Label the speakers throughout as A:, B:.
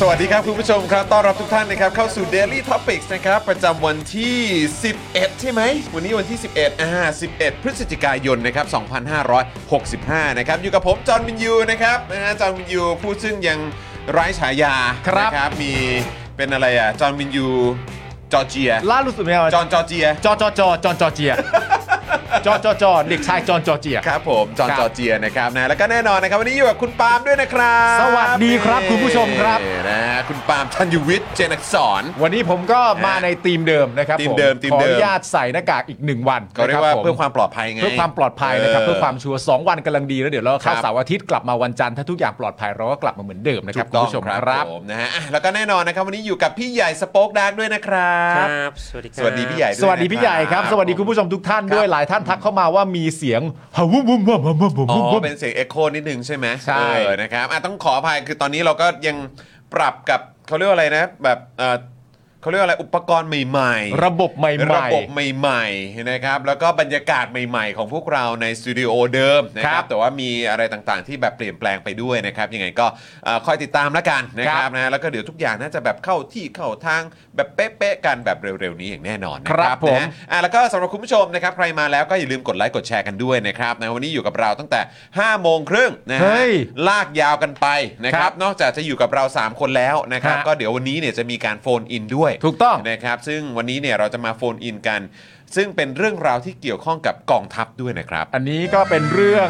A: สวัสดีครับ คุณผู้ชมครับ ต้อนรับทุกท่านนะครับเข้าสู่ Daily Topics นะครับ ประจำวันที่ 11 ใช่ไหม วันนี้วันที่ 11อ่า11 พฤศจิกายนนะครับ 2565 นะครับ อยู่กับผม จอห์นวินยูนะครับนะฮะจอห์นวินยูผู้ซึ่งยังไร้ฉายา
B: ครับ
A: นะครับ มีเป็นอะไรอ่ะ จอห์นวินยู จอร์เจีย
B: ล่าสุดเป็นอะไร
A: จอห์นจอร์เจีย
B: จอจอจอจอนจอเจีย จอจอจอเด็กชายจอนจอเจีย
A: ครับผม จอห์น
B: ครับ
A: จอร์เจียนะครับนะแล้วก็แน่นอนนะครับ วันนี้อยู่กับคุณปาล์มด้วยนะครับ
B: สวัสดีครับคุณผู้ชมครับ
A: นี่นะฮะคุณปาล์มธัญวิทย์เจนอักษร
B: วันนี้ผมก็มาในทีมเดิมนะครับ
A: ธีมเดิมธีม
B: ขอ
A: เดิ
B: อ
A: ม
B: นุญาตใส่หน้ากากอีกหนึ่งวัน
A: เขาเรียก
B: นะ
A: ว่า
B: บผม
A: เพื่อความปลอดภัยไง
B: เพื่อความปลอดภัยนะครับ
A: เออ
B: เพื่อความชัวร์สองวันกำลังดีแล้วเดี๋ยวเรา
A: ครั
B: เข้า
A: บ
B: เสาร์อาทิตย์กลับมาวันจันทร์ถ้าทุกอย่างปลอดภัยเราก็กลับมาเหมือนเดิมนะครับ
A: ถูก
B: คุณ
A: ต้อง
B: ผู้ชม
A: ครับ
B: ครับ
A: ผมนะฮะอ่ะแล้วก็แน่นอนนะครับ วันนี้อยู่กับพี่ใหญ่สป็อคดาร์กด้วยนะครับ
C: ครับสวัสดีครับ
A: สวัสดีพี่ใหญ่ด้วย
B: สวัสดีพี่ใหญ่ครับ สวัสดีคุณผู้ชมทุกท่านด้วยหลายท่านทักเข้ามาว่ามีเสียงฮาวุ้มวุ้มวุ้มวุ้มวุ้มวุ้ม
A: อ๋
B: วุ้
A: อ
B: ม
A: เป็นเสียงเอ็โคนิดนึงใช่ไหม
B: ใช่
A: เออนะครับอ่ะต้องขออภัยคือตอนนี้เราก็ยังปรับกับเขาเรียกว่าอะไรนะแบบเออเขาเรียกว่าอะไรอุปกรณ์ใหม่ๆ
B: ระบบใหม่
A: ระบบ
B: ๆ
A: ใหม่ๆนะครับแล้วก็บรรยากาศใหม่ๆ ของพวกเราในสตูดิโอเดิมนะค
B: ค
A: รั
B: รั
A: บบ แต่ว่ามีอะไรต่างๆ ที่แบบเปลี่ยนแปลงไปด้วยนะครับยังไงก็เอ่อคอยติดตามแล้วกันนะครั
B: ครั
A: บบ นะแล้วก็เดี๋ยวทุกอย่างน่าจะแบบเข้าที่เข้าทางแบบเป๊ะๆกันแบบเร็วๆนี้อย่างแน่นอนนะค
B: ครั
A: รับบ
B: ผม
A: นะอ่ะแล้วก็สำหรับคุณผู้ชมนะครับใครมาแล้วก็อย่าลืมกดไลค์กดแชร์กันด้วยนะครับนะวันนี้อยู่กับเราตั้งแต่5โมงครึ่งนะฮะ
B: เฮ้ย
A: ลากยาวกันไปนะค
B: ค
A: รั
B: รับ บ
A: นอกจากจะอยู่กับเรา 3 คนแล้วนะครับ
B: ฮะ
A: ก็เดี๋ยววันนี้เนี่ยจะมีการโฟนอินด้วย
B: ถูกต้อง
A: นะครับ ซึ่งวันนี้เนี่ยเราจะมาโฟนอินกัน ซึ่งเป็นเรื่องราวที่เกี่ยวข้องกับกองทัพด้วยนะครับ
B: อันนี้ก็เป็นเรื่อง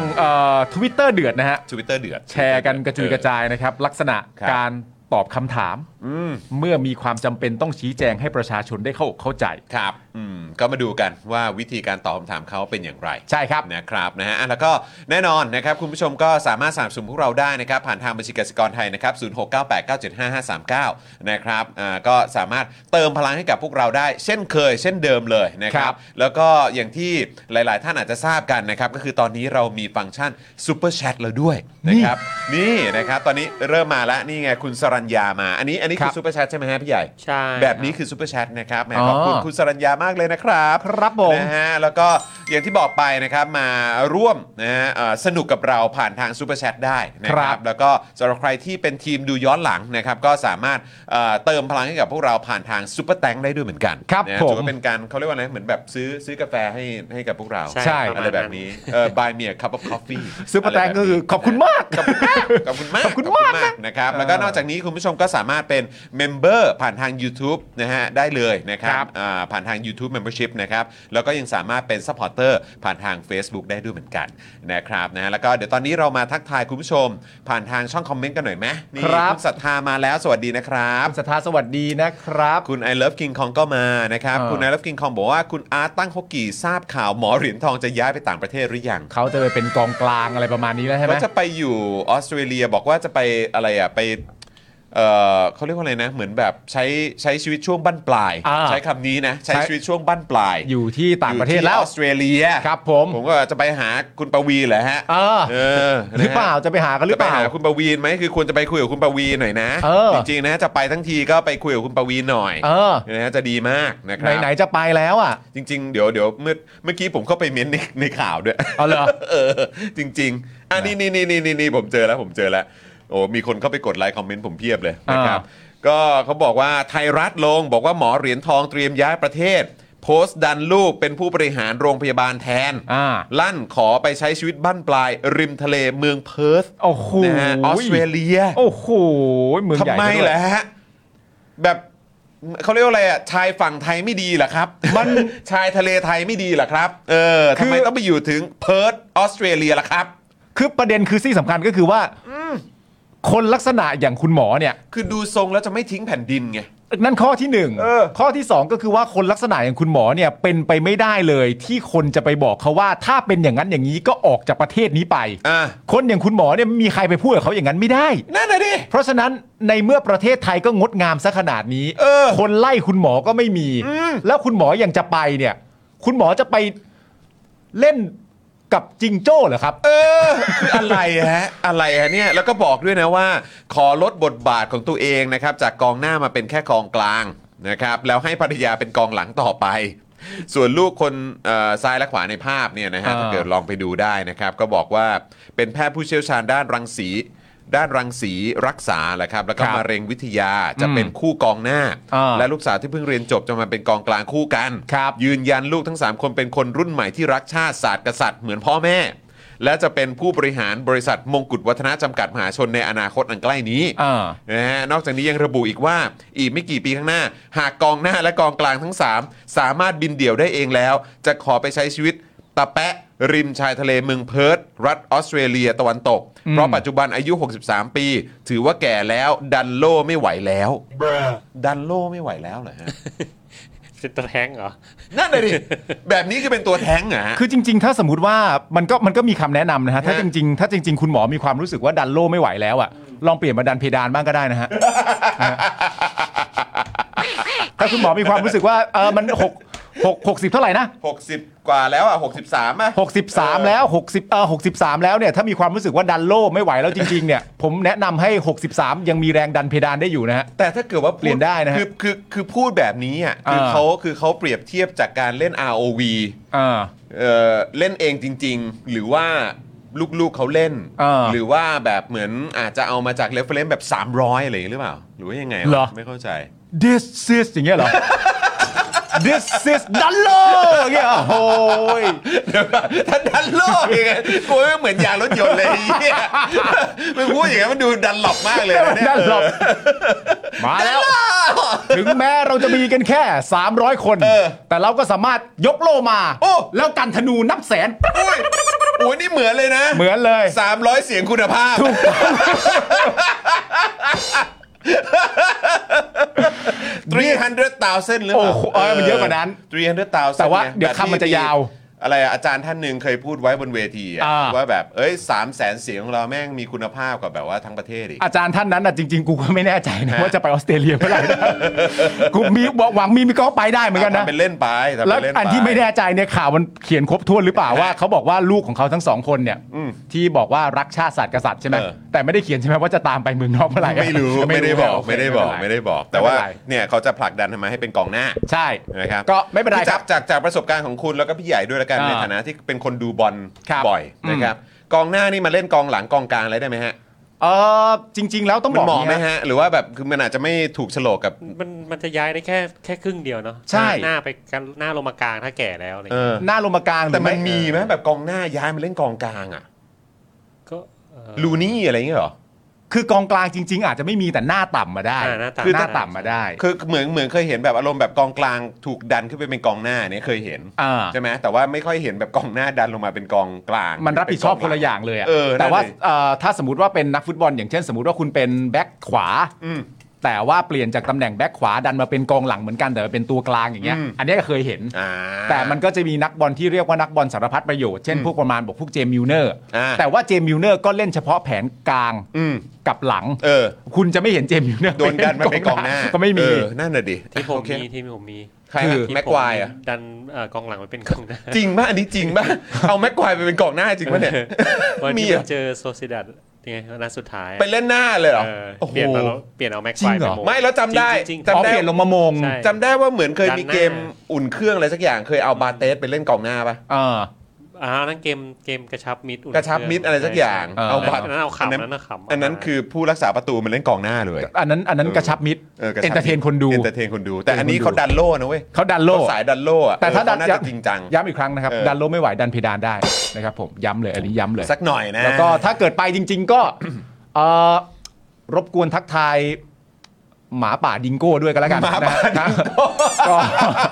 B: ทวิตเตอร์เดือดนะฮะ
A: t วิตเตอร์เดือด
B: แชร์กันกระจุยกระจายนะครับ ลักษณะ
A: ครับ
B: การตอบคำถาม
A: อืม
B: เมื่อมีความจำเป็นต้องชี้แจงให้ประชาชนได้เข้าอกเข้าใจ
A: ครับอืมก็มาดูกันว่าวิธีการตอบคำถามเขาเป็นอย่างไร
B: ใช่ครับ
A: นะครับนะฮะอ่ะแล้วก็แน่นอนนะครับคุณผู้ชมก็สามารถสนับสนุนพวกเราได้นะครับ ผ่านทางบัญชีกสิกรไทยนะครับศูนย์หกเก้าแปดเก้าเจ็ดห้าห้าสามเก้านะครับอ่าก็สามารถเติมพลังให้กับพวกเราได้ เช่นเคย เช่นเดิมเลยนะครั
B: ครับ บ
A: แล้วก็อย่างที่หลาย ๆ ท่านอาจจะทราบกันนะครับ ก็คือตอนนี้เรามีฟังก์ชันซูเปอร์แชทแล้วด้วยนะครับ นี่นะครับ ตอนนี้เริ่มมาแล้วนี่ไงคุณสรัญญามา อันนี้อันนี้คื
B: ครั
A: อบ ซูเปอร์แชทใช่ไหมฮะพี่ใหญ่
C: ใช่
A: แบบนี้
C: ค
A: คือซูเปอร์แชทนะครับแหม
B: อ๋อ
A: ขอบคุณคุณสรัญญามากเลยนะครับ
B: ครับผม
A: นะฮะแล้วก็อย่างที่บอกไปนะครับมาร่วมนะฮะเอ่อสนุกกับเราผ่านทางซูเปอร์แชทได้นะค
B: ครั
A: รับบ แล้วก็สำหรับใครที่เป็นทีมดูย้อนหลังนะครับก็สามารถเอ่อเติมพลังให้กับพวกเราผ่านทางซูเปอร์แตงได้ด้วยเหมือนกัน
B: ครับ
A: นะฮะ
B: ผม
A: ถือว่าเป็นการเขาเรียกว่าอะไรเหมือนแบบซื้อซื้อกาแฟให้ให้กับพวกเรา
C: รับ
B: ใช่
C: ป
A: อะ
C: มาณ
A: ไรแบบนี้เออบายเมียคัพอฟฟี่
B: ซูเปอร์แตงก็คือขอบคุณมาก
A: ขอบคุณมากขอบคุณมาก
B: ขอบคุณมาก
A: นะครับแล้วก็นอกจาก จากนี้คุณผู้ชมก็สามารถเป็นเมมเบอร์ผ่านทาง YouTube นะฮะได้เลยนะครั
B: ครับ บ
A: อ่าผ่านทาง YouTube Membership นะครับแล้วก็ยังสามารถเป็นซัพพอร์เตอร์ผ่านทาง Facebook ได้ด้วยเหมือนกันนะครับนะแล้วก็เดี๋ยวตอนนี้เรามาทักทายคุณผู้ชม ผ่านทางช่องคอมเมนต์กันหน่อยไหมนี่
B: ครับ
A: คุณศรัทธามาแล้วสวัสดีนะครับ
B: คุณสถาสวัสดีนะครับ
A: คุณ I Love King Kong ก็มานะครับ
B: เออ
A: คุณ I Love King Kong บอกว่าคุณอาร์ตตั้งฮกกี้ทราบข่าวหมอเหรียญทองจะย้ายไปต่างประเทศหรือยัง
B: เขาจะไปเป็นกองกลางอะไรประมาณนี้แล้วใช่ไหม
A: เขาจะไปอยู่ออสเตรเลียบอกว่าจะไปอะไรอ่ะไปเออเขาเรียกว่าอะไรนะ เหมือนแบบใช้ใช้ชีวิตช่วงบั้นปลาย
B: อ่า
A: ใช้คำนี้นะใช้
B: ใช้
A: ชีวิตช่วงบั้นปลาย
B: อยู่ที่ต่างประเทศแล้ว
A: ออสเตรเลีย
B: ครับผม
A: ผมก็จะไปหาคุณปวีเหรอฮะ
B: เออ
A: เออนะฮะ
B: หรือเปล่าจะไปหากันหรือ
A: จะไป
B: เปล่า
A: หาคุณปวีนไหมคือควรจะไปคุยกับคุณปวีหน่อยนะ
B: เออ
A: จริงๆนะจะไปทั้งทีก็ไปคุยกับคุณปวีหน่อย
B: เออ
A: นะฮะจะดีมากนะครั
B: ไหนๆจะไปแล้วอ่ะ
A: จริงๆ เดี๋ยวเดี๋ยวเมื่อเมื่อกี้ผมเข้าไปเม้นต์ในในข่าวด้วย
B: เอาเหรอ
A: เออ จริง ๆอ่ะนี่นี่นี่นี่นี่นี่ผมเจอแล้วผมเจอแล้ว โอ้มีคนเข้าไปกดไลค์คอมเมนต์ผมเพียบเลยนะครับ ก็เขาบอกว่าไทยรัฐลง บอกว่าหมอเหรียญทองเตรียมย้ายประเทศ โพสต์ดันลูกเป็นผู้บริหารโรงพยาบาลแทน
B: อ่า
A: ลั่นขอไปใช้ชีวิตบั้นปลาย ริมทะเลเมืองเพิร์ธ
B: โอ้โห
A: นะฮะออสเตรเลีย
B: โอ้โหเมืองใหญ่
A: ทำไม
B: ซด้วย
A: แหละฮะแบบเขาเรียกว่าอะไรอ่ะชายฝั่งไทยไม่ดีเหรอครับ มัน ชายทะเลไทยไม่ดีเหรอครับ เออ
B: คื
A: ทำ
B: อ
A: ไมต้องไปอยู่ถึงเพิร์ตออสเตรเลียล่ะครับ
B: คือประเด็นคือที่สำคัญก็คือว่าคนลักษณะอย่างคุณหมอเนี่ย
A: คือดูทรงแล้วจะไม่ทิ้งแผ่นดินไง
B: นั่นข้อที่หนึ่ง
A: เออ
B: ข้อที่สองก็คือว่าคนลักษณะอย่างคุณหมอเนี่ยเป็นไปไม่ได้เลย ที่คนจะไปบอกเขาว่าถ้าเป็นอย่างนั้นอย่างนี้ก็ออกจากประเทศนี้ไป
A: อ่ะ
B: คนอย่างคุณหมอเนี่ยไม่มีใครไปพูดกับเขาอย่างนั้นไม่ได้
A: นั่นน่ะดิ
B: เพราะฉะนั้นในเมื่อประเทศไทยก็งดงามซะขนาดนี้
A: เออ
B: คนไล่คุณหมอก็ไม่มี แล้วคุณหมอยังจะไปเนี่ย คุณหมอจะไปเล่นกับจิงโจ้เหรอครับ
A: เออคืออะไรฮะ อะไรฮะเนี่ย แล้วก็บอกด้วยนะว่า ขอลดบทบาทของตัวเองนะครับ จากกองหน้ามาเป็นแค่กองกลางนะครับ แล้วให้ภรรยาเป็นกองหลังต่อไป ส่วนลูกคนเอ่อซ้ายและขวาในภาพเนี่ยนะฮะ
B: อ่า
A: ถ้าเกิดลองไปดูได้นะครับ ก็บอกว่าเป็นแพทย์ผู้เชี่ยวชาญด้านรังสี ด้านรังสีรักษาแหละครับ แล้วก็
B: ครับ
A: มาเร็งวิทยาจะเป็นคู่กองหน้า
B: อ่า
A: และลูกสาวที่เพิ่งเรียนจบจะมาเป็นกองกลางคู่กัน
B: ครับ
A: ยืนยันลูกทั้ง 3 คนเป็นคนรุ่นใหม่ที่รักชาติศาสตร์กษัตริย์เหมือนพ่อแม่ และจะเป็นผู้บริหารบริษัทมงกุฎวัฒนาจำกัดมหาชนในอนาคตอันใกล้นี้
B: อ่า
A: นะฮะนอกจากนี้ยังระบุอีกว่า อีกไม่กี่ปีข้างหน้า หากกองหน้าและกองกลางทั้ง 3 สามารถบินเดี่ยวได้เองแล้ว จะขอไปใช้ชีวิตตะแปะริมชายทะเลเมืองเพิร์ธรัฐออสเตรเลียตะวันตก เพราะปัจจุบันอายุ 63 ปี ถือว่าแก่แล้วดันโลไม่ไหวแล้ว ดันโลไม่ไหวแล้วเหรอฮะ
C: เป็นตัวแท้งเหรอ
A: นั่นเลยดิ แบบนี้คือเป็นตัวแท้งเหรอฮะ
B: คือจริง ๆ ถ้าสมมติว่ามันก็มันก็มีคำแนะนำนะฮะ ถ้า
A: ฮะ
B: จริง ๆ ถ้าจริง ๆ คุณหมอมีความรู้สึกว่าดันโล่ไม่ไหวแล้วอะลองเปลี่ยนมาดันเพดานบ้างก็ได้นะฮะ ถ้าคุณหมอมีความรู้สึกว่าเออมันหกหกหกสิบเท่าไหร่นะ
A: หกสิบกว่าแล้วอ่ะหกสิบสามอ่ะ
B: 63 แล้ว 60เออ63 แล้วเนี่ยถ้ามีความรู้สึกว่าดันโล่ไม่ไหวแล้วจริง ๆ เนี่ย ผมแนะนำให้ 63 ยังมีแรงดันเพดานได้อยู่นะฮะ
A: แต่ถ้าเกิดว่าพู
B: เปลี่ยนได้นะฮะ
A: คือคือคือพูดแบบนี้อ่ะคือ
B: เออ
A: เขาคือเขาเปรียบเทียบจากการเล่น ROV
B: อ่า
A: เอ่อเล่นเองจริง ๆ หรือว่าลูกๆเขาเล่น
B: เออ
A: หรือว่าแบบเหมือนอาจจะเอามาจากเรฟเฟรนแบบ 300 อะไรอย่างงี้หรือเปล่า หรือว่ายังไงวะ
B: เหรอ
A: ไม่เข้าใจ
B: this is อย่างเงี้ยเหรอ this is ดันโลอย่างเงี้ยโอ้ย
A: เดี๋ยวก่อนถ้าดันโลกอย่างเงี้ยกูไม่เหมือนยางรถยนต์ เลยไอ้เหี้ยมันพูดอย่างงี้นมันดูดันหลบมากเลยะเย
B: ดันหลบ มาแล้ว ถึงแม้เราจะมีกันแค่ 300 คน
A: เออ
B: แต่เราก็สามารถยกโลมา
A: โอ้
B: แล้วกันธนูนับแสน
A: อุ้ยอุ้ยนี่เหมือนเลยนะ
B: เหมือนเลย
A: 300 เสียงคุณภาพ 300,000หรือเปล่า
B: โอ้โหเอ้ยมันเยอะกว่านั้น
A: 300,000
B: แต่ว่า
A: ไง
B: เดี๋ยวคำมัน
A: แบบ
B: จะยาว
A: อะไรอะอาจารย์ท่านหนึ่งเคยพูดไว้บนเวทีอะ
B: อ่า
A: ว่าแบบ เอ้ยสามแสนเสียงของเราแม่งมีคุณภาพกว่าแบบว่าทั้งประเทศอีก
B: อาจารย์ท่านนั้นน่ะจริง ๆ กูก็ไม่แน่ใจนะ
A: ฮะ
B: ว่าจะไปออสเตรเลียเมื่อ ไหร่นะกูมีหวังมีมีก็ไปได้เหมือนกันนะ
A: ทำเป็นเล่นไปทำ
B: แล้ว
A: เป็นเล่นไป
B: อันที่ไม่แน่ใจเนี่ยข่าวมันเขียนครบถ้วนหรือเปล่าว่าเขาบอกว่าลูกของเขาทั้งสองคนเนี่ยที่บอกว่ารักชาติศาสตร์กษัตริย์ใช่ไหม
A: เออ
B: แต่ไม่ได้เขียนใช่ไหมว่าจะตามไปเมืองนอกเมื่อไหร่อะ
A: ไม่รู้ไม่ได้บอก
B: โเค
A: ไม่ได้บอกไม่ได้บอก แต่
B: ไม่
A: ว่า
B: เป็นไร
A: เนี่ยเขาจะผลักดันทำไมให้เป็นกองหน้า
B: ใช่
A: นะครับ
B: ก็ไม่เป็นไร
A: พี่จั
B: ครั
A: บบ จากจากประสบการณ์ของคุณแล้วก็พี่ใหญ่ด้วยละกัน
B: อ่า
A: ในฐานะที่เป็นคนดูบอล
B: ครับ
A: บ่อย
B: อืม
A: นะครับกองหน้านี่มาเล่นกองหลังกองกลางอะไรได้ไหมฮะ
B: เออจริง ๆ แล้วต้อง
A: มัน
B: บอก
A: เหมาะไหม
B: อย่างเงี้ย
A: ฮะ หรือว่าแบบคือมันอาจจะไม่ถูกโฉลกกับ
C: มันมันจะย้ายได้แค่แค่ครึ่งเดียวเนาะ
B: ใช่
C: หน้าไปกันหน้าลงมากลางถ้าแก่แล้วอะไร
A: เอ
C: เงี้ย
A: อ
B: หน้าลงมากลางหรือ
A: แต่มัน
B: ไ
A: มีไหมแบบกองหน้าย้ายมาเล่นกองกลางอ่ะ
C: ก็เอ่อ
A: ลูนี่อะไรอย่างเงี้ยเหรอ
B: คือกองกลางจริง ๆ อาจจะไม่มีแต่หน้าต่ำมาได้
C: อ่าหน้าต่ำ
B: คือหน้าต่ำมาได้
A: คือเหมือนเหมือนเคยเห็นแบบอารมณ์แบบกองกลางถูกดันขึ้นไปเป็นกองหน้าเนี่ยเคยเห็น
B: อ่า
A: ใช่ไหมแต่ว่าไม่ค่อยเห็นแบบกองหน้าดันลงมาเป็นกองกลาง
B: มันรับผิดชอบคนละอย่างเลยอะ
A: เออนั่น
B: แต่ว่า
A: ดิ
B: เอ่อถ้าสมมติว่าเป็นนักฟุตบอล อย่างเช่น สมมติว่าคุณเป็นแบ็คขวา
A: อืม
B: แต่ว่าเปลี่ยนจากตำแหน่งแบ็คขวาดันมาเป็นกองหลังเหมือนกันแต่เป็นตัวกลางอย่างเงี้ย
A: อืม
B: อันเนี้ยก็เคยเห็น
A: อ่า
B: แต่มันก็จะมีนักบอลที่เรียกว่านักบอลสารพัดประโยชน์เช่นพวกประมาณบอกพวกเจมส์มิลเนอร์
A: อ่า
B: แต่ว่าเจมส์มิลเนอร์ก็เล่นเฉพาะแผนกลาง
A: อืม
B: กับหลัง
A: เออ
B: คุณจะไม่เห็นเจมส์มิลเนอร์
A: โดนดันมาเป็นกองหน้า
B: ก็ไม่มี
A: เออนั่นน่ะดิ
C: ที่ผม
A: โอเค
C: มีที่ผมมี
A: ใคร
B: คื
A: ฮะ
B: อ
C: ที่
A: แม็กควายอะ
C: ดันเอ่อกองหลังมันเป็นกองหน้า
A: จริงป่ะอันนี้จริง ป่ะ เอาแม็กควายไปเป็นกองหน้าจริงป่ะเนี่ย
C: วัน
A: มี
C: ที่
A: เหร
C: ไป
A: อ
C: เจอโซซิดัดไงนัดสุดท้ายอะ
A: ไปเล่นหน้าเลยเหรอ
C: เออ
A: โอ้โห
C: เปลี่ยนมาแล้วเปลี่ยนเอาแม็ก
B: จริ
C: ควาย
B: งเหรอ
C: ปง
A: ไม่แล้วจำได้
C: จริงๆ
A: จำ
B: อ๋อ
A: ได้
B: เปลี่ยนลงมามง
C: ใช่
A: จำได้ว่าเหมือนเคยมีเกม
C: ดันหน้า
A: อุ่นเครื่องอะไรสักอย่างเคยเอาบาเตสไปเล่นกองหน้าป่ะ
B: เออ
C: เ อ่านั่นเกมเกมกระชับมิด
A: กระชับมิดอะไรสักอย่าง
B: เออ
A: เอา
C: บั
A: บั
C: ต
A: ตร
C: รนั้นเอาขำนั้นเอาขำ
A: อันนั้นคือผู้รักษาประตูมันเล่นกองหน้าเลย
B: อันนั้นอันนั้นกระชับมิตร
A: เออกระชั
B: เอนเตอร์เทนคนดู
A: เอนเตอร์เทนคนดู แต่อันนี้เขาดันโล่นะเว้ย
B: เขาดันโล่
A: เขาสายดันโล่อะ
B: แต่ถ้า
A: เออ
B: ดัน
A: เขน่าจะจริงจัง
B: ย้ำอีกครั้งนะครับ
A: เออ
B: ดันโลไม่ไหวดันเพดานได้นะครับผมย้ำเลยอันนี้ย้ำเลย
A: สักหน่อยนะ
B: แล้วก็ถ้าเกิดไปจริง ๆ ก็ เอ่อรบกวนทักทายหมาป่าดิงโก้ด้วยกันแล้วกัน
A: หมาป่า
B: นะฮะก็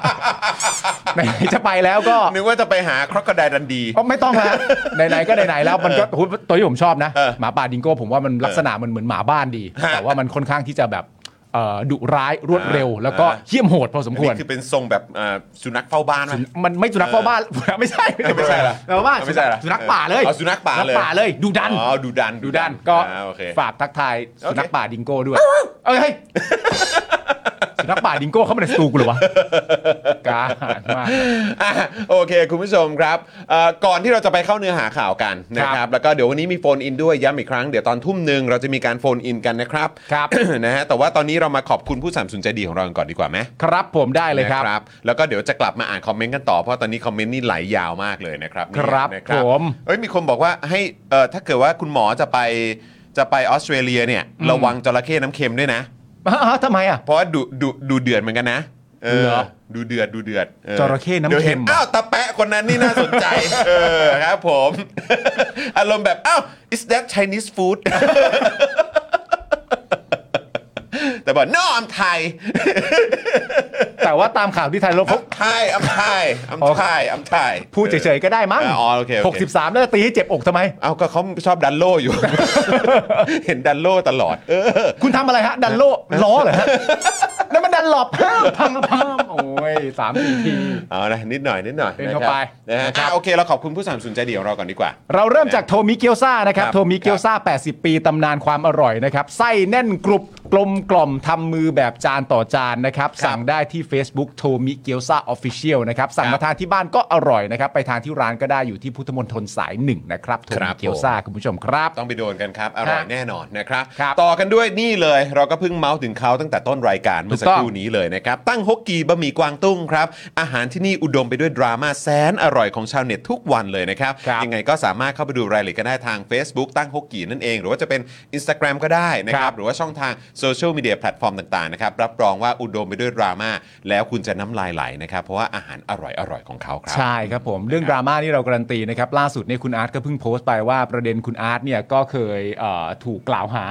B: ไหนๆจะไปแล้วก็
A: นึกว่าจะไปหาครอกระไดดันดี
B: ก็ไม่ต้องละไหนๆก็ไหนๆแล้วมันก็โหตัวที่ผมชอบนะ
A: เออ
B: หมาป่าดิงโก้ผมว่ามันลักษณะมันเหมือนหมาบ้านดี
A: ฮะ
B: แต่ว่ามันค่อนข้างที่จะแบบเอ่อดุร้ายรวดเร็ว
A: อ่า
B: แล้วก็เหี้ยมโหดพอสม
A: อัน
B: ควร
A: นี่คือเป็นทรงแบบเอ่อสุนัขเฝ้าบ้านไหม
B: มันไม่สุนัขเฝ้าบ้าน ไม่ใช่
A: เออไม่ใช่เหรอ
B: เฝ้าบ้าน
A: ไม่ใช่เหรอ
B: สุนัขป่าเลย
A: เอาสุนัขป่าเลย
B: สุนัขป่าเลยดูดัน
A: อ๋อดูดัน
B: ดูด้านก็
A: อ่าโอเค
B: ฝากทักทาย
A: โอ
B: สุ
A: เค
B: นัขป่าดิงโก้ด้วย เอ้ยเฮ้ยสุนัขป่าดิงโก้เข้ามาในสตูกูเหรอวะกาหารมาก
A: อ่ะโอเค คุณผู้ชมครับเอ่อก่อนที่เราจะไปเข้าเนื้อหาข่าวกันนะค
B: ค
A: รั
B: รั
A: บบ แล้วก็เดี๋ยววันนี้มีโฟนอินด้วยย้ำอีกครั้งเดี๋ยวตอนทุ่มหนึ่งเราจะมีการโฟนอินกันนะครับ
B: ครับ
A: นะฮะแต่ว่าตอนนี้เรามาขอบคุณผู้สนัมสนุนใจดีของเรากันก่อนดีกว่าไหม
B: ครับผมได้เลยครับ
A: นะแล้วก็เดี๋ยวจะกลับมาอ่านคอมเมนต์กันต่อเพราะตอนนี้คอมเมนต์นี่ไหลยาวมากเลยนะครับนี่
B: ครับ
A: นะ
B: ผม
A: เอ้ยมีคนบอกว่าให้เอ่อถ้าเกิดว่าคุณหมอจะไปจะไปออสเตรเลียเนี่ยระวังจระเข้น้ำเค็มด้วยนะ
B: อ้าวทำไมอ่ะ
A: เพราะว่าดูดูดูเดือดเหมือนกันนะเออ
B: เหรอ
A: ดูเดือดดูเดือดออ
B: จระเข้น้ำเค็ม
A: ดี๋ยวห็
B: เหรอ
A: อ้าวตาแปะคนนั้นนี่น่าสนใจ เออครับผม อารมณ์แบบอ้าว is that Chinese food แต่บอก no I'm Thai
B: แต่ว่าตามข่าวที่ไทยเราพบ
A: Thai I'm Thai I'm
B: อ๋อ
A: Thai I'm Thai
B: พูดเฉยๆก็ได้มั้ง
A: อ๋อโอเคโอเค
B: หกสิบสามแล้วจะตีให้เจ็บอกทำไม
A: ๆเอาก็เขาชอบดันโลอยู่ เห็นดันโลตลอด เออ
B: คุณทำอะไรฮะ ดันโลล้อเหรอ ฮะนั่นมันดันหลอบพังพังพัง โอ้ยสามสี่ที
A: เอานะนิดหน่อยนิดหน่อย
B: เดินเข้าไป
A: นะฮะอ่ะโอเคเราขอบคุณผู้สนัมสนุนใจดีของเราก่อนดีกว่า
B: เราเริ่มจากโทมิเกียวซานะครับ
A: ครับ
B: โทมิเกียวซา80 ปีตำนานความอร่อยนะครับ ไส้แน่นกรุบกลมกล่อมทำมือแบบจานต่อจานนะครับ สั่งได้ที่ Facebook โทมิเกียวซาออฟฟิเชียลนะครับ สั่ง
A: ครั
B: มา
A: บ
B: ทานที่บ้านก็อร่อยนะครับ ไปทานที่ร้านก็ได้อยู่ที่พุทธมณฑลสายหนึ่งนะครับ โท
A: ครั
B: มิ
A: บ
B: เกียวซาคุณผู้ชมครับ
A: ต้องไปโดนกันครับ อร่อยแน่นอนนะครับ
B: ครับ
A: ต่อกันด้วยนี่เลยเราก็เพิ่งเมาส์ถึงเขาตั้งแต่ต้นรายการเมื่อสัก
B: ถูก
A: ค
B: ต้อง
A: รู่นี้เลยนะครับ ตั้งฮกกีบะหมี่กวางตุ้งครับ อาหารที่นี่อุดมไปด้วยดราม่าแสนอร่อยของชาวเน็ตทุกวันเลยนะครับ
B: ครับ
A: ยังไงก็สามารถเข้าไปดูรายละเอียดกันได้ทาง Facebook ตั้งฮกกีนั่นเอง หรือว่าจะเป็น Instagram ก็ได้นะค
B: ครั
A: รับ
B: บ
A: หรือว่าช่องทางโซเชียลมีเดียแพลตฟอร์มต่างๆนะครับรับรองว่าอุดมไปด้วยดราม่าแล้วคุณจะน้ำลายไหลนะครับเพราะว่าอาหารอร่อยๆของเขาครับ
B: ใช่ครับผม เรื่องดราม่านี่เราการันตีนะครับ ล่าสุดเนี่ยคุณอาร์ตก็เพิ่งโพสต์ไปว่าประเด็นคุณอาร์ตเนี่ยก็เคยเอ่อถูกกล่าวหา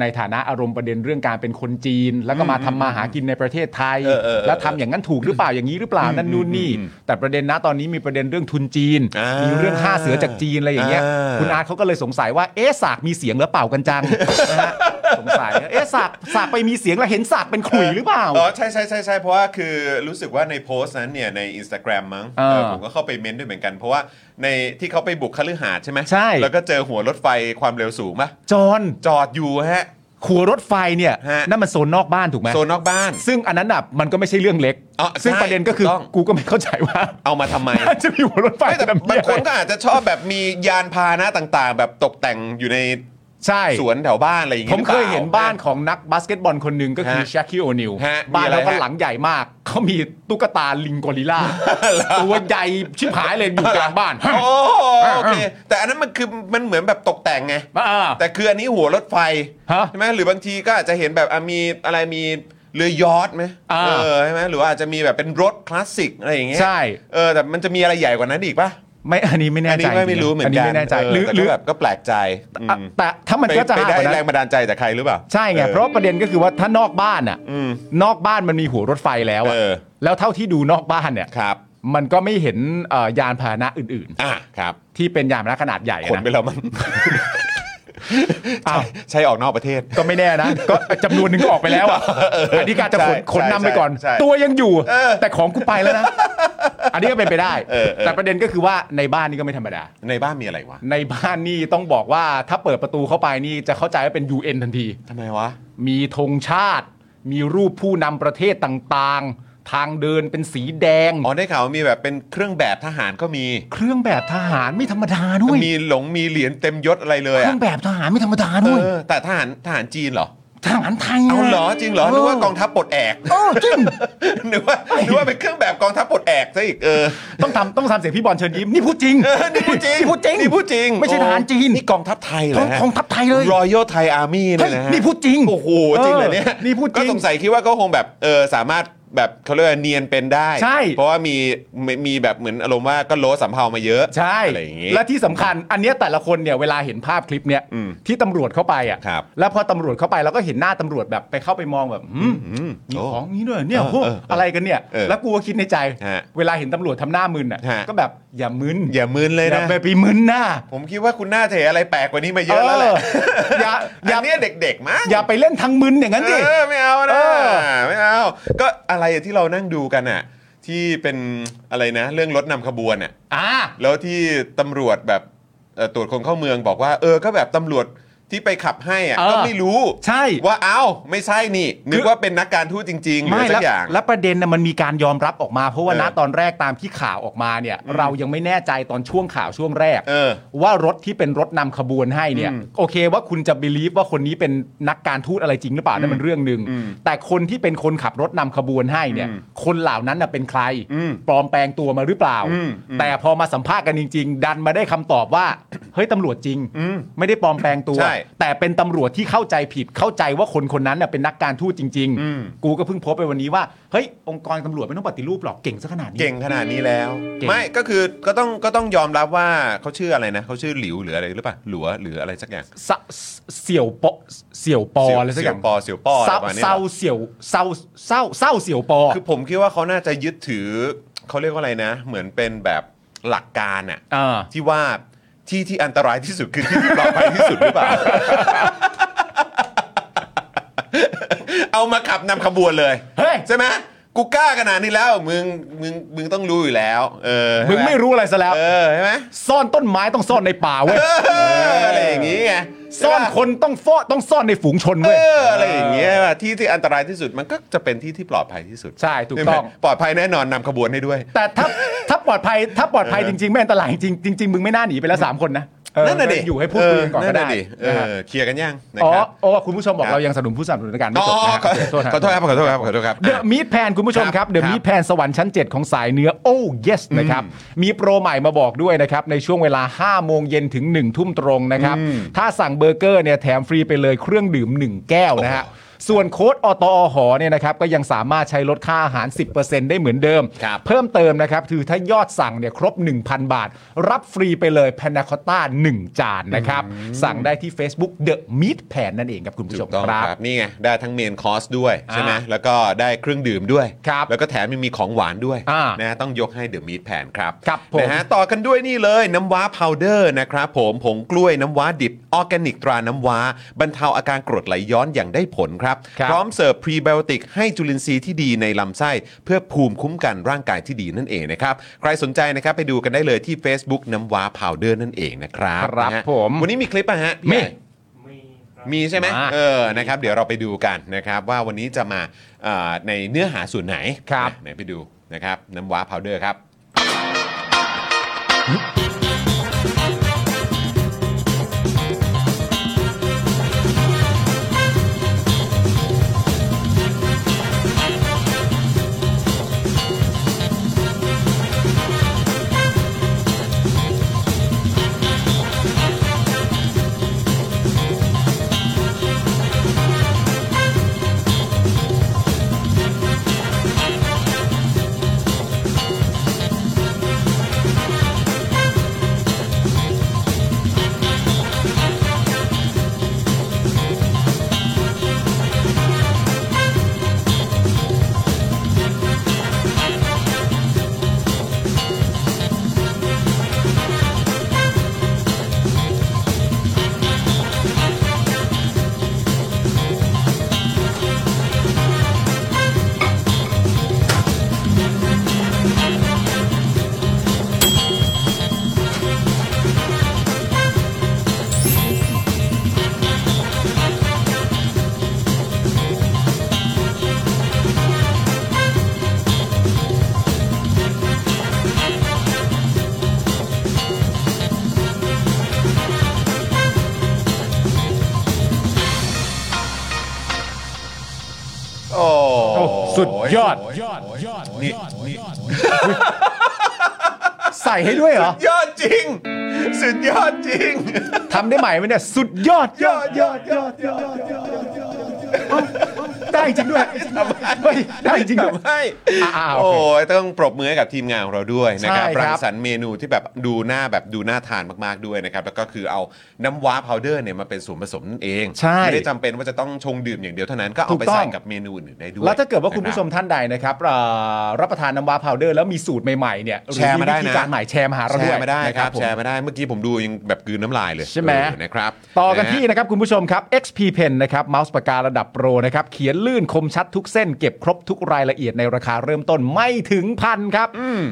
B: ในฐานะอารมณ์ประเด็นเรื่องการเป็นคนจีน แล้วก็มาทำมาหากินในประเทศไทย
A: เออเออเออ
B: แล้วทำอย่างนั้นถูกหรือเปล่าอย่างนี้หรือเปล่านั่นนู่นนี่ แต่ประเด็นนะตอนนี้มีประเด็นเรื่องทุนจีน
A: อ่ามี
B: มีเรื่องฆ่าเสือจากจีนอะไรอย่างเงี้ย
A: อ่า
B: คุณอาร์ตเขาก็เลยสงสัยว่าเอ๊ะสากมีเสียงหรือเปล่ากันจั ง นะฮะสงสัยเอ๊ะสากสากไปมีเสียงแล้วเห็นสากเป็นขลุ่ยหรือเป ล่า
A: อ๋อใช่ใช่ใช่ใช่เพราะว่าคือรู้สึกว่าในโพสต์นั้นเนี่ยใน Instagram มั้ง
B: เออ
A: เออผมก็เข้าไปเม้นด้วยเหมือนกัน เพราะว่าในที่เขาไปบุกคฤหาสน์ใช่ไหม
B: ใช่
A: แล้วก็เจอหัวรถไฟความเร็วสูงปะ
B: จอห์น
A: จอดอยู่ฮะ
B: ขัวรถไฟเนี่ย
A: ฮะ
B: นั่นมันโซนนอกบ้านถูกไหม
A: โซนนอกบ้าน
B: ซึ่งอันนั้นน่ะมันก็ไม่ใช่เรื่องเล็ก
A: อ๋อใช่
B: ซึ่งประเด็นก็คือ
A: ถูกต้อง
B: กูก็ไม่เข้าใจว่า
A: เอามาทำไม
B: จะมีหัวรถไฟ
A: ไม่แต่
B: ทำเหี้
A: บายงคน
B: อะไร
A: ก็อาจจะชอบแบบมียานพาหนะต่างๆ แบบตกแต่งอยู่ใน
B: ใช่
A: สวนแถวบ้านอะไรอย่าง
B: ผ
A: งี้
B: ม
A: หรือ
B: เค
A: ปล่
B: ยเห็นบ้านของนักบาสเกตบอลคนหนึ่งก็คือ
A: ฮะ
B: ชาคิโอนิล
A: ฮะ
B: บ้า
A: มี
B: น
A: อะไร
B: เขาก็
A: ฮะ
B: หลังใหญ่มาก เขามีตุ๊กตาลิงกอริลล่า ตัวใหญ่ชิบหายเลยอยู่กลางบ้าน
A: โอ้โอเค แต่อันนั้นมันคือมันเหมือนแบบตกแต่งไง
B: อ่า
A: แต่คืออันนี้หัวรถไฟ
B: ฮะ
A: ใช่ไหมหรือบางทีก็อาจจะเห็นแบบอ่ะมีอะไรมีเรือยอทไหม
B: อ่า
A: เออใช่ไหมหรือว่าอาจจะมีแบบเป็นรถคลาสสิกอะไรอย่างเงี้ย
B: ใช่
A: เออแต่มันจะมีอะไรใหญ่กว่านั้นอีกปะ
B: ไม่อันนี้ไม่แน่
A: อัน
B: ใจ
A: นี้ไม่รู้เหมือนกัน
B: ไม่แน่ใจ
A: เห
B: รือหรือ
A: แต่ก็แบบก็แปลกใจอืม
B: อ่ะแต่ถ้ามัน
A: ไป
B: ก็จะ
A: ไป
B: หา
A: ได้
B: กว่า
A: แร
B: นั้
A: ง
B: น
A: บันดาลใจจากใครหรือเปล่า
B: ใช่ไง
A: ออ
B: เพราะประเด็นก็คือว่าถ้านอกบ้านอ่ะ
A: อืม
B: นอกบ้านมันมีหัวรถไฟแล้วอะ
A: เออ
B: แล้วเท่าที่ดูนอกบ้านเนี่ย
A: ครับ
B: มันก็ไม่เห็นเอ่อยานพาหนะอื่น
A: อ่ะครับ
B: ๆ ที่เป็นยานพาหนะขนาดใหญ่
A: ขนไป
B: นะ
A: แล้วมัน
B: อ้าว
A: ใช้ออกนอกประเทศ
B: ก็ไม่แน่ นะ ก็จำนวนหนึ่งก็ออกไปแล้วอะอันนี้การจะขน
A: ใช่
B: ขนนำไปก่อน
A: ใช่ใช่
B: ตัวยังอยู่
A: เออ
B: แต่ของกูไป แล้วนะ อันนี้ก็เป็นไปได้
A: เออเออ
B: แต่ประเด็นก็คือว่าในบ้านนี่ก็ไม่ธรรมดา
A: ในบ้านมีอะไรวะ
B: ในบ้านนี่ต้องบอกว่าถ้าเปิดประตูเข้าไปนี่จะเข้าใจว่าเป็น UN ทันที
A: ทำไมวะ
B: มีธงชาติ มีรูปผู้นำประเทศต่างๆ ทางเดินเป็นสีแดง
A: อ๋อได้ข่าวว่ามีแบบเป็นเครื่องแบบทหารก็มี
B: เครื่องแบบทหารไม่ธรรมดาด้วย
A: มีหลงมีเหรียญเต็มยศอะไรเลย
B: เครื่
A: อะ
B: องแบบทหารไม่ธรรมดา
A: เอ
B: ด้วย
A: อแต่ทหารทหารจีนเหรอ
B: ทหารไทยไง
A: เอาเหรอจริงเหรอนึกว่ากองทัพปลดแอก
B: เออจริง
A: นึกว่านึกว่าเป็นเครื่องแบบกองทัพปลดแอกซะอีกเออ
B: ต้องทำต้องทำเสียงพี่บอลเชิญยิ้มนี่พูดจริง
A: เออนี่พูดจริง
B: นี่พูดจริง
A: นี่พูดจริง
B: ไม่ใช่ทหารจีน
A: นี่กองทัพไทยเหรอฮะ
B: ของทัพไทยเลย
A: รอยัลไทยอาร์มี่
B: เฮ้
A: เนี่ย ยนะฮะ
B: นี่พูดจริง
A: โอ้โหจริงเหรอเนี่ย
B: ออนี่พูดจ
A: ก็
B: ริง
A: สงสัยคิดว่าก็คงแบบเออสามารถแบบเขาเรียกว่าเนียนเป็นได้
B: ใช่
A: เพราะว่ามีมีมีแบบเหมือนอารมณ์ว่าก็โลสัมเภามาเยอะ
B: ใช่
A: อะไรอย่างงี้
B: และที่สำคัญอันเนี้ยแต่ละคนเนี่ยเวลาเห็นภาพคลิปเนี่ย
A: อืม
B: ที่ตำรวจเข้าไปอ่ะ
A: ครับ
B: แล้วพอตำรวจเข้าไปเราก็เห็นหน้าตำรวจแบบไปเข้าไปมองแบบหืม
A: อืม
B: มี
A: โอ้
B: ของนี้ด้วยเนี่ย
A: เออ
B: พวก
A: เออเอออ
B: อะไรกันเนี่ย
A: เออ
B: แล้วกูก็คิดในใจ
A: ฮะ
B: เวลาเห็นตำรวจทำหน้ามึนอ่ะ
A: ฮะ
B: ก็แบบอย่ามึน
A: อย่ามึนเลย
B: อย่า
A: นะ
B: ไปไปมึนหน้า
A: ผมคิดว่าคุณน่าจะเห็นอะไรแปลกกว่านี้มาเยอะแล้วแหละ
B: เอออย่าอย่า
A: อันเนี้ยเด็กๆมั้ง
B: อย่าไปเล่นทางมึนอย่างนั้นสิ
A: เออไม่เอา
B: เอ
A: นะ
B: อ
A: ไม่เอา ก็อะไรที่เรานั่งดูกันอ่ะ ที่เป็นอะไรนะ เรื่องรถนำขบวนอ่ะ
B: ่า
A: แล้วที่ตำรวจแบบเอ่อตรวจคนเข้าเมืองบอกว่า เออก็แบบตำรวจที่ไปขับให้อ่ะ
B: เออ
A: ก็ไม่รู้
B: ใช่
A: ว่าเอ้าไม่ใช่นี่นึกว่าเป็นนักการทูตจริงๆหรือ
B: ไม่
A: สั
B: แล้ว
A: กอย่าง
B: แล้วประเด็นนะมันมีการยอมรับออกมา เพราะว่า
A: เออ
B: ณตอนแรกตามที่ข่าวออกมาเนี่ย เรายังไม่แน่ใจตอนช่วงข่าวช่วงแรก
A: เออ
B: ว่ารถที่เป็นรถนำขบวนให้เนี่ย โอเคว่าคุณจะบิลีฟว่าคนนี้เป็นนักการทูตอะไรจริงหรือเปล่านั่นมันเรื่องหนึ่ง
A: อืม
B: แต่คนที่เป็นคนขับรถนำขบวนให้เนี่ย
A: อืม
B: คนเหล่านั้นน่ะเป็นใคร
A: อืม
B: ปลอมแปลงตัวมาหรือเปล่า
A: อืมอืม
B: แต่พอมาสัมภาษณ์กันจริง ๆ ดันมาได้คำตอบว่า เฮ้ยตำรวจจริง
A: อืม
B: ไม่ได้ปลอมแปลงตัว
A: ใช่
B: แต่เป็นตำรวจที่เข้าใจผิดเข้าใจว่าคนคนนั้นน่ะเป็นนักการทูตจริง
A: อืม
B: ๆ กูก็เพิ่งโพสต์ไปวันนี้ว่า เฮ้ย องค์กรตำรวจไม่ต้องปฏิรูปหรอกเก่งซะขนาดนี้
A: เก่งขนาดนี้แล้ว
B: เก่ง
A: ไม่ก็คือก็ต้องก็ต้องยอมรับว่าเขาชื่ออะไรนะเขาชื่อหลิวหรืออะไรหรือเปล่าหลัวหรืออะไรสักอย่าง
B: สะเสี่ยวปอเสี่ยวปออะไรสักอย่าง
A: เสี่ยวปอเสี่ยวปออะไร
B: เศร้า
A: ประมาณนี้ย
B: เศ
A: หร
B: ร้า
A: อ
B: เสี่ยวเศร้าเศร้าเศร้าเสี่ยวปอ
A: คือผมคิดว่าเขาน่าจะยึดถือเขาเรียกว่าอะไรนะ เหมือนเป็นแบบหลักการอะ
B: อ่า
A: ที่ว่าที่ที่อันตรายที่สุดคือที่ที่ปลอดภัยที่สุดหรือเปล่า เอามาขับนำขบวนเลย
B: เฮ้ย
A: ใช่ไหมกูกล้าขนาดนี้แล้วมึงมึงมึงต้องรู้อยู่แล้ว เออ
B: มึงไม่รู้อะไรซะแล้ว
A: เออใช่ไหม
B: ซ่อนต้นไม้ต้องซ่อนในป่าเว้ย
A: เอออะไรอย่างงี้ไง
B: ซ่อนคนต้องฟ้อต้องซ่อนในฝูงชนเว้ย
A: เอออะไรอย่างเงี้ยที่ที่อันตรายที่สุดมันก็จะเป็นที่ที่ปลอดภัยที่สุด
B: ใช่ถูกต้อง
A: ใช่ไหมปลอดภัยแน่นอนนำขบวนให้ด้วย
B: แต่ถ้าถ้าปลอดภัยถ้าปลอดภัยจริง ๆ ไม่อันตรายจริงๆจริงๆมึงไม่น่าหนีไปแล้วสามคนนะเออ
A: นั่นน่ะดิ
B: อยู่ให้พูดคุยกันก่อนก็ได้
A: ะดิเอ
B: นะ
A: อ
B: ฮะ
A: เคลียร์กันยังนะ
B: อ๋อ
A: ครับ
B: โอ้คุณผู้ชมบอก
A: ครับ
B: เรายังสนับสนุนผู้สนับสนุนการไม่
A: อ๋อ
B: จบนะฮะ
A: ขอ
B: ขอโทษนะ
A: ขอโทษครับขอโทษครับขอโทษครับ
B: เดอะมีทแพนคุณผู้ชม
A: ค
B: ค
A: รั
B: รั
A: บบ
B: เดอะมีทแพนสวรรค์ชั้น 7 ของสายเนื้อโอ้เยสนะครับ มีโปรใหม่มาบอกด้วยนะครับ ในช่วงเวลา 5 โมงเย็นถึง 1 ทุ่มตรงนะครับ ถ้าสั่งเบอร์เกอร์เนี่ยแถมฟรีไปเลยเครื่องดื่ม 1 แก้วนะฮะ ส่วนโค้ดอตอหอเนี่ยนะครับ ก็ยังสามารถใช้ลดค่าอาหาร 10%ได้เหมือนเดิม
A: ครับ
B: เพิ่มเติมนะครับคือถ้ายอดสั่งเนี่ยครบ 1,000 บาท รับฟรีไปเลยแพนาคอต้า1จานนะครับสั่งได้ที่ Facebook The Meat Pan นั่นเองครับคุณผู้ชม
A: ต้อง
B: ค
A: ค
B: รั
A: รับ บนี่ไงได้ทั้งเมนคอร์สด้วยใช่ไหม
B: อ่า
A: แล้วก็ได้เครื่องดื่มด้วย
B: ครับ
A: แล้วก็แถมยังมีของหวานด้วย
B: อ่า
A: นะฮะต้องยกให้เดอะมีทแผนครับ
B: ครับผม
A: นะฮะต่อกันด้วยนี่เลยน้ำว้าพาวเดอร์นะครับผมผงกล้วยน้ำว้าดิบออร์แกนิกตราน้ำว้า บรรเทาอาการกรดไหลย้อนอย่างได้ผลครับ
B: ครับ
A: พร้อมเสิร์ฟพรีไบโอติกให้จุลินทรีย์ที่ดีในลำไส้ เพื่อภูมิคุ้มกันร่างกายที่ดีนั่นเองนะครับใครสนใจนะครับไปดูกันได้เลยที่ Facebook น้ำว้าพาวเดอร์นั่นเองนะครับ
B: ครับ
A: นะฮะ
B: ผม
A: วันนี้มีคลิปอะฮะ
B: มี
C: ไม่ครับ
A: มีใช่ไหม
B: มา
A: เออ นะครับ เดี๋ยวเราไปดูกันนะครับ ว่าวันนี้จะมาเอ่อในเนื้อหาส่วนไหน
B: ครับ
A: นะไหนไปดูนะครับ น้ำว้าพาวเดอร์ครับ
D: Thank
B: สุดยอด
A: นี่นี่
B: ใส่ให้ด้วยเหรอย
A: อดจริง สุดยอดจริง
B: ทำได้ไหมวะเนี่ยสุดยอดยอดยอดยอดยอดยอดเอ้าได้จริงด้วยเฮ้ยได้จริงด้วย
A: ทำให้
B: อ่าๆโอ
A: โอ้
B: เค
A: ยต้องปรบมือให้กับทีมงานของเราด้วยนะครับ
B: ใช่ครับ
A: รังสรรค์เมนูที่แบบดูหน้าแบบดูหน้าทานมากๆด้วยนะครับ แล้วก็คือเอาน้ำว้าพาวเดอร์เนี่ยมาเป็นส่วนผสมนั่นเอง
B: ใช่
A: ไม่ได้จำเป็นว่าจะต้องชงดื่มอย่างเดียวเท่านั้นก็เอาไป
B: ถูกต้อง
A: ใส่กับเมนูอื่นๆได้ด้วย
B: แล้วถ้าเกิดว่าคุณผู้ชม
A: นะ
B: ท่านใดนะครับเอ่อรับประทานน้ำว้าพาวเดอร์แล้วมีสูตรใหม่ๆเนี่ย
A: แชร์มาได้นะ
B: หอวิธีการใหม่แชร์มาหาเรา
A: แช
B: ด้วย
A: ร์มาได้
B: นะครับ ผม
A: แชร์มาได้เมื่อกี้ผมดูยังแบบกลืนน้ำลายเลย
B: ใช่ไหม
A: เออนะครับ
B: ต่อกันะ
A: ฮะ
B: ที่นะครับคุณผู้ชมครับ XP Pen นะครับเมาส์ปากการะดับโปรนะครับเขียนลื่นคมชัดทุกเส้นเก็บครบทุกรายละเอียดในราคาเริ่มต้นไม่ถึงพันครับ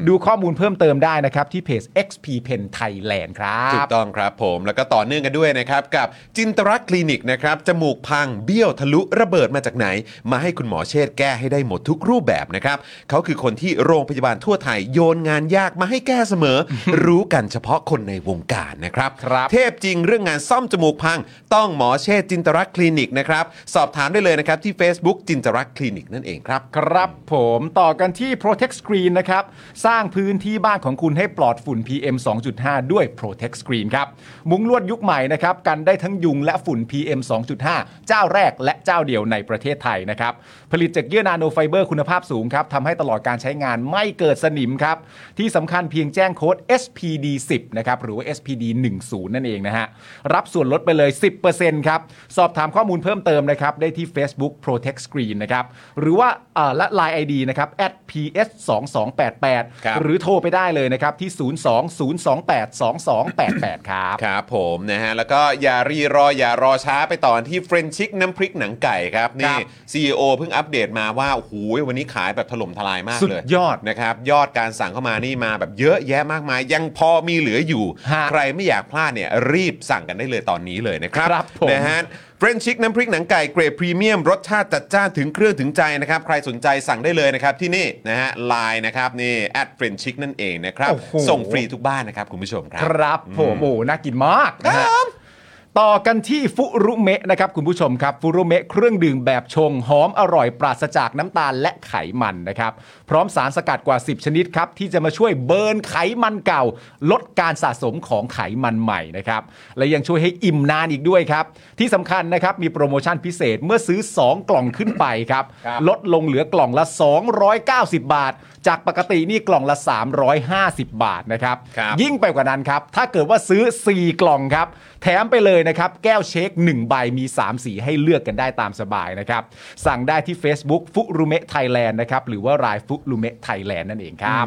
B: ดูข้อมูลเพิ่มเติมได้นะครับ ที่เพจ XP Pen Thailand ครั
A: ถู
B: บ
A: กต้องครับผมแล้วก็ต่อเนื่องกันด้วยนะครับกับจินตรักษณ์คลินิกนะครับจมูกพังเบี้ยวทะลุระเบิดมาจากไหน มาให้คุณหมอเชษฐ์แก้ให้ได้หมดทุกรูปแบบนะครับเขาคือคนที่โรงพยาบาลทั่วไทยโยนงานยากมาให้แก้เส มอ รู้กันเฉพาะคนในวงการนะครับ
B: ครับ
A: เทพจริงเรื่องงานซ่อมจมูกพัง ต้องหมอเชษฐ์จินตรักษณ์คลินิกนะครับสอบถามได้เลยนะครับที่ Facebook จินตรักษณ์คลินิกนั่นเองครับ
B: ครับผมต่อกันที่ Protect Screen นะครับ สร้างพื้นที่บ้านของคุณให้ปลอดฝุ่น PM 2.5 ด้วย Protect Screen ครับ มุ้งลวดยุคใหม่นะครับ กันได้ทั้งยุงและฝุ่น PM 2.5 เจ้าแรกและเจ้าเดียวในประเทศไทยนะครับ ผลิตจากเยื่อนาโนไฟเบอร์คุณภาพสูงครับทำให้ตลอดการใช้งานไม่เกิดสนิมครับ ที่สำคัญเพียงแจ้งโค้ด SPD 10นะครับหรือว่า SPD 10นั่นเองนะฮะรับส่วนลดไปเลย 10%ครับสอบถามข้อมูลเพิ่มเติมนะครับได้ที่ Facebook Protect Screen นะครับหรือว่าเอ่อและ Line ID นะครับ @ps 2 2 8
A: ครับ
B: 8หรือโทรไปได้เลยนะครับที่ 020282288 ครับ
A: ครับผมนะฮะ แล้วก็อย่ารีรออย่ารอช้าไปต่อที่เฟรนชิกน้ำพริกหนังไก่ครับ
B: ค
A: นี่
B: รับ
A: CEO เพิ่งอัปเดตมาว่า โอ้โหวันนี้ขายแบบถล่มทลายมาก
B: สุด
A: เลย
B: ยอด
A: นะครับ ยอดการสั่งเข้ามานี่มาแบบเยอะแยะมากมาย ยังพอมีเหลืออยู่
B: ฮะ
A: ใครไม่อยากพลาดเนี่ย รีบสั่งกันได้เลยตอนนี้เลยนะครับ
B: ครับผม
A: นะฮะ เฟรนชิกน้ำพริกหนังไก่เกรดพรีเมียม รสชาติจัดจ้านถึงเครื่องถึงใจนะครับ ใครสนใจสั่งได้เลยนะครับ ที่นี่นะฮะไลน์นะครับนี่แอดเฟรนชิกนั่นเองนะครับ
B: โอ้โห
A: ส่งฟรีทุกบ้านนะครับคุณผู้ชมครับ
B: ครับผมโอ้น่ากินมากนะฮะต่อกันที่ฟุรุเมะนะครับคุณผู้ชมครับ ฟุรุเมะเครื่องดื่มแบบชง หอมอร่อยปราศจากน้ำตาลและไขมันนะครับ พร้อมสารสกัดกว่า 10 ชนิดครับ ที่จะมาช่วยเบิร์นไขมันเก่า ลดการสะสมของไขมันใหม่นะครับ และยังช่วยให้อิ่มนานอีกด้วยครับ ที่สำคัญนะครับ มีโปรโมชั่นพิเศษเมื่อซื้อ 2 กล่องขึ้นไปครับ
A: ครับ
B: ลดลงเหลือกล่องละ 290 บาท จากปกตินี่กล่องละ 350 บาทนะครับ
A: ครับ
B: ยิ่งไปกว่านั้นครับ ถ้าเกิดว่าซื้อ 4 กล่องครับ แถมไปเลยนะครับ แก้วเช็ค 1 ใบมี 3 สีให้เลือกกันได้ตามสบายนะครับ สั่งได้ที่ Facebook ฟุรุเมะไทยแลนด์นะครับ หรือว่ารายฟุรุเมะไทยแลนด์นั่นเองครับ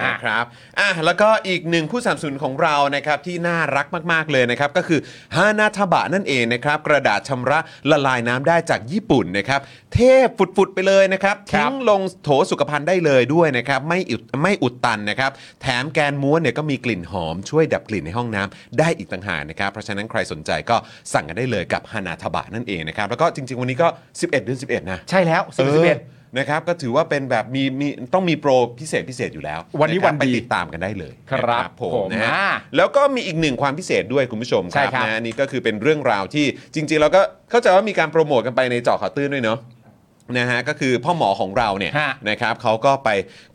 A: อ่ะนะครับอ่ะแล้วก็อีกหนึ่งผู้สนัมสนุนของเรานะครับที่น่ารักมาก ๆ เลยนะครับ ก็คือฮานาทบะนั่นเองนะครับ กระดาษชำระละลายน้ำได้จากญี่ปุ่นนะครับ เทพฝุด ๆ ไปเลยนะครับ
B: ครั
A: ทิ้
B: บ
A: งลงโถสุขภัณฑ์ได้เลยด้วยนะครับ ไม่อุดไม่อุดตันนะครับ แถมแกนม้วนเนี่ยก็มีกลิ่นหอม ช่วยดับกลิ่นในห้องน้ำได้อีกต่างหากนะครับ เพราะฉะนั้นใครสนใจก็สั่งกันได้เลยกับฮานาทบะนั่นเองนะครับแล้วก็จริง ๆ วันนี้ก็ 11 เดือน11 นะ
B: ใช่แล้ว
A: เออ
B: 11
A: นะครับก็ถือว่าเป็นแบบมีมีต้องมีโปรพิเศษพิเศษอยู่แล้ว
B: วันนี้
A: ะครับ
B: วันดี
A: ไปติดตามกันได้เลย
B: ครับ
A: นะ
B: ผม
A: นะฮะ
B: อ่า
A: แล้วก็มีอีกหนึ่งความพิเศษด้วยคุณผู้ชมค
B: ใช่
A: รับ
B: ครับ
A: นะนี่ก็คือเป็นเรื่องราวที่จริง ๆ เราก็เข้าใจว่ามีการโปรโมทกันไปในเจาะข่าวตื้นด้วยเนาะนะฮะก็คือพ่อหมอของเราเนี่ย
B: ฮะ
A: นะครับเขาก็ไป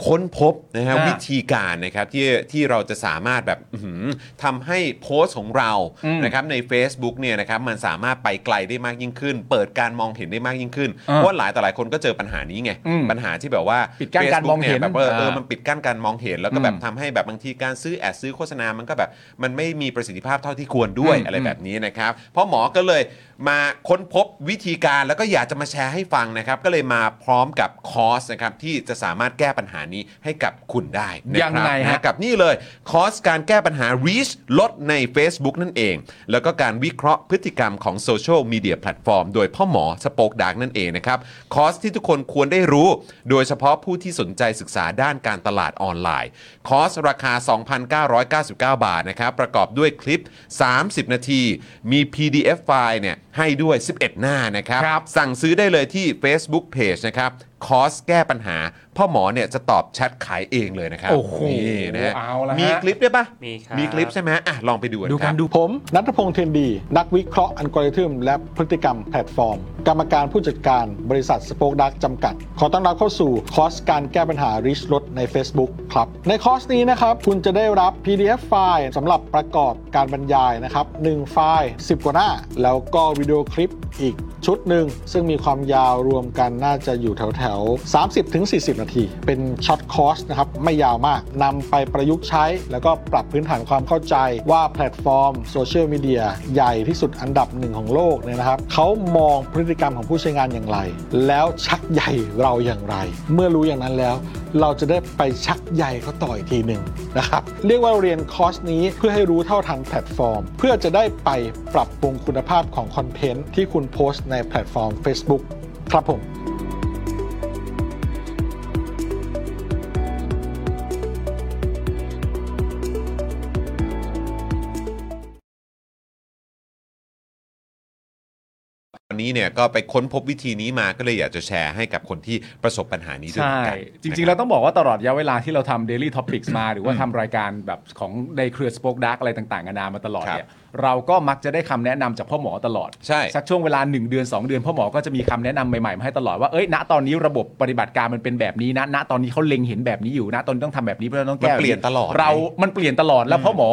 A: ค้นพบนะฮะ
B: อ่า
A: วิธีการนะครับที่ที่เราจะสามารถแบบอื้อหือทำให้โพสต์ของเรา
B: อืม
A: นะครับใน Facebook เนี่ยนะครับมันสามารถไปไกลได้มากยิ่งขึ้น เปิดการมองเห็นได้มากยิ่งขึ้น
B: อ่า
A: เพราะหลายต่อหลายคนก็เจอปัญหานี้ไง
B: อืม
A: ปัญหาที่แบบว่า
B: ปิดกั้นการ
A: Facebook
B: มองเห็น
A: ยแบบว่าเออ
B: อ่ามั
A: มันปิดกั้นการมองเห็นแล้วก็แบบ
B: อืม
A: ทำให้แบบบางทีการซื้อแอดซื้อโฆษณามันก็แบบมันไม่มีประสิทธิภาพเท่าที่ควรด้วย
B: อืม
A: อะไร
B: อืม
A: แบบนี้นะครับเพราะหมอก็เลยมาค้นพบวิธีการแล้วก็อยากจะมาแชร์ให้ฟังนะครับก็เลยมาพร้อมกับคอร์สนะครับที่จะสามารถแก้ปัญหานี้ให้กับคุณได้นะครับ
B: ยังไง
A: นค
B: ฮะ
A: รับ กับนี่เลยคอร์สการแก้ปัญหา reach ลดใน Facebook นั่นเอง แล้วก็การวิเคราะห์พฤติกรรมของโซเชียลมีเดียแพลตฟอร์มโดยพ่อหมอสปอกดักนั่นเองนะครับ คอร์สที่ทุกคนควรได้รู้ โดยเฉพาะผู้ที่สนใจศึกษาด้านการตลาดออนไลน์ คอร์สราคา 2,999 บาทนะครับ ประกอบด้วยคลิป 30 นาที มี PDF ไฟล์เนี่ย ให้ด้วย 11 หน้านะครับ
B: ครับ
A: สั่งซื้อได้เลยที่ Facebook Page นะครับคอสแก้ปัญหา พ่อหมอเนี่ยจะตอบแชทขายเองเลยนะครับ
B: โอ้โห
A: นี่นะฮะ
B: เอาละฮะ
A: มีคลิปด้วยปะ
C: มีครับ
A: มีคลิปใช่ไหมอ่ะลองไปดู
B: ดู
A: ค
B: กั
A: รั
B: น
A: บ
B: ดู
E: ผมนัทพงษ์เทียนดี นักวิเคราะห์อัลกอริทึมและพฤติกรรมแพลตฟอร์ม กรรมการผู้จัดการบริษัทสป o อคดักจำกัด ขอต้อนรับเข้าสู่คอร์สการแก้ปัญหาริชลดใน Facebook ครับ ในคอร์สนี้นะครับ คุณจะได้รับ PDF ไฟล์สำหรับประกอบการบรรยายนะครับ 1 ไฟล์ 10 กว่าหน้า แล้วก็วิดีโอคลิปอีกชุดหนึ่ง ซึ่งมีความยาวรวมกันน่าจะอยู่แถวแถวๆ30-40 นาที เป็นช็อตคอร์สนะครับ ไม่ยาวมากนำไปประยุกต์ใช้ แล้วก็ปรับพื้นฐานความเข้าใจว่าแพลตฟอร์มโซเชียลมีเดียใหญ่ที่สุดอันดับหนึ่งของโลกเนี่ยนะครับเขามองพฤติกรรมของผู้ใช้งานอย่างไร แล้วชักใหญ่เราอย่างไร เมื่อรู้อย่างนั้นแล้ว เราจะได้ไปชักใหญ่เขาต่ออีกทีหนึ่งนะครับเรียกว่าเรียนคอร์สนี้เพื่อให้รู้เท่าทันแพลตฟอร์ม เพื่อจะได้ไปปรับปรุงคุณภาพของคอนเทนต์ที่คุณโพสต์ในแพลตฟอร์ม Facebook ครับผม
A: วันนี้เนี่ยก็ไปค้นพบวิธีนี้มาก็เลยอยากจะแชร์ให้กับคนที่ประสบปัญหานี้ด้วยเหมือน
B: ใช่
A: กัน
B: จริงๆ แล้วต้องบอกว่าตลอดระยะเวลาที่เราทำ Daily Topics มา หรือว่าทำรายการแบบของในเครือ Spoke Dark อะไรต่างๆกันานามาตลอดเนี่ยเราก็มักจะได้คำแนะนำจากพ่อหมอตลอด
A: ใช่
B: สักช่วงเวลา 1 เดือน 2 เดือนพ่อหมอก็จะมีคำแนะนำใหม่ๆมาให้ตลอดว่าเอ้ยณตอนนี้ระบบปฏิบัติการมันเป็นแบบนี้นะณตอนนี้เขาเล็งเห็นแบบนี้อยู่ณตอนนี้ต้องทำแบบนี้เพราะฉะนั้นต้องแก้
A: มันเปลี่ยนตลอด
B: เรา มันเปลี่ยนตลอดแล้วพ่อหมอ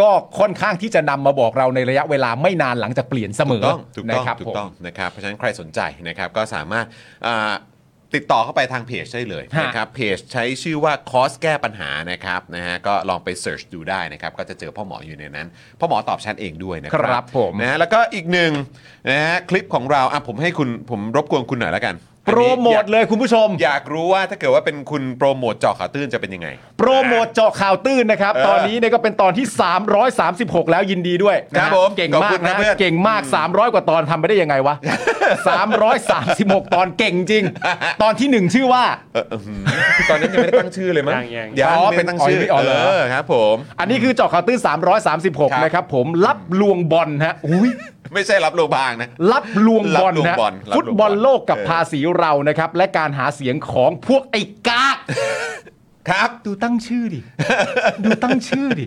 B: ก็ค่อนข้างที่จะนำมาบอกเราในระยะเวลาไม่นานหลังจากเปลี่ยนเสม
A: ถู
B: อก
A: ต้องถูก
B: นะ
A: ต้อง
B: ครับ
A: ถู
B: ผ
A: ก
B: ม
A: ต้องนะครับเพราะฉะนั้นใครสนใจนะครับก็สามารถอ่าติดต่อเข้าไปทางเพจได้เลย
B: ฮะ
A: นะครับเพจใช้ชื่อว่าคอสแก้ปัญหานะครับนะฮะก็ลองไปเสิร์ชดูได้นะครับก็จะเจอพ่อหมออยู่ในนั้นพ่อหมอตอบแชทเองด้วยนะค
B: ค
A: รั
B: รับผม
A: นะฮะแล้วก็อีกหนึ่งนะฮะคลิปของเราอ่ะผมให้คุณผมรบกวนคุณหน่อยแล้วกัน
B: โปรโม
A: อั
B: ท
A: นนี้อยาก
B: เลยคุณผู้ชม
A: อยากรู้ว่าถ้าเกิดว่าเป็นคุณโปรโมทเจาะข่าวตื้นจะเป็นยังไง
B: โปรโมทเจาะข่าวตื้นนะครับ
A: เออ
B: ตอนนี้เนี่ยก็เป็นตอนที่ 336 แล้วยินดีด้วยนะครับ
A: ผม
B: เก่ง
A: ขอบ
B: มา
A: คุ
B: ก
A: ณ
B: นะครับ
A: เพื่อน
B: เก่งมาก 300 กว่าตอนทำไปได้ยังไง วะ 336 ตอนเก่งจริง ตอนทีหนึ่1 ชื่อว่า
A: เอออื้อหือตอนนั้นยังไม่ได้ตั้งชื่อเลยมั้
C: ยังยัง
A: ยัง
B: อ๋อ
A: ไม่ได้ตั้งชื่อ
B: เป็นอ๋อเหรอ
A: เออครับผม
B: อันนี้คือเจาะข่าวตื้น
A: ครับ
B: 336 นะครับผมรับลวงบอลฮะอุ้ย
A: ไม่ใช่รับโลบางนะ
B: รับลวงบอล
A: รับลวง
B: ฮะ
A: บอลรับลวงบอล
B: ฟุตบอลโลกกับ
A: เออ
B: ภาษีเรานะครับ และการหาเสียงของพวกไอ้กาก
A: ครับ
B: ดูตั้งชื่อดิ ดูตั้งชื่อดิ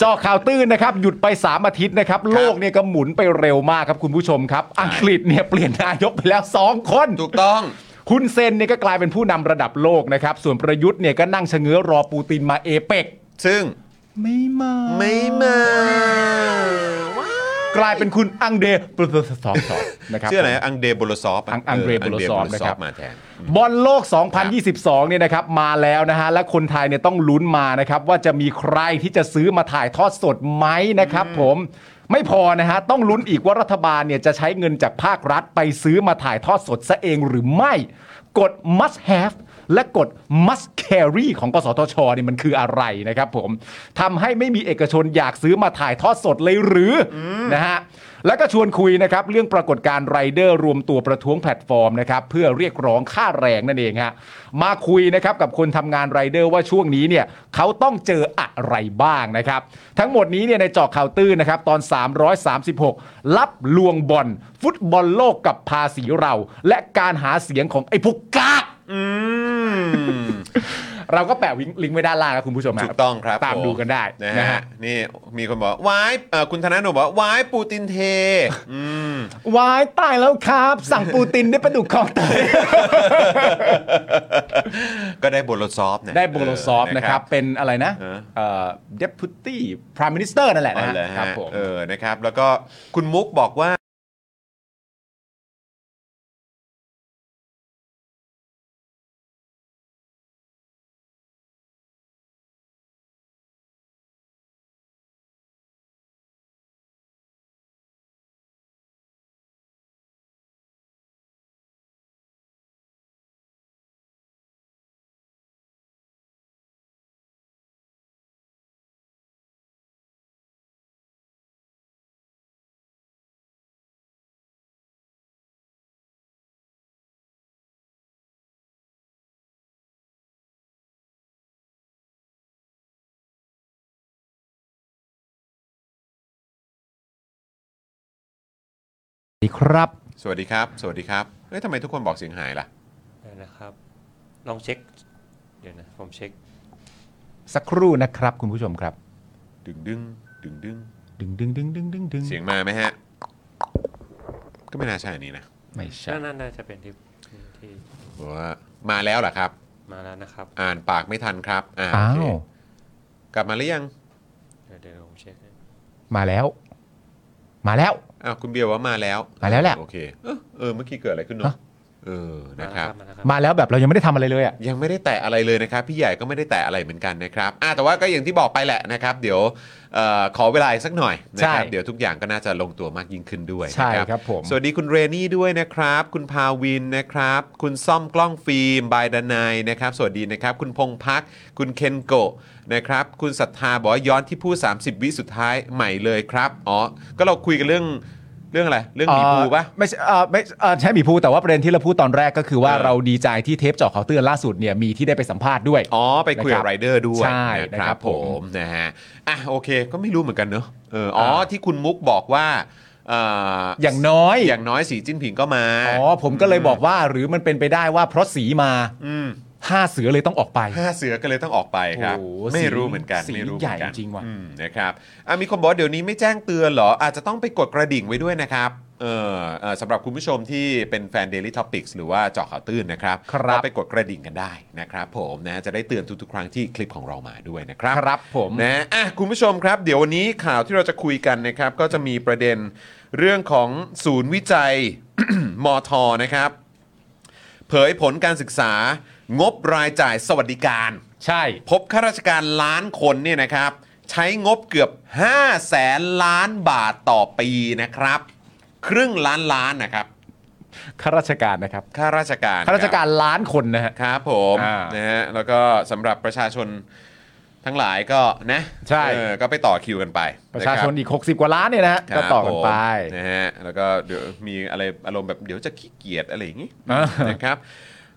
B: เจอข่าวตื้นนะครับ หยุดไป 3 อาทิตย์นะครับ โลกเนี่ยก็หมุนไปเร็วมากครับคุณผู้ชมครับ อังกฤษเนี่ยเปลี่ยนนายกไปแล้ว 2 คน
A: ถูกต้อง
B: คุณเซนเนี่ยก็กลายเป็นผู้นำระดับโลกนะครับ ส่วนประยุทธ์เนี่ยก็นั่งชะเง้อรอปูตินมาเอเปก
A: ซึ่ง
B: ไม่มา
A: ไม่มา
B: กลายเป็นคุณอังเด รปรสสองสองนะครับ
A: ชื่ออะไรนะอังเดรโบโลซอฟะ
B: อังอังเดรโบโลซอฟนะครับ
A: มาแทน
B: บอลโลก 2022 เนี่ยนะครับมาแล้วนะฮะ และคนไทยเนี่ยต้องลุ้นมานะครับ ว่าจะมีใครที่จะซื้อมาถ่ายทอดสดไหมนะครับผมไม่พอนะฮะ ต้องลุ้นอีกว่ารัฐบาลเนี่ยจะใช้เงินจากภาครัฐไปซื้อมาถ่ายทอดสดซะเองหรือไม่ กฎ must have และกฎ must carry ของกสทชเนี่ยมันคืออะไรนะครับผมทำให้ไม่มีเอกชนอยากซื้อมาถ่ายทอดสดเลยหรืออนะฮะ แล้วก็ชวนคุยนะครับ เรื่องปรากฏการณ์ไรเดอร์รวมตัวประท้วงแพลตฟอร์มนะครับ เพื่อเรียกร้องค่าแรงนั่นเองฮะมาคุยนะครับกับคนทำงานไรเดอร์ว่าช่วงนี้เนี่ยเขาต้องเจออะไรบ้างนะครับ ทั้งหมดนี้เนี่ยในเจอข่าวตื้นนะครับ ตอน 336 รับลวงบอล ฟุตบอลโลกกับภาษีเรา และการหาเสียงของไอ้พวกกาก
A: อืม
B: เราก็แปะลิงก์ไว้ด้านล่างนะคุณผู้ชมฮะ
A: ถูกต้องครับ
B: ตาม
A: ผม
B: ดูกันได้
A: นะ
B: นะ
A: ฮะ
B: ฮะ
A: นี่มีคนบอกวายเอ่อคุณธนาโนบอกว่าวายปูตินเท อืม
B: วายตายแล้วครับ สั่งปูตินได้ประดุกคลองเตย
A: ก็ได้โบโลซอฟนะ
B: ได้โบโลซอฟ
A: เ
B: นะครับ เป็นอะไรนะเอ่อ deputy prime minister นั่นแหละ
A: อ๋อ
B: นะ
A: เหรอ
B: ค
A: ฮะ
B: รับผม
A: เออนะครับ แล้วก็คุณมุกบอกว่า
B: ดีครับ
A: สวัสดีครับ สวัสดีครับเฮ้ยทำไมทุกคนบอกเสียงหายล่ะ
C: เดี๋ยวนะครับ ลองเช็ค เดี๋ยวนะผมเช็ค
B: สักครู่นะครับคุณผู้ชมครับ
A: ดึงดึงดึงดึง
B: ดึงดึงดึงดึงดึงดึง
A: เสียงมาไหมฮะ ก็ไม่น่าใช่อันนี้นะ
B: ไม่ใช่
C: นั่นน่าจะเป็นที่ที่
A: บอกว่ามาแล้วเหรอครับ
C: มาแล้วนะครับ
A: อ่านปากไม่ทันครับอ่า
B: อ้า
A: โอเคว กลับมาหรือยัง
C: เดี๋ยวเดี๋ยวผมเช็คให้
B: มาแล้ว มาแล้ว
A: อ้าวคุณเบียร์ว่ามาแล้ว
B: มาแล้วแหละ
A: โอเคเออเออเมื่อกี้เกิดอะไรขึ้นเนอะ
B: ฮะ
A: เออนะ
C: มาแล้ว
A: ค
C: ค
A: รั
C: รับ บมาแล้วครับ
B: มาแล้วแบบเรายังไม่ได้ทำอะไรเลยอ่ะ
A: ยังไม่ได้แตะอะไรเลยนะครับ พี่ใหญ่ก็ไม่ได้แตะอะไรเหมือนกันนะครับอ่ะแต่ว่าก็อย่างที่บอกไปแหละนะครับ เดี๋ยวเออขอเวลาอีกสักหน่อยนะครับ
B: ใช่
A: เดี๋ยวทุกอย่างก็น่าจะลงตัวมากยิ่งขึ้นด้วย
B: ใช่
A: นะครับ
B: ผม
A: สวัสดีคุณเรนี่ด้วยนะครับ คุณพาวินนะครับ คุณซ่อมกล้องฟิล์มบายดานายนะครับ สวัสดีนะครับ คุณพงพัก คุณเคนโกะนะครับ คุณศรัทธาบอกว่าย้อนที่พูด30 วิสุดท้ายใหม่เลยครับอ๋อก็เราคุยกันเรื่องเรื่องอะไรเรื่องหมีภูปะ
B: เอ่อไม่ใช่เอ่อไม่เอ่อใช่หมีภูแต่ว่าประเด็นที่เราพูดตอนแรกก็คือว่า
A: เออ
B: เราดีใจที่เทปเจาะเขาวเตือนล่าสุดเนี่ยมีที่ได้ไปสัมภาษณ์ด้วย
A: อ๋อ ไปคุยกับ
B: นะครับ
A: ไรเดอร์ด้วย
B: ใช่
A: นะ
B: นะ
A: ค
B: ครั
A: รับบ ผ
B: ผม ม
A: นะฮะอ่ะโอเคก็ไม่รู้เหมือนกันเนอะเอออ๋อ
B: อ่า
A: ที่คุณมุกบอกว่าเอ่ออ
B: อย่างน้อย
A: อย่างน้อยสีจิ้นผิงก็มา
B: อ๋อผมก็เลยบอกว่าหรือมันเป็นไปได้ว่าเพราะสีมา
A: อืม
B: ห้าเสือเลยต้องออกไป
A: ห้าเสือก็เลยต้องออกไปครับ
B: โอ้โห
A: ไม่รู้เหมือนกัน
B: สี
A: ไม่รู้เมือนกัน
B: ใหญ่จริงว่ะ
A: อืมนะครับอ่ะมีคนบอกว่าเดี๋ยวนี้ไม่แจ้งเตือนเหรอ อาจจะต้องไปกดกระดิ่งไว้ด้วยนะครับเออเอ่อสำหรับคุณผู้ชมที่เป็นแฟน Daily Topics หรือว่าเจาะข่าวตื้นนะครับ
B: ครับ
A: ก็ไปกดกระดิ่งกันได้นะครับผมนะจะได้เตือนทุกๆ ครั้งที่คลิปของเรามาด้วยนะครับ
B: ครับผม
A: นะอ่ะคุณผู้ชมครับเดี๋ยววันนี้ข่าวที่เราจะคุยกันนะครับ ก็จะมีประเด็นเรื่องของศูนย์วิจัย มทนะครับ เผยผลการศึกษางบรายจ่ายสวัสดิการ
B: ใช่
A: พบข้าราชการล้านคนเนี่ยนะครับ ใช้งบเกือบ 5 แสนล้านบาทต่อปีนะครับ ครึ่งล้านล้านนะครับ
B: ข้าราชการนะครับ
A: ข้าราชการ
B: ข้าราชการล้านคนนะฮะ
A: ครับผม
B: อ่า
A: นะฮะแล้วก็สำหรับประชาชนทั้งหลายก็นะ
B: ใช่
A: เออก็ไปต่อคิวกันไป
B: ประ
A: ค
B: ชา
A: บ
B: ชนอีก 60 กว่าล้านเนี่ยนะฮะ
A: ครับ
B: ก็ต่อกันไป
A: ผมนะฮะแล้วก็เดี๋ยวมีอะไรอารมณ์แบบเดี๋ยวจะขี้เกียจอะไรอย่างงี้
B: อ่า
A: นะครับ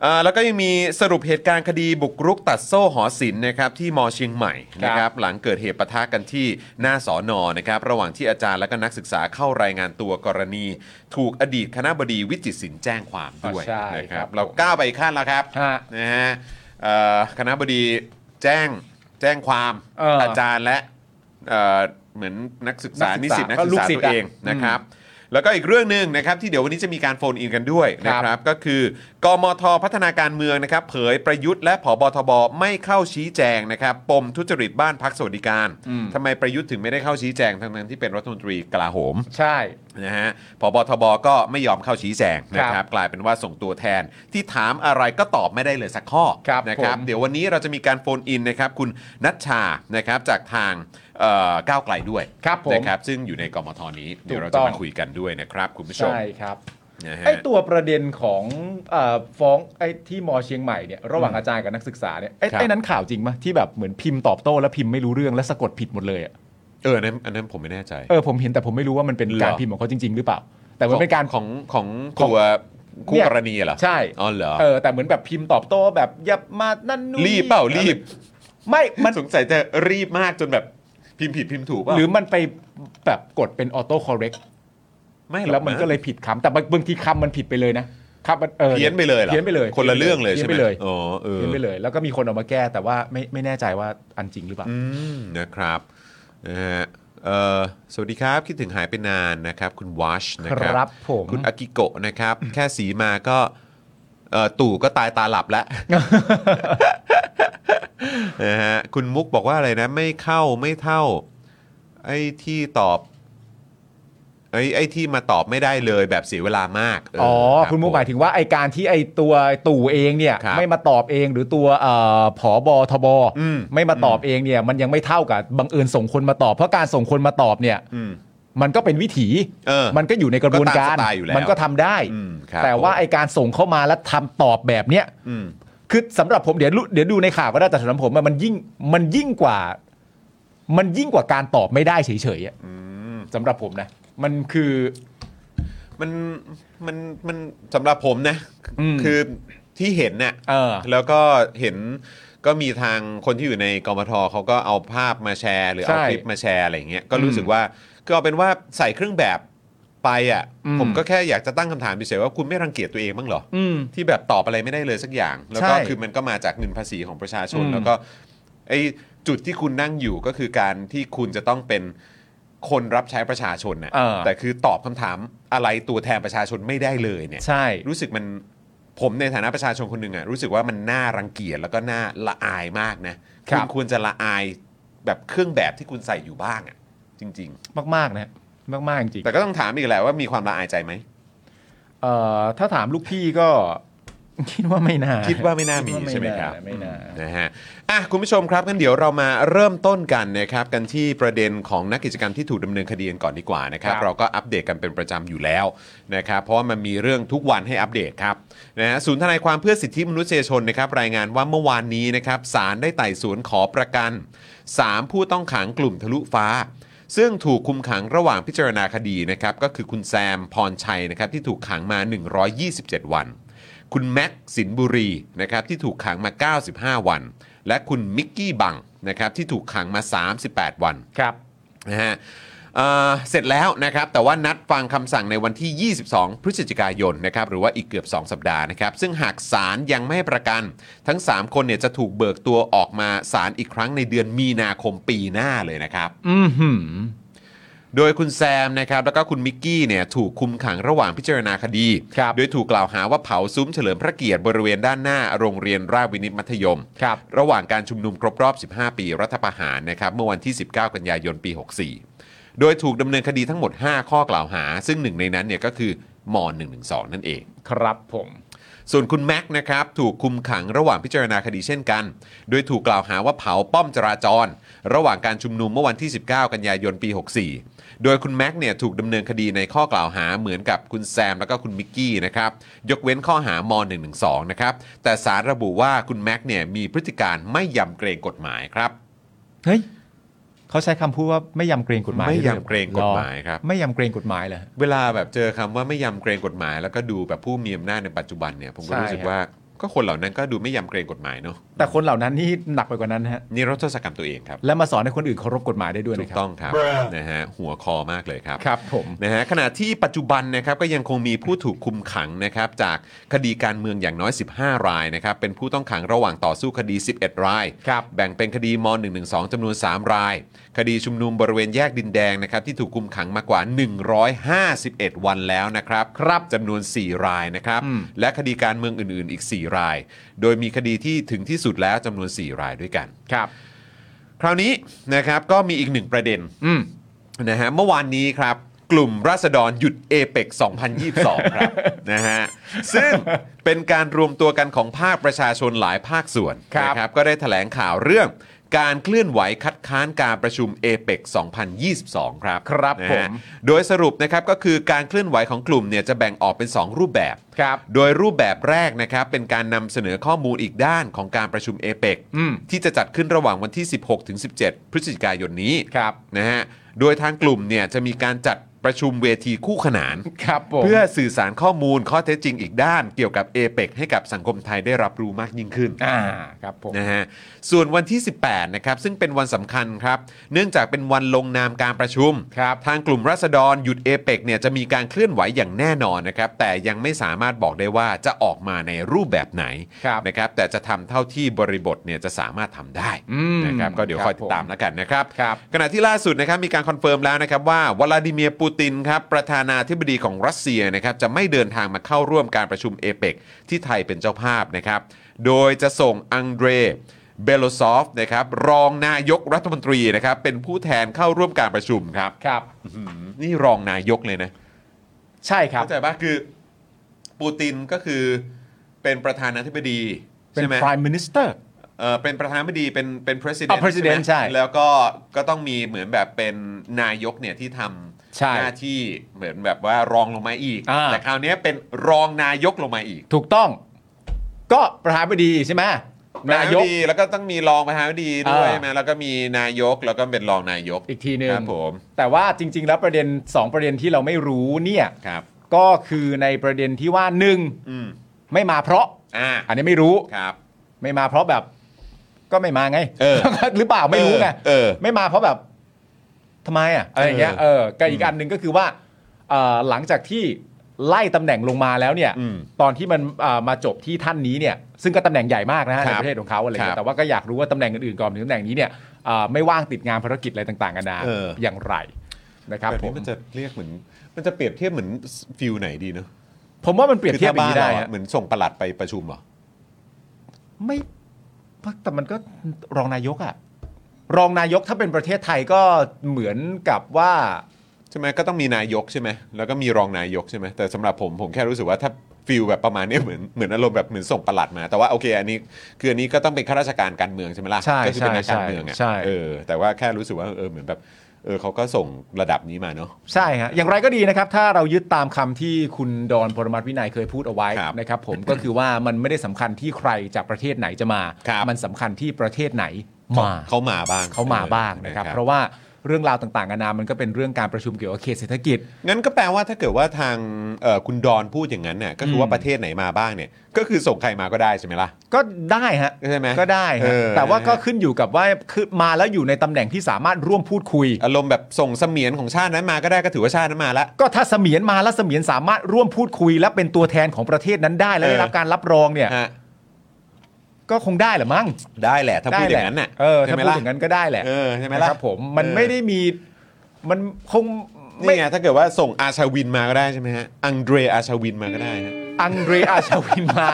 A: เอ่อแล้วก็ยังมีสรุปเหตุการณ์คดีบุกรุกตัดโซ่หอศิลป์นะครับที่มอเชียงใหม่นะครับหลังเกิดเหตุปะทะกันที่หน้าสอนอนะครับระหว่างที่อาจารย์และก็นักศึกษาเข้ารายงานตัวกรณี ถูกอดีตคณะบดีวิจิตรศิลป์แจ้งความด้วย
B: อ่าใช่
A: นะครับ
B: ครับ
A: เราก้าวไปอีกขั้นแล้วครับ
B: ฮะ
A: นะฮะเอ่อคณะบดีแจ้งแจ้งความ
B: เอออ
A: จารย์และเอ่อเหมือนนักศึกษา ศึกษานิสิตนักศึกษาตัวเองนะครับ แล้วก็อีกเรื่องหนึ่งนะครับที่เดี๋ยววันนี้จะมีการโฟนอินกันด้วย
B: ครั
A: นะ
B: บ
A: ครับก็คือกมทพัฒนาการเมืองนะครับ เผยประยุทธ์และผบทบไม่เข้าชี้แจงนะครับ ปมทุจริตบ้านพักสวัสดิการทำไมประยุทธ์ถึงไม่ได้เข้าชี้แจงทั้งนั้นที่เป็นรัฐมนตรีกลาโหม
B: ใช่
A: นะฮะพบทบก็ไม่ยอมเข้าชี้แจงนะค
B: ครั
A: รับบ กลายเป็นว่าส่งตัวแทนที่ถามอะไรก็ตอบไม่ได้เลยสักข้อ
B: ครับ
A: นะครับ
B: ผม
A: เดี๋ยววันนี้เราจะมีการโฟนอินนะครับคุณนัชชานะครับจากทางเอ่อก้าวไกลด้วย
B: ครับผม
A: นะครับซึ่งอยู่ในกมทนี้เดี๋ยวเราจะ
B: ถูกต้
A: มา
B: อง
A: คุยกันด้วยนะครับคุณผู้ชม
B: ใช่ครับ
A: นะฮะ
B: ไอตัวประเด็นของเออฟ้องไอที่มอเชียงใหม่เนี่ยระหว่างอาจารย์กับนักศึกษาเนี่ยไอ
A: ครับ
B: ไอนั้นข่าวจริงปะที่แบบเหมือนพิมพ์ตอบโต้แล้วพิมพ์ไม่รู้เรื่องแล้วสะกดผิดหมดเลยอะ
A: เอออันนั้นอันนั้นผมไม่แน่ใจ
B: เออผมเห็นแต่ผมไม่รู้ว่ามันเป็น
A: เหรอ
B: การพิมพ์ของเขาจริง ๆ หรือเปล่า แต่มันเป็นการ
A: ของของตัวคู่
B: เนี่ย
A: กรณีเหรอ
B: ใช่
A: อ๋อเหรอ
B: เออแต่เหมือนแบบพิมพ์ตอบโต้แบบอย่ามานั่นนู่น
A: รีบเปล่ารีบ
B: ไม่มัน
A: สงสัยจะรีบมากจนแบบพิมพ์ผิดพิมพ์ถูกเปล่า
B: หรือมันไปแบบกดเป็นออโต้คอร์เรก
A: ไม่หรอก
B: แล้วมัน
A: ง
B: ก็เลยผิดคำแต่บางบางทีคำมันผิดไปเลยนะครับมันเออ
A: เพี้ยนไปเลยเหรอ
B: เพี้ยนไปเลย
A: คนละเรื่องเลยใช่ไหม
B: พี้นไปเลย
A: อ๋อเออ
B: เพี้ยนไปเลย แล้วก็มีคนออกมาแก้แต่ว่าไม่ไม่แน่ใจว่าอันจริงหรือเปล่า
A: อืมนะครับนะฮะเอ่อสวัสดีครับคิดถึงหายไปนานนะครับ คุณวัชนะครั
B: ครับผม
A: คุณอากิโกะนะครับ แค่สีมาก็เอ่อตู่ก็ตายตาหลับ แล้ว นะฮะคุณมุกบอกว่าอะไรนะ ไม่เข้าไม่เท่า ไอ้ที่ตอบ ไอ้ไอ้ที่มาตอบไม่ได้เลยแบบเสียเวลามากเ
B: อ๋อ
A: รับ
B: คุณมุกหมาย
A: ผ
B: ถึงว่าไอการที่ไอตัวตู่เองเนี่ย
A: ครับ
B: ไม่มาตอบเองหรือตัวเอ่อผอบทบ
A: อืม
B: ไม่มาตอบเองเนี่ย มันยังไม่เท่ากับบังเอิญส่งคนมาตอบ เพราะการส่งคนมาตอบเนี่ย
A: อืม
B: มันก็เป็นวิถี
A: เออ
B: มันก็อยู่ในกระบวนกา
A: ก็
B: ร
A: ตามสไตล์อยู่แล้ว
B: มันก็ทำได้
A: อืมครับ
B: แต่ว่า
A: ผม
B: ไอการส่งเข้ามาแล้วทำตอบแบบเนี้ย
A: อืม
B: คือสำหรับผมเดี๋ยวรู้เดี๋ยวดูในข่าวก็ได้แต่สำหรับผมอะมันยิ่งมันยิ่งกว่า มันยิ่งกว่าการตอบไม่ได้เฉยๆอะสำหรับผมนะ มันคือ
A: มันมันมันสำหรับผมนะ
B: อืม
A: คือที่เห็นเนี่ย
B: เออ
A: แล้วก็เห็นก็มีทางคนที่อยู่ในกมทเขาก็เอาภาพมาแชร์ หรือเอา
B: ใช่
A: คลิปมาแชร์อะไรอย่างเงี้ยก็รู้
B: อืม
A: สึกว่าก็เอาเป็นว่าใส่เครื่องแบบ ไปอ่ะ
B: อืม
A: ผมก็แค่อยากจะตั้งคำถามเฉยๆว่าคุณไม่รังเกียจตัวเองบ้างเหรอ
B: อืม
A: ที่แบบตอบอะไรไม่ได้เลยสักอย่าง แล้วก็
B: ใช่
A: คือมันก็มาจากเงินภาษีของประชาชน
B: อืม
A: แล้วก็ไอ้จุดที่คุณนั่งอยู่ก็คือการที่คุณจะต้องเป็นคนรับใช้ประชาชนน่ะ
B: เออ
A: แต่คือตอบคำถามอะไรตัวแทนประชาชนไม่ได้เลยเนี่ย
B: ใช่
A: รู้สึกมันผมในฐานะประชาชนคนหนึ่งอะรู้สึกว่ามันน่ารังเกียจแล้วก็น่าละอายมากนะครับ ณควรจะละอายแบบเครื่องแบบที่คุณใส่อยู่บ้างอะจริง
B: มากๆนะมากๆจริ
A: ๆ
B: ง
A: แต่ก็ต้องถามอีกแหละว่ามีความละอายใจไหม
B: ๆเอ่อถ้าถามลูกพี่ก็ คิดว่าไม่น่า
A: คิดว่าไม่น่ามี
B: คิดว่าไม่
A: ใช่ไหมครับ
B: น่าไม่น่า
A: นะฮะอ่ะคุณผู้ชมครับกันเดี๋ยวเรามาเริ่มต้นกันนะครับกันที่ประเด็นของนักกิจกรรมที่ถูกดำเนินคดีกันก่อนดีกว่านะครับ
B: ครับ
A: เราก็อัปเดตกันเป็นประจำอยู่แล้วนะครับเพราะว่ามันมีเรื่องทุกวันให้อัปเดตครับนะฮะศูนย์ทนายความเพื่อสิทธิมนุษยชนนะครับรายงานว่าเมื่อวานนี้นะครับศาลได้ไต่สวนขอประกัน 3 ผู้ต้องขังกลุ่มทะลุฟ้า ซึ่งถูกคุมขังระหว่างพิจารณาคดีนะครับก็คือคุณแซมพรชัยนะครับที่ถูกขังมา 127 วัน คุณแม็กซ์สินบุรีนะครับที่ถูกขังมา 95 วัน และคุณมิกกี้บังนะครับที่ถูกขังมา 38 วัน
B: ครับ
A: นะฮะเอ่อเสร็จแล้วนะครับแต่ว่านัดฟังคำสั่งในวันที่ 22 พฤศจิกายนนะครับหรือว่าอีกเกือบ 2 สัปดาห์นะครับซึ่งหากศาลยังไม่ให้ประกัน ทั้ง 3 คนเนี่ยจะถูกเบิกตัวออกมาศาลอีกครั้งในเดือนมีนาคมปีหน้าเลยนะครับ
B: อือหือ
A: โดยคุณแซมนะครับแล้วก็คุณมิกกี้เนี่ยถูกคุมขังระหว่างพิจารณาคดี
B: ครับ
A: โดยถูกกล่าวหาว่าเผาซุ้มเฉลิมพระเกียรติบริเวณด้านหน้าโรงเรียนราชวินิตมัธยม
B: ครับ
A: ระหว่างการชุมนุมครบรอบ 15 ปีรัฐประหารนะครับเมื่อวันที่ 19 กันยายนปี 64 โดยถูกดำเนินคดีทั้งหมด 5 ข้อกล่าวหา ซึ่งหนึ่งในนั้นเนี่ยก็คือม .112 นั่นเอง
B: ครับผม
A: ส่วนคุณแม็กซ์นะครับถูกคุมขังระหว่างพิจารณาคดีเช่นกัน โดยถูกกล่าวหาว่าเผาป้อมจราจร ระหว่างการชุมนุมเมื่อวันที่ 19 กันยายนปี 64 โดยคุณแม็กซ์เนี่ยถูกดำเนินคดีในข้อกล่าวหาเหมือนกับคุณแซมแล้วก็คุณมิกกี้นะครับยกเว้นข้อหาม112นะครับแต่สารระบุว่าคุณแม็กซ์เนี่ยมีพฤติการไม่ยำเกรงกฎหมายครับ
B: เฮ้ยเขาใช้คำพูดว่าไม่ยำเกรงกฎหมาย
A: ไม่
B: ด้วหอย
A: ำเกรงกฎหมายครับ
B: ไม่ยำเกรงกฎหมายเหรอ
A: เวลาแบบเจอคำว่าไม่ยำเกรงกฎหมาย แล้วก็ดูแบบผู้มีอำนาจในปัจจุบันเนี่ยผมก็
B: ใช่
A: รู้สึก
B: ครับ
A: ว่าก็คนเหล่านั้นก็ดูไม่ยำเกรงกฎหมายเนาะ
B: แต่คนเหล่านั้นนี่หนักไปกว่านั้นนะฮะ
A: นี่รถทศกรรมตัวเองครับ
B: และมาสอนให้คนอื่นเคารพกฎหมายได้ด้วย
A: ถูก
B: นะครับ
A: ต้องครับนะฮะหัวคอมากเลยครับ
B: ครับผม
A: นะฮะขณะที่ปัจจุบันนะครับก็ยังคงมีผู้ถูกคุมขังนะครับจากคดีการเมืองอย่างน้อย 15 รายนะครับเป็นผู้ต้องขังระหว่างต่อสู้คดี 11 ราย
B: ครับ
A: แบ่งเป็นคดีม .112 จำนวน 3 ราย คดีชุมนุมบริเวณแยกดินแดงนะครับที่ถูกคุมขังมากว่า 151 วันแล้วนะครับครับจำนวน 4 รายนะครับ
B: อืม
A: และคดีการเมืองอื่นๆ อีก 4 ราย โดยมีคดีที่ถึงที่สุดแล้วจำนวน 4 รายด้วยกัน
B: ครับ
A: คราวนี้นะครับก็มีอีกหนึ่งประเด็น
B: อืม
A: นะฮะเมื่อวานนี้ครับ กลุ่มราษฎรหยุดเอเปก2022 ครับ นะฮะซึ่งเป็นการรวมตัวกันของภาคประชาชนหลายภาคส่วน
B: ครับ
A: นะครับก็ได้แถลงข่าวเรื่องการเคลื่อนไหวคัดค้านการประชุมเอเปก2022 ครับ
B: ครับ
A: นะ
B: ผ
A: ฮะ
B: ม
A: โดยสรุปนะครับก็คือการเคลื่อนไหวของกลุ่มเนี่ยจะแบ่งออกเป็น 2 รูปแบบ
B: ครับ
A: โดยรูปแบบแรกนะครับเป็นการนำเสนอข้อมูลอีกด้านของการประชุมเอเปก
B: อืม
A: ที่จะจัดขึ้นระหว่างวันที่ 16ถึง17 พฤศจิกายนนี้
B: ครับ
A: นะฮะ โดยทางกลุ่มเนี่ยจะมีการจัดประชุมเวทีคู่ขนาน
B: ครับผม
A: เพื่อสื่อสารข้อมูลข้อเท็จจริงอีกด้านเกี่ยวกับเอเปกให้กับสังคมไทยได้รับรู้มากยิ่งขึ้น
B: อ่าครับผม
A: นะฮะส่วนวันที่ 18 นะครับ ซึ่งเป็นวันสำคัญครับ เนื่องจากเป็นวันลงนามการประชุม
B: ครับ
A: ทางกลุ่มราษฎรหยุดเอเปกเนี่ยจะมีการเคลื่อนไหวอย่างแน่นอนนะครับ แต่ยังไม่สามารถบอกได้ว่าจะออกมาในรูปแบบไหน
B: ครับ
A: นะครับ แต่จะทำเท่าที่บริบทเนี่ยจะสามารถทำได้
B: อืม
A: นะครับก็เดี๋ยวคอยติดตาม
B: รับผ
A: แล้วกันนะครับ
B: ครับ
A: ขณะที่ล่าสุดนะครับมีการคอนเฟิร์มแล้วนะครับว่าวลาดิเมียร์ปูตินครับประธานาธิบดีของรัสเซียนะครับจะไม่เดินทางมาเข้าร่วมการประชุมเอเปกที่ไทยเป็นเจ้าภาพนะครับโดยจะส่งอังเดรเบโลซอฟนะครับรองนายกรัฐมนตรีนะครับเป็นผู้แทนเข้าร่วมการประชุมครับ
B: ครับ
A: อืมนี่รองนายกเลยนะ
B: ใช่ครับ
A: เข้าใจปะคือปูตินก็คือเป็นประธานาธิบดี
B: เป็น
A: ใช่ไหม
B: prime minister
A: เออเป็นประธานาธิบดีเป็นเป็น president
B: อ่ะ president
A: ไหม
B: ใช่
A: แล้วก็ก็ต้องมีเหมือนแบบเป็นนายกเนี่ยที่ท
B: ใช่
A: ำหน้าที่เหมือนแบบว่ารองลงมาอีก
B: อ่า
A: แต่คราวเนี้ยเป็นรองนายกลงมาอีก
B: ถูกต้อง ก็ประธานาธิบดีใช่ไหมนาย
A: ป
B: ก
A: ระธธิบดีแล้วก็ต้องมีรองประธานาธิบดีด้วย
B: อ่า
A: ใช่ไหมแล้วก็มีนายกแล้วก็เป็นรองนายก
B: อีกทีหนึ่ง
A: ครับผม
B: แต่ว่าจริง ๆ แล้วประเด็น 2 ประเด็นที่เราไม่รู้เนี่ย
A: ครับ
B: ก็คือในประเด็นที่ว่าหนึ่ง
A: อืม
B: ไม่มาเพราะ
A: อ่า
B: อันนี้ไม่รู้
A: ครับ
B: ไม่มาเพราะแบบ ก็ไม่มาไง
A: เออ
B: หรือเปล่าไม่รู้ไง
A: เออ
B: ไม่มาเพราะแบบทำไมอ่ะอะไรอย่างเงี้ยเออกับอีกอันหนึ่งก็คือว่า เอ่อหลังจากที่ไล่ตำแหน่งลงมาแล้วเนี่ย
A: อืม
B: ตอนที่มันเอ่อมาจบที่ท่านนี้เนี่ยซึ่งก็ตำแหน่งใหญ่มากนะฮะ
A: ครั
B: ใน
A: บ
B: ประเทศของเขาอะไร
A: ครั
B: เงี้
A: บ
B: ยแต่ว่าก็อยากรู้ว่าตำแหน่งอื่นๆก่อนถึงตำแหน่งนี้เนี่ยเอ่อไม่ว่างติดงานภารกิจอะไรต่างๆกันานา
A: เอออ
B: อย่างไรนะครับ
A: แบบ
B: ผ
A: นี้
B: ม
A: มันจะเรียกเหมือนมันจะเปรียบเทียบเหมือนฟิลไหนดีเนาะ
B: ผมว่ามันเปรียบเทียบอย่าง
A: คือ
B: นี้
A: ถ้า
B: ได้
A: บ้านเรา
B: ฮะ
A: อะเหมือนส่งประหลัดไปประชุมเหรอ
B: ไม่แต่มันก็รองนายกอะรองนายกถ้าเป็นประเทศไทยก็เหมือนกับว่า
A: ใช่ไหมก็ต้องมีนายกใช่ไหมแล้วก็มีรองนายกใช่ไหมแต่สำหรับผมผมแค่รู้สึกว่าถ้าฟิลแบบประมาณเนี้ยเหมือนเหมือนอารมณ์แบบเหมือนส่งประหลัดมา แต่ว่าโอเคอันนี้คืออันนี้ก็ต้องเป็นข้าราชการการเมืองใช่ไหมล่ะ
B: ใช่
A: ก็คืเป็นนักการเมืองอ่ะ
B: ใช่ใช่
A: เออแต่ว่าแค่รู้สึกว่าเออเหมือนแบบเออเขาก็ส่งระดับนี้มาเนาะ
B: ใช่ฮะอย่างไรก็ดีนะครับ ถ้าเรายึดตามคำที่คุณดอนพลมัตวินัยเคยพูดเอาไว้
A: ครับ
B: นะครับผม ก็คือว่ามันไม่ได้สำคัญที่ใครจากประเทศไหนจะมา
A: ครับ
B: มันสำคัญที่ประเทศไหน
A: เขา
B: มา
A: เขามาบ้าง
B: เขามาบ้างนะครับ เพราะว่าเรื่องราวต่างๆนานามันก็เป็นเรื่องการประชุมเกี่ยวกับเขตเศรษฐกิจ
A: งั้นก็แปลว่าถ้าเกิดว่าทางเอ่อคุณดอนพูดอย่างนั้นเนี่ยก็คือว่าประเทศไหนมาบ้างเนี่ยก็คือส่งใครมาก็ได้ใช่ไหมล่ะ
B: ก็ได้ฮะ
A: ใช่ไหม
B: ก็ได้ฮะ
A: เออ
B: แต่ว่าก็ขึ้นอยู่กับว่าคือมาแล้วอยู่ในตำแหน่งที่สามารถร่วมพูดคุย
A: อารมณ์แบบส่งเสมียนของชาตินั้นมาก็ได้ก็ถือว่าชาตินั้นมาละ
B: ก็ถ้าเสมียนมาแล้วเสมียนสามารถร่วมพูดคุย และเป็นตัวแทนของประเทศนั้นได้และได้รับ
A: เออ
B: การรับรองเนี่ย
A: ฮะ
B: ก็คงได้แหละมั้ง
A: ได้แหละถ้าพูดอย่างนั้นน่ะ
B: เออ
A: ใช่
B: ถ้า
A: ไหม
B: พูด
A: ล่ะ
B: อย่างนั้นก็ได้แหละ
A: เออใช่ไหมล่ะ
B: นะครับผมมัน
A: เออ
B: ไม่ได้มีมันคงไม่
A: นี่ไงถ้าเกิดว่าส่งอาชาวินมาก็ได้ใช่ไหมฮะ อังเดรอาชาวินมาก็ได้ฮะ
B: อังเดรอาชาวินมา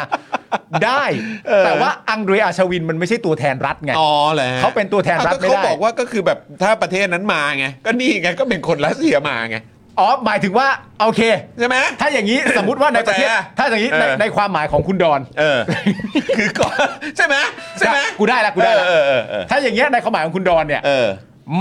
B: ได้
A: เออ
B: แต่ว่าอังเดรอาชาวินมันไม่ใช่ตัวแทนรัฐไง
A: อ๋อแหละ
B: เขาเป็นตัวแทนรัฐไม่ได้
A: เขาบอกว่าก็คือแบบถ้าประเทศนั้นมาไง ก็นี่ไงก็เป็นคนรัสเซียมาไง
B: อ๋อหมายถึงว่าโอเค
A: ใช่ไหม
B: ถ้าอย่าง นี้ สมมติว่าในประเทศ
A: เข้าใจอะ
B: ถ้าอย่างนี้
A: เอ
B: ใน
A: อ
B: ในความหมายของคุณดอน
A: เออ คือก็ใช่ไหมใช่ไหม
B: กูได้ละกูได้ละ
A: เออเออเออ
B: ถ้าอย่างเงี้ยในความหมายของคุณดอนเนี่ย
A: เออ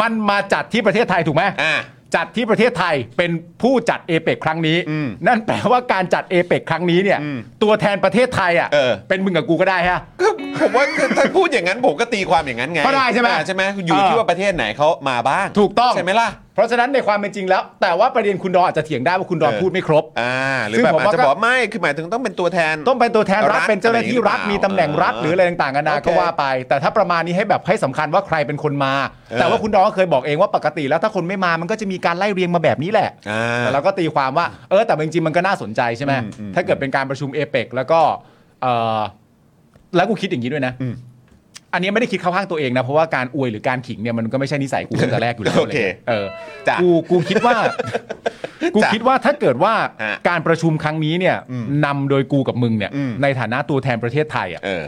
B: มันมาจัดที่ประเทศไทยถูกไหม
A: อ่ะ
B: จัดที่ประเทศไทยเป็นผู้จัดเอเปกครั้งนี้
A: อืม
B: นั่นแปลว่าการจัดเอเปกครั้งนี้เนี่ย
A: อืม
B: ตัวแทนประเทศไทยอ่ะ
A: เออ
B: นมึงกับกูก็ได้ฮะ
A: ก็ผมว่าคือถ้าพูดอย่างนั้นผมก็ตีความอย่างนั้นไง
B: ก็ได้ใช่ไหม
A: อ่ะใช่ไหมอยู่
B: เออ
A: ที่ว่าประเทศไหนเขามาบ้าง
B: ถูกต้อง
A: ใช่ไหมล่ะ
B: เพราะฉะนั้นในความเป็นจริงแล้ว แต่ว่าประเด็นคุณดอนอาจจะเถียงได้ว่าคุณดอน
A: เออ
B: พูดไม่ครบ
A: อ่าหรือ
B: ซึ่ง
A: แบบ
B: ผม
A: อาจ
B: ว่า
A: จะ
B: ก็
A: บอกว่าไม่คือหมายถึงต้องเป็นตัวแทน
B: ต้องเป็นตัวแทนรั
A: รั
B: ฐ
A: ฐ
B: เป็นเจ้าหน้าที่รัฐ
A: อะไรอย่างงี้
B: มีตำแหน่งรัฐ
A: เออ
B: หรืออะไรต่างๆนานา
A: โอเค
B: ก็ว่าไป แต่ถ้าประมาณนี้ให้แบบให้สำคัญว่าใครเป็นคนมา
A: เออ
B: แต่ว่าคุณดอนก็เคยบอกเองว่าปกติแล้วถ้าคนไม่มามันก็จะมีการไล่เรียงมาแบบนี้แหละ
A: อ่า
B: แต่เราก็ตีความว่าเออแต่จริงๆมันก็น่าสนใจใช่ไหม
A: อืมอืม
B: ถ้าเกิดเป็นการประชุมเอเปกแล้วก็เออแล้วกูคิดอย่างนี้ด้วยนะ
A: อืม
B: อันนี้ไม่ได้คิดเข้าข้างตัวเองนะเพราะว่าการอวยหรือการขิงเนี่ยมันก็ไม่ใช่นิสัยกูตั้งแต่แรกอยู่แล้ว
A: โอเค
B: ะไรงี้ยเออ
A: จ้ะ
B: กูกูคิดว่า กูคิดว่าถ้าเกิดว่า
A: ฮะ
B: การประชุมครั้งนี้เนี่ย
A: อืม
B: นำโดยกูกับมึงเนี่ย
A: อืม
B: ในฐานะตัวแทนประเทศไทยอ่ะ
A: เออ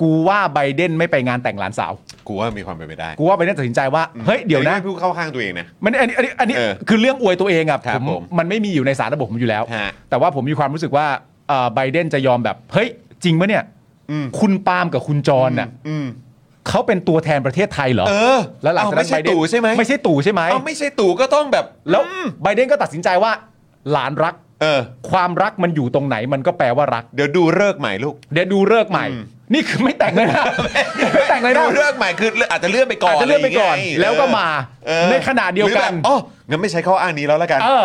B: กูว่าไบเดนไม่ไปงานแต่งหลานสาว
A: กูว่ามีความเป็นไปได้
B: กูว่าไบเดนตัดสินใจว่าเฮ้ยเดี๋ยวนะ
A: ไม่พูดเข้าข้างตัวเองนะ
B: มันอันนี้อันนี้อันนี้
A: เออ
B: คือเรื่องอวยตัวเองอะ
A: ครับผม
B: มันไม่มีอยู่ในสารระบบผมอยู่แล้ว
A: ฮะ
B: แต่ว่าผมมีความรู้สึกว่าเอ่อไบเดนจะยอมแบบ เฮ้ย จริงปะเนี่ย
A: อืม
B: คุณปาล์มกับคุณจรน่ะ
A: อืม
B: เขาเป็นตัวแทนประเทศไทยเหรอ
A: เออ
B: แล้วหลังจาก
A: เอ้
B: นั้น
A: ไม่ใช่ตู่ใช่ไหม
B: ไม่ใช่ตู่ใช่ไหม
A: เอ้าไม่ใช่ตู่ก็ต้องแบบ
B: แล้วไบเดนก็ตัดสินใจว่า หลานรัก
A: เออ
B: ความรักมันอยู่ตรงไหนมันก็แปลว่ารัก
A: เดี๋ยวดูเลิกษ์ใหม่ลูก
B: เดี๋ยวดูเลิกษ์ใหม่ นี่คือไม่แต่งเลย นะไม่แต่งเลยนะ
A: ดูเลิกษ์ใหม่คืออาจจะเลื่อนไปก่อน
B: อาจจะเลื่อนไปก่อนะ
A: รย่ง
B: แล้
A: งี้ยว
B: ก็มา
A: เออ
B: ในขณะเดียวกัน
A: หรือแบบอ๋องั้นไม่ใช้ข้ออ้างนี้แล้วละกัน
B: เออ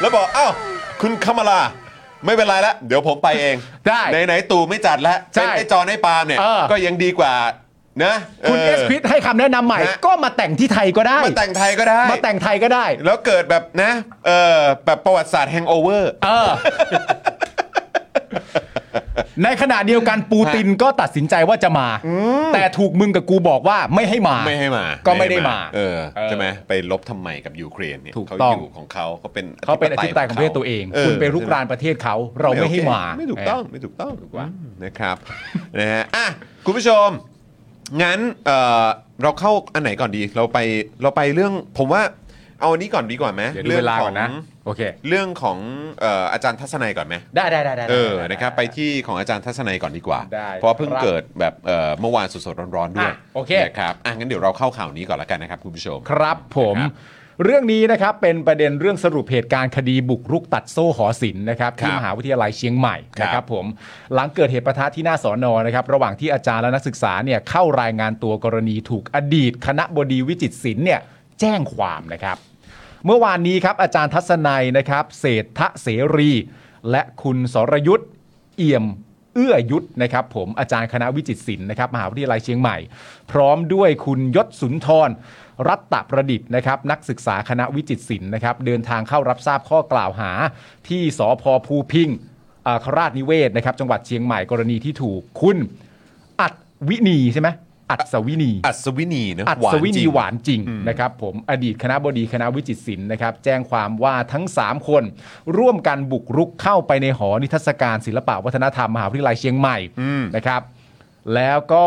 A: แล้วบอกเอ้าคุณคามาลาไม่เป็นไรละเดี๋ยวผมไปเอง
B: ได้
A: ไหนไหนๆตู่ไม่จัดแล้ว
B: ใช่
A: เป็นไอ้จอนไอ้ปาล์มเนี่ย
B: เออ
A: ก็ยังดีกว่านะ
B: คุณเอสพิทให้คำแนะนำใหม่ ก็มาแต่งที่ไทยก็ได้
A: มาแต่งไทยก็ได้
B: มาแต่งไทยก็ได้
A: แล้วเกิดแบบนะเออแบบประวัติศาสตร์แฮงโอเวอร์
B: เออ ในขณะเดียวกันปูตินก็ตัดสินใจว่าจะมา แต่ถูกมึงกับกูบอกว่าไม่ให้มา
A: ไม่ให้มา
B: ก็ไม่ได้มา
A: เออ
B: เออ
A: ใช่ไหมไปลบทำไมกับยูเครนเนี่ย
B: ถูก
A: เขา
B: ต้อง
A: อยู่ของเขาเขาเป็น
B: เขาเป็นอธิปไตยของประเทศตัวเอง คุณไปรุกรานประเทศเขา เราไม่ให้มา
A: ไม่ถูกต้องไม่ถูกต้อง
B: ถูกว่า
A: อืมนะครับ นะฮะอ่ะคุณผู้ชม งั้นเอ่อเราเข้าอันไหนก่อนดี เราไปเราไปเรื่องผมว่าเอาอันนี้ก่อนดีกว่าไหม
B: เดี๋ยวดูเวลาก่อนนะ โอเค
A: เรื่องของเอ่ออาจารย์ทัศนัยก่อนไหม
B: ได้ได้ได้ได้
A: เออ นะครับ ไปที่ของอาจารย์ทัศนัยก่อนดีกว่า
B: ได้
A: เพราะเพิ่ง
B: ครับ
A: เกิดแบบเอ่อเมื่อวานสดๆร้อนๆด้วย
B: อ่ะโอเค
A: นะครับอ่ะงั้นเดี๋ยวเราเข้าข่าวนี้ก่อนละกันนะครับคุณผู้ชม
B: ครับผม
A: นะครับ
B: เรื่องนี้นะครับเป็นประเด็นเรื่องสรุปเหตุการณ์คดีบุกรุกตัดโซ่หอศิลป์นะครับที่
A: ครับ
B: มหาวิทยาลัยเชียงใหม่นะ
A: ค
B: ค
A: รั
B: รั
A: บบ
B: ผมหลังเกิดเหตุประทะที่หน้าสอนอนะครับระหว่างที่อาจารย์และนักศึกษาเนี่ยเข้ารายงานตัวกรณีถูกอดีต คณะบดีวิจิตรศิลป์เนี่ยแจ้งความนะครับ เมื่อวานนี้ครับอาจารย์ทัศนัยนะครับเศรษฐเสรี และคุณสรยุทธ์เอี่ยม เอื้อยุทธนะครับผมอาจารย์คณะวิจิตรศิลป์นะครับมหาวิทยาลัยเชียงใหม่ พร้อมด้วยคุณยศสุนทร รัตตประดิษฐ์นะครับนักศึกษาคณะวิจิตรศิลป์นะครับเดินทางเข้ารับทราบข้อกล่าวหาที่สพภูพิงอาคราชนิเวศนะครับจังหวัดเชียงใหม่กรณีที่ถูกคุณอัดวินีใช่ไหมอัดสวินี
A: อัศวินีเนอะ
B: อั
A: หวานจ
B: ศ
A: ริง
B: วินีหวานจริงนะครับผมอดีตคณะบดีคณะวิจิตรศิลป์นะครับแจ้งความว่าทั้ง 3 คน ร่วมกันบุกรุกเข้าไปในหอนิทรรศการศิลปะวัฒนธรรมมหาวิทยาลัยเชียงใหม่นะครับ แล้วก็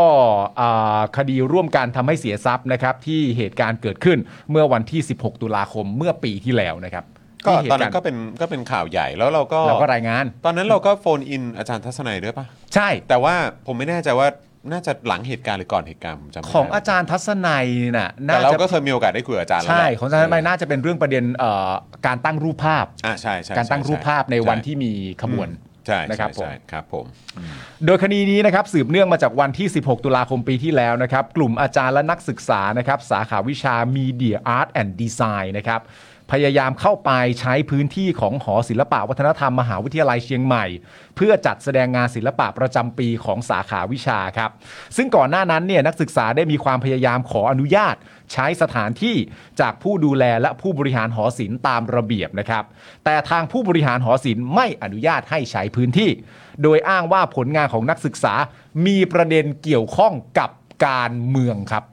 B: อ่าคดีร่วมกันทำให้เสียทรัพย์นะครับที่เหตุการณ์เกิดขึ้นเมื่อวันที่ 16 ตุลาคมเมื่อปีที่แล้วนะครับ
A: ก็
B: ที่เห
A: ตอน
B: ตุา
A: นั้
B: ร
A: น
B: ณ์
A: ก็เป็นก็เป็นข่าวใหญ่แล้วเราก็
B: เราก็รายงาน
A: ตอนนั้นเราก็โฟนอินอาจารย์ทัศนัยด้วยปะ
B: ใช่
A: แต่ว่าผมไม่แน่ใจว่าน่าจะหลังเหตุการณ์หรือก่อนเหตุการณ์ผมจำไม่ได้
B: ของอาจารย์ทัศนัยน่ะน่า
A: แต่เรา
B: จะ
A: ก็เคยมีโอกาสได้คุยกับอาจารย์แล้ว
B: ใช่
A: แหละ
B: ของอาจารย์ทัศนัยน่าจะเป็นเรื่องประเด็นเอ่อการตั้งรูปภาพ
A: อ่าใช่ใช่
B: การตั้งรูปภาพในวันที่มีขบวน
A: ใช่
B: นะ
A: นะ
B: ค
A: ค
B: รั
A: รั
B: บบ ผม
A: ครับผม
B: โดยคดีนี้นะครับสืบเนื่องมาจากวันที่ 16 ตุลาคมปีที่แล้วนะครับ กลุ่มอาจารย์และนักศึกษานะครับสาขาวิชา Media Art and Design นะครับพยายามเข้าไปใช้พื้นที่ของหอศิลปะวัฒนธรรมมหาวิทยาลัยเชียงใหม่ เพื่อจัดแสดงงานศิลปะประจำปีของสาขาวิชาครับ ซึ่งก่อนหน้านั้นเนี่ยนักศึกษาได้มีความพยายามขออนุญาต ใช้สถานที่จากผู้ดูแลและผู้บริหารหอศิลป์ตามระเบียบนะครับ แต่ทางผู้บริหารหอศิลป์ไม่อนุญาตให้ใช้พื้นที่ โดยอ้างว่าผลงานของนักศึกษามีประเด็นเกี่ยวข้องกับการเมืองครับ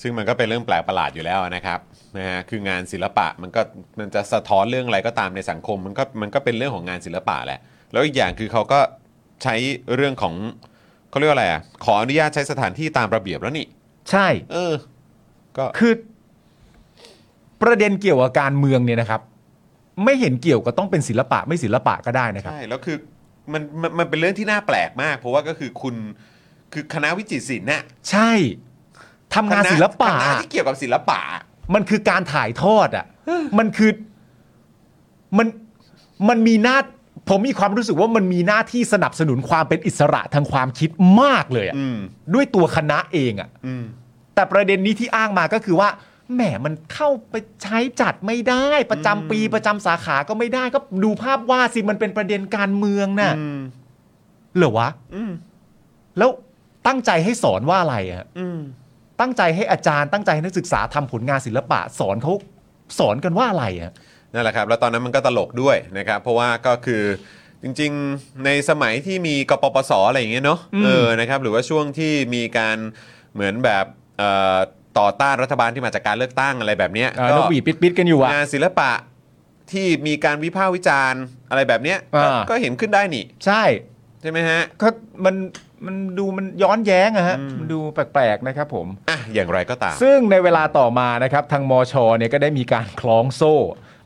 A: ซึ่งมันก็เป็นเรื่องแปลกประหลาดอยู่แล้วนะครับนะฮะคืองานศิลปะมันก็มันจะสะท้อนเรื่องอะไรก็ตามในสังคม มันก็มันก็เป็นเรื่องของงานศิลปะแหละ แล้วอีกอย่างคือเขาก็ใช้เรื่องของเขาเรียกว่าอะไรอ่ะขออนุญาตใช้สถานที่ตามระเบียบแล้วนี่
B: ใช่
A: เออ ก็
B: คือประเด็นเกี่ยวกับการเมืองเนี่ยนะครับ ไม่เห็นเกี่ยวกับต้องเป็นศิลปะไม่ศิลปะก็ได้นะครับ
A: ใช่แล้วคือมันมันมันเป็นเรื่องที่น่าแปลกมาก เพราะว่าก็คือคุณคือคณะวิจิตรศิลป์น่ะ
B: ใช่ทำงานศิลปะ
A: คณะที่เกี่ยวกับศิลปะ
B: มันคือการถ่ายทอด อ่ะ มันคือมันมันมีหน้าผมมีความรู้สึกว่ามันมีหน้าที่สนับสนุนความเป็นอิสระทางความคิดมากเลยอ่ะ
A: อืม
B: ด้วยตัวคณะเองอ่ะ
A: อืม
B: แต่ประเด็นนี้ที่อ้างมาก็คือว่าแหมมันเข้าไปใช้จัดไม่ได้ ประจำปีประจำสาขาก็ไม่ได้ก็ดูภาพวาดสิมันเป็นประเด็นการเมืองน่ะ
A: อืม
B: เหรอวะ
A: อืม
B: แล้วตั้งใจให้สอนว่าอะไรอ่ะ
A: อืม
B: ตั้งใจให้อาจารย์ตั้งใจให้นักศึกษาทำผลงานศิลปะ สอนเขาสอนกันว่าอะไรอ่ะ
A: นั่นแหละครับ แล้วตอนนั้นมันก็ตลกด้วยนะครับ เพราะว่าก็คือจริงๆในสมัยที่มีกปปสอะไรอย่างเงี้ยเนาะ
B: อืม
A: เออนะครับหรือว่าช่วงที่มีการเหมือนแบบเอ่อต่อต้านรัฐบาลที่มาจากการเลือกตั้งอะไรแบบเนี้ย
B: ะนกหวีดปิดๆกันอยู่อ่ะ
A: งานศิลปะที่มีการวิพากษ์วิจารณ์อะไรแบบเนี้ย
B: อ่า
A: ก็ก็เห็นขึ้นได้นี่
B: ใช่
A: ใช่ไหมฮะ
B: ก็มันมันดูมันย้อนแย้งอะฮะมันดูแปลกๆนะครับผม
A: อ่ะ อย่างไรก็ตาม
B: ซึ่งในเวลาต่อมานะครับทางมอชอเนี่ยก็ได้มีการคล้องโซ่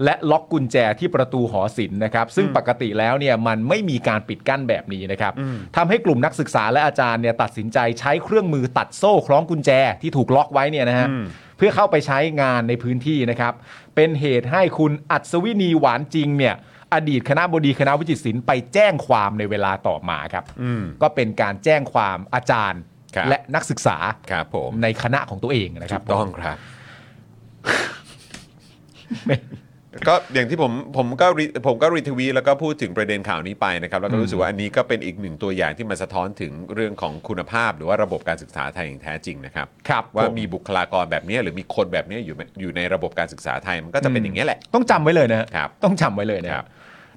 B: และล็อกกุญแจที่ประตูหอศิลป์นะครับ ซึ่งปกติแล้วเนี่ยมันไม่มีการปิดกั้นแบบนี้นะครับทำให้กลุ่มนักศึกษาและอาจารย์เนี่ยตัดสินใจใช้เครื่องมือตัดโซ่คล้องกุญแจที่ถูกล็อกไว้เนี่ยนะฮะเพื่อเข้าไปใช้งานในพื้นที่นะครับ เป็นเหตุให้คุณอัศวินีหวานจริงเนี่ยอดีตคณะบดีคณะวิจิตรศิลป์ไปแจ้งความในเวลาต่อมาครับ
A: อืม
B: ก็เป็นการแจ้งความอาจารย์
A: ครับ
B: และนักศึกษา
A: ครับผม
B: ในคณะของตัวเองนะครับ
A: ถูกต้องครับ ก็อย่างที่ผมผมก็ re- ผมก็รีทวีแล้วก็พูดถึงประเด็นข่าวนี้ไปนะครับ แล้วก็รู้สึกว่าอันนี้ก็เป็นอีกหนึ่งตัวอย่างที่มันสะท้อนถึงเรื่องของคุณภาพ หรือว่าระบบการศึกษาไทยอย่างแท้จริงนะครับ
B: ครับ
A: ว่า
B: ผม
A: มีบุคลากรแบบเนี้ยหรือมีคนแบบเนี้ยอยู่ในอยู่ในระบบการศึกษาไทยมันก็จะเป็นอย่างนี้ยแหละ
B: ต้องจำไว้เลยนะครับ ต้องจำไว้เลยนะค
A: ครั
B: รับบ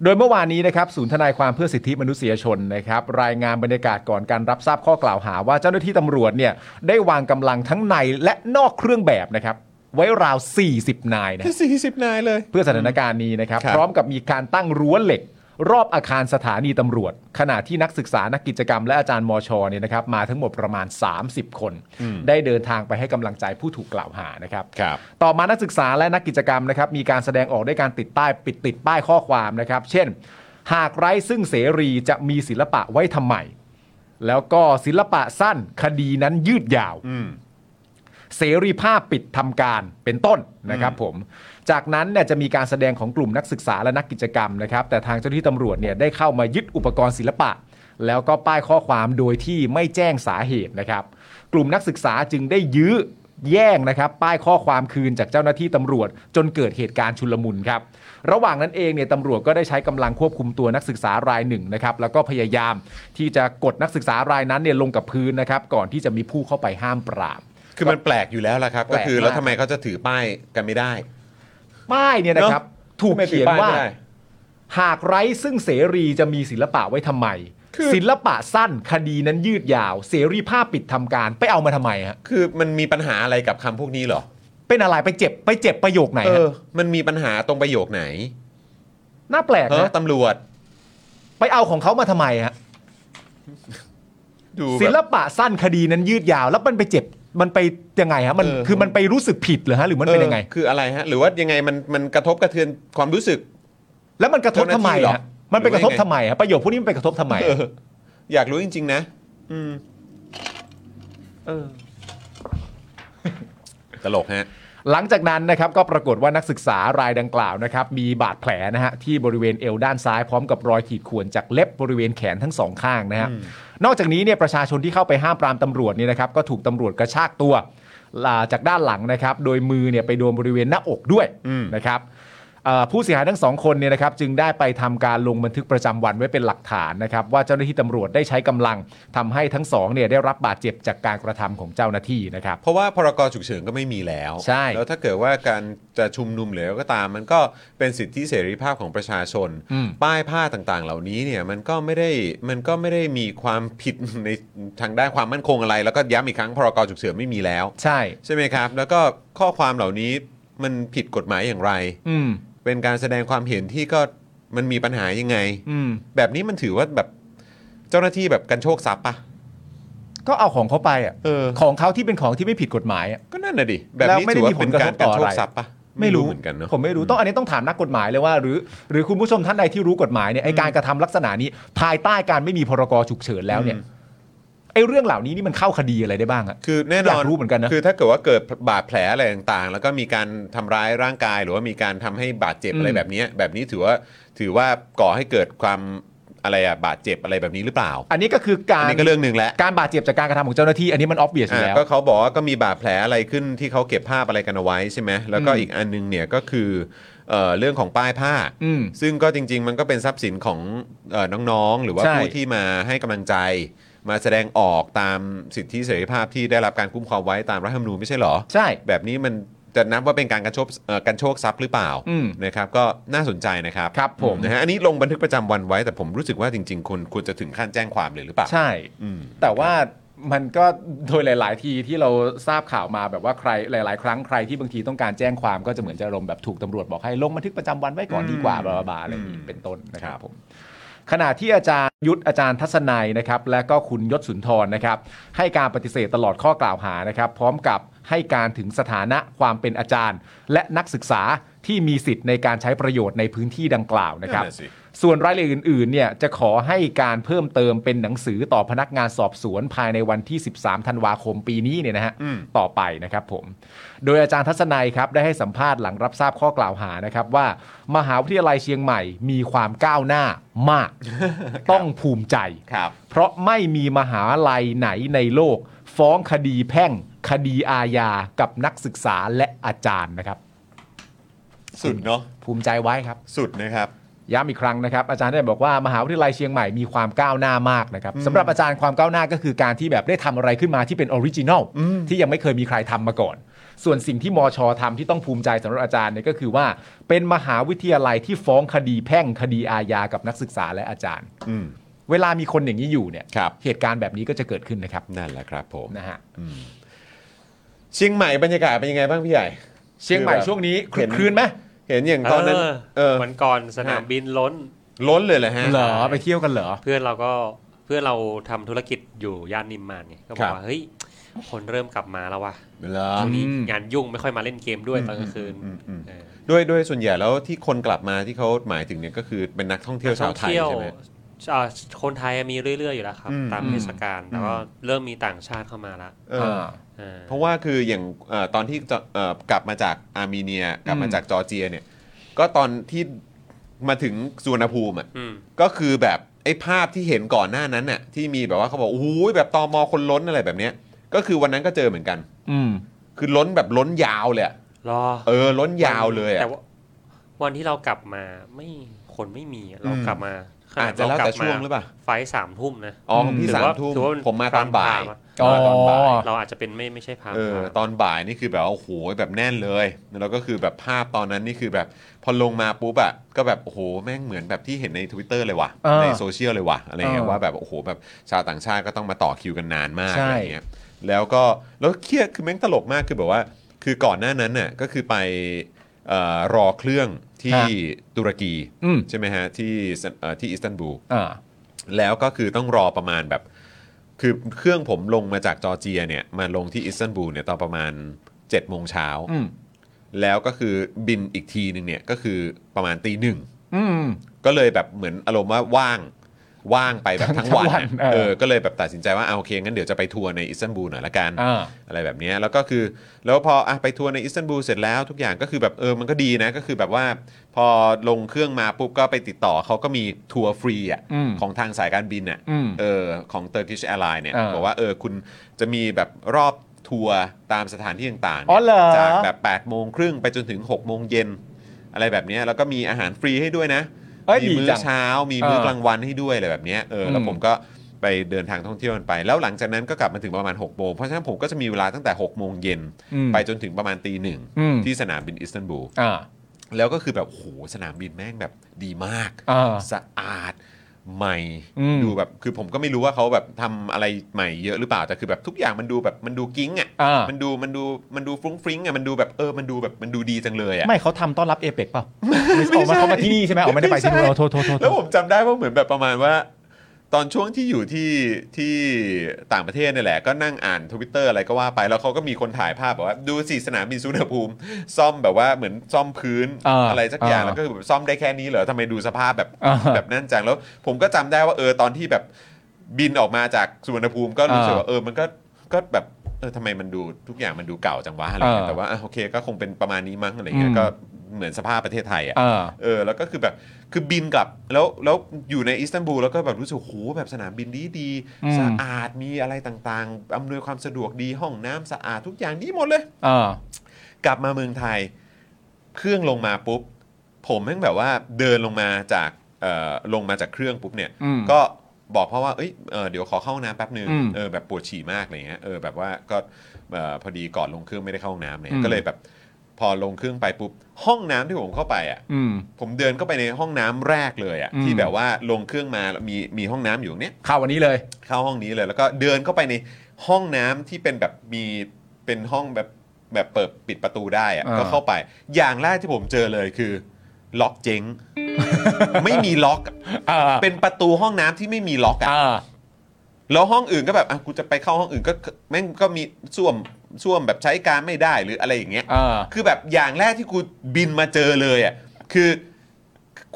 B: โดยเมื่อวานนี้นะครับศูนย์ทนายความเพื่อสิทธิมนุษยชนนะครับรายงานบรรยากาศก่อนการรับทราบข้อกล่าวหาว่าเจ้าหน้าที่ตำรวจเนี่ยได้วางกำลังทั้งในและนอกเครื่องแบบนะครับ ไว้ราว 40 นายนะ
A: สี่สิบนายเลย
B: เพื่อสถานการณ์นี้นะครับ
A: ครับ
B: พร้อมกับมีการตั้งรั้วเหล็ก รอบอาคารสถานีตำรวจ ขณะที่นักศึกษานักกิจกรรมและอาจารย์มอชอเนี่ยนะครับมาทั้งหมดประมาณ 30 คน ได้เดินทางไปให้กำลังใจผู้ถูกกล่าวหานะครับ
A: ครับ
B: ต่อมานักศึกษาและนักกิจกรรมนะครับมีการแสดงออกด้วยการติดป้ายปิดติดป้ายข้อความนะครับ เช่น หากไร้ซึ่งเสรีจะมีศิลปะไว้ทำไม แล้วก็ศิลปะสั้นคดีนั้นยืดยาว
A: อืม
B: เสรีภาพปิดทำการเป็นต้นนะครับผม จากนั้นเนี่ยจะมีการแสดงของกลุ่มนักศึกษาและนักกิจกรรมนะครับ แต่ทางเจ้าหน้าที่ตำรวจเนี่ยได้เข้ามายึดอุปกรณ์ศิลปะ แล้วก็ป้ายข้อความโดยที่ไม่แจ้งสาเหตุนะครับ กลุ่มนักศึกษาจึงได้ยื้อแย่งนะครับ ป้ายข้อความคืนจากเจ้าหน้าที่ตำรวจ จนเกิดเหตุการณ์ชุลมุนครับ ระหว่างนั้นเองเนี่ยตำรวจก็ได้ใช้กำลังควบคุมตัวนักศึกษารายหนึ่งนะครับแล้วก็พยายามที่จะกดนักศึกษารายนั้นเนี่ยลงกับพื้นนะครับก่อนที่จะมีผู้เข้าไปห้ามปราม
A: คือมันแปลกอยู่แล้วล่ะครับ
B: แปลก
A: ก็คือแล้ว
B: มาก
A: ทำไมเขาจะถือป้ายกันไม่ได้
B: ป้ายเนี่ยนะครับ
A: เนอะ
B: ถูก
A: ทำไมถื
B: เขียน
A: ป้
B: ว่า
A: ไม่ได้
B: หากไร้ซึ่งเสรีจะมีศิลปะไว้ทำไม
A: คือ
B: ศิลปะสั้นคดีนั้นยืดยาว เสรีภาพปิดทำการ ไปเอามาทำไมฮะ
A: คือมันมีปัญหาอะไรกับคำพวกนี้เหรอ
B: เป็นอะไรไปเจ็บไปเจ็บประโยคไหน
A: เอ
B: ฮะ
A: อ มันมีปัญหาตรงประโยคไหน
B: น่าแปลก
A: เออ
B: นะ
A: ตำรวจ
B: ไปเอาของเขามาทำไมฮะ
A: ดู
B: ศิล
A: แบบ
B: ปะสั้นคดีนั้นยืดยาว แล้วมันไปเจ็บมันไปยังไงฮะมัน
A: เออ
B: คือมันไปรู้สึกผิดเหรอฮะหรือมันเป็นยังไง
A: ออคืออะไรฮะ หรือว่ายังไงมันมันกระทบกระเทือนความรู้สึก
B: แล้วมันกระทบทำไม
A: เจ้าหน้าที่เหรอ
B: ฮะมันไปกระทบ
A: หรือว่ายังไง
B: ทำไมฮะประโยคพวกนี้มันไปกระทบทำไม
A: เอออยากรู้จริง ๆ นะ อืมตลกฮะ
B: หลังจากนั้นนะครับก็ปรากฏว่านักศึกษารายดังกล่าวนะครับมีบาดแผลนะฮะที่บริเวณเอวด้านซ้ายพร้อมกับรอยขีดข่วนจากเล็บบริเวณแขนทั้งสองข้างนะฮะนอกจากนี้เนี่ยประชาชนที่เข้าไปห้ามปรามตำรวจเนี่ยนะครับก็ถูกตำรวจกระชากตัวอ่าจากด้านหลังนะครับโดยมือเนี่ยไปโดนบริเวณหน้าอกด้วย
A: อืม
B: นะครับเอ่อผู้เสียหายทั้งสองคนเนี่ยนะครับจึงได้ไปทำการลงบันทึกประจำวันไว้เป็นหลักฐานนะครับว่าเจ้าหน้าที่ตำรวจได้ใช้กำลังทำให้ทั้งสองเนี่ยได้รับบาดเจ็บจากการกระทำของเจ้าหน้าที่นะครับ
A: เพราะว่าพรกฉุกเฉินก็ไม่มีแล้ว
B: ใช่
A: แล้วถ้าเกิดว่าการจะชุมนุมหรืออะไรก็ตาม มันก็เป็นสิทธิเสรีภาพของประชาชน
B: อืม
A: ป้ายผ้าต่างๆ เหล่านี้เนี่ยมันก็ไม่ได้มันก็ไม่ได้มีความผิด ในทางด้านความมั่นคงอะไร แล้วก็ย้ำอีกครั้งพรกฉุกเฉินไม่มีแล้ว
B: ใช่
A: ใช่ไหมครับ แล้วก็ข้อความเหล่านี้มันผิดกฎหมายอย่างไร
B: อืม
A: เป็นการแสดงความเห็นที่ก็มันมีปัญหายังไง
B: อืม
A: แบบนี้มันถือว่าแบบเจ้าหน้าที่แบบกันโชคทรัพย์ปะ
B: ก็เอาของเขาไปอ่ะ
A: เออ
B: ของเขาที่เป็นของที่ไม่ผิดกฎหมายอ่ะ
A: ก็นั่นน่ะดิ แบบ
B: แล้ว
A: นี้
B: ไม่ได้
A: ถือว่า
B: มีผ
A: เป็
B: ล
A: น
B: กระ
A: การ
B: ทบต่
A: กัน
B: อ
A: โช
B: อะไร
A: คทรัพย์ปะเหมือนกันเนาะ
B: ผมไม่รู้ต้องอันนี้ต้องถามนักกฎหมายเลยว่า หรือ หรือคุณผู้ชมท่านใดที่รู้กฎหมายเนี่ยไอการกระทำลักษณะนี้ ภายใต้การไม่มีพรกฉุกเฉินแล้วเนี่ย
A: อืม
B: ไอเรื่องเหล่านี้นี่มันเข้าคดีอะไรได้บ้างอ่ะ
A: คือแน่นอน
B: อยากรู้เหมือนกันนะ
A: คือถ้าเกิดว่าเกิดบาดแผลอะไรต่างๆ แล้วก็มีการทำร้ายร่างกาย หรือว่ามีการทำให้บาดเจ็บ
B: อืม
A: อะไรแบบเนี้ยแบบนี้ถือว่าถือว่าก่อให้เกิดความอะไรอะบาดเจ็บอะไรแบบนี้หรือเปล่า
B: อันนี้ก็คือกา
A: อัน
B: ร
A: นี้ก็เรื่องหนึ่งแหละ
B: การบาดเจ็บจากการกระทำของเจ้าหน้าที่อันนี้มันออฟเบียสอยู่
A: อ่า
B: แล้ว
A: ก็เขาบอกว่าก็มีบาดแผลอะไรขึ้นที่เขาเก็บภาพอะไรกันเอาไว้ใช่ไหมแล้วก็
B: อืม
A: อีกอันหนึงเนี่ยก็คือเอ่อเรื่องของป้ายผ้า
B: อืม
A: ซึ่งก็จริง ๆ มันก็เป็นทรัพย์สินของเอ่อน้องๆ หรือว่า
B: ใช่
A: ผู้ที่มาให้กำลังใจ มาแสดงออกตามสิทธิเสรีภาพที่ได้รับการคุ้มครองไว้ตามรัฐธรรมนูญไม่ใช่เหรอ
B: ใช่
A: แบบนี้มันจะนับว่าเป็นการกันโชคเอ่อกันโชคทรัพย์หรือเปล่า
B: อืม
A: นะครับก็น่าสนใจนะครับ
B: ครับผม
A: นะฮะอันนี้ลงบันทึกประจำวันไว้ แต่ผมรู้สึกว่าจริง ๆ คุณควรจะถึงขั้นแจ้งความเลยหรือเปล่า
B: ใช่
A: อืม
B: แต่ว่ามันก็โดยหลาย ๆ ทีที่เราทราบข่าวมาแบบว่าใครหลาย ๆ ครั้งใครที่บางทีต้องการแจ้งความก็จะเหมือนจะอารมณ์แบบถูกตำรวจบอกให้ลงบันทึกประจำวันไว้ก่อนดีกว่าบลาบลาอะไรอย่างนี้เป็นต้นนะครับผม ขณะที่อาจารย์ยุทธอาจารย์ทัศนัยนะครับและก็คุณยศสุนทรนะครับให้การปฏิเสธตลอดข้อกล่าวหานะครับพร้อมกับให้การถึงสถานะความเป็นอาจารย์ และนักศึกษาที่มีสิทธิ์ในการใช้ประโยชน์ในพื้นที่ดังกล่าวนะครับ
A: นั่นน่ะสิ
B: ส่วนรายละเอียดอื่นๆเนี่ยจะขอให้การเพิ่มเติมเป็นหนังสือต่อพนักงานสอบสวนภายในวันที่ 13 ธันวาคมปีนี้เนี่ยนะฮะต่อไปนะครับผม โดยอาจารย์ทัศนัยครับได้ให้สัมภาษณ์หลังรับทราบข้อกล่าวหานะครับว่า มหาวิทยาลัยเชียงใหม่มีความก้าวหน้า มาก ต้องภูมิใจ
A: ครับ
B: เพราะไม่มีมหาลัยไหนในโลก ฟ้องคดีแพ่ง คดีอาญากับนักศึกษาและอาจารย์นะครับ
A: สุดเนาะ
B: ภูมิใจไว้ครับ
A: สุดนะครับ
B: ย้ำอีกครั้งนะครับ อาจารย์ได้บอกว่ามหาวิทยาลัยเชียงใหม่มีความก้าวหน้ามากนะครับสำหรับอาจารย์ความก้าวหน้าก็คือการที่แบบได้ทำอะไรขึ้นมาที่เป็นออริจินอลที่ยังไม่เคยมีใครทำมาก่อน ส่วนสิ่งที่มอชอทำที่ต้องภูมิใจสำหรับอาจารย์เนี่ยก็คือว่า เป็นมหาวิทยาลัยที่ฟ้องคดีแพ่งคดีอาญากับนักศึกษาและอาจารย์
A: อืม
B: เวลามีคนอย่างนี้อยู่เนี่ย
A: ครับ
B: เหตุการณ์แบบนี้ก็จะเกิดขึ้นนะครับ
A: นั่นแหละครับผม
B: นะฮะ
A: เชียงใหม่บรรยากาศเป็นยังไงบ้างพี่ใหญ่
B: เชียงใหม่
A: คือแบบ
B: ช่วงนี้ค
A: เห็
B: ลึ
A: น
B: กคลืนไหม
A: เห็นอย่างตอนนั้นเออ
C: วันก่อนสนาม
A: ฮะ
C: บินล้น
A: ล้นเลยเหรอฮะ
B: เหรอไปเที่ยวกันเหรอ
C: เพื่อนเราก็เพื่อนเราทำธุรกิจอยู่ย่านนิมมานไงก็บ
A: ครั
C: อก
A: บ
C: ว่าเฮ้ยคนเริ่มกลับมาแล้วว่ะ
A: เหรอ
C: ช่วงนี้
B: อืม
C: งานยุ่งไม่ค่อยมาเล่นเกมด้วยตอนกลางคืน
A: อืมอืม
C: เออ
A: ด้วยด้วยส่วนใหญ่แล้วที่คนกลับมาที่เขาหมายถึงเนี่ยก็คือเป็นนักท่องเที่ยวชาวไทยใช่ไหม
C: อ่าคนไทยมีเรื่อยๆอยู่แล้วครับ
A: อืม
C: ตามเทศกาลแต่ว่าเริ่มมีต่างชาติเข้ามาละ
A: เออ
B: อ
C: เออ
A: เพราะว่าคืออย่างเอ่อตอนที่จะเอ่อกลับมาจากอาร์เมเนีย กลับมา
B: อืม
A: จากจอร์เจียเนี่ย ก็ตอนที่มาถึงสุวรรณภูมิอ่ะ
C: อืม
A: ก็คือแบบไอ้ภาพที่เห็นก่อนหน้านั้นน่ะที่มีแบบว่าเขาบอกโอ้ยแบบตอมอคนล้นอะไรแบบเนี้ย ก็คือวันนั้นก็เจอเหมือนกัน
B: อืม
A: คือล้นแบบล้นยาวเลยอะ
C: รอ
A: เออล้นยาวเลยอะ
C: แต่ว่า วันที่เรากลับมาไม่คนไม่มีอะเรา
A: อืม
C: กลับมาขนด
A: อาจจะแล้ว
C: เกบ
A: แต่
C: ม
A: ช่วงหรือเปล่า
C: ไฟล์สามทุ่มนะ
A: อ๋อของพี่
C: ถื
A: สาม
C: ว่
A: ทุ่ม
C: ถืว่น
A: ผมมาตอนบ่าย
C: พรมไทม์
B: อ๋อ
C: ตอนบ่ายเราอาจจะเป็นไม่ไม่ใช่พาม
A: เออตอนบ่ายนี่คือแบบว่าโอ้โหแบบแน่นเลยแล้วก็คือแบบภาพตอนนั้นนี่คือแบบพอลงมาปุ๊บอะก็แบบโอ้โหแม่งเหมือนแบบที่เห็นใน Twitter เลยว่ะ
B: เออ
A: ในโซเชียลเลยว่ะอะไรเงี้ย
B: เออ
A: ว่าแบบโอ้โหแบบชาวต่างชาติก็ต้องมาต่อคิวกันนานมาก
B: ใช่
A: อะไรเงี้ยแล้วก็แล้วเครียดคือแม่งตลกมากคือแบบว่า คือก่อนหน้านั้นน่ะก็คือไปเอ่อรอเครื่องที่ตุรกี
B: อืม
A: ใช่ไหมฮะที่สเอ่อที่อิสตันบูล
B: อ่า
A: แล้วก็คือต้องรอประมาณแบบ คือเครื่องผมลงมาจากจอร์เจียเนี่ยมาลงที่อิสตันบูลเนี่ยตอนประมาณ7จ็ดโมงเช้า
B: อืม
A: แล้วก็คือบินอีกทีหนึ่งเนี่ยก็คือประมาณตีหนึ่ง
B: อืม
A: ก็เลยแบบเหมือนอารมณ์ว่าว่างว่างไปแบบทั้งวัน
B: ทั้งวัน
A: อะ
B: เออ
A: เออก็เลยแบบตัดสินใจว่าเอาโอเคงั้นเดี๋ยวจะไปทัวร์ในอิสตันบูลหน่อยละกัน
B: อ่า
A: อะไรแบบเนี้ยแล้วก็คือแล้วพออ่ะไปทัวร์ในอิสตันบูลเสร็จแล้วทุกอย่างก็คือแบบเออมันก็ดีนะก็คือแบบว่า พอลงเครื่องมาปุ๊บก็ไปติดต่อเขาก็มีทัวร์ฟรีอ่ะ
B: อืม
A: ของทางสายการบินอ่ะ
B: อืม
A: เออของ Turkish Airlines เนี่ย
B: อ่า
A: บอกว่าเออคุณจะมีแบบรอบทัวร์ตามสถานที่ต่างๆ
B: อ๋
A: นี่
B: อเหร
A: ย
B: อ
A: จากแบบ8ปดโมงครึ่งไปจนถึง6กโมงเย็นอะไรแบบเนี้ยแล้วก็มีอาหารฟรีให้ด้วยนะ
B: เอ้ย
A: มี
B: ดี
A: มื้อ
B: จัง
A: เช้า มีมื้อ
B: เออก
A: ลางวันให้ด้วยอะไรแบบเนี้ยเออ แล้ว
B: อืม
A: ผมก็ไปเดินทางท่องเที่ยวกันไป แล้วหลังจากนั้นก็กลับมาถึงประมาณ6กโมง เพราะฉะนั้นผมก็จะมีเวลาตั้งแต่6กโมงเย็น
B: อืม
A: ไปจนถึงประมาณตีหนึ่ง
B: อืม
A: ที่สนามบินอิสตันบูล
B: อ่า
A: แล้วก็คือแบบโอ้โหสนามบินแม่งแบบดีมาก
B: อ่า
A: สะอาดใหม่
B: อืม
A: ดูแบบ คือผมก็ไม่รู้ว่าเขาแบบทำอะไรใหม่เยอะหรือเปล่า แต่คือแบบทุกอย่างมันดูแบบมันดูกิ้งอ่ะ
B: อ่า
A: มันดูมันดูมันดูฟรุ้งฟริ้งอ่ะ มันดูแบบเออ มันดูแบบมันดูดีจังเลยอ่ะ
B: ไม่เขาทำต้อนรับเอเปกเปล่าไม่ใช่เขามาที่นี่ใช่ไหมอ๋อไม่ได้ไปที่นู่นเราโทษโทษโทษ
A: แล้วผมจำได้ว่าเหมือนแบบประมาณว่า ตอนช่วงที่อยู่ที่ที่ต่างประเทศเนี่ยแหละ ก็นั่งอ่านทวิตเตอร์อะไรก็ว่าไปแล้วเขาก็มีคนถ่ายภาพแบบว่าดูสิสนามบินสุวรรณภูมิ ซ่อมแบบว่าเหมือนซ่อมพื้น
B: อ่า
A: ไรสักอย่าง
B: อ่า
A: แล้วก็คือแบบซ่อมได้แค่นี้เหรอทำไมดูสภาพแบบ
B: อ่า
A: แบบนั่นจังแล้ว ผมก็จำได้ว่าเออตอนที่แบบบินออกมาจากสุวรรณภูมิ ก็รู้สึกว่าเออมันก็ก็แบบเออทำไมมันดูทุกอย่างมันดูเก่าจังวะอะไรเงี้ย
B: อ่า
A: แต่ว่าอ่ะโอเคก็คงเป็นประมาณนี้มั้งอะไรเงี้ย
B: อืม
A: ก็เหมือนสภาพประเทศไทยอ่ะ
B: อ่า
A: เออแล้วก็คือแบบคือบินกลับแล้วแล้วอยู่ในอิสตันบูลแล้วก็แบบรู้สึกโอ้โหแบบสนามบินดีดีๆ
B: อืม
A: สะอาดมีอะไรต่างๆอำนวยความสะดวกดีห้องน้ำสะอาดทุกอย่างดีหมดเลย
B: อ่าก
A: ลับมาเมืองไทย เครื่องลงมาปุ๊บ ผมแม่งแบบว่าเดินลงมาจากเอ่อลงมาจากเครื่องปุ๊บเนี่ย
B: อืม
A: ก็บอกเพราะว่าเอ้ยเอ่อเดี๋ยวขอเข้าห้องน้ำแป๊บหนึ่ง
B: อืม
A: เออแบบปวดฉี่มากอะไรเงี้ยเออแบบว่าก็เอ่อพอดีก่อนลงเครื่องไม่ได้เข้าห้องน้ำเนี่ย
B: อืม
A: ก็เลยแบบพอลงเครื่องไปปุ๊บห้องน้ำที่ผมเข้าไปอ่ะ
B: อืม
A: ผมเดินเข้าไปในห้องน้ำแรกเลยอะ
B: อืม
A: ที่แบบว่าลงเครื่องมาแล้วมีมีห้องน้ำอยู่ตรงเนี้ย
B: เข้าวันนี้เลย
A: เข้าห้องนี้เลย แล้วก็เดินเข้าไปในห้องน้ำที่เป็นแบบมีเป็นห้องแบบแบบเปิดปิดประตูได้อะ
B: อ่า
A: ก็เข้าไป อย่างแรกที่ผมเจอเลยคือ ล็อกเจ๊ง ไม่มีล็อกอะ
B: อ่า
A: เป็นประตูห้องน้ำที่ไม่มีล็อกอะ
B: อ่า
A: แล้วห้องอื่นก็แบบอ่ะกูจะไปเข้าห้องอื่นก็แม่งก็มีส้วมส้วมแบบใช้การไม่ได้หรืออะไรอย่างเงี้ย
B: อ่า
A: คือแบบอย่างแรกที่กูบินมาเจอเลยอ่ะคือ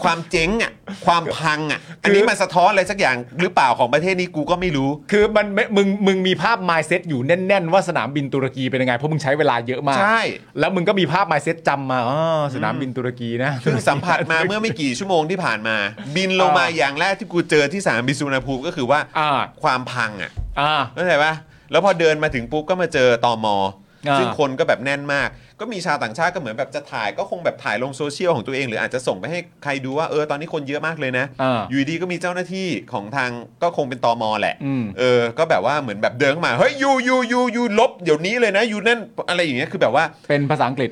A: ความเจ๊งอ่ะความพังอ่ะอันนี้มันสะท้อนอะไรสักอย่างหรือเปล่าของประเทศนี้กูก็ไม่รู้
B: คือมันไม่มึงมึงมีภาพ mindset อยู่แน่น ๆ ว่าสนามบินตุรกีเป็นยังไง เพราะมึงใช้เวลาเยอะมาก
A: ใช่
B: แล้วมึงก็มีภาพ mindset จำมาอ๋อสนามบินตุรกีนะ
A: เพิ่งสัมผัสมาเมื่อไม่กี่ชั่วโมงที่ผ่านมา บินลงมาอย่างแรกที่กูเจอที่สนามบินสุวรรณภูมิก็คือว่า
B: อ่า
A: ความพังอ่ะ
B: อ่า
A: เข้าใจปะแล้วพอเดินมาถึงปุ๊บก็มาเจอตอม
B: อ่า
A: ซึ่งคนก็แบบแน่นมาก ก็มีชาวต่างชาติก็เหมือนแบบจะถ่ายก็คงแบบถ่ายลงโซเชียลของตัวเอง หรืออาจจะส่งไปให้ใครดูว่าเออตอนนี้คนเยอะมากเลยนะ
B: อ่า
A: อยู่ดีก็มีเจ้าหน้าที่ของทางก็คงเป็นตอมแหละ
B: อืม
A: เออ ก็แบบว่าเหมือนแบบเดินเข้ามา เฮ้ยยูยูยูยูลบเดี๋ยวนี้เลยนะยูนั่นอะไรอย่างเงี้ย คือแบบว่า
B: เป็นภาษาอังกฤษ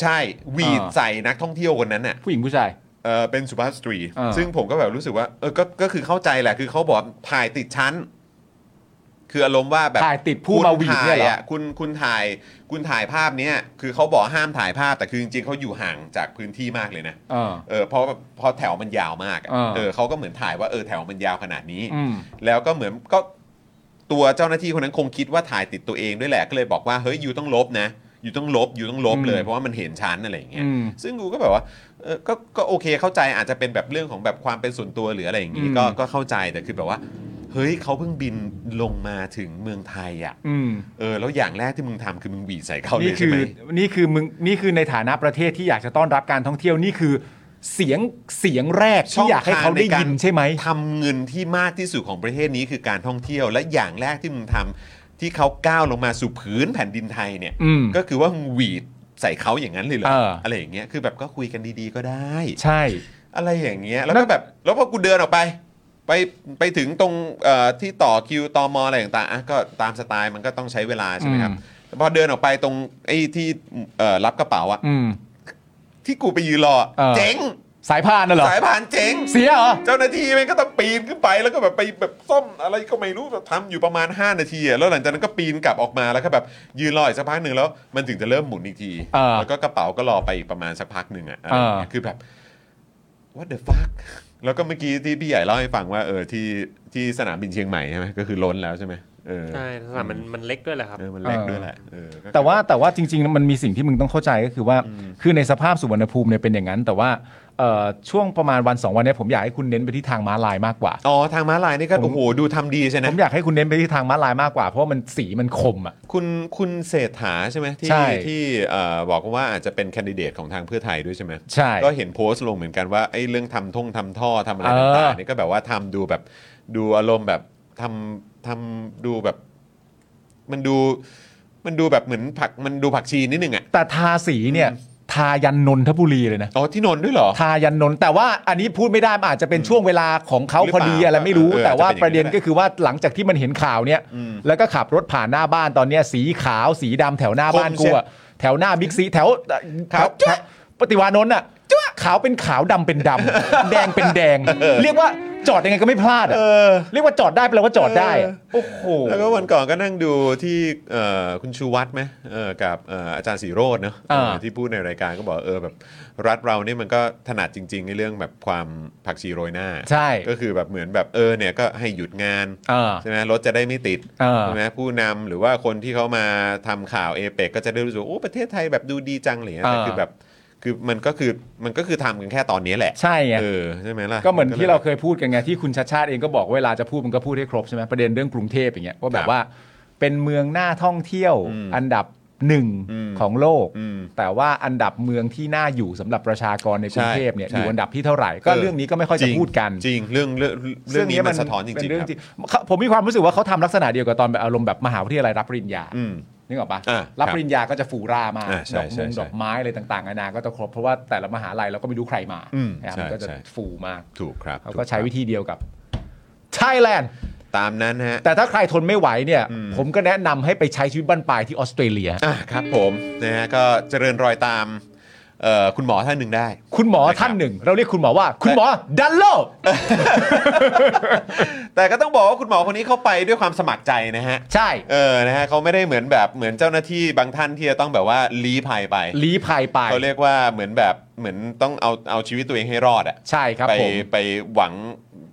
A: ใช่หวีด
B: อ่า
A: ใส่นักท่องเที่ยวคนนั้นน่ะ
B: ผู้หญิงผู้ชาย
A: เออเป็นสุภาพสตรี
B: อ่า
A: ซึ่งผมก็แบบรู้สึกว่า เออ ก็ ก็คือเข้าใจแหละ คือเขาบอกว่าถ่ายติดชั้น คืออารมณ์ว่าแบบ
B: ถ่ายติดผู้มาหวีดเนี่ยเหรอ
A: คุณถ่ายะคุณคุณถ่ายคุณถ่ายภาพเนี้ยคือเขาบอกห้ามถ่ายภาพแต่คือจริงๆเขาอยู่ห่างจากพื้นที่มากเลยนะ
B: เออ
A: เออเพราะแบบเพราะแถวมันยาวมากอะ
B: เออ
A: เออเขาก็เหมือนถ่ายว่าเออแถวมันยาวขนาดนี้
B: อืม
A: แล้วก็เหมือนก็ตัวเจ้าหน้าที่คนนั้นคงคิดว่าถ่ายติดตัวเองด้วยแหละก็เลยบอกว่าเฮ้ยอยู่ต้องลบนะอยู่ต้องลบอยู่ต้องลบเลย
B: อืม
A: เพราะว่ามันเห็นชั้นอะไรอย่างเงี้ย
B: อืม
A: ซึ่งกูก็แบบว่าเออก็ก็โอเคเข้าใจอาจจะเป็นแบบเรื่องของแบบความเป็นส่วนตัวหรืออะไรอย่างงี้
B: อืม
A: ก็ก็เข้าใจแต่คือแบบว่า เฮ้ยเขาเพิ่งบินลงมาถึงเมืองไทยอ่ะ
B: อืม
A: เออแล้วอย่างแรกที่มึงทำคือมึงหวีดใส่เขาเล
B: นี่
A: ย
B: คื
A: ใช่
B: อ
A: ไหม
B: นี่คือมึงนี่คือในฐานะประเทศที่อยากจะต้อนรับการท่องเที่ยวนี่คือ เสียงเสียงแรกที่อยากให้เขาได้ยินใช่ไหม
A: ทำเงินที่มากที่สุดของประเทศนี้คือการท่องเที่ยว และอย่างแรกที่มึงทำที่เขาก้าวลงมาสู่พื้นแผ่นดินไทยเนี่ย
B: อืม
A: ก็คือว่ามึงหวีด ใส่เขาอย่างนั้นเลยเหรอ
B: เอออ
A: อะไรอย่างเงี้ยคือแบบก็คุยกันดีๆก็ได้
B: ใช่
A: อะไรอย่างเงี้ยแล้วก็แบบแล้วพอกูเดินออกไป ไปไปถึงตรงเอ่อที่ต่อคิวตอมออะไรต่างๆอ่ะก็ตามสไตล์มันก็ต้องใช้เวลาใช่ไหมครับ
B: อืม
A: แต่พอเดินออกไปตรงไอ้ที่เอ่อรับกระเป๋าอะ
B: อืม
A: ที่กูไปยืนรออะ
B: เออ
A: เจ๊ง
B: สายพานน่ะเหรอ
A: สายผ่านเจ๊ง
B: เสียเหรอ
A: เจ้าหน้าที่แม่งก็ต้องปีนขึ้นไปแล้วก็แบบไปแบบซ่อมอะไรก็ไม่รู้แบบทำอยู่ประมาณ 5 นาทีอะแล้วหลังจากนั้นก็ปีนกลับออกมาแล้วก็แบบยืนรออีกสักพักหนึ่งแล้ว มันถึงจะเริ่มหมุนอีกที
B: เออ
A: แล้วก็กระเป๋าก็รอไปอีกประมาณสักพักหนึ่งอะอะไร
B: เออ
A: อย่างเงี้ยคือแบบ what the fuck แล้วก็เมื่อกี้ที่พี่ใหญ่เล่าให้ฟังว่าเออที่ที่สนามบินเชียงใหม่ใช่ไหมก็คือล้นแล้วใช่ไหมเออ
C: ใช่สนามมันมันเล็กด้วยแหละครับ
A: เออมันเล็ก
B: เออ
A: ด้วยแหละเออก็คือ
B: แต่ว่าแต่ว่าจริงๆ มันมีสิ่งที่มึงต้องเข้าใจก็คือว่า คือในสภาพสุวรรณภูมิเนี่ยเป็นอย่างนั้น แต่ว่าเอ่อช่วงประมาณวันสองวันเนี้ผมอยากให้คุณเน้นไปที่ทางม้าลายมากกว่า
A: อ๋อทางม้าลายนี่ก็
B: ผม
A: โอ้โหดูทำดีใช่
B: ผ
A: นะ
B: มอยากให้คุณเน้นไปที่ทางม้าลายมากกว่า เพราะว่ามันสีมันคมอ่ะ
A: คุณคุณเศรษฐาใช่ไหมที่
B: ใช่
A: ที่เอ่อบอกว่าอาจจะเป็นแคนดิเดตของทางเพื่อไทยด้วยใช่ไหม
B: ใช่
A: ก็เห็นโพสต์ลงเหมือนกันว่าไอ้เรื่องทำท่งทำท่อทำอะไร
B: เออ
A: ต่างๆนี่ก็แบบว่าทำดูแบบดูอารมณ์แบบทำทำดูแบบ มันดูมันดูแบบเหมือนผักมันดูผักชีนิดนึงอ่ะ
B: แต่ทาสีเนี่ย ทายันนนทบุรีเลยนะ
A: อ๋อที่นนท์ด้วยเหรอ
B: ทายันนนท์แต่ว่าอันนี้พูดไม่ได้มันอาจจะเป็นช่วงเวลาของเขา
A: หรือ
B: พ
A: เป
B: อ
A: ล่า
B: ดีอะไรไม่รู้
A: เออ
B: แต่ว่า
A: อาจจะเป็นอย่างนั้น
B: ประเด็นก็คือว่าหลังจากที่มันเห็นข่าวเนี่ย แล้วก็ขับรถผ่านหน้าบ้านตอนเนี้ยสีขาวสีดำแถวหน้าบ้าน
A: คม
B: กูอะแถวหน้าบิ๊กซีแถว
A: ขาว
B: แถปฏิวานนท์อ่ะขาวเป็นขาวดำเป็นดำ แดงเป็นแดง เรียกว่าจอดยังไงก็ไม่พลาดอะ
A: อ
B: เรียกว่าจอดได้แปลว่าจอดได้อะโอ้โห
A: แล้วก็วันก่อนก็นั่งดูที่เอ่อคุณชูวัตรไหมเออกับเอ่ออาจารย์สีโรจน์เนอะ
B: อ่า
A: เออที่พูดในรายการก็บอกเออแบบ รัฐเราเนี่ยมันก็ถนัดจริงๆในเรื่องแบบความผักชีโรยหน้า
B: ใช่
A: ก็คือแบบเหมือนแบบเออเนี่ยก็ให้หยุดงาน
B: อ่า
A: ใช่ไหมรถจะได้ไม่ติด
B: อ่า
A: ใช่ไหมผู้นำหรือว่าคนที่เขามาทำข่าวเอเปกก็จะได้รู้สึกว่าโอ้ประเทศไทยแบบดูดีจังอะไรเลยแต่คือแบบคือมันก็คือมันก็คือทำกันแค่ตอนนี้แหละ
B: ใช่ไง
A: เออใช่ไหมล่ะ
B: ก็เหมือนที่เราเคยพูดกันไงที่คุณชาชาติเองก็บอกเวลาจะพูดมันก็พูดให้ครบใช่ไหมประเด็นเรื่องกรุงเทพอย่างเงี้ยว่าแบ
A: ครับ บ
B: ว่าเป็นเมืองหน้าท่องเที่ยว
A: อืม
B: อันดับหนึ่ง
A: อืม
B: ของโลก
A: อืม
B: แต่ว่าอันดับเมืองที่น่าอยู่สำหรับประชากรในกรุงเทพเนี่ย
A: ใช่
B: อยู่อันดับที่เท่าไหร่ก็เรื่องนี้ก็ไม่ค่อยจะ
A: ริง
B: พูดกัน
A: จริงเรื่องเรื่องเรื่องนี้มันสะท้อนจ
B: เป็
A: ริง
B: เรื่อ
A: ๆครับ
B: งที่เขาผมมีความรู้สึกว่าเขาทำลักษณะเดียวกับตอนแบบอารมณ์แบบมหาวิทยาลัยรับปริญญา
A: อืม
B: นึกออกปะ
A: อ่า
B: รับปริญญาก็จะฟูรามา
A: อ่าใช่
B: ดอก
A: ใช่
B: มง
A: ใช่
B: ดอกไม้อะไรต่างๆนานาก็จะครบเพราะว่าแต่ละมหาลัยเราก็ไม่รู้ใครมา
A: อืม
B: นะครับ
A: ใช่
B: ก็จะ
A: ใช่
B: ฟูมาก
A: ถูกครับ
B: เขาก็ใช้
A: ถู
B: วิ
A: ครับ
B: ธีเดียวกับไทยแลนด์
A: ตามนั้นฮะ
B: แต่ถ้าใครทนไม่ไหวเนี่ย ผมก็แนะนำให้ไปใช้ชีวิตบ้านปลายที่ออสเตรเลีย
A: อ่ะครับผมนะฮะก็เจริญรอยตามเอ่อคุณหมอท่านหนึ่งได้
B: คุณหมอท่านหนึ่ง เราเรียกคุณหมอว่า คุณหมอดันโล
A: แต่ก็ต้องบอกว่าคุณหมอคนนี้เข้าไปด้วยความสมัครใจนะฮะ
B: ใช่
A: เออนะฮะเขาไม่ได้เหมือนแบบเหมือนเจ้าหน้าที่บางท่านที่จะต้องแบบว่าลี้ภัยไป
B: ลีภัยไป
A: เขาเรียกว่าเหมือนแบบเหมือนต้องเอาเอาชีวิตตัวเองให้รอดอ่ะ
B: ใช่ครับ
A: ไป
B: ผม
A: ไปหวัง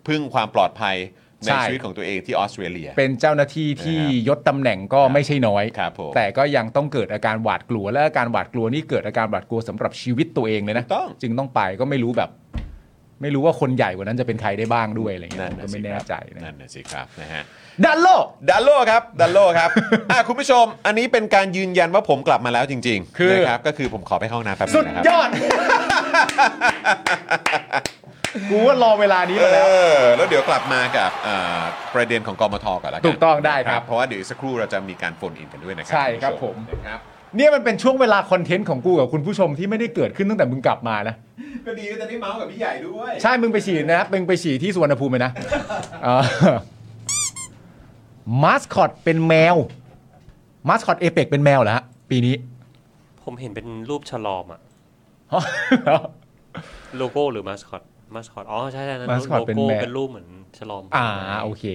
A: พึ่งความปลอดภัยใน
B: ใช่
A: ชีวิตของตัวเองที่ออสเตรเลีย
B: เป็นเจ้าหน้าที่ที่ยศตำแหน่งก็ไม่ใช่น้อย
A: ครับผม
B: แต่ก็ยังต้องเกิดอาการหวาดกลัว และอาการหวาดกลัวนี่เกิดอาการหวาดกลัวสำหรับชีวิตตัวเองเลยนะ
A: ถูกต้อง
B: จึงต้องไปก็ไม่รู้แบบ ไม่รู้ว่าคนใหญ่กว่านั้นจะเป็นใครได้บ้างด้วยอะไรเงี้ย
A: นั่น
B: ผม
A: น่ะ
B: ก็
A: สิ
B: ไม่
A: ครับ
B: แน่ใจนะ
A: นั่นนะสิครับนะฮะ
B: ดันโล
A: ดัลโลครับดัลโลครับ อ่ะคุณผู้ชม อันนี้เป็นการยืนยันว่าผมกลับมาแล้วจริงๆ
B: คือ
A: นะครับก็คือผมขอไปเข้าห้องน้ำแป๊บนึ
B: สุ
A: ง
B: ด
A: นะครับ
B: ยอด กูว่ารอเวลานี้มา
A: เอ
B: แล้ว
A: อแล้วเดี๋ยวกลับมากับเอ่อประเด็นของกมทก่อนละกัน
B: ถูกต้องได้ครับ
A: นะเพราะว่าเดี๋ยวอีกสักครู่เราจะมีการโฟนอินกันด้วยนะครั
B: ใช่ครับ
A: ณ
B: ผม
A: ชนะครับ
B: เนี่ยมันเป็นช่วงเวลาคอนเทนต์ของกูกับคุณผู้ชมที่ไม่ได้เกิดขึ้นตั้งแต่มึงกลับมานะ
A: ก็ดีว่าจะได้เมาส์กับพี่ใหญ่ด้วย
B: ใช่ มึงไปฉีดนะมึงไปฉีดที่สุวรรณภูมิเลยนะมาสคอตเป็นแมวมาสคอตเอเปกเป็นแมวเหรอฮะปีนี้
C: ผมเห็นเป็นรูปฉลอมอะโลโก้หรือมาสคอตมาสคอตอ๋อใช่ใช่นั่น
B: mascot
C: โล
B: เป็น
C: โก้
B: แมว
C: เป็นรูปเหมือนฉลอม
B: อ่าโอเค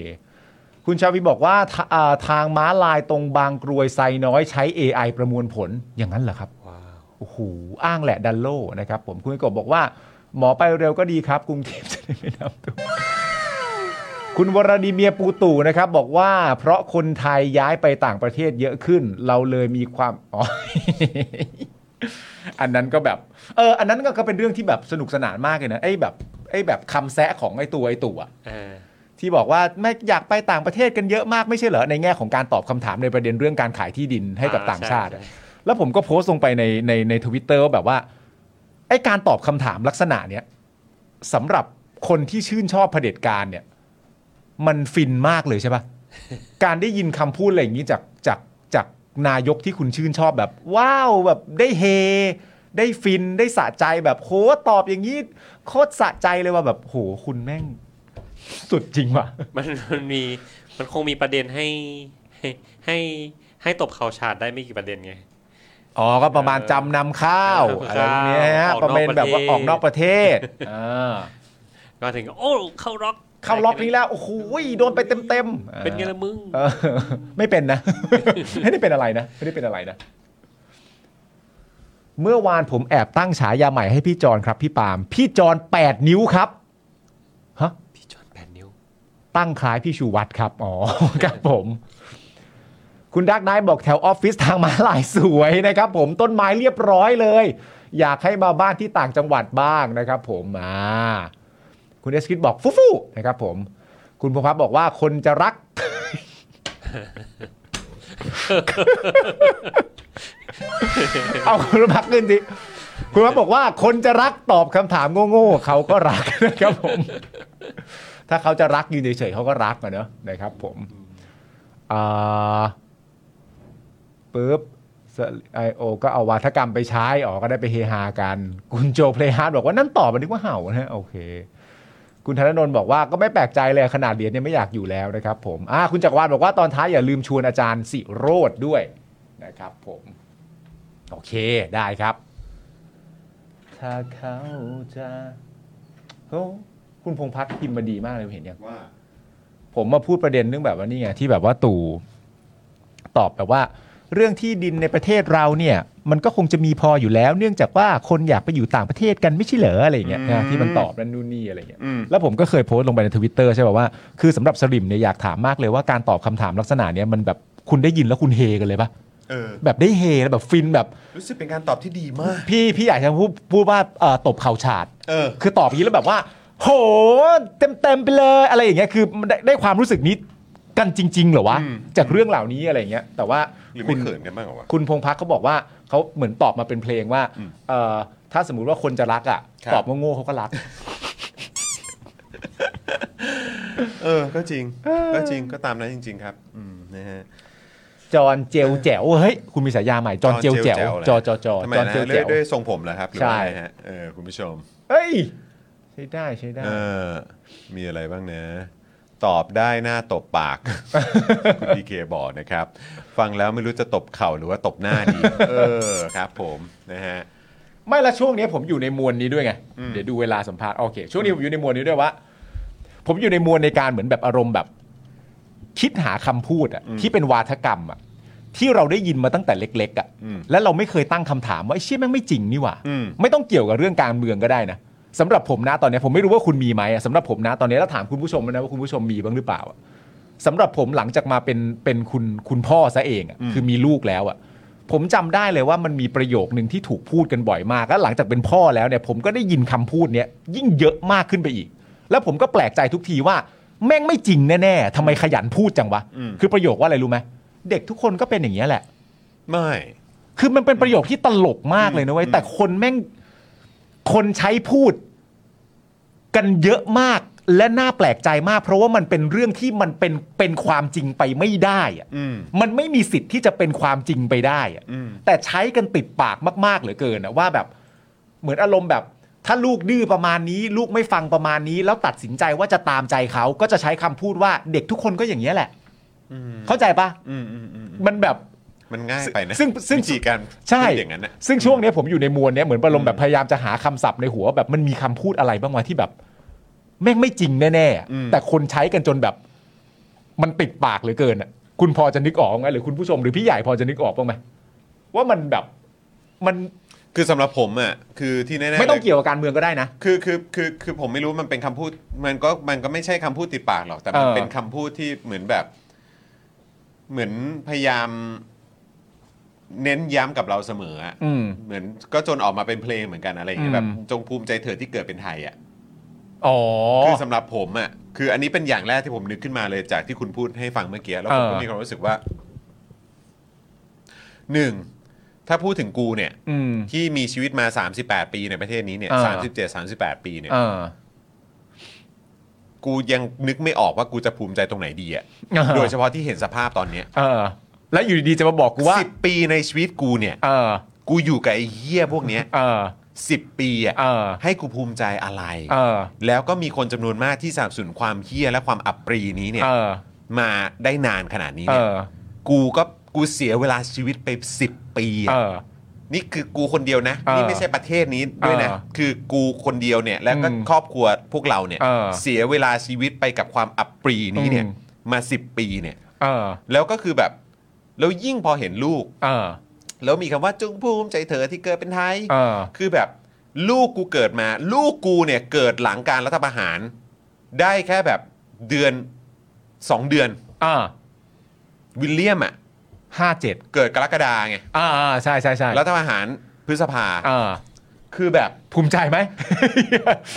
B: คุณชาวีบอกว่าทาอ่าทางม้าลายตรงบางกรวยไซน้อยใช้ AI ประมวลผลอย่างนั้นเหรอครับ
C: ว้าว
B: โอ้โหอ้างแหละดันโลนะครับผมคุณกบบอกว่า หมอไปเร็วก็ดีครับ กรุงเทพจะได้ไม่น้ำท่วมคุณวรดีเมียร์ปูตู่นะครับ บอกว่าเพราะคนไทยย้ายไปต่างประเทศเยอะขึ้น เราเลยมีความอ๋ อ อันนั้นก็แบบเอออันนั้นก็ก็เป็นเรื่องที่แบบสนุกสนานมากเลยนะไอ้แบบไอ้แบบคำแซะของไอ้ตัวไอ้ตู่อะ
C: เออ
B: ที่บอกว่าไม่อยากไปต่างประเทศกันเยอะมากไม่ใช่เหรอในแง่ของการตอบคำถามในประเด็นเรื่องการขายที่ดินให้กับ
C: อ่
B: ต่างชาติ
C: ใ
B: อะแล้วผมก็โพสต์ลงไปในในในทวิตเตอร์ว่าแบบว่าไอ้การตอบคำถามลักษณะเนี้ยสำหรับคนที่ชื่นชอบเผด็จการเนี่ย มันฟินมากเลยใช่ปะ การได้ยินคำพูดอะไรอย่างนี้จากจากจาก นายกที่คุณชื่นชอบแบบ ว้าวแบบได้เฮ ได้ฟินได้สะใจแบบโหตอบอย่างนี้โคตรสะใจเลยว่าแบบโหคุณแม่ง สุดจริงว่ะ
C: มันมันมีมันคงมีประเด็นให้ให้ให้ให้ตบเข่าฉาดได้ไม่กี่ประเด็นไง
B: อ๋อก็ประมาณ
C: เออ
B: จำนำข้าว
C: จำนำข้าว
B: อะไรอย่างเงี้ยฮะ
C: ออกนอก
B: ประมาณแบบว่า
C: ประเท
B: อ
C: ศ
B: อกนอกประเทศอ่า
C: ก็ถึงก็โอ้เข้าล็อก
B: เข้ารอบนี้แล้วโอ้โหโดนไปเต็มๆ
C: เป็นไงละมึง
B: เออไม่เป็นนะ ไม่ได้เป็นอะไรนะไม่ได้เป็นอะไรนะ เมื่อวานผมแอบตั้งฉายาใหม่ให้พี่จอนครับ พี่ปาล์มพี่จอน8นิ้วครับฮะ
C: พี่จอนแปดนิ้ว
B: ตั้งคล้ายพี่ชูวัตรครับ อ๋ อ ครับผม คุณดักไนท์บอกแถวออฟฟิศทางมาลายสวยนะครับผมต้นไม้เรียบร้อยเลย อยากให้มาบ้านที่ต่างจังหวัดบ้างนะครับผมอ่าคุณเอสคิดบอกฟูฟูนะครับผม คุณพงษ์พัฒน์บอกว่าคนจะรัก เอาคุณพักขึ้นสิคุณพักบอกว่าคนจะรักตอบคำถามโง่ๆเขาก็รักนะครับผม ถ้าเขาจะรักยืนเฉยๆเขาก็รักอะเนอะนะครับ ผมอ่าปึ๊บไอโอ ก็เอาวาทกรรมไปใช้ออกก็ได้ไปเฮฮากัน คุณโจเพลฮาร์ดบอกว่านั่นตอบมันนึกว่าเห่านะฮะโอเค คุณธนนนท์บอกว่าก็ไม่แปลกใจเลยขนาดเหรียญยังไม่อยากอยู่แล้วนะครับ ผมอ่าคุณจักรวาลบอกว่าตอนท้ายอย่าลืมชวนอาจารย์สิโรดด้วยนะครับ ผม โอเคได้ครับ ถ้าเขาจะโอ้คุณพงษ์พัฒน์พิมพ์มาดีมากเลยเห็นยัง
A: ว่า
B: ผมมาพูดประเด็นเรื่องแบบว่านี่ไงที่แบบว่าตู่ตอบแบบว่า เรื่องที่ดินในประเทศเราเนี่ย มันก็คงจะมีพออยู่แล้ว เนื่องจากว่าคนอยากไปอยู่ต่างประเทศกันไม่ใช่เหรออะไรอย่างเงี้ย
A: อืม
B: ที่มันตอบนั่นนู่นนี่อะไรอย่างเงี้ย
A: อืม
B: แล้วผมก็เคยโพสต์ลงไปในทวิตเตอร์ใช่ป่ะว่าคือสำหรับสลิมเนี่ยอยากถามมากเลยว่าการตอบคำถามลักษณะเนี้ยมันแบบคุณได้ยินแล้วคุณเฮกันเลยปะ
A: เออ
B: แบบได้เฮแล้วแบบฟินแบบ
A: รู้สึกเป็นการตอบที่ดีมาก
B: พี่พี่อยากจะพูดพูดว่าเอ่อตบเข่าฉาด
A: เออ
B: คือตอบอย่างนี้แล้วแบบว่า โห เต็มเต็มๆไปเลยอะไรอย่างเงี้ยคือมันได้ได้ความรู้สึกนี้กันจริง ๆ เหรอวะ
A: อืม
B: จากเรื่องเหล่านี้อะไรอย่างเงี้ย แต่ว่า
A: หรือ
B: คุ
A: ไม่
B: ณ
A: เขินกันบ้างเหรอวะ
B: คุณพงพักเขาบอกว่าเขาเหมือนตอบมาเป็นเพลงว่า
A: อืม
B: เอ่อถ้าสมมติว่าคนจะรักอ่ะ
A: ครับ
B: ตอบว่าโง่เขาก็รัก
A: เออ ก็จริง ก็จริง ก็ตามนั้นจริง ๆ ครับ อืม นะฮะ
B: จอนเจลแจ๋วเฮ้ยคุณมีสายาใหม่จอนเจลแจ๋วจอจอจอ
A: ทำไม
B: จอน
A: นะ
B: เจ
A: ด้
B: ล
A: วย
B: แจ๋ว
A: ด้วยทรงผมเหรอครับหรือว่า
B: ใช่
A: ไงฮะเออคุณผู้ชม
B: เฮ้ยใช้ได้ใช้ได้
A: เออ มีอะไรบ้างนะ ตอบได้หน้าตบ ปาก คุณดีเคบอกนะครับ ฟังแล้วไม่รู้จะตบเข่าหรือว่าตบหน้าดี เออครับผมนะฮะ
B: ไม่ละช่วงนี้ผมอยู่ในมวลนี้ด้วยไง
A: อืม
B: เดี๋ยวดูเวลาสัมภาษณ์โอเค ช่วงนี้ผมอยู่ในมวลนี้ด้วยว่า ผมอยู่ในมวลในการเหมือนแบบอารมณ์แบบ คิดหาคำพูดอะที่เป็นวาทกรรมอะที่เราได้ยินมาตั้งแต่เล็กๆอะ
A: อืม
B: แล้วเราไม่เคยตั้งคำถามว่าไอ้เชี่ยแม่งไม่จริงนี่หว่า
A: อืม
B: ไม่ต้องเกี่ยวกับเรื่องการเมืองก็ได้นะสำหรับผมนะตอนนี้ผมไม่รู้ว่าคุณมีไหมอะสำหรับผมนะตอนนี้แล้วถามคุณผู้ชมนะว่าคุณผู้ชมมีบ้างหรือเปล่าอะสำหรับผมหลังจากมาเป็นเป็นคุณคุณพ่อซะเองอะ
A: อืม
B: คือมีลูกแล้วอะผมจำได้เลยว่ามันมีประโยคหนึ่งที่ถูกพูดกันบ่อยมากแล้วหลังจากเป็นพ่อแล้วเนี่ย ผมก็ได้ยินคำพูดเนี้ยยิ่งเยอะมากขึ้นไปอีก แล้วผมก็แปลกใจทุกทีว่า แม่งไม่จริงแน่ๆทำไมขยันพูดจังวะ
A: อืม
B: คือประโยคว่าอะไรรู้ไหมเด็กทุกคนก็เป็นอย่างนี้ยแหละ
A: ไม่
B: คือมันเป็นประโยคที่ตลกมากเลยนะเว้ย แต่คนแม่ง คนใช้พูด กันเยอะมากและน่าแปลกใจมาก เพราะว่ามันเป็นเรื่องที่มันเป็นเป็นความจริงไปไม่ได้อะ
A: อืม
B: มันไม่มีสิทธิ์ที่จะเป็นความจริงไปได้อะ
A: อืม
B: แต่ใช้กันติดปากมาก ๆ เหลือเกินนะว่าแบบ เหมือนอารมณ์แบบ ถ้าลูกดื้อประมาณนี้ ลูกไม่ฟังประมาณนี้ แล้วตัดสินใจว่าจะตามใจเขาก็จะใช้คำพูดว่าเด็กทุกคนก็อย่างนี้ยแหละ
A: อืม
B: เข้าใจปะ
A: อืมอืมอืม
B: มันแบบ
A: มันง่ายไปนะ
B: ซึ่งซึ่ง
A: วิธีการ
B: ใช่
A: พูดอย่างนั้นนะ
B: ซึ่งช่วงเนี้ยผมอยู่ในมวลเนี้ยเหมือนประลมแบบพยายามจะหาคำศัพท์ในหัวแบบมันมีคำพูดอะไรบ้างวะที่แบบ แม่งไม่จริงแน่ๆอะ
A: อืม
B: แต่คนใช้กันจนแบบ มันติดปากเหลือเกินอ่ะ คุณพอจะนึกออกไหมหรือคุณผู้ชมหรือพี่ใหญ่พอจะนึกออกบ้างไหมว่ามันแบบ มัน
A: คือสำหรับผมอ่ะ คือที่แน่ๆ
B: ไม่ต้อง
A: เลย
B: เกี่ยวกับการเมืองก็ได้นะ
A: คือคือคือคือผมไม่รู้มันเป็นคำพูดมันก็มันก็ไม่ใช่คำพูดติดปากหรอกแต่มัน
B: เออ
A: เป็นคำพูดที่เหมือนแบบ เหมือนพยายาม เน้นย้ำกับเราเสมออะ
B: อืม
A: เหมือนก็จนออกมาเป็นเพลงเหมือนกันอะไรอย่างเงี้ย
B: อืม
A: แบบจงภูมิใจเถิดที่เกิดเป็นไทยอ่ะ
B: อ๋อ
A: คือสำหรับผมอ่ะคืออันนี้เป็นอย่างแรกที่ผมนึกขึ้นมาเลยจากที่คุณพูดให้ฟังเมื่อกี้แล้วผมก็
B: เออ
A: มีความรู้สึกว่าหนึ่งถ้าพูดถึงกูเนี่ย
B: อืม
A: ที่มีชีวิตมา 38 ปีในประเทศนี้เนี่ย
B: เออ
A: สามสิบเจ็ดสามสิบแปดปีเนี่ย
B: เออ
A: กูยังนึกไม่ออกว่ากูจะภูมิใจตรงไหนดีอะ โดยเฉพาะที่เห็นสภาพตอนเนี้ย
B: เออ แล้วอยู่ดีๆจะมาบอกกูว่า
A: สิบปีในชีวิตกูเนี่ย
B: เออ
A: กูอยู่กับไอ้เหี้ยพวกเนี้ย
B: เออ
A: สิบปีอ่ะ
B: เออ
A: ให้กูภูมิใจอะไร
B: เออ
A: แล้วก็มีคนจำนวนมากที่สนับสนุนความเหี้ยและความอับปรีนี้เนี่ย
B: เออ
A: มาได้นานขนาดนี้
B: เอ
A: เนี่ย
B: อ
A: กูก็กูเสียเวลาชีวิตไปสิบปีอะ
B: เออ
A: นี่คือกูคนเดียวนะ
B: เออ
A: นี่ไม่ใช่ประเทศนี้ด้วยนะ
B: เออ
A: คือกูคนเดียวเนี่ย แล้วก็
B: อืม
A: ครอบครัวพวกเราเนี่ย
B: เออ
A: เสียเวลาชีวิตไปกับความอับปรีนี้เนี่ย
B: อืม
A: มาสิบปีเนี่ย
B: เออ
A: แล้วก็คือแบบ แล้วยิ่งพอเห็นลูก
B: เออ
A: แล้วมีคำว่าจงภูมิใจเธอที่เกิดเป็นไทย
B: เออ
A: คือแบบลูกกูเกิดมา ลูกกูเนี่ยเกิดหลังการรัฐประหาร ได้แค่แบบเดือนสองเดือน
B: อ่า
A: วิลเลียมอ่ะ
B: ห้าเจ็ด
A: เกิดกรกฎาไง
B: อ่าอ่าใช่ใช่ใช่
A: รัฐประหารพฤษภา
B: อ่า
A: คือแบบ
B: ภูมิใจไหม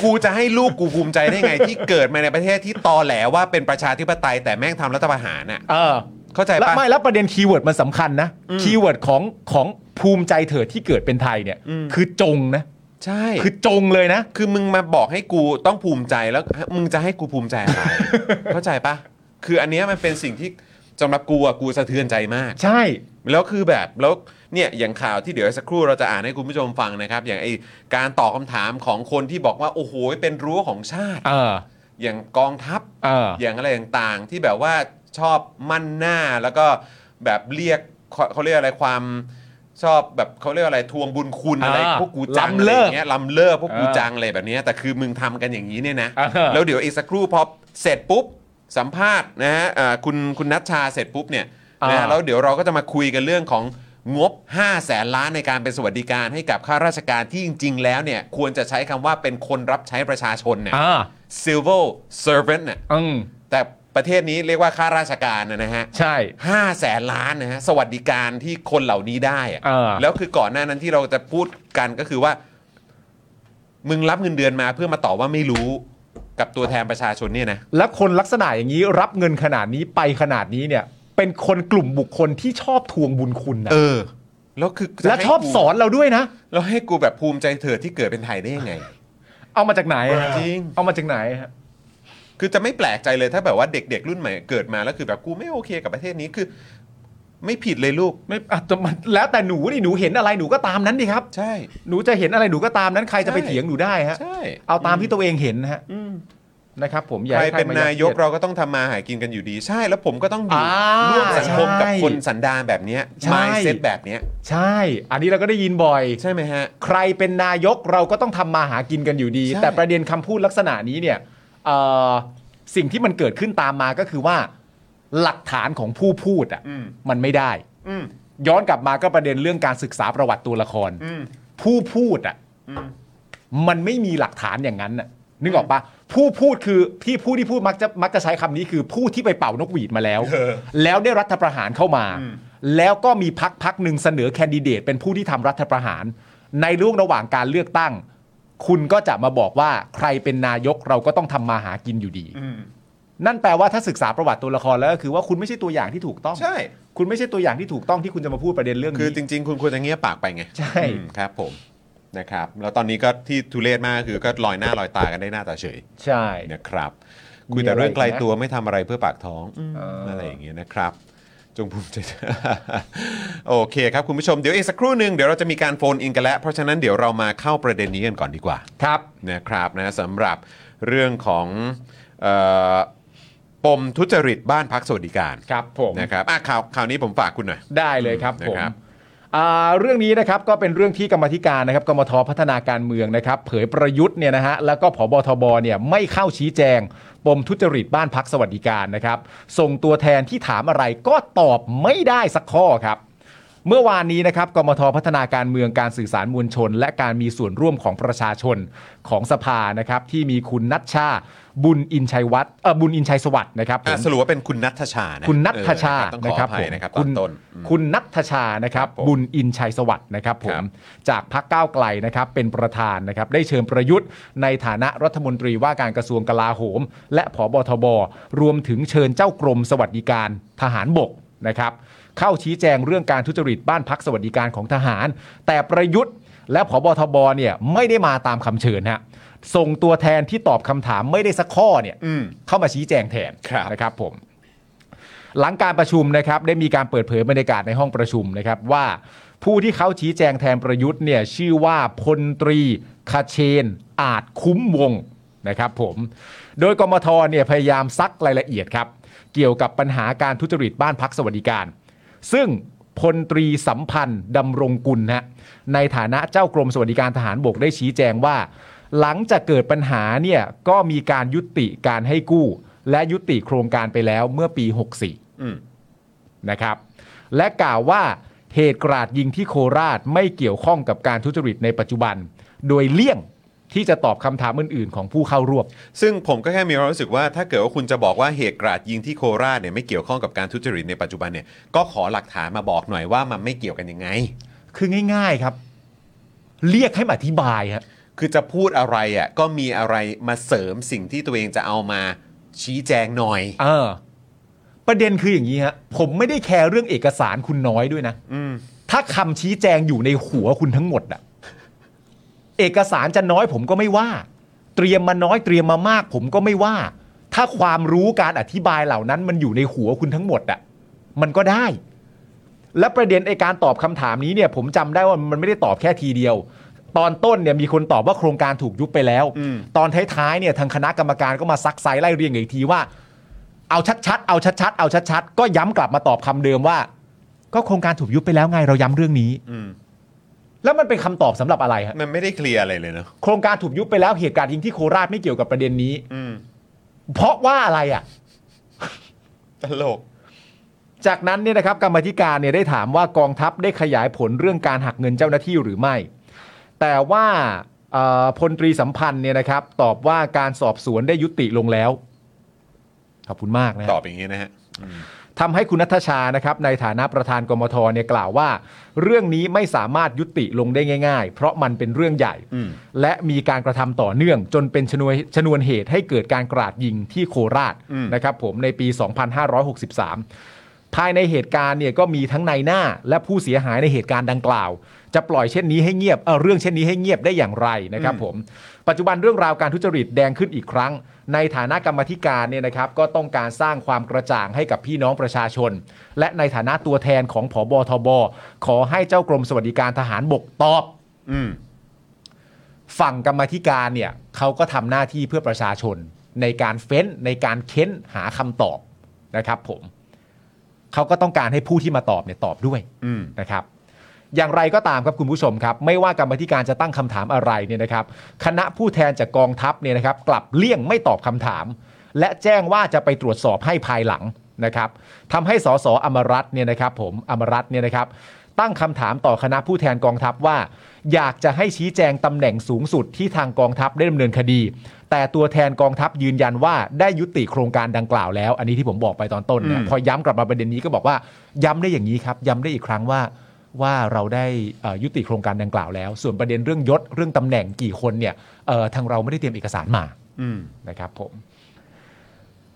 A: กูจะให้ลูกกูภูมิใจได้ไง ที่เกิดมาในประเทศที่ตอแหลว่าเป็นประชาธิปไตยแต่แม่งทำรัฐประหารน่ะ
B: เออ
A: เข้าใจ
B: แล้ว
A: ปะ
B: ไม่แล้วประเด็นคีย์เวิร์ดมันสำคัญนะคีย์เวิร์ดของของภูมิใจเถิดที่เกิดเป็นไทยเนี่ย คือจงนะ
A: ใช่
B: คือจงเลยนะ
A: คือมึงมาบอกให้กูต้องภูมิใจแล้วมึงจะให้กูภูมิใจอะไร เข้าใจปะคืออันเนี้ยมันเป็นสิ่งที่สำหรับกูอะกูสะเทือนใจมาก
B: ใช่
A: แล้วคือแบบแล้วเนี่ยอย่างข่าวที่เดี๋ยวสักครู่เราจะอ่านให้คุณผู้ชมฟังนะครับ อย่างไอการตอบคำถามของคนที่บอกว่าโอ้โหเป็นรั้วของชาติ
B: เออ
A: อย่างกองทัพ
B: เออ
A: อย่างอะไรต่างๆที่แบบว่าชอบมั่นหน้าแล้วก็แบบเรียกเขาเขาเรียกอะไรความชอบแบบเขาเรียกอะไรทวงบุญคุณอะไร
B: อ่า
A: พวกกูจัง
B: ล้ำ
A: อะไร
B: เลิ
A: อก ย่างเงี้ยล้ำเลิกพวกกู
B: อ่า
A: จังอะไรแบบเนี้ยแต่คือมึงทำกันอย่างนี้เนี่ยนะ
B: อ่าฮะ
A: แล้วเดี๋ยวอีกสักครู่พอเสร็จปุ๊บสัมภาษณ์นะฮะอ่าคุณคุณนัชชาเสร็จปุ๊บเนี่ยนะฮะแล้วเดี๋ยวเราก็จะมาคุยกันเรื่องของงบ 5 แสนล้านในการเป็นสวัสดิการให้กับข้าราชการที่จริง ๆ แล้วเนี่ยควรจะใช้คำว่าเป็นคนรับใช้ประชาชนเนี่ย
B: อ่า
A: civil servant เนี่ย
B: อืม
A: แต่ประเทศนี้เรียกว่าข้าราชการนะนะฮะ
B: ใช่
A: ห้าแสนล้านนะฮะ สวัสดิการที่คนเหล่านี้ได้อะ
B: เออ
A: แล้วคือก่อนหน้านั้นที่เราจะพูดกันก็คือว่า มึงรับเงินเดือนมาเพื่อมาตอบว่าไม่รู้กับตัวแทนประชาชนเนี่ยนะ
B: และคนลักษณะอย่างนี้รับเงินขนาดนี้ไปขนาดนี้เนี่ย เป็นคนกลุ่มบุคคลที่ชอบทวงบุญคุณนะ
A: เออ แล้วคือจะ
B: และชอบ
A: ให้กู
B: สอนเราด้วยนะ
A: แล้วให้กูแบบภูมิใจเถิดที่เกิดเป็นไทยได้ยังไง
B: เอามาจากไหนฮะ
A: จริง
B: เอามาจากไหนฮะ
A: คือจะไม่แปลกใจเลยถ้าแบบว่าเด็ก ๆ รุ่นใหม่เกิดมาแล้วคือแบบกูไม่โอเคกับประเทศนี้คือ ไม่ผิดเลยลูก
B: ไม่อ่ะแต่มันแล้วแต่หนูนี่หนูเห็นอะไรหนูก็ตามนั้นดิครับ
A: ใช่
B: หนูจะเห็นอะไรหนูก็ตามนั้นใครจะไป
A: ใช่
B: เถียงหนูได้ฮะ
A: ใช่
B: เอาตามที่ตัวเองเห็นนะฮะนะครับ ผมอย่า
A: ใคร
B: ห้
A: เป็น
B: มด
A: นายก
B: เด
A: เราก็ต้องทำมาหากินกันอยู่ดี ใช่แล้วผมก็ต้องอยู่
B: อ่า
A: ร่วมสังคมกับ
B: ใช่
A: คนสันดานแบบเนี้
B: ใช่
A: มายเซ็ตแบบเนี้ย
B: ใช่ อันนี้เราก็ได้ยินบ่อย
A: ใช่ไหมฮะ
B: ใครเป็นนายกเราก็ต้องทำมาหากินกันอยู่ดี
A: ใช่
B: แต่ประเด็นคำพูดลักษณะนี้เนี่ยเอ่อสิ่งที่มันเกิดขึ้นตามมาก็คือว่า หลักฐานของผู้พูดอ่ะมันไม่ได้
A: อืม
B: ย้อนกลับมาก็ประเด็นเรื่องการศึกษาประวัติตัวละคร
A: อืม
B: ผู้พูดอ่ะมันไม่มีหลักฐานอย่างนั้นน่ะ นึกออกปะผู้พูดคือที่ผู้ที่พูดมักจะมักจะใช้คำนี้คือผู้ที่ไปเป่านกหวีดมาแล้ว แล้วได้รัฐประหารเข้ามา แล้วก็มีพักพักหนึ่งเสนอแคนดิเดต เป็นผู้ที่ทำรัฐประหาร ในเรื่องระหว่างการเลือกตั้ง คุณก็จะมาบอกว่าใครเป็นนายกเราก็ต้องทำมาหากินอยู่ดี นั่นแปลว่าถ้าศึกษาประวัติตัวละครแล้วก็คือว่าคุณไม่ใช่ตัวอย่างที่ถูกต้อง
A: ใช่
B: คุณไม่ใช่ตัวอย่างที่ถูกต้องที่คุณจะมาพูดประเด็นเรื่อง
A: คือ
B: นี้
A: จริง ๆ คุณควรจะเงียบปากไปไง
B: ใช่
A: อืมครับ ผมนะครับ แล้วตอนนี้ก็ที่ทุเรศมากคือก็ลอยหน้าลอยตากันได้หน้าตาเฉย
B: ใช่
A: นะครับ
B: มี
A: คุยแต่เรื่องไกล
B: อะไรอีกนะ
A: ตัวไม่ทำอะไรเพื่อปากท้อง
B: เอออ
A: อะไรอย่างเงี้ยนะครับ จงภูมิใจ โอเคครับคุณผู้ชมเดี๋ยวอีกสักครู่หนึ่งเดี๋ยวเราจะมีการโฟนอินกันแล้วเพราะฉะนั้นเดี๋ยวเรามาเข้าประเด็นนี้กันก่อนดีกว่า
B: ครับ
A: นะครับนะสำหรับเรื่องของเออปมทุจริตบ้านพักสวัสดิการ
B: ครับผม
A: นะครับอ่ะข่าวข่าวนี้ผมฝากคุณหน่อย
B: ได้เลยครับผม
A: นะครับ
B: อ่าเรื่องนี้นะครับก็เป็นเรื่องที่กรรมธิการนะครับกมทพัฒนาการเมืองนะครับ เผยประยุทธ์เนี่ยนะฮะแล้วก็ผบทบเนี่ยไม่เข้าชี้แจง ปมทุจริตบ้านพักสวัสดิการนะครับ ส่งตัวแทนที่ถามอะไรก็ตอบไม่ได้สักข้อครับ เมื่อวานนี้นะครับกมทพัฒนาการเมืองการสื่อสารมวลชน และการมีส่วนร่วมของประชาชนของสภานะครับ ที่มีคุณนัชชา บุญอินชัยวัฒน์เอ่อบุญอินชัยสวัสดิ์นะครับผม
A: อ่ะสรุปว่าเป็นคุณนัทชานะ
B: คุณนัทชา
A: เออต้องข
B: นะ
A: อ
B: ค
A: อ
B: รับ
A: ภั
B: ผ
A: ย
B: ม
A: นะครับต
B: คุ
A: อน
B: ณ
A: ต้น
B: คุณนัทชานะครับ
A: ครับผม
B: บุญอินชัยสวัสดิ์นะครับผ
A: ครับ
B: มจากพักก้าวไกลนะครับเป็นประธานนะครับ ได้เชิญประยุทธ์ ในฐานะรัฐมนตรีว่าการกระทรวงกลาโหม และผบทบ รวมถึงเชิญเจ้ากรมสวัสดิการทหารบกนะครับ เข้าชี้แจงเรื่องการทุจริตบ้านพักสวัสดิการของทหาร แต่ประยุทธ์ และผบทบเนี่ยไม่ได้มาตามคำเชิญฮะส่งตัวแทนที่ตอบคำถามไม่ได้สักข้อเนี่ยเข้ามาชี้แจงแทน
A: ครับ
B: นะครับผม หลังการประชุมนะครับได้มีการเปิดเผยบรรยากาศในห้องประชุมนะครับว่าผู้ที่เขาชี้แจงแทนประยุทธ์เนี่ยชื่อว่าพลตรีคาเชน อาจคุ้มวงนะครับผมโดยกมทเนี่ยพยายามซักรายละเอียดครับ เกี่ยวกับปัญหาการทุจริตบ้านพักสวัสดิการ ซึ่งพลตรีสัมพันธ์ดำรงกุลฮะในฐานะเจ้ากรมสวัสดิการทหารบกได้ชี้แจงว่า หลังจากเกิดปัญหาเนี่ยก็มีการยุติการให้กู้ และยุติโครงการไปแล้วเมื่อปี 64
A: อืม
B: นะครับและกล่าวว่าเหตุกราดยิงที่โคราชไม่เกี่ยวข้องกับการทุจริตในปัจจุบัน โดยเลี่ยงที่จะตอบคำถามอื่น ๆ ของผู้เข้าร่วม
A: ซึ่งผมก็แค่มีความรู้สึกว่าถ้าเกิดว่าคุณจะบอกว่าเหตุกราดยิงที่โคราชเนี่ยไม่เกี่ยวข้องกับการทุจริตในปัจจุบันเนี่ยก็ขอหลักฐานมาบอกหน่อยว่ามันไม่เกี่ยวกันยังไง
B: คือง่าย ๆครับ เรียกให้มาอธิบายฮะ
A: คือจะพูดอะไรอ่ะก็มีอะไรมาเสริมสิ่งที่ตัวเองจะเอามาชี้แจงหน่อย
B: เออ ประเด็นคืออย่างนี้ฮะผมไม่ได้แคร์เรื่องเอกสารคุณน้อยด้วยนะถ้าคำชี้แจงอยู่ในหัวคุณทั้งหมดอะเอกสารจะน้อยผมก็ไม่ว่า เตรียมมาน้อยเตรียมมามาก ผมก็ไม่ว่า ถ้าความรู้การอธิบายเหล่านั้น มันอยู่ในหัวคุณทั้งหมดอะมันก็ได้ และประเด็นไอการตอบคำถามนี้เนี่ย ผมจำได้ว่ามันไม่ได้ตอบแค่ทีเดียว ตอนต้นเนี่ยมีคนตอบว่าโครงการถูกยุบไปแล้ว ตอนท้ายๆเนี่ยทางคณะกรรมการก็มาซักไซไล่เรียงอีกทีว่า เอาชัดๆ เอาชัดๆ เอาชัดๆ ก็ย้ำกลับมาตอบคำเดิมว่า ก็โครงการถูกยุบไปแล้วไงเราย้ำเรื่องนี้
A: อืม
B: แล้วมันเป็นคำตอบสำหรับอะไรฮะ
A: มันไม่ได้เคลียร์อะไรเลยเนอะ
B: โครงการถูกยุบไปแล้วเหตุการณ์ยิงที่โคราชไม่เกี่ยวกับประเด็นนี้
A: อืม
B: เพราะว่าอะไรอ่ะ
A: ตลก
B: จากนั้นเนี่ยนะครับกรรมาธิการเนี่ยได้ถามว่ากองทัพได้ขยายผลเรื่องการหักเงินเจ้าหน้าที่หรือไม่ แต่ว่าเอ่อพลตรีสัมพันธ์เนี่ยนะครับ ตอบว่าการสอบสวนได้ยุติลงแล้วขอบคุณมากนะฮะ
A: ตอบอย่างนี้นะฮะ
B: ทำให้คุณนัทชานะครับในฐานะประธานกมทเนี่ยกล่าวว่า เรื่องนี้ไม่สามารถยุติลงได้ง่าย ๆ เพราะมันเป็นเรื่องใหญ่
A: อืม
B: และมีการกระทำต่อเนื่อง จนเป็นชนวนชนวนเหตุให้เกิดการกราดยิงที่โคราชนะครับผมในปี 2563 ภายในเหตุการณ์เนี่ยก็มีทั้งในายหน้าและผู้เสียหายในเหตุการณ์ดังกล่าว จะปล่อยเช่นนี้ให้เงียบเออเรื่องเช่นนี้ให้เงียบได้อย่างไรนะครับผม ปัจจุบันเรื่องราวการทุจริตแดงขึ้นอีกครั้ง ในฐานะกรรมาธิการเนี่ยนะครับ ก็ต้องการสร้างความกระจ่างให้กับพี่น้องประชาชน และในฐานะตัวแทนของผอบทบ ขอให้เจ้ากรมสวัสดิการทหารบกตอบ
A: อืม
B: ฝั่งกรรมาธิการเนี่ยเขาก็ทำหน้าที่เพื่อประชาชน ในการเฟ้นในการเค้นหาคำตอบนะครับ ผมเขาก็ต้องการให้ผู้ที่มาตอบเนี่ยตอบด้วย
A: อืม
B: นะครับอย่างไรก็ตามครับคุณผู้ชมครับ ไม่ว่ากรรมาธิการจะตั้งคำถามอะไรเนี่ยนะครับ คณะผู้แทนจากกองทัพเนี่ยนะครับ กลับเลี่ยงไม่ตอบคำถาม และแจ้งว่าจะไปตรวจสอบให้ภายหลังนะครับทำให้สสอมรัตน์เนี่ยนะครับ ผมอมรัตน์เนี่ยนะครับ ตั้งคำถามต่อคณะผู้แทนกองทัพว่า อยากจะให้ชี้แจงตำแหน่งสูงสุดที่ทางกองทัพได้ดำเนินคดี แต่ตัวแทนกองทัพยืนยันว่าได้ยุติโครงการดังกล่าวแล้ว อันนี้ที่ผมบอกไปตอนต้นนะ
A: อืม
B: พอย้ำกลับมาประเด็นนี้ก็บอกว่าย้ำได้อย่างนี้ครับย้ำได้อีกครั้งว่า ว่าเราได้เอ่อยุติโครงการดังกล่าวแล้ว ส่วนประเด็นเรื่องยศเรื่องตำแหน่งกี่คนเนี่ยเอ่อทางเราไม่ได้เตรียมเอกสารมา
A: อืม
B: นะครับผม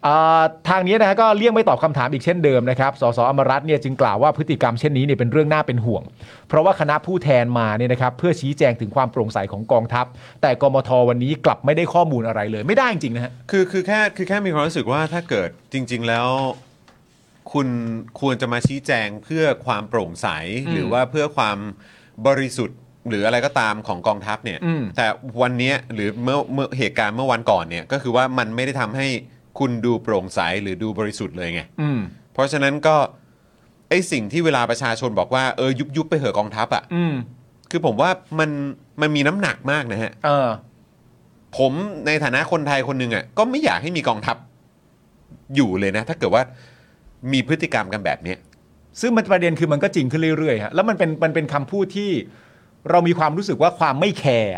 B: เอ่อทางนี้นะฮะก็เลี่ยงไม่ตอบคำถามอีกเช่นเดิมนะครับ สสอมรัตน์เนี่ยจึงกล่าวว่าพฤติกรรมเช่นนี้เนี่ยเป็นเรื่องน่าเป็นห่วง เพราะว่าคณะผู้แทนมาเนี่ยนะครับเพื่อชี้แจงถึงความโปร่งใสของกองทัพ แต่กมทวันนี้กลับไม่ได้ข้อมูลอะไรเลย ไม่ได้จริงๆนะฮะ
A: คือคือแค่คือแค่มีความรู้สึกว่าถ้าเกิดจริง ๆ แล้ว คุณควรจะมาชี้แจงเพื่อความโปร่งใส หรือว่าเพื่อความบริสุทธิ์ หรืออะไรก็ตามของกองทัพเนี่ย
B: อืม
A: แต่วันเนี้ยหรือเมื่อเมื่อเหตุการณ์เมื่อวันก่อนเนี่ย ก็คือว่ามันไม่ได้ทำให้คุณดูโปร่งใสหรือดูบริสุทธิ์เลยไง
B: อืม
A: เพราะฉะนั้นก็ไอสิ่งที่เวลาประชาชนบอกว่าเออยุบยุบไปเหอะกองทัพอะ่ะ
B: อืม
A: คือผมว่ามันมันมีน้ำหนักมากนะฮะ
B: เออ
A: ผมในฐานะคนไทยคนหนึ่งอะ่ะก็ไม่อยากให้มีกองทัพอยู่เลยนะ ถ้าเกิดว่ามีพฤติกรรมกันแบบเนี้ย
B: ซึ่งมันประเด็นคือมันก็จริงขึ้นเรื่อยๆฮะแล้วมันเป็นมันเป็นคำพูดที่เรามีความรู้สึกว่าความไม่แคร์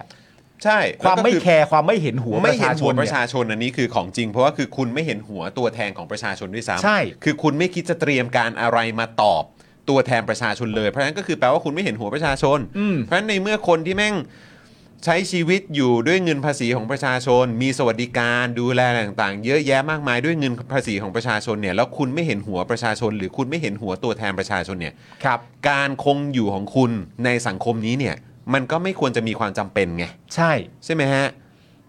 A: ใช่
B: ความไม่
A: ล้วก็
B: แคร์ความไม่เห็นหัวป
A: ไม่
B: ระ
A: เห็
B: ชาน ช
A: หัวน ประ
B: เนี่ย
A: ชาชนอันนี้คือของจริง เพราะว่าคือคุณไม่เห็นหัวตัวแทนของประชาชนด้วยซ้ำ
B: ใช่
A: คือคุณไม่คิดจะเตรียมการอะไรมาตอบตัวแทนประชาชนเลยเพราะฉะนั้นก็คือแปลว่าคุณไม่เห็นหัวประชาชน
B: อืม
A: เพราะฉะนั้นในเมื่อคนที่แม่งใช้ชีวิตอยู่ด้วยเงินภาษีของประชาชน มีสวัสดิการดูแลต่างๆ เยอะแยะมากมายด้วยเงินภาษีของประชาชนเนี่ยแล้วคุณไม่เห็นหัวประชาชน หรือคุณไม่เห็นหัวตัวแทนประชาชนเนี่ย
B: ครับ
A: การคงอยู่ของคุณในสังคมนี้เนี่ยมันก็ไม่ควรจะมีความจำเป็นไง
B: ใช่
A: ใช่ไหมฮะ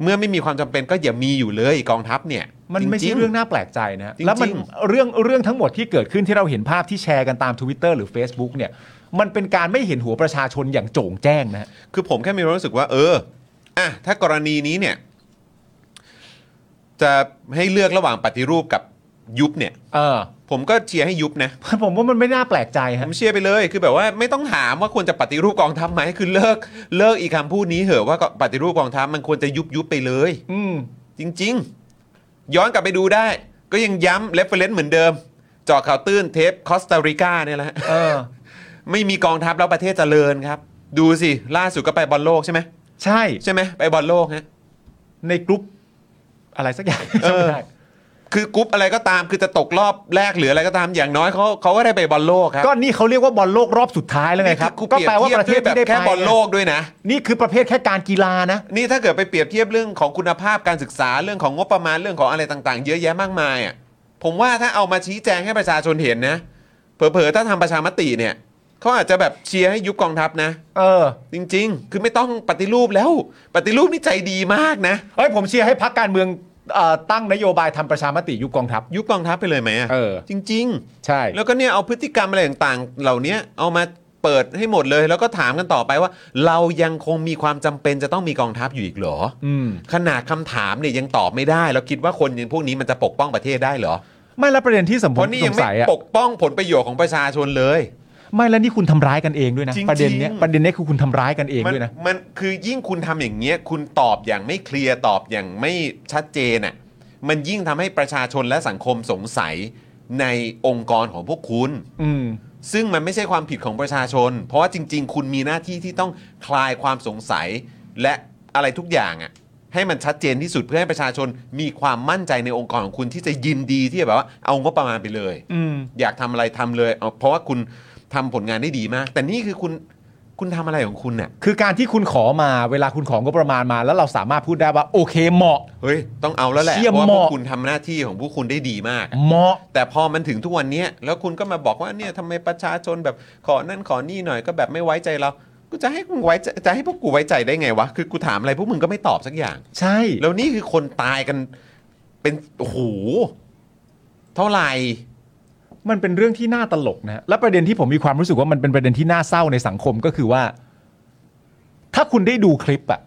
A: เมื่อไม่มีความจำเป็นก็อย่ามีอยู่เลยกองทัพเนี่ย
B: มันไม่
A: จ
B: ใช่
A: งๆ
B: เรื่องน่าแปลกใจนะฮะ
A: จริงๆ
B: แล้วมันเรื่องเรื่องทั้งหมดที่เกิดขึ้นที่เราเห็นภาพที่แชร์กันตาม Twitter หรือ Facebook เนี่ย มันเป็นการไม่เห็นหัวประชาชนอย่างโจ่งแจ้งนะฮะ
A: คือผมแค่มีความรู้สึกว่า เอออ่ะถ้ากรณีนี้เนี่ย จะให้เลือกระหว่างปฏิรูปกับยุบเนี่ย
B: เออ
A: ผมก็เชียร์ให้ยุบนะ
B: ผมว่ามันไม่น่าแปลกใจ
A: ผ
B: ฮะ
A: มเชียร์ไปเลยคือแบบว่าไม่ต้องถามว่าควรจะปฏิรูปกองทัพไหมคือเลิกเลิกอีกคำพูดนี้เหอะว่าก็ปฏิรูปกองทัพมันควรจะยุบยุบไปเลย
B: อืม
A: จริง ๆ ย้อนกลับไปดูได้ ก็ยังย้ำเรฟเฟรนซ์เหมือนเดิมเจอข่าวตื้นเทปคอสตาริกาเนี่ยแหละ
B: เออ
A: ไม่มีกองทัพแล้วประเทศเจริญครับ ดูสิ ล่าสุดก็ไปบอลโลกใช่ไหม
B: ใช่
A: ใช่ไหมไปบอลโลกฮะ
B: ในกรุ๊ปอะไรสักอย่าง
A: เออ
B: จำไม่ได้
A: คือกรุ๊ปอะไรก็ตามคือจะตกรอบแรกหรืออะไรก็ตามอย่างน้อยเขาเขาก็ได้ไปบอลโลกครับ
B: ก็นี่เขาเรียกว่าบอลโลกรอบสุดท้ายแล้วไงครับ
A: นี่อ
B: ก็แปลว่าประเทศ
A: แบ
B: ที่
A: บ
B: ได้ไป
A: แค่บอลโลกด้วยนะ
B: นี่คือประเภทแค่การกีฬานะ
A: นี่ถ้าเกิดไปเปรียบเทียบเรื่องของคุณภาพการศึกษาเรื่องของงบประมาณเรื่องของอะไรต่างๆ เยอะแยะมากมายอ่ะผมว่าถ้าเอามาชี้แจงให้ประชาชนเห็นนะ เผลอๆถ้าทำประชามติเนี่ยเขาอาจจะแบบเชียร์ให้ยุบกองทัพนะ
B: เออ
A: จริง ๆ คือไม่ต้องปฏิรูปแล้ว ปฏิรูปนี่ใจดีมากนะ
B: เอ้ยผมเชียร์ให้พักการเมืองเอ่อตั้งนโยบายทำประชามติยุบกองทัพ
A: ยุบกองทัพไปเลยไหมอ่ะ
B: เออ
A: จริง
B: ใช่
A: ๆ แล้วก็เนี่ยเอาพฤติกรรมอะไรต่างๆ เหล่านี้เอามาเปิดให้หมดเลย แล้วก็ถามกันต่อไปว่า เรายังคงมีความจำเป็นจะต้องมีกองทัพอยู่อีกเหรอ
B: อืม
A: ขนาดคำถามเนี่ยยังตอบไม่ได้ แล้วคิดว่าคนอย่างพวกนี้มันจะปกป้องประเทศได้เหรอ
B: ไม่แล้วประเด็นที่สม
A: เพ
B: ผม
A: ราะนี่
B: ส
A: ยัง
B: ง
A: ไม่
B: สัยอะ
A: ปกป้องผลประโยชน์ของประชาชนเลย
B: ไม่แล้วนี่คุณทำร้ายกันเองด้วยนะ
A: จริงๆ
B: ประเด็นเนี้ยประเด็นเนี้ยคือคุณทำร้ายกันเอง
A: มั
B: ด้วยนะ
A: มันคือยิ่งคุณทำอย่างเงี้ยคุณตอบอย่างไม่เคลียร์ตอบอย่างไม่ชัดเจนอ่ะมันยิ่งทำให้ประชาชนและสังคมสงสัยในองค์กรของพวกคุณ
B: อืม
A: ซึ่งมันไม่ใช่ความผิดของประชาชน เพราะว่าจริง ๆ คุณมีหน้าที่ที่ต้องคลายความสงสัย และอะไรทุกอย่างอะ่ะให้มันชัดเจนที่สุดเพื่อให้ประชาชนมีความมั่นใจในองค์กรของคุณที่จะยินดีที่จะแบบว่าเอางบประมาณไปเลย
B: อืม
A: อยากทำอะไรทำเลยเอาเพราะว่าคุณทำผลงานได้ดีมาก แต่นี่คือคุณคุณทำอะไรของคุณเนี่ย
B: คือการที่คุณขอมาเวลาคุณของงบประมาณมา แล้วเราสามารถพูดได้ว่าโอเคเหมาะ
A: เฮ้ยต้องเอาแล้วแหละ
B: เชี่ย
A: เพราะว่าพ
B: เหมาะ
A: วกคุณทำหน้าที่ของพวกคุณได้ดีมาก
B: เหมาะ
A: แต่พอมันถึงทุกวันเนี้ยแล้วคุณก็มาบอกว่าเนี่ยทำไมประชาชนแบบขอนั่นขอนี่หน่อยก็แบบไม่ไว้ใจเรา กูจะให้มึงไว้ใจจะให้พวกกูไว้ใจได้ไงวะ คือกูถามอะไรพวกมึงก็ไม่ตอบสักอย่าง
B: ใช่
A: แล้วนี่คือคนตายกันเป็นโอ้โหเท่าไหร่
B: มันเป็นเรื่องที่น่าตลกนะฮะและประเด็นที่ผมมีความรู้สึกว่ามันเป็นประเด็นที่น่าเศร้าในสังคมก็คือว่า ถ้าคุณได้ดูคลิปอะ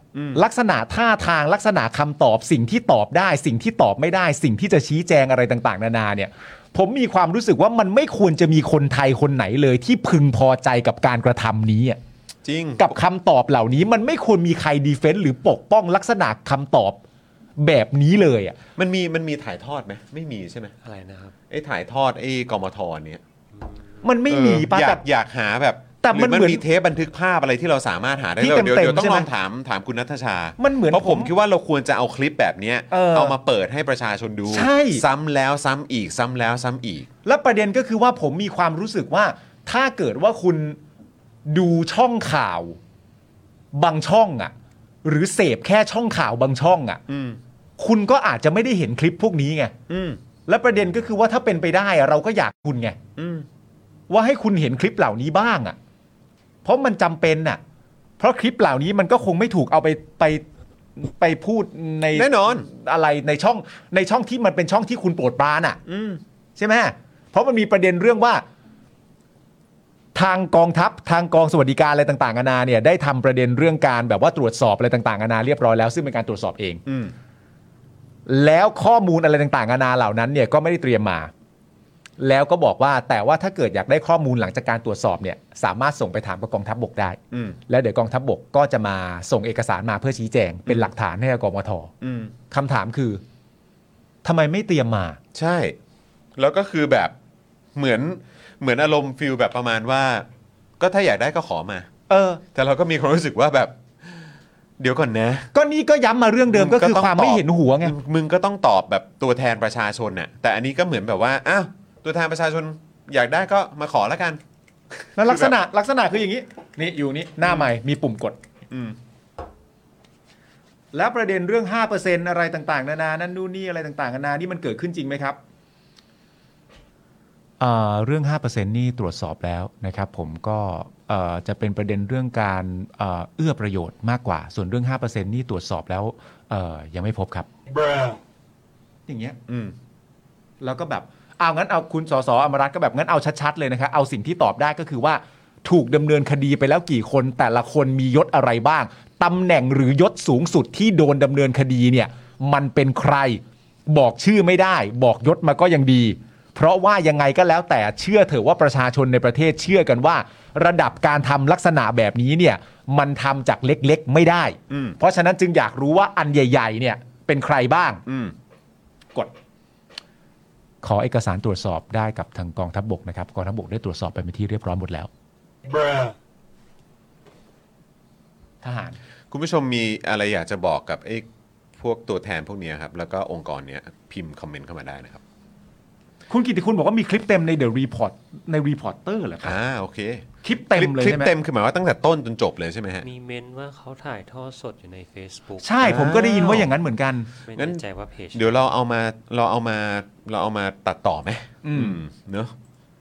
B: ลักษณะท่าทางลักษณะคำตอบสิ่งที่ตอบได้ สิ่งที่ตอบไม่ได้ สิ่งที่จะชี้แจงอะไรต่างๆ นานาเนี่ย ผมมีความรู้สึกว่ามันไม่ควรจะมีคนไทยคนไหนเลย ที่พึงพอใจกับการกระทำนี้อะ
A: จริง
B: กับคำตอบเหล่านี้มันไม่ควรมีใครดีเฟนต์หรือปกป้องลักษณะคำตอบแบบนี้เลยอ่ะ
A: มันมีมันมีถ่ายทอดไหมไม่มีใช่ไหม
C: อะไรนะครับ
A: ไอ้ถ่ายทอดไอ้กมทเนี่ย
B: มันไม่มีปะ
A: เอออยา
B: แต่
A: กอยากหาแบบ
B: แต่มัน
A: หรือ
B: เหมือน
A: มีเทปบันทึกภาพอะไรที่เราสามารถหาได้
B: ที่
A: เราเดี๋ยว
B: เต็มๆ
A: เดี๋ยวต้อ
B: ใช่
A: ง
B: ไห
A: ล
B: ม
A: องถามถามคุณนัทชา
B: มันเหมือน
A: เพราะผม
B: ผม
A: คิดว่าเราควรจะเอาคลิปแบบเนี้ย
B: เออ
A: เอามาเปิดให้ประชาชนดู ซ้ำแล้วซ้ำอีกซ้ำแล้วซ้ำอีก
B: และประเด็นก็คือว่าผมมีความรู้สึกว่า ถ้าเกิดว่าคุณดูช่องข่าว บางช่องอ่ะ หรือเสพแค่ช่องข่าวบางช่องอ่ะ
A: อืม
B: คุณก็อาจจะไม่ได้เห็นคลิปพวกนี้ไง
A: อืม
B: และประเด็นก็คือว่าถ้าเป็นไปได้อะเราก็อยากคุณไง
A: อืม
B: ว่าให้คุณเห็นคลิปเหล่านี้บ้างอะ่ะ เพราะมันจำเป็นน่ะ เพราะคลิปเหล่านี้มันก็คงไม่ถูกเอาไปไปไปพูดใน
A: แน่นอน
B: อะไรในช่องในช่องที่มันเป็นช่องที่คุณโปรดปรานอ่ะ
A: อืม
B: ใช่ไหมเพราะมันมีประเด็นเรื่องว่า ทางกองทัพทางกองสวัสดิการอะไรต่างๆนานาเนี่ยได้ทำประเด็นเรื่องการแบบว่าตรวจสอบอะไรต่างๆนานาเรียบร้อยแล้วซึ่งเป็นการตรวจสอบเอง
A: อืม
B: แล้วข้อมูลอะไรต่างๆนานาเหล่านั้นเนี่ยก็ไม่ได้เตรียมมา แล้วก็บอกว่าแต่ว่าถ้าเกิดอยากได้ข้อมูลหลังจากการตรวจสอบเนี่ย สามารถส่งไปถามกับกองทัพบบกได้
A: อืม
B: แล้วเดี๋ยวกองทัพบบกก็จะมาส่งเอกสารมาเพื่อชี้แจง เป็นหลักฐานให้กับกมท
A: อืม
B: คำถามคือทำไมไม่เตรียมมา
A: ใช่ แล้วก็คือแบบเหมือนเหมือนอารมณ์ฟิลแบบประมาณว่า ก็ถ้าอยากได้ก็ขอมา
B: เออ
A: แต่เราก็มีความรู้สึกว่าแบบ เดี๋ยวก่อนนะ
B: ก็นี่ก็ย้ำมาเรื่องเดิมก็คือความไม่เห็นหัวไง
A: มึมึงก็ต้องตอบแบบตัวแทนประชาชนน่ะ แต่อันนี้ก็เหมือนแบบว่าอ้าวตัวแทนประชาชนอยากได้ก็มาขอแล้วกัน
B: แล้วลักษณะลักษณะคืออย่างนี้ นี่อยู่นี่หน้าใหม่มีปุ่มกด
A: อืม
B: แล้วประเด็นเรื่อง 5%อะไรต่าง ๆ นานา นั่นนู่นนี่อะไรต่าง ๆ นานา นี่มันเกิดขึ้นจริงไหมครับ เอ่อเรื่อง 5%นี่ตรวจสอบแล้วนะครับผมก็เอ่อจะเป็นประเด็นเรื่องการเอ่อเอื้อประโยชน์มากกว่า ส่วนเรื่อง 5%นี่ตรวจสอบแล้วเอ่อยังไม่พบครับ อย่างเงี้ย
A: อืม
B: แล้วก็แบบเอางั้นเอาคุณสสอมรัตน์ก็แบบงั้นเอาชัดๆเลยนะครับเอาสิ่งที่ตอบได้ก็คือว่าถูกดำเนินคดีไปแล้วกี่คนแต่ละคนมียศอะไรบ้างตำแหน่งหรือยศสูงสุดที่โดนดำเนินคดีเนี่ยมันเป็นใครบอกชื่อไม่ได้ บอกยศมาก็ยังดี เพราะว่ายังไงก็แล้วแต่เชื่อเถอะว่าประชาชนในประเทศเชื่อกันว่า ระดับการทำลักษณะแบบนี้เนี่ยมันทำจากเล็กๆไม่ได้
A: อืม
B: เพราะฉะนั้นจึงอยากรู้ว่าอันใหญ่ ๆ เนี่ยเป็นใครบ้าง
A: อืม
B: กด ขอเอกสารตรวจสอบได้กับทางกองทัพบบกนะครับกองทัพบบกได้ตรวจสอบไปเป็นที่เรียบร้อยหมดแล้วทหาร
A: คุณผู้ชมมีอะไรอยากจะบอกกับไอ้พวกตัวแทนพวกเนี้ยครับ แล้วก็องค์กรเนี้ยพิมพ์คอมเมนต์เข้ามาได้นะครับ
B: คุณกิติคุณบอกว่ามีคลิปเต็มในเดอะรีพอร์ตในรีพอร์เตอร์เหรอครับ
A: อ่าโอเค
B: คลิปเต็มเลย
A: คลิ
B: ใช่
A: ป
B: ไหม
A: เต็มคือหมายว่าตั้งแต่ต้นจนจบเลยใช่ไหมฮะ
C: มีเมนว่าเขาถ่ายทอดสดอยู่ใน Facebook
B: ใช่ผมก็ได้ยินว่าอย่างนั้นเหมือนกัน
C: ไม่
A: งั้
C: แน่
A: น
C: ใจว่าเพจ
A: เดี๋ยวเราเอามาเราเอามาเราเอามาตัดต่อไหม
B: อืม
A: มเนอะ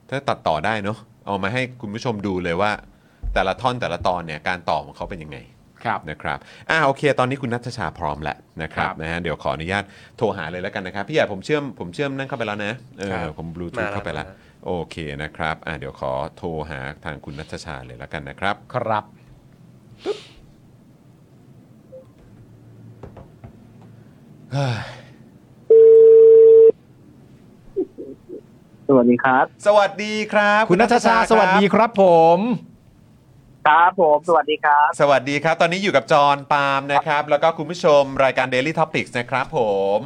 A: ถ้าตัดต่อได้เนอะเอามาให้คุณผู้ชมดูเลยว่า แต่ละท่อนแต่ละตอนเนี่ยการต่อของเขาเป็นยังไง
B: ครับ
A: นะครับ อ่าโอเค ตอนนี้คุณนัทชาพร้อมแล้วนะครับ
B: ครับ
A: นะฮะ เดี๋ยวขออนุญาตโทรหาเลยแล้วกันนะครับ พี่ใหญ่ผมเชื่อมผมเชื่อมนั่นเข้าไปแล้วนะ เออผมบลูทูธเข้าไปแล้ว โอเคนะครับ อ่าเดี๋ยวขอโทรหาทางคุณนัทชาเลยแล้วกันนะครับ
B: ครับ
D: สวัสดีครับ
A: สวัสดีครับ
B: คุณนัทชา
A: ครับ
B: สวัสดีครับผม
D: ครับผมสวัสดีครับ
A: สวัสดีครับ ตอนนี้อยู่กับจอห์นปาล์มนะครับ แล้วก็คุณผู้ชมรายการ Daily Topics นะครับผม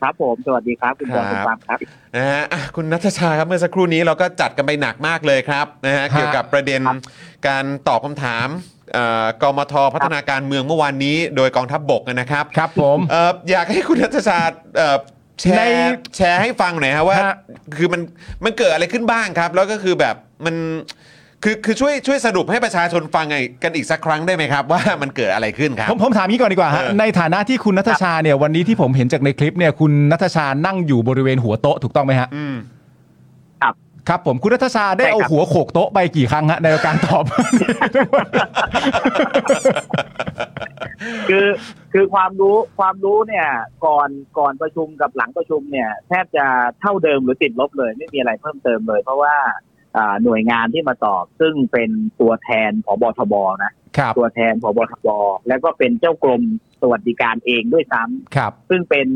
D: ครับผมสวัสดีครับคุณบอล
A: ค
D: คุ
A: รับ
D: ณปาล์มครับ
A: นะฮะอ่ะคุณนัทชาครับเมื่อสักครู่นี้เราก็จัดกันไปหนักมากเลยครับนะฮะ
B: ฮะ
A: เกี่ยวกับประเด็น
D: ครับ
A: การตอบคำถามเอ่อกมทพัฒนาการเมืองเมื่อวานนี้ โดยกองทัพบบกนะครับ
B: ครับผม
A: เอ่ออยากให้คุณนัทชาเอ่อแช
B: ใน
A: ร์แชร์ให้ฟังหน่อยฮะว่า
B: ฮะ
A: คือมันมันเกิดอะไรขึ้นบ้างครับ แล้วก็คือแบบมันคือคือช่วยช่วยสรุปให้ประชาชนฟังไงกันอีกสักครั้งได้ไหมครับ ว่ามันเกิดอะไรขึ้นครับ
B: ผมผมถามงี้ก่อนดีกว่าฮะ
A: เออ
B: ในฐานะที่คุณนัทชาเนี่ยวันนี้ที่ผมเห็นจากในคลิปเนี่ยคุณนัทชานั่งอยู่บริเวณหัวโต๊ะถูกต้องไหมฮะ
A: อืม
B: ครับผมคุณรัฐชาได้
D: ใช่ครับ
B: เอาหัวโขกโต๊ะไปกี่ครั้งฮะในการตอบ
D: คือคือความรู้ความรู้เนี่ย ก่อนก่อนประชุมกับหลังประชุมเนี่ย แทบจะเท่าเดิมหรือติดลบเลย ไม่มีอะไรเพิ่มเติมเลย เพราะว่าอ่าหน่วยงานที่มาตอบซึ่งเป็นตัวแทนผบทบนะ
B: ครับ
D: ตัวแทนผบทบแล้วก็เป็นเจ้ากรมสวัสดิการเองด้วยซ้ำ
B: ครับ
D: ซึ่งเป็น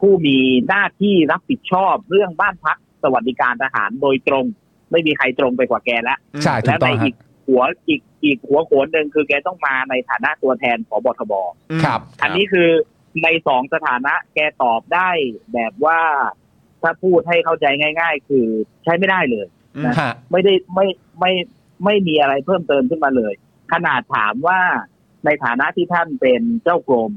D: ผู้มีหน้าที่รับผิดชอบเรื่องบ้านพักสวัสดิการทหารโดยตรง ไม่มีใครตรงไปกว่าแกแล้ว
B: ใช่ถู
D: และ
B: กต้
D: ใน
B: องฮะ
D: อีกหัวอีกอีกหัวโขนหนึ่งคือแกต้องมาในฐานะตัวแทนผบทบ
B: ครับ
D: อันนี้คือในสองสถานะแกตอบได้แบบว่าถ้าพูดให้เข้าใจง่าย ๆ คือใช้ไม่ได้เลย นะ
B: ฮะ
D: ไม่ได้ไม่ไม่ไม่มีอะไรเพิ่มเติมขึ้นมาเลย ขนาดถามว่าในฐานะที่ท่านเป็นเจ้ากรม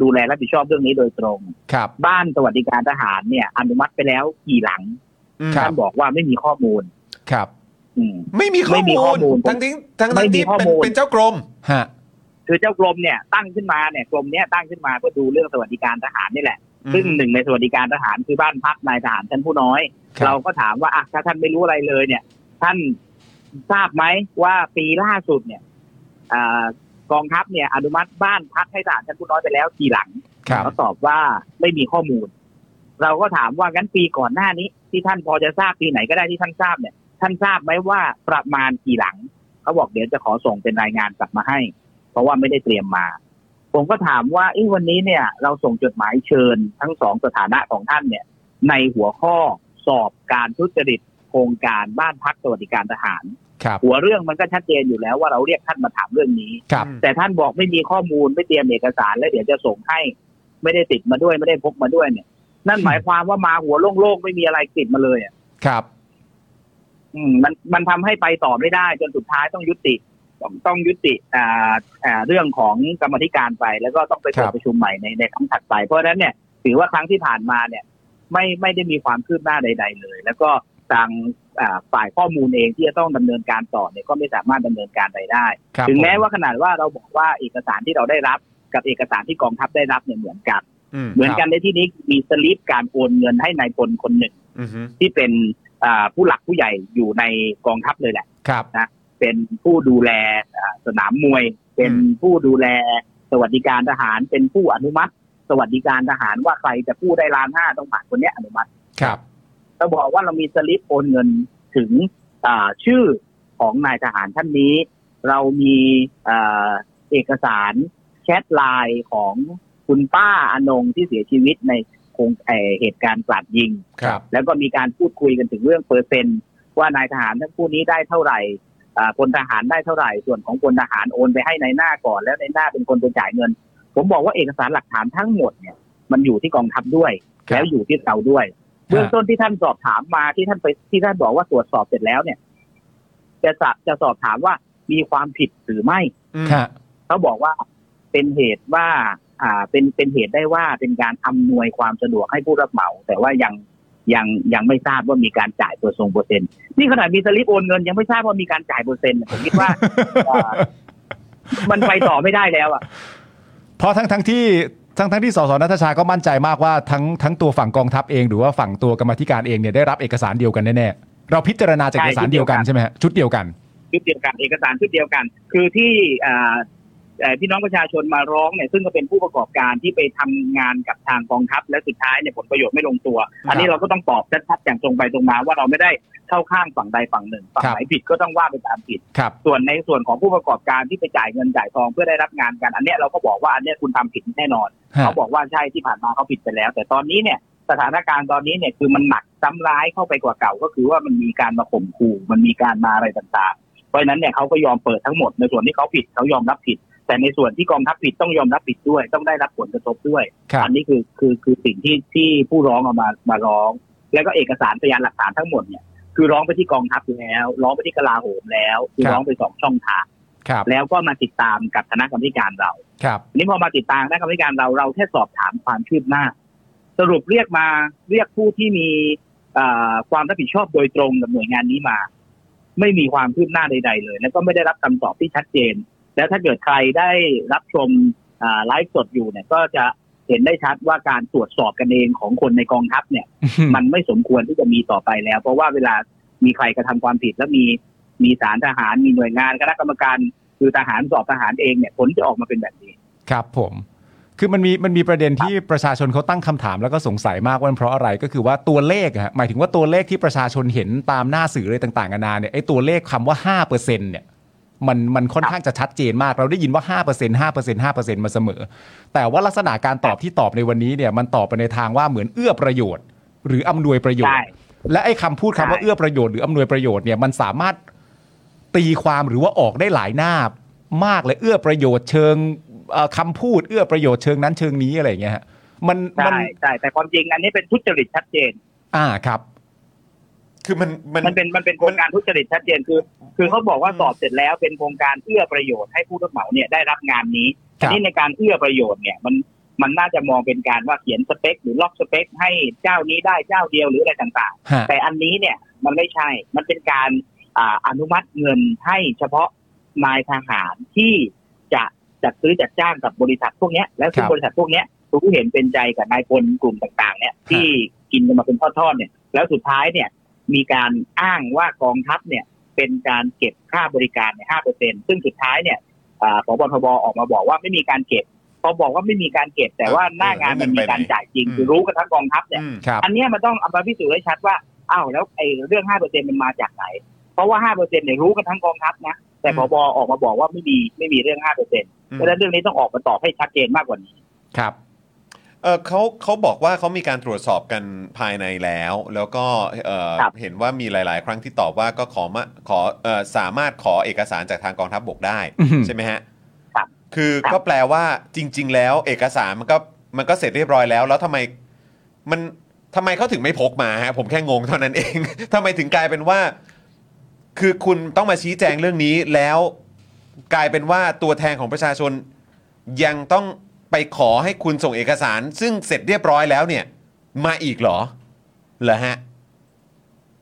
D: ดูแลรับผิดชอบเรื่องนี้โดยตรง
B: ครับ
D: บ้านสวัสดิการทหารเนี่ยอนุมัติไปแล้วกี่หลัง
B: ครับ
D: ท่านบอกว่าไม่มีข้อมูล
B: ครับ
D: อืม
A: ไม่มีข้อ
D: ไม่มี
A: มู
D: ข้อ
A: ล
D: มูล
A: ทั้งที่ทั้ง
D: ไม่
A: ทั้ง
D: มี
A: ที่
D: ข้อ
A: เป็น
D: มูล
A: เป็นเจ้ากรม
B: ฮะ
D: คือเจ้ากรมเนี่ยตั้งขึ้นมาเนี่ยกรมเนี่ยตั้งขึ้นมาก็ดูเรื่องสวัสดิการทหารนี่แหละ ซึ่งหนึ่งในสวัสดิการทหารคือบ้านพักนายทหารชั้นผู้น้อย
B: ครับ
D: เราก็ถามว่าอ่ะถ้าท่านไม่รู้อะไรเลย เนี่ย ท่านทราบไหมว่าปีล่าสุดเนี่ยอ่ากองทัพเนี่ยอนุมัติบ้านพักให้ทหารชั้นผู้น้อยไปแล้วกี่หลัง
B: ครับ
D: เขาตอบว่าไม่มีข้อมูล เราก็ถามว่างั้นปีก่อนหน้านี้ ที่ท่านพอจะทราบปีไหนก็ได้ที่ท่านทราบเนี่ย ท่านทราบไหมว่าประมาณกี่หลัง เขาบอกเดี๋ยวจะขอส่งเป็นรายงานกลับมาให้ เพราะว่าไม่ได้เตรียมมา ผมก็ถามว่าเอ้วันนี้เนี่ย เราส่งจดหมายเชิญทั้งสองสถานะของท่านเนี่ย ในหัวข้อสอบการทุจริตโครงการบ้านพักสวัสดิการทหาร
B: ครับ
D: หัวเรื่องมันก็ชัดเจนอยู่แล้วว่าเราเรียกท่านมาถามเรื่องนี้
B: ครับ
D: แต่ท่านบอกไม่มีข้อมูลไม่เตรียมเอกสารแล้วเดี๋ยวจะส่งให้ ไม่ได้ติดมาด้วยไม่ได้พกมาด้วยเนี่ย นั่นหมายความว่ามาหัวโล่งๆไม่มีอะไรติดมาเลยอ่ะ
B: ครับ
D: อืมมันมันทำให้ไปต่อไม่ได้จนสุดท้ายต้องยุติ ต้องต้องยุติอ่าอ่าเรื่องของกรรมธิการไปแล้วก็ต้องไป
B: ค
D: เปิ
B: รั
D: ด
B: บ
D: ประชุมใหม่ในในครั้งถัดไป เพราะฉะนั้นเนี่ยถือว่าครั้งที่ผ่านมาเนี่ย ไม่ไม่ได้มีความคืบหน้าใด ๆ เลย แล้วก็ทางอ่าฝ่ายข้อมูลเองที่จะต้องดำเนินการต่อเนี่ยก็ไม่สามารถดำเนินการใดได้
B: ครับ
D: ถึงแม้
B: ผ
D: ว่าขนาดว่าเราบอกว่าเอกสารที่เราได้รับกับเอกสารที่กองทัพได้รับเนี่ยเหมือนกัน เหมือนกันในที่นี้มีสลิปการโอนเงินให้นายพลคนหนึ่ง
A: อือฮึ
D: ที่เป็น อ่าผู้หลักผู้ใหญ่อยู่ในกองทัพเลยแหละ
B: ครับ
D: เป็นผู้ดูแลอ่าสนามมวย เป็นผู้ดูแลสวัสดิการทหาร เป็นผู้อนุมัติ สวัสดิการทหารว่าใครจะกู้ได้ล้านห้าต้องผ่านคนเนี้ยอนุมัติ
B: ครับ
D: เราบอกว่าเรามีสลิปโอนเงินถึงอ่าชื่อของนายทหารท่านนี้ เรามีอ่าเอกสารแชทไลน์ของคุณป้าอนงที่เสียชีวิตในโครงเอ่อเหตุการณ์กราดยิง
B: ครับ
D: แล้วก็มีการพูดคุยกันถึงเรื่องเปอร์เซ็นต์ว่านายทหารทั้งคู่นี้ได้เท่าไหร่อ่าพลทหารได้เท่าไหร่ ส่วนของพลทหารโอนไปให้ในายหน้าก่อน แล้วในายหน้าเป็นคนไปจ่ายเงิน ผมบอกว่าเอกสารหลักฐานทั้งหมดเนี่ยมันอยู่ที่กองทัพด้วย
B: ครับ
D: แล้วอยู่ที่เราด้วย เบื้องต้นที่ท่านสอบถามมาที่ท่านไปที่ท่านบอกว่าตรวจสอบเสร็จแล้วเนี่ย จะสะจะสอบถามว่ามีความผิดหรือไม่
B: ฮะ
D: เขาบอกว่าเป็นเหตุว่า อ่าเป็นเป็นเหตุได้ว่าเป็นการอำนวยความสะดวกให้ผู้รับเหมา แต่ว่ายังยังยังไม่ทราบว่ามีการจ่ายเปอร์เซ็นต์เปอร์เซ็นต์นี่ขนาดมีสลิปโอนเงินยังไม่ทราบว่ามีการจ่ายเปอร์เซ็นต์ผมคิ ดว่า อ่ามันไปต่อไม่ได้แล้วอ่ะ
B: เพราะทั้งทั้งที่ทั้งทั้งที่สสนัทชาก็มั่นใจมากว่าทั้งทั้งตัวฝั่งกองทัพเองหรือว่าฝั่งตัวกรรมาธิการเองเนี่ยได้รับเอกสารเดียวกันแน่ๆเราพิจารณาจาก
D: ใช่
B: เอกสารเดียวกันใช่ไหมฮะชุดเดียวกัน
D: ชุดเดียวกันเอกสารชุดเดียวกัน คือที่อ่าเอ่อพี่น้องประชาชนมาร้องเนี่ยซึ่งก็เป็นผู้ประกอบการที่ไปทำงานกับทางกองทัพและสุดท้ายเนี่ยผลประโยชน์ไม่ลงตัว อันนี้เราก็ต้องตอบชัดๆอย่างตรงไปตรงมาว่าเราไม่ได้เข้าข้างฝั่งใดฝั่งหนึ่งฝั่ง
B: ครับ
D: ไหนผิดก็ต้องว่าไปตามผิด
B: ครับ
D: ส่วนในส่วนของผู้ประกอบการที่ไปจ่ายเงินจ่ายทองเพื่อได้รับงานกัน อันเนี้ยเราก็บอกว่าอันเนี้ยคุณทำผิดแน่นอน
B: ฮะ
D: เขาบอกว่าใช่ที่ผ่านมาเขาผิดไปแล้ว แต่ตอนนี้เนี่ยสถานการณ์ตอนนี้เนี่ยคือมันหนักซ้ำร้ายเข้าไปกว่าเก่าก็คือว่ามันมีการมาข่มขู่มันมีการมาอะไรต่างๆ เพราะฉะนั้นเนี่ยเขาก็ยอมเปิดทั้งหมดในส่วนที่เขาผิดเขายอมรับผิด แต่ในส่วนที่กองทัพผิดต้องยอมรับผิดด้วย ต้องได้รับผลกระทบด้วย
B: ครับ
D: อันนี้คือคือคือสิ่งที่ที่ผู้ร้องเอามามาร้อง แล้วก็เอกสารพยานหลักฐานทั้งหมดเนี่ยคือร้องไปที่กองทัพแล้ว ร้องไปที่กลาโหมแล้วคือ
B: ครับ
D: ร้องไปสองช่องทาง
B: ครับ
D: แล้วก็มาติดตามกับคณะกรรมการเรา
B: ครับ
D: ทีนี้พอมาติดตามคณะกรรมการเราเราแค่สอบถามความคืบหน้า สรุปเรียกมาเรียกผู้ที่มีเอ่อความรับผิดชอบโดยตรงกับหน่วยงานนี้มา ไม่มีความคืบหน้าใด ๆ เลย แล้วก็ไม่ได้รับคำตอบที่ชัดเจน แล้วถ้าเกิดใครได้รับชมอ่าไลฟ์สดอยู่เนี่ย ก็จะเห็นได้ชัดว่าการตรวจสอบกันเองของคนในกองทัพเนี่ย มันไม่สมควรที่จะมีต่อไปแล้ว เพราะว่าเวลามีใครกระทำความผิดแล้วมีมีสารทหารมีหน่วยงานคณะกรรมการคือทหารสอบทหารเองเนี่ยผลจะออกมาเป็นแบบนี้
B: ครับผม คือมันมีมันมีประเด็นที่ประชาชนเขาตั้งคำถามแล้วก็สงสัยมากว่ามันเพราะอะไรก็คือว่าตัวเลขอะฮะหมายถึงว่าตัวเลขที่ประชาชนเห็นตามหน้าสื่อเลยต่างๆนานาเนี่ยไอ้ตัวเลขคำว่า 5%เนี่ยมันมันค่อนข้างจะชัดเจนมาก เราได้ยินว่า 5% 5% 5%มาเสมอ แต่ว่าลักษณะการตอบที่ตอบในวันนี้เนี่ยมันตอบไปในทางว่าเหมือนเอื้อประโยชน์ หรืออำนวยประโยชน์
D: ใช่
B: และไอ้คำพูดคำว่า
D: ใช่
B: เอื้อประโยชน์หรืออำนวยประโยชน์เนี่ยมันสามารถ ตีความหรือว่าออกได้หลายหน้ามากเลยเอื้อประโยชน์เชิงเอ่อคำพูดเอื้อประโยชน์เชิงนั้นเชิงนี้อะไรอย่างเงี้ยฮะมันมั
D: ใช่
B: น
D: ใช่แต่ความจริงอันนี้เป็นทุจริตชัดเจน
B: อ่าครับ
A: คือมันมัน
D: มันเป็นมันเป็นโครงการทุจริตชัดเจนคือ คือเขาบอกว่าสอบเสร็จแล้วเป็นโครงการเอื้อประโยชน์ให้ผู้รับเหมาเนี่ยได้รับงานนี้
B: ครั
D: อั
B: บ
D: นนี้ในการเอื้อประโยชน์เนี่ยมันมันน่าจะมองเป็นการว่าเขียนสเปค หรือล็อกสเปค ให้เจ้านี้ได้เจ้าเดียวหรืออะไรต่าง
B: ฮะ
D: ๆ แต่อันนี้เนี่ยมันไม่ใช่ มันเป็นการอ่าอนุมัติเงินให้เฉพาะนายทหารที่จะจัดซื้อจัดจ้างกับบริษัทพวกเนี้ยแล้วซึ่งบริษัทพวกเนี้ยรู้เห็นเป็นใจกับนายพลกลุ่มต่างๆ เนี่ยที่กินกันมาเป็นทอดๆเนี่ยแล้วสุดท้ายเนี่ย มีการอ้างว่ากองทัพเนี่ยเป็นการเก็บค่าบริการใน5เปอร์เซ็นซึ่งสุดท้ายเนี่ยอ่าพบทบออกมาบอกว่าไม่มีการเก็บพอบอกว่าไม่มีการเก็บ แต่ว่าหน้างานมันมีการจ่ายจริง
A: อืม
D: คือรู้กันทั้งกองทัพเนี่ย
A: อืม
B: ครับ
D: อันเนี้ยมันต้องเอามาพิสูจน์ให้ชัดว่าอ้าวแล้วไอ้เรื่อง5เปอร์เซ็นมันมาจากไหน เพราะว่า5เปอร์เซ็นเนี่ยรู้กันทั้งกองทัพนะแต่พบออกมาบอกว่าไม่มีไม่มีเรื่อง5เปอร์เซ็นเพราะฉะนั้นเรื่องนี้ต้องออกมาตอบให้ชัดเจนมากกว่านี้
B: ครับ
A: เออเขาเขาบอกว่าเขามีการตรวจสอบกันภายในแล้ว แล้วก็เอ่อ
D: ครับ
A: เห็นว่ามีหลาย ๆ ครั้งที่ตอบว่าก็ขอมาขอเอ่อสามารถขอเอกสารจากทางกองทัพบบกได้
B: อือหือ
A: ใช่ไหมฮะ
D: ครับ
A: คือ
D: ครับ
A: ก็แปลว่าจริง ๆ แล้วเอกสารมันก็มันก็เสร็จเรียบร้อยแล้ว แล้วทำไมมันทำไมเขาถึงไม่พกมาฮะผมแค่งงเท่านั้นเอง ทำไมถึงกลายเป็นว่า คือคุณต้องมาชี้แจงเรื่องนี้แล้วกลายเป็นว่าตัวแทนของประชาชน ยังต้องไปขอให้คุณส่งเอกสาร ซึ่งเสร็จเรียบร้อยแล้วเนี่ย มาอีกเหรอเหรอฮะ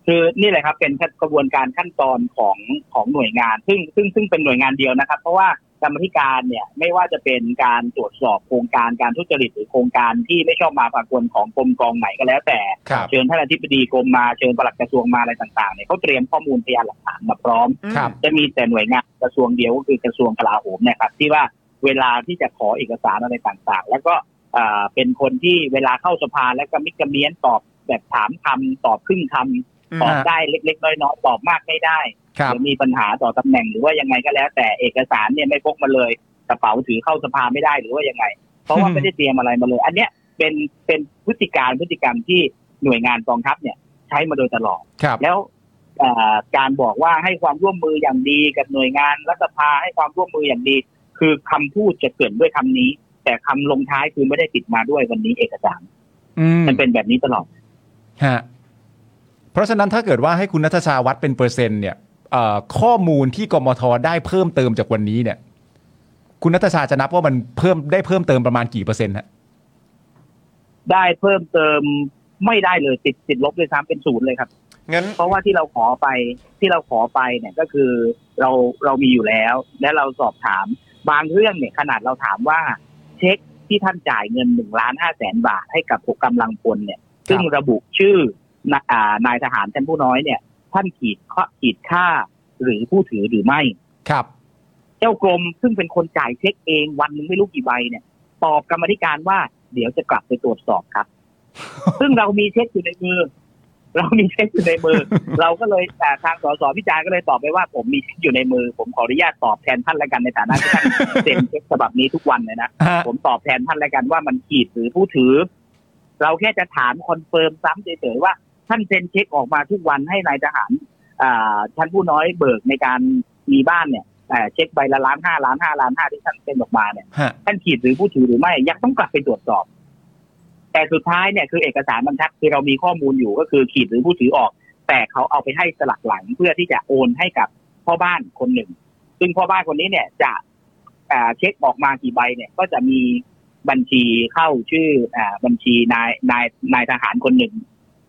D: คือนี่แหละครับเป็นกระบวนการขั้นตอนของของหน่วยงาน ซึ่งซึ่งซึ่งเป็นหน่วยงานเดียวนะครับ เพราะว่า กรรมธิการเนี่ยไม่ว่าจะเป็นการตรวจสอบโครงการการทุจริตหรือโครงการที่ไม่ชอบมาพากลของกรมกองไหนก็แล้วแต่
B: ครับ
D: เชิญท่านอธิบดีกรมมาเชิญปลัดกระทรวงมาอะไรต่างๆเนี่ยเขาเตรียมข้อมูลพยานหลักฐานมาพร้อม
B: ครับ
D: จะมีแต่หน่วยงานกระทรวงเดียวก็คือกระทรวงกลาโหมเนะครับที่ว่าเวลาที่จะขอเอกสารอะไรต่างๆ แล้วก็เอ่อเป็นคนที่เวลาเข้าสภาแล้วก็มิกระเมียนตอบแบบถามคำตอบครึ่งคำตอบได้เล็กๆน้อยๆตอบมากไม่ได้
B: ครับ
D: หรือมีปัญหาต่อตำแหน่งหรือว่ายังไงก็แล้ว แต่เอกสารเนี่ยไม่พกมาเลยกระเป๋าถือเข้าสภาไม่ได้หรือว่ายังไง เพราะว่าไม่ได้เตรียมอะไรมาเลย อันเนี้ยเป็นเป็นพฤติการพฤติกรรมที่หน่วยงานกองทัพเนี่ยใช้มาโดยตลอด
B: ครับ
D: แล้วเอ่อการบอกว่าให้ความร่วมมืออย่างดีกับหน่วยงานรัฐสภาให้ความร่วมมืออย่างดี คือคำพูดจะเกิดด้วยคำนี้ แต่คำลงท้ายคือไม่ได้ติดมาด้วยวันนี้เอกสาร
B: อืม
D: มันเป็นแบบนี้ตลอด
B: ฮะเพราะฉะนั้นถ้าเกิดว่าให้คุณนัทชาวัดเป็นเปอร์เซ็นต์เนี่ยเอ่อข้อมูลที่กมทได้เพิ่มเติมจากวันนี้เนี่ย คุณนัทชาจะนับว่ามันเพิ่มได้เพิ่มเติมประมาณกี่เปอร์เซ็นต์ฮะ
D: ได้เพิ่มเติมไม่ได้เลยติดติดลบด้วยซ้ำเป็นศูนย์เลยครับ
A: งั้น
D: เพราะว่าที่เราขอไปที่เราขอไปเนี่ยก็คือเราเรามีอยู่แล้ว และเราสอบถามบางเรื่องเนี่ยขนาดเราถามว่า เช็คที่ท่านจ่ายเงินหนึ่งล้านห้าแสนบาทให้กับผู้กำลังพลเนี่ย ซึ่งระบุชื่อนายอ่านายทหารชั้นผู้น้อยเนี่ย ท่านขีดข้อขีดค่าหรือผู้ถือหรือไม่
B: ครับ
D: เจ้ากรมซึ่งเป็นคนจ่ายเช็คเองวันหนึงไม่รู้กี่ใบเนี่ย ตอบกรรมาธิการว่าเดี๋ยวจะกลับไปตรวจสอบครับ ซึ่งเรามีเช็คอยู่ในมือ เรามีเช็คอยู่ในมือ เราก็เลยแต่ทางสสพิจารณ์ก็เลยตอบไปว่าผมมีเช็คอยู่ในมือ ผมขออนุญาตตอบแทนท่านละกันในฐานะที่ท่าน เซ็นเช็คฉบับนี้ทุกวันเลยนะ
B: ฮะ
D: ผมตอบแทนท่านละกันว่ามันขีดหรือผู้ถือ เราแค่จะถามคอนเฟิร์มซ้ำเฉยๆว่า ท่านเซ็นเช็คออกมาทุกวันให้นายทหารอ่าชั้นผู้น้อยเบิกในการมีบ้านเนี่ยแต่เช็คใบละล้านห้าล้านห้าล้านห้าที่ท่านเซ็นออกมาเนี่ย
B: ฮะ
D: ท่านขีดหรือผู้ถือหรือไม่ยังต้องกลับไปตรวจสอบ แต่สุดท้ายเนี่ยคือเอกสารบรรทัดคือเรามีข้อมูลอยู่ก็คือขีดหรือผู้ถือออก แต่เขาเอาไปให้สลักหลังเพื่อที่จะโอนให้กับพ่อบ้านคนหนึ่ง ซึ่งพ่อบ้านคนนี้เนี่ยจะอ่าเช็คออกมากี่ใบเนี่ย ก็จะมีบัญชีเข้าชื่ออ่าบัญชีนายนายนายทหารคนหนึ่ง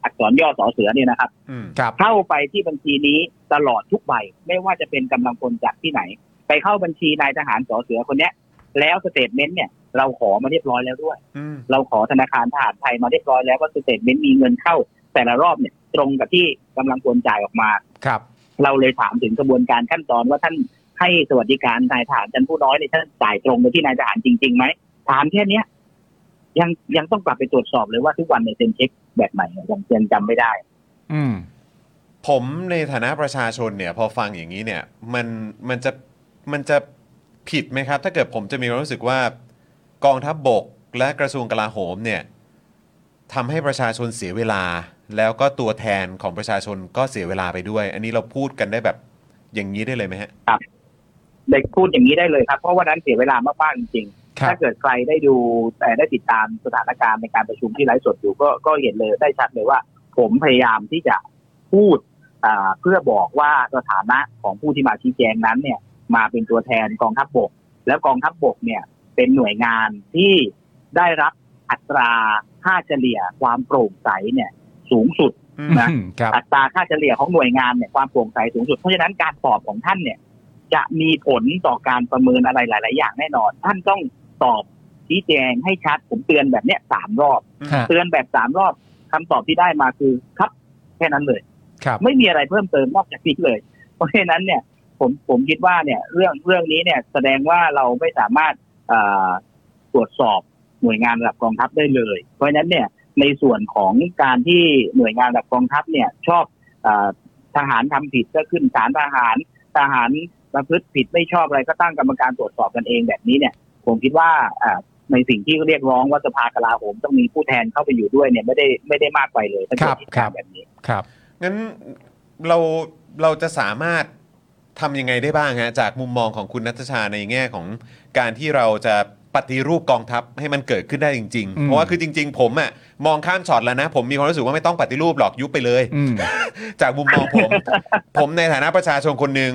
D: อักษรย่อสอเสือเนี่ยนะครับ
A: อืม
B: ครับ
D: เข้าไปที่บัญชีนี้ตลอดทุกใบ ไม่ว่าจะเป็นกำลังพลจากที่ไหน ไปเข้าบัญชีนายทหารสอเสือคนเนี้ย แล้วสเตทเมนต์เนี่ย เราขอมาเรียบร้อยแล้วด้วย
A: อืม
D: เราขอธนาคารทหารไทยมาเรียบร้อยแล้วว่าสเตทเมนต์มีเงินเข้า แต่ละรอบเนี่ย ตรงกับที่กำลังพลจ่ายออกมา
B: ครับ
D: เราเลยถามถึงกระบวนการขั้นตอนว่าท่านให้สวัสดิการนายทหารชั้นผู้น้อยในยท่านจ่ายตรงไปที่นายทหารจริงๆไหมถามแค่เนี้ยยังยังต้องกลับไปตรวจสอบเลยว่าทุกวันเนี่ยเซ็นเช็คแบบไหนเนี่ยยังยังจำไม่ได้
B: อืม
A: ผมในฐานะประชาชนเนี่ยพอฟังอย่างนี้เนี่ยมันมันจะมันจะผิดไหมครับ ถ้าเกิดผมจะมีความรู้สึกว่ากองทัพบบกและกระทรวงกลาโหมเนี่ยทำให้ประชาชนเสียเวลา แล้วก็ตัวแทนของประชาชนก็เสียเวลาไปด้วย อันนี้เราพูดกันได้แบบอย่างนี้ได้เลยไหมฮะ
D: ได้พูดอย่างนี้ได้เลยครับ เพราะวันนั้นเสียเวลามากๆจริง
B: ครั
D: ๆถ้า
B: บ
D: เกิดใครได้ดูแต่อได้ติดตามสถานการณ์ในการประชุมที่ไลฟ์สดอยู่ก็ก็เห็นเลยได้ชัดเลยว่า ผมพยายามที่จะพูดอ่าเพื่อบอกว่าสถานะของผู้ที่มาชี้แจงนั้นเนี่ย มาเป็นตัวแทนกองทัพบบก แล้วกองทัพบบกเนี่ย เป็นหน่วยงานที่ได้รับอัตราค่าเฉลี่ยความโปร่งใสเนี่ย สูงสุด นะ
B: อืมครับ
D: อัตราค่าเฉลี่ยของหน่วยงานเนี่ยความโปร่งใสสูงสุด เพราะฉะนั้นการตอบของท่านเนี่ย จะมีผลต่อการประเมินอะไรหลาย ๆ อย่างแน่นอน ท่านต้องตอบชี้แจงให้ชัดผมเตือนแบบเนี้ยสามรอบ
B: ฮะ
D: เตือนแบบสามรอบคำตอบที่ได้มาคือครับแค่นั้นเลย
B: ครับ
D: ไม่มีอะไรเพิ่มเติมนอกจากนี้เลย เพราะฉะนั้นเนี่ยผมผมคิดว่าเนี่ยเรื่องเรื่องนี้เนี่ยแสดงว่าเราไม่สามารถเอ่อตรวจสอบหน่วยงานระดับกองทัพได้เลย เพราะฉะนั้นเนี่ยในส่วนของการที่หน่วยงานระดับกองทัพเนี่ยชอบเออทหารทำผิดก็ขึ้นศาลทหารทหารประพฤติผิดไม่ชอบอะไรก็ตั้งกรรมการตรวจสอบกันเองแบบนี้เนี่ย ผมคิดว่าเอ่อในสิ่งที่เรียกร้องว่าสภากลาโหมต้องมีผู้แทนเข้าไปอยู่ด้วยเนี่ยไม่ได้ไม่ได้มากไปเลยถ้าเกิดที่
B: ครับ
D: ทำแบบนี้
B: ครับ
A: งั้นเราเราจะสามารถทำยังไงได้บ้างฮะจากมุมมองของคุณนัทชาในแง่ของการที่เราจะปฏิรูปกองทัพให้มันเกิดขึ้นได้จริงๆ
B: อืม
A: เพราะว่าคือจริง ๆ ผมอะมองข้ามช็อตแล้วนะ ผมมีความรู้สึกว่าไม่ต้องปฏิรูปหรอกยุบไปเลย
B: อืม
A: จากมุมมองผม ผมในฐานะประชาชนคนหนึ่ง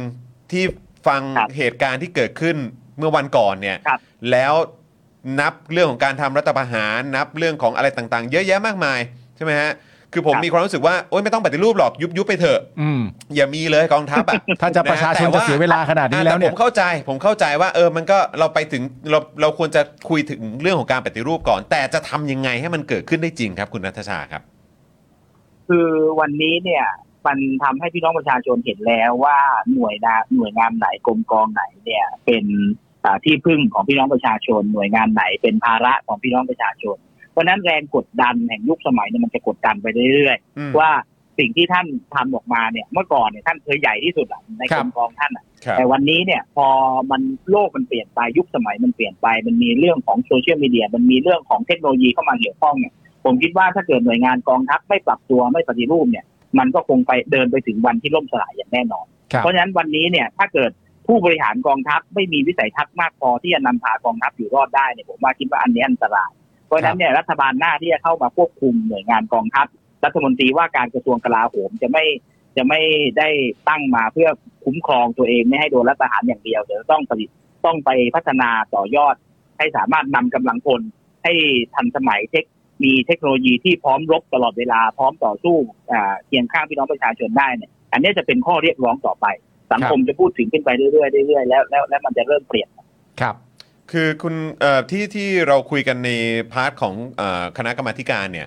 A: ที่ฟัง
D: ครับ
A: เหตุการณ์ที่เกิดขึ้นเมื่อวันก่อนเนี่ย
D: ครับ
A: แล้วนับเรื่องของการทำรัฐประหาร นับเรื่องของอะไรต่างๆ เยอะแยะมากมายใช่ไหมฮะ คือผม
D: ครับ
A: มีความรู้สึกว่าโอ๊ยไม่ต้องปฏิรูปหรอกยุบยุบไปเถอะ
B: อืม
A: อย่ามีเลยกองทัพอ่ะ
B: ถ้าจะประชาชน
A: แต่
B: จะ
A: ว่า
B: เสียเวลาขนาดนี้แล้วเนี่ย
A: อ่ะต่ผมเข้าใจผมเข้าใจว่าเออมันก็เราไปถึงเราเราควรจะคุยถึงเรื่องของการปฏิรูปก่อน แต่จะทำยังไงให้มันเกิดขึ้นได้จริงครับ คุณนัทชาครับ
D: คือวันนี้เนี่ยมันทำให้พี่น้องประชาชนเห็นแล้วว่าหน่วยนาหน่วยงานไหนกรมกองไหนเนี่ยเป็นอ่าที่พึ่งของพี่น้องประชาชน หน่วยงานไหนเป็นภาระของพี่น้องประชาชน เพราะฉะนั้นแรงกดดันแห่งยุคสมัยเนี่ยมันจะกดดันไปเรื่อย
A: อืม
D: ๆว่าสิ่งที่ท่านทำออกมาเนี่ยเมื่อก่อนเนี่ยท่านเคยใหญ่ที่สุดอะใน
B: ครั
D: กร
B: บ
D: มกองท่านอะ
A: ครับ
D: แต่วันนี้เนี่ยพอมันโลกมันเปลี่ยนไปยุคสมัยมันเปลี่ยนไป มันมีเรื่องของโซเชียลมีเดียมันมีเรื่องของเทคโนโลยีเข้ามาเกี่ยวข้องเนี่ยผมคิดว่าถ้าเกิดหน่วยงานกองทัพไม่ปรับตัวไม่ปฏิรูปเนี่ย มันก็คงไปเดินไปถึงวันที่ล่มสลายอย่างแน่นอน
B: ครับ
D: เพราะฉะนั้นวันนี้เนี่ยถ้าเกิดผู้บริหารกองทัพไม่มีวิสัยทัศน์มากพอที่จะนำพากองทัพอยู่รอดได้เนี่ยผมว่าคิดว่าอันนี้อันตราย เพราะฉะนั้นเนี่ยรัฐบาลหน้าที่จะเข้ามาควบคุมหน่วยงานกองทัพ รัฐมนตรีว่าการกระทรวงกลาโหมจะไม่จะไม่ได้ตั้งมาเพื่อคุ้มครองตัวเองไม่ให้โดนรัฐประหารอย่างเดียวเดี๋ยวต้องผลิตต้องไปพัฒนาต่อยอด ให้สามารถนำกำลังพลให้ทันสมัยเทคมีเทคโนโลยีที่พร้อมรบตลอดเวลาพร้อมต่อสู้อ่าเคียงข้างพี่น้องประชาชนได้เนี่ยอันนี้จะเป็นข้อเรียกร้องต่อไป สังคมจะพูดถึงขึ้นไปเรื่อยๆเรื่อยๆแล้วแล้วแล้วมันจะเริ่มเปลี่ยน
B: ครับ
A: คือคุณเอ่อที่ที่เราคุยกันในพาร์ทของเอ่อคณะกรรมาธิการเนี่ย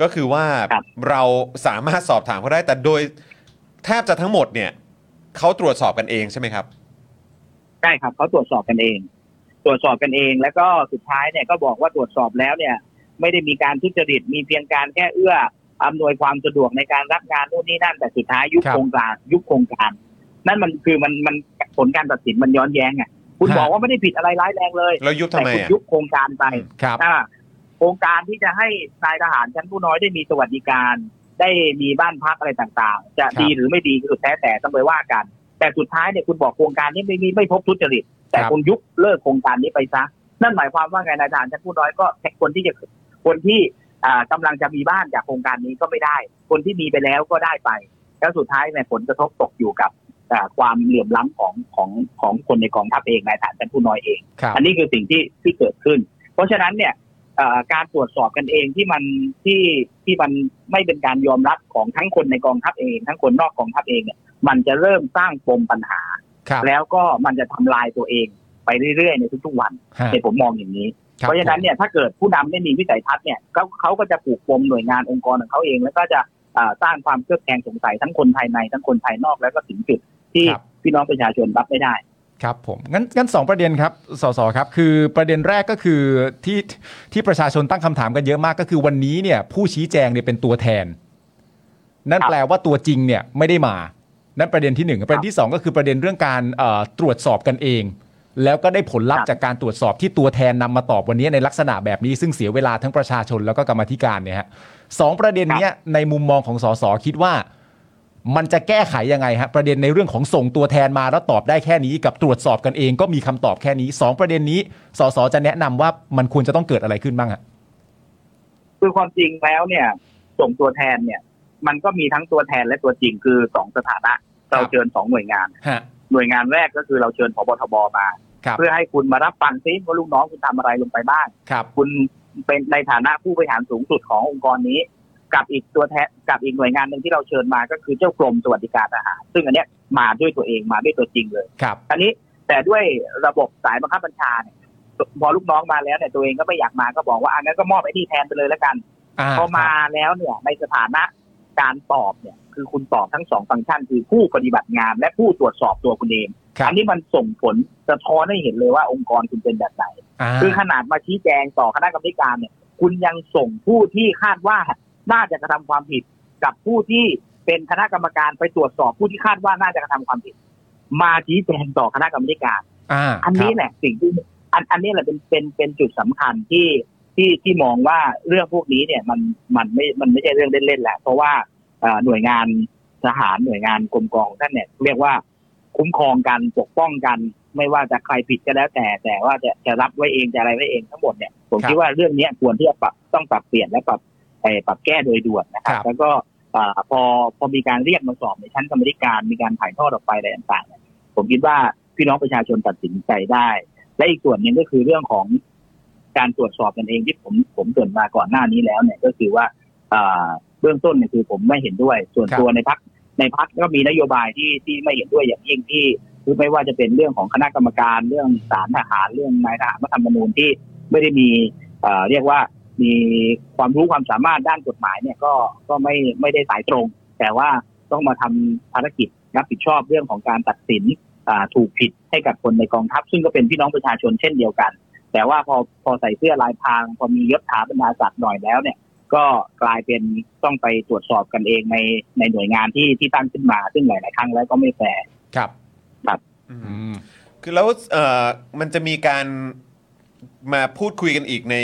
A: ก็คือว่า
D: ครับ
A: เราสามารถสอบถามเขาได้ แต่โดยแทบจะทั้งหมดเนี่ยเขาตรวจสอบกันเองใช่ไหมครับ
D: ใช่ครับเขาตรวจสอบกันเอง ตรวจสอบกันเองแล้วก็สุดท้ายเนี่ยก็บอกว่าตรวจสอบแล้วเนี่ย ไม่ได้มีการทุจริตมีเพียงการแค่เอื้ออำนวยความสะดวกในการรับงานนู่นนี่นั่นแต่สุดท้ายยุบ
B: ครับ
D: โครงการยุบโครงการ นั่นมันคือมันมันผลการตัดสินมันย้อนแย้งไงคุณ
B: ฮะ
D: บอกว่าไม่ได้ผิดอะไรร้ายแรงเลย
A: แล้วยุบทำ
D: แต่
A: ไม
D: คุณ
A: อ่ะ
D: ยุบโครงการไป
B: ครับ
D: อ่าโครงการที่จะให้นายทหารชั้นผู้น้อยได้มีสวัสดิการ ได้มีบ้านพักอะไรต่างๆ จะ
B: ครับ
D: ดีหรือไม่ดีสุดแท้แต่ต้องไปว่ากัน แต่สุดท้ายเนี่ยคุณบอกโครงการนี้ไม่มีไม่พบทุจริต แต่
B: ครับ
D: คุณยุบเลิกโครงการนี้ไปซะ นั่นหมายความว่าไงนายทหารชั้นผู้น้อยก็คนที่จะคนที่อ่ากำลังจะมีบ้านจากโครงการนี้ก็ไม่ได้ คนที่มีไปแล้วก็ได้ไป แล้วสุดท้ายเนี่ยผลกระทบตกอยู่กับอ่าความเหลื่อมล้ำของของของคนในกองทัพเองนายทหารชั้นผู้น้อยเอง
B: ครับ
D: อันนี้คือสิ่งที่ที่เกิดขึ้น เพราะฉะนั้นเนี่ยเอ่อการตรวจสอบกันเองที่มันที่ที่มันไม่เป็นการยอมรับของทั้งคนในกองทัพเอง ทั้งคนนอกกองทัพเองเนี่ยมันจะเริ่มสร้างปมปัญหา
B: ครับ
D: แล้วก็มันจะทำลายตัวเองไปเรื่อยๆในทุกๆวัน
B: ฮะ
D: ในยผมมองอย่างนี้
B: คบ
D: เพราะฉะนั้นเนี่ยถ้าเกิดผู้นำไม่มีวิสัยทัศน์เนี่ยเขาเขาก็จะปลูกปมหน่วยงานองค์กรของเขาเอง แล้วก็จะเอ่อสร้างความเครือบแคลงสงสัยทั้งคนภายในทั้งคนภายนอกแล้วก็ถึงจุดที่
B: ครับ
D: พี่น้องประชาชนรับไม่ได้
B: ครับผมงั้นงั้นสองประเด็นครับสสครับ คือประเด็นแรกก็คือที่ที่ประชาชนตั้งคำถามกันเยอะมากก็คือวันนี้เนี่ยผู้ชี้แจงเนี่ยเป็นตัวแทน นั่น
D: ครับ
B: แปลว่าตัวจริงเนี่ยไม่ได้มานั่นประเด็นที่หนึ่งประเด็นที่สองก็คือประเด็นเรื่องการเอ่อตรวจสอบกันเอง แล้วก็ได้ผลลัพ
D: ครั
B: ธ์
D: บ
B: จากการตรวจสอบที่ตัวแทนนำมาตอบวันนี้ในลักษณะแบบนี้ซึ่งเสียเวลาทั้งประชาชนแล้วก็กรรมาธิการเนี่ยฮะสองประเด็นเนี้ยในมุมมองของสสคิดว่า มันจะแก้ไขยังไงฮะประเด็นในเรื่องของส่งตัวแทนมาแล้วตอบได้แค่นี้กับตรวจสอบกันเองก็มีคำตอบแค่นี้สองประเด็นนี้สสจะแนะนำว่ามันควรจะต้องเกิดอะไรขึ้นบ้างฮะ
D: คือความจริงแล้วเนี่ยส่งตัวแทนเนี่ย มันก็มีทั้งตัวแทนและตัวจริงคือสองสถานะ เราเชิญสองหน่วยงาน
B: ฮะ
D: หน่วยงานแรกก็คือเราเชิญพบทบมา
B: ครับ
D: เพื่อให้คุณมารับฟังซิว่าลูกน้องคุณทำอะไรลงไปบ้าง
B: ครับ
D: คุณเป็นในฐานะผู้บริหารสูงสุดขององค์กรนี้ กับอีกตัวแทนกับอีกหน่วยงานหนึ่งที่เราเชิญมาก็คือเจ้ากรมสวัสดิการทหารซึ่งอันเนี้ยมาด้วยตัวเองมาด้วยตัวจริงเลย
B: ครับ
D: อันนี้แต่ด้วยระบบสายบังคับบัญชาเนี่ยพอลูกน้องมาแล้วเนี่ยตัวเองก็ไม่อยากมาก็บอกว่าอันนั้นก็มอบไอ้นี่แทนไปเลยแล้วกัน
B: อ่า
D: พอมาแล้วเนี่ยในสถานะการตอบเนี่ยคือคุณตอบทั้งสองฟังก์ชัน คือผู้ปฏิบัติงานและผู้ตรวจสอบตัวคุณเอง
B: ครับ
D: อันี้มันส่งผลสะท้อนให้เห็นเลยว่าองค์กรคุณเป็นแบบไหน
B: า
D: คือขนาดมาชี้แจงต่อคณะกรรมการเนี่ยคุณยังส่งผู้ที่คาดว่าน่าจะกระทำความผิด กับผู้ที่เป็นคณะกรรมการไปตรวจสอบผู้ที่คาดว่าน่าจะกระทำความผิด มาชี้แจงต่อคณะกรรมการ
B: อ่า
D: อันนี้
B: ครับ
D: แหละสิ่งที่อันอันนี้แหละเป็นเป็นเป็นจุดสำคัญที่ที่ที่มองว่าเรื่องพวกนี้เนี่ยมันมันไม่มันไม่ใช่เรื่องเล่นๆแหละ เพราะว่าเอ่อหน่วยงานทหารหน่วยงานกรมกองท่านเนี่ยเรียกว่าคุ้มครองกันปกป้องกัน ไม่ว่าจะใครผิดก็แล้วแต่ แต่ว่าจะจะรับไว้เองจะอะไรไว้เองทั้งหมดเนี่ยผมคิดว่าเรื่องเนี้ยควรที่จะปรับต้องปรับเปลี่ยนและปรับเอ่อปรับแก้โดยด่วนนะครับ แล้วก็เอ่อพอพอมีการเรียกมาสอบในชั้นกรรมธิการมีการถ่ายทอดออกไปอะไรต่างๆ ผมคิดว่าพี่น้องประชาชนตัดสินใจได้ และอีกส่วนหนึ่งก็คือเรื่องของการตรวจสอบกันเองที่ผมผมเกริดมาก่อนหน้านี้แล้วเนี่ยก็คือว่าเอ่อ เบื้องต้นเนี่ยคือผมไม่เห็นด้วย ส่วน
B: ครับ
D: ตัวในพักในพักก็มีนโยบายที่ที่ไม่เห็นด้วยอย่างยิ่งที่คือไม่ว่าจะเป็นเรื่องของคณะกรรมการเรื่องสารทหารเรื่องนายทหารรัฐธรรมนูญที่ไม่ได้มีเอ่อเรียกว่ามีความรู้ความสามารถด้านกฎหมายเนี่ยก็ก็ไม่ไม่ได้สายตรง แต่ว่าต้องมาทำภารกิจรับผิดชอบเรื่องของการตัดสินอ่าถูกผิดให้กับคนในกองทัพ ซึ่งก็เป็นพี่น้องประชาชนเช่นเดียวกัน แต่ว่าพอพอใส่เสื้อลายพราง พอมียศถาบรรดาศักดิ์หน่อยแล้วเนี่ย ก็กลายเป็นต้องไปตรวจสอบกันเองในในหน่วยงานที่ที่ตั้งขึ้นมา ซึ่งหลาย ๆ ครั้งแล้วก็ไม่แฟร์
B: ครับ
A: อืม
B: อืม
A: คือแล้วเอ่อมันจะมีการมาพูดคุยกันอีกใน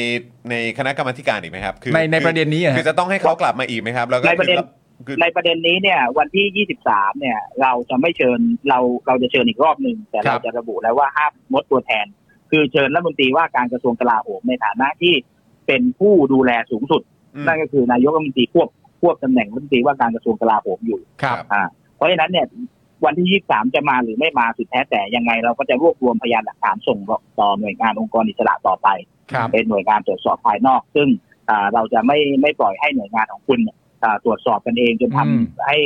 A: ในคณะกรรมาธิการอีกไหมครับ คือ
B: ในใน
A: คือ
B: ประเด็นนี้อะฮะ
A: คือจะต้องให้เขากลับมาอีกไหมครับ แล้วก็
D: ในประเด็น
A: คือ
D: ในประเด็นนี้เนี่ยวันที่ 23 เนี่ย เราจะไม่เชิญเราเราจะเชิญอีกรอบหนึ่งแต่
B: ครั
D: เรา
B: บ
D: จะระบุแล้วว่าห้ามงดตัวแทน คือเชิญรัฐมนตรีว่าการกระทรวงกลาโหมในฐานะที่เป็นผู้ดูแลสูงสุด
A: อืม
D: นั่นก็คือนายกรัฐมนตรีควบควบตำแหน่งรัฐมนตรีว่าการกระทรวงกลาโหมอยู่
B: ครับ
D: อ่าเพราะฉะนั้นเนี่ยวันที่ 23 จะมาหรือไม่มาสุดแท้แต่ยังไงเราก็จะรวบรวมพยานหลักฐานส่งต่อหน่วยงานองค์กรอิสระต่อไป
B: ครับ
D: เป็นหน่วยงานตรวจสอบภายนอก ซึ่งอ่าเราจะไม่ไม่ปล่อยให้หน่วยงานของคุณเนี่ยอ่าตรวจสอบกันเองจนทำ
B: อืม
D: ให้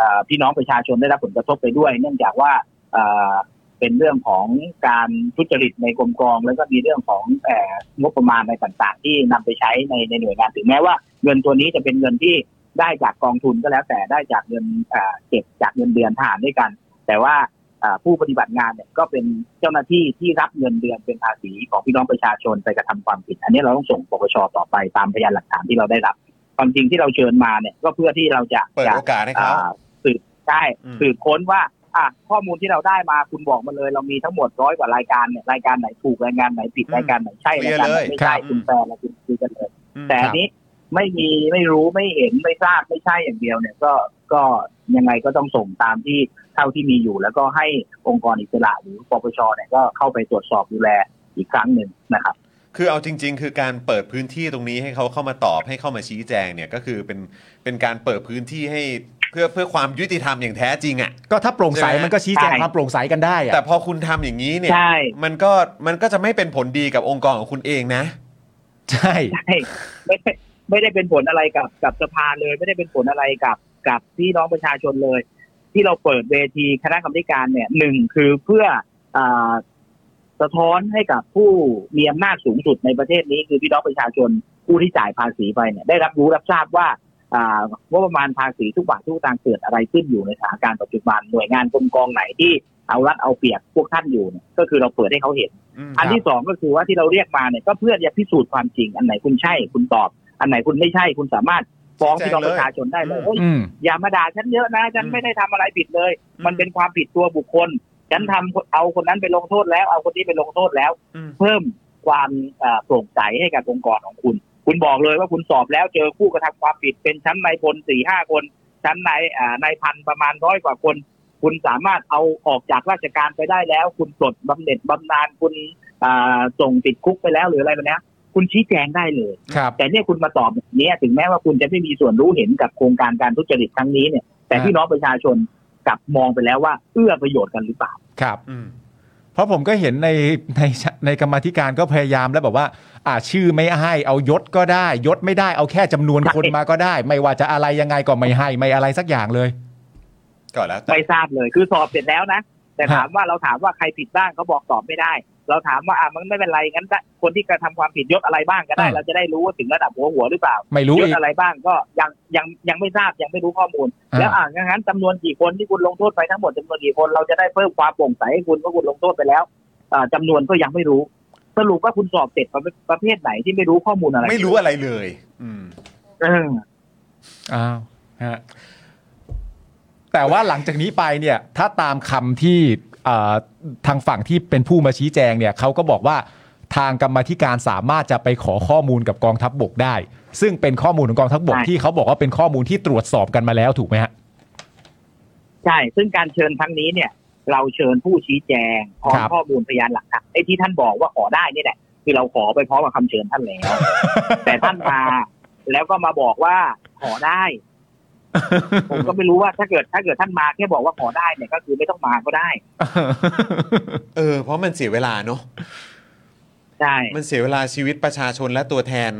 D: อ่าพี่น้องประชาชนได้รับผลกระทบไปด้วย เนื่องจากว่าอ่าเป็นเรื่องของการทุจริตในกรมกอง แล้วก็มีเรื่องของเอ่องบประมาณในต่างๆ ที่นำไปใช้ในในหน่วยงานถึงแม้ว่า เงินตัวนี้จะเป็นเงินที่ได้จากกองทุนก็แล้วแต่ได้จากเงินอ่าเก็บจากเงินเดือนทหารด้วยกัน แต่ว่าอ่าผู้ปฏิบัติงานเนี่ยก็เป็นเจ้าหน้าที่ที่รับเงินเดือนเป็นภาษีของพี่น้องประชาชนไปกระทำความผิด อันนี้เราต้องส่งปปชต่อไปตามพยานหลักฐานที่เราได้รับความจริงที่เราเชิญมาเนี่ยก็เพื่อที่เราจะ
A: เปิด
D: จะ
A: โอกาสให้เขา
D: อ่าสืบใช่
A: อืม
D: สืบค้นว่าอ่ะข้อมูลที่เราได้มาคุณบอกมาเลย เรามีทั้งหมดร้อยกว่ารายการเนี่ยรายการไหนถูกรายการไหนผิดรายการไหนใช่รายการไหนไม่ใช่คุณแฟนและคุณคุยกันเลย แต่อันนี้ไม่มีไม่รู้ไม่เห็นไม่ทราบไม่ใช่อย่างเดียวเนี่ยก็ก็ยังไงก็ต้องส่งตามที่เท่าที่มีอยู่ แล้วก็ให้องค์กรอิสระหรือปปชเนี่ยก็เข้าไปตรวจสอบดูแลอีกครั้งหนึ่งนะครับ
A: คือเอาจริง ๆ คือการเปิดพื้นที่ตรงนี้ให้เขาเข้ามาตอบให้เข้ามาชี้แจงเนี่ยก็คือเป็นเป็นการเปิดพื้นที่ให้เพื่อเพื่อความยุติธรรมอย่างแท้จริงอ่ะ
B: ก็ถ้าโปร่งใส
A: ใช่ไหม
B: มันก็ชี้แจง
D: ใช่
B: ความโปร่งใสกันได้อะ
A: แต่พอคุณทำอย่างนี้เนี่ย
D: ใช่
A: มันก็มันก็จะไม่เป็นผลดีกับองค์กรของคุณเองนะ
B: ใช่
D: ใช่ไม่ได้ไม่ได้เป็นผลอะไรกับกับสภาเลย ไม่ได้เป็นผลอะไรกับกับพี่น้องประชาชนเลย ที่เราเปิดเวทีคณะกรรมการเนี่ยหนึ่งคือเพื่ออ่าสะท้อนให้กับผู้มีอำนาจสูงสุดในประเทศนี้คือพี่น้องประชาชนผู้ที่จ่ายภาษีไปเนี่ยได้รับรู้รับทราบว่าอ่างบประมาณภาษีทุกบาททุกสตางค์เกิดอะไรขึ้นอยู่ในสถานการณ์ปัจจุบันหน่วยงานกรมกองไหนที่เอารัดเอาเปรียบพวกท่านอยู่เนี่ยก็คือเราเปิดให้เขาเห็น
A: อืม
D: อันที่สองก็คือว่าที่เราเรียกมาเนี่ยก็เพื่อจะพิสูจน์ความจริง อันไหนคุณใช่คุณตอบ อันไหนคุณไม่ใช่คุณสามารถฟ้อง
A: ชี้
D: พี่
A: แจ
D: น้อง ง
A: เลย
D: ประชาชนได้เลย
A: อืม
D: โอ้ย
B: อืม
D: อย่ามาด่าฉันเยอะนะฉัน
A: อืม
D: ไม่ได้ทำอะไรผิดเลย
A: อืม
D: มันเป็นความผิดตัวบุคคล ฉันทำเอาคนนั้นไปลงโทษแล้ว เอาคนนี้ไปลงโทษแล้ว
A: อืม
D: เพิ่มความเอ่อโปร่งใสให้กับองค์กรของคุณ คุณบอกเลยว่าคุณสอบแล้วเจอผู้กระทำความผิดเป็นชั้นนายพลสี่ห้าคน ชั้นนายเอ่อนายพันประมาณร้อยกว่าคน คุณสามารถเอาออกจากราชการไปได้แล้ว คุณปลดบำเหน็จบำนาญคุณเอ่อส่งติดคุกไปแล้วหรืออะไรแบบเนี้ยคุณชี้แจงได้เลย
B: ครับ
D: แต่เนี่ยคุณมาตอบแบบเนี้ยถึงแม้ว่าคุณจะไม่มีส่วนรู้เห็นกับโครงการการทุจริตครั้งนี้เนี่ย แต่พี่น้องประชาชนกลับมองไปแล้วว่าเอื้อประโยชน์กันหรือเปล่า
B: ครับ
A: อืม
B: เพราะผมก็เห็นในในในกรรมาธิการก็พยายามแล้วแบบว่า อ่าชื่อไม่ให้เอายศก็ได้ ยศไม่ได้เอาแค่จำนวนคน
D: ใช่
B: มาก็ได้ ไม่ว่าจะอะไรยังไงก็ไม่ให้ไม่อะไรสักอย่างเลย
A: ก่อนแล้วแต่
D: ไม่ทราบเลยคือสอบเสร็จแล้วนะ แต่
B: ครับ
D: ถามว่าเราถามว่าใครผิดบ้างเขาบอกตอบไม่ได้ เราถามว่าอ่ะมันไม่เป็นไรงั้นได้คนที่กระทำความผิดยศอะไรบ้างก็ได้ เราจะได้รู้ว่าถึงระดับหัวหัวหรือเปล่า
B: ไม่รู้
D: ยศ
B: อีก
D: อะไรบ้างก็ยังยังยังไม่ทราบยังไม่รู้ข้อมูล
B: อ่า
D: แล้วอ่ะงั้นจำนวนกี่คนที่คุณลงโทษไปทั้งหมดจำนวนกี่คนเราจะได้เพิ่มความโปร่งใสให้คุณว่าคุณลงโทษไปแล้วอ่าจำนวนก็ยังไม่รู้ สรุปว่าคุณสอบเสร็จประเภทประเภทไหนที่ไม่รู้ข้อมูลอะไร
A: ไม่รู้อะไรเลยอืม
D: เออ
B: อ้าวฮะแต่ว่าหลังจากนี้ไปเนี่ย ถ้าตามคำที่เอ่อทางฝั่งที่เป็นผู้มาชี้แจงเนี่ยเขาก็บอกว่าทางกรรมาธิการสามารถจะไปขอข้อมูลกับกองทัพบบกได้ ซึ่งเป็นข้อมูลของกองทัพบบก
D: ใช่
B: ที่เขาบอกว่าเป็นข้อมูลที่ตรวจสอบกันมาแล้วถูกไหมฮะ
D: ใช่ ซึ่งการเชิญครั้งนี้เนี่ย เราเชิญผู้ชี้แจงพร้อม
B: ครับ
D: ข้อมูลพยานหลักฐานไอ้ที่ท่านบอกว่าขอได้นี่แหละคือเราขอไปพร้อมกับคำเชิญท่านแล้ว แต่ท่านมาแล้วก็มาบอกว่าขอได้ ผมก็ไม่รู้ว่าถ้าเกิดถ้าเกิดท่านมาแค่บอกว่าขอได้เนี่ยก็คือไม่ต้องมาก็ได้
A: เออ เพราะมันเสียเวลาเนอะ
D: ใช่
A: มันเสียเวลาชีวิตประชาชนและตัวแทน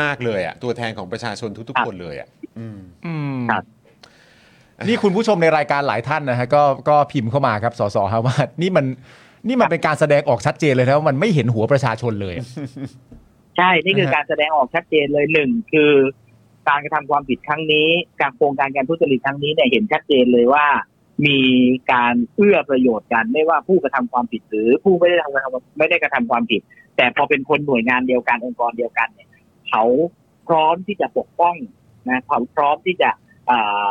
A: มาก ๆ เลยอะตัวแทนของประชาชนทุก ๆ คนเลยอะ อืม
B: อืม
D: ครับ
B: นี่คุณผู้ชมในรายการหลายท่านนะฮะก็ก็พิมพ์เข้ามาครับสสฮาวาดนี่มันนี่มันเป็นการแสดงออกชัดเจนเลยนะว่ามันไม่เห็นหัวประชาชนเลยอะ
D: ใช่ นี่คือการแสดงออกชัดเจนเลยหนึ่งคือ การกระทำความผิดครั้งนี้ การโครงการการทุจริตครั้งนี้เนี่ยเห็นชัดเจนเลยว่า มีการเอื้อประโยชน์กันไม่ว่าผู้กระทำความผิดหรือผู้ไม่ได้ทำความไม่ได้กระทำความผิด แต่พอเป็นคนหน่วยงานเดียวกันองค์กรเดียวกันเนี่ยเขาพร้อมที่จะปกป้องนะเขาพร้อมที่จะเอ่อ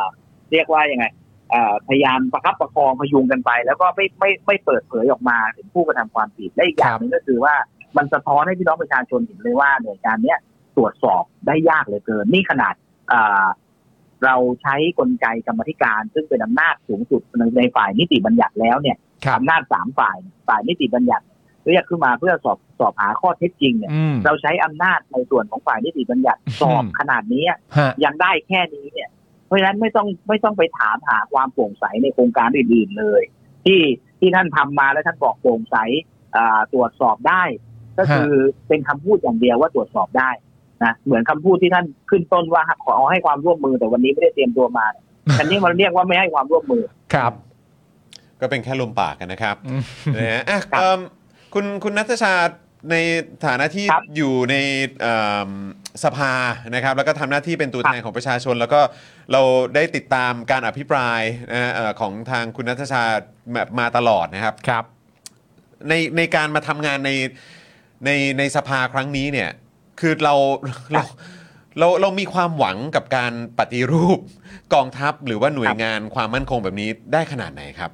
D: เรียกว่ายังไงเอ่อพยายามประคับประคองพยุงกันไป แล้วก็ไม่ไม่ไม่เปิดเผยออกมาถึงผู้กระทำความผิดและอีกอย่างหนึงก็คือว่า มันสะท้อนให้พี่น้องประชาชนเห็นเลยว่าหน่วยงานเนี้ยตรวจสอบได้ยากเหลือเกิน นี่ขนาดเอ่อเราใช้กลไกกรรมธิการ ซึ่งเป็นอำนาจสูงสุดในในฝ่ายนิติบัญญัติแล้วเนี่ย
B: ครับ
D: อำนาจสามฝ่ายฝ่ายนิติบัญญัติเรียกขึ้นมาเพื่อสอบสอบหาข้อเท็จจริงเนี่ย
B: อืม
D: เราใช้อำนาจในส่วนของฝ่ายนิติบัญญัติสอบ
B: อืม
D: ขนาดนี้
B: ฮะ
D: ยังได้แค่นี้เนี่ย เพราะฉะนั้นไม่ต้องไม่ต้องไปถามหาความโปร่งใสในโครงการอื่นๆเลย ที่ที่ท่านทำมาแล้วท่านบอกโปร่งใสอ่าตรวจสอบได้ ก็
B: ฮะ
D: คือเป็นคำพูดอย่างเดียวว่าตรวจสอบได้นะเหมือนคำพูดที่ท่านขึ้นต้นว่าขอให้ความร่วมมือแต่วันนี้ไม่ได้เตรียมตัวมาเนี่ยอันนี้มันเรียกว่าไม่ให้ความร่วมมือ
B: ครับ
A: ก็เป็นแค่ลมปากกันนะครับ
B: อืม
A: นะฮะอ่ะเอิ่มคุณคุณนัทชาในฐานะที่
D: ครับ
A: อยู่ในเอิ่มสภานะครับ แล้วก็ทำหน้าที่เป็นตัวแทนของประชาชน แล้วก็เราได้ติดตามการอภิปรายนะฮะเอ่อของทางคุณนัทชามามาตลอดนะครับ
B: ครับ
A: ในในการมาทำงานในในในสภาครั้งนี้เนี่ย คือเราเราเราเรามีความหวังกับการปฏิรูปกองทัพหรือว่าหน่วย
D: ครับ
A: งานความมั่นคงแบบนี้ได้ขนาดไหนครับ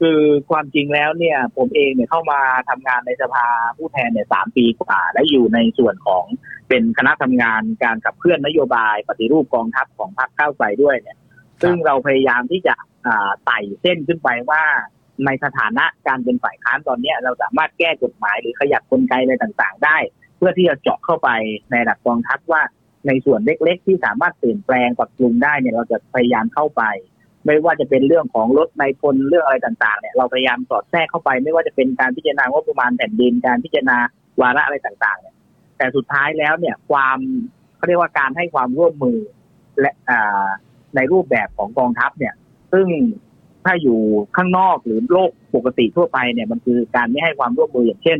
D: คือความจริงแล้วเนี่ย ผมเองเนี่ยเข้ามาทำงานในสภาผู้แทนเนี่ยสามปีกว่า และอยู่ในส่วนของเป็นคณะทำงานการขับเคลื่อนนโยบายปฏิรูปกองทัพของพรรคก้าวไกลด้วยเนี่ย ซึ่งเราพยายามที่จะอ่าไต่เส้นขึ้นไปว่าในสถานะการเป็นฝ่ายค้านตอนเนี้ยเราสามารถแก้กฎหมายหรือขยับกลไกอะไรต่างๆ ได้ เพื่อที่จะเจาะเข้าไปในระดับกองทัพว่าในส่วนเล็กๆ ที่สามารถเปลี่ยนแปลงปรับปรุงได้เนี่ยเราจะพยายามเข้าไป ไม่ว่าจะเป็นเรื่องของรถในพลเรื่องอะไรต่างๆเนี่ยเราพยายามสอดแทรกเข้าไป ไม่ว่าจะเป็นการพิจารณางบประมาณแผ่นดินการพิจารณาวาระอะไรต่างๆเนี่ยแต่สุดท้ายแล้วเนี่ยความเขาเรียกว่าการให้ความร่วมมือและอ่าในรูปแบบของกองทัพเนี่ย ซึ่งถ้าอยู่ข้างนอกหรือโลกปกติทั่วไปเนี่ยมันคือการไม่ให้ความร่วมมืออย่างเช่น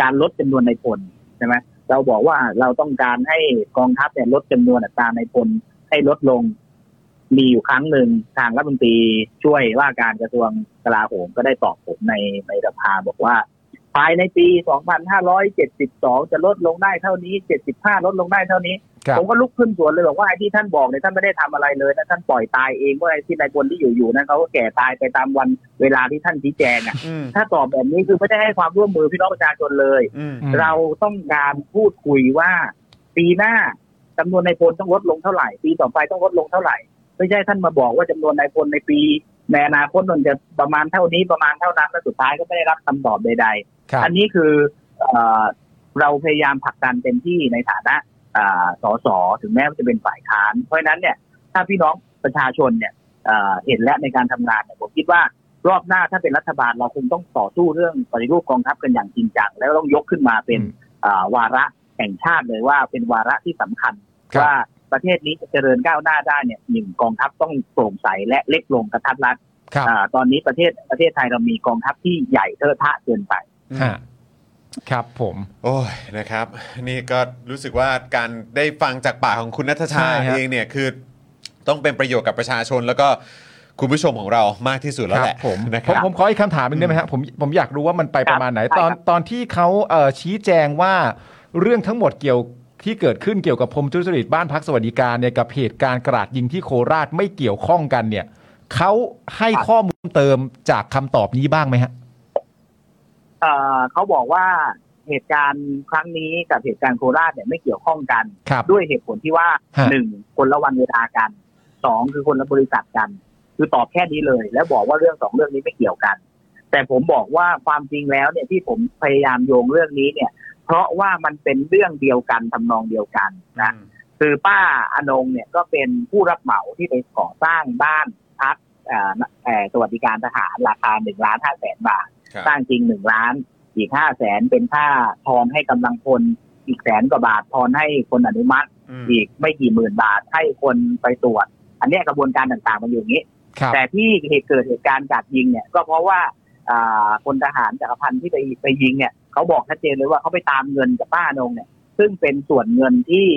D: การลดจำนวนในพลใช่ไหมเราบอกว่าเราต้องการให้กองทัพเนี่ยลดจำนวนอัตราในพล ให้ลดลง มีอยู่ครั้งหนึ่งทางรัฐมนตรีช่วยว่าการกระทรวงกลาโหมก็ได้ตอบผมในในสภาบอกว่า ภายในปี 2572 จะลดลงได้เท่านี้ 75 ลดลงได้เท่านี้
B: ครับ
D: ผมก็ลุกขึ้นสวนเลยบอกว่าไอ้ที่ท่านบอกเนี่ยท่านไม่ได้ทำอะไรเลยนะท่านปล่อยตายเองว่าไอ้ที่นายพลที่อยู่อยู่นั้นเขาก็แก่ตายไปตามวันเวลาที่ท่านชี้แจงอ่ะ
A: อืม
D: ถ้าตอบแบบนี้คือไม่ได้ให้ความร่วมมือพี่น้องประชาชนเลย
A: อืม
B: อืม
D: เราต้องการพูดคุยว่าปีหน้าจำนวนนายพลต้องลดลงเท่าไหร่ ปีต่อไปต้องลดลงเท่าไหร่ ไม่ใช่ท่านมาบอกว่าจำนวนนายพลในปีในอนาคตมันจะประมาณเท่านี้ประมาณเท่านั้นแล้วสุดท้ายก็ไม่ได้รับคำตอบใด ๆ
B: ครับ
D: อันนี้คือเอ่อเราพยายามผลักดันเต็มที่ในฐานะอ่าสสถึงแม้ว่าจะเป็นฝ่ายค้าน เพราะฉะนั้นเนี่ยถ้าพี่น้องประชาชนเนี่ยเอ่อเห็นและในการทำงานเนี่ยผมคิดว่ารอบหน้าถ้าเป็นรัฐบาลเราคงต้องต่อสู้เรื่องปฏิรูปกองทัพกันอย่างจริงจังแล้วต้องยกขึ้นมาเป็น
B: อืม
D: อ่าวาระแห่งชาติเลยว่าเป็นวาระที่สำคัญ
B: ครับ
D: ว่าประเทศนี้จะเจริญก้าวหน้าได้เนี่ยหนึ่งกองทัพต้องโปร่งใสและเล็กลงกระทัดรัด
B: ครับ
D: อ่าตอนนี้ประเทศประเทศไทยเรามีกองทัพที่ใหญ่เทอะทะเกินไป
B: ฮะครับผม
A: โอ้ยนะครับ นี่ก็รู้สึกว่าการได้ฟังจากปากของคุณนัทชาเองเนี่ยคือต้องเป็นประโยชน์กับประชาชน แล้วก็คุณผู้ชมของเรามากที่สุดแล้ว
B: ครั
A: แหละ
B: ผม
A: นะค
B: ผม
A: รับ
B: ผมขออีกคำถามหนึงได้ไหมฮะผมผมอยากรู้ว่ามันไปประมาณไหน
D: ครับ
B: ตอนตอนที่เขาเอ่อชี้แจงว่าเรื่องทั้งหมดเกี่ยวที่เกิดขึ้นเกี่ยวกับพรมจุลจริตบ้านพักสวัสดิการเนี่ยกับเหตุการณ์กราดยิงที่โคราชไม่เกี่ยวข้องกันเนี่ยเขาให้ข้อมูลเติมจากคำตอบนี้บ้างไหมฮะ
D: เอ่อเขาบอกว่าเหตุการณ์ครั้งนี้กับเหตุการณ์โคราชเนี่ยไม่เกี่ยวข้องกัน
B: ครับ
D: ด้วยเหตุผลที่ว่า
B: ฮะ
D: หนึ่งคนละวันเวลากันสองคือคนละบริษัทกัน คือตอบแค่นี้เลย แล้วบอกว่าเรื่องสองเรื่องนี้ไม่เกี่ยวกัน แต่ผมบอกว่าความจริงแล้วเนี่ยที่ผมพยายามโยงเรื่องนี้เนี่ย เพราะว่ามันเป็นเรื่องเดียวกันทำนองเดียวกันนะ คือป้าอนงเนี่ยก็เป็นผู้รับเหมาที่ไปก่อสร้างบ้านพักเอ่อเอ่อสวัสดิการทหารราคาหนึ่งล้านห้าแสนบาท
A: ครับ
D: สร้างจริงหนึ่งล้าน อีกห้าแสนเป็นค่าทอนให้กำลังพลอีกแสนกว่าบาททอนให้คนอนุมัติ
A: อืม
D: อีกไม่กี่หมื่นบาทให้คนไปตรวจ อันเนี้ยกระบวนการต่างๆมันอยู่อย่างนี้
B: ครับ
D: แต่ที่เหตุเกิดเหตุการณ์กราดยิงเนี่ยก็เพราะว่าอ่าพลทหารจักรพันธ์ที่ไปไปยิงเนี่ยเขาบอกชัดเจนเลยว่าเขาไปตามเงินจากป้านงเนี่ยซึ่งเป็นส่วนเงินที่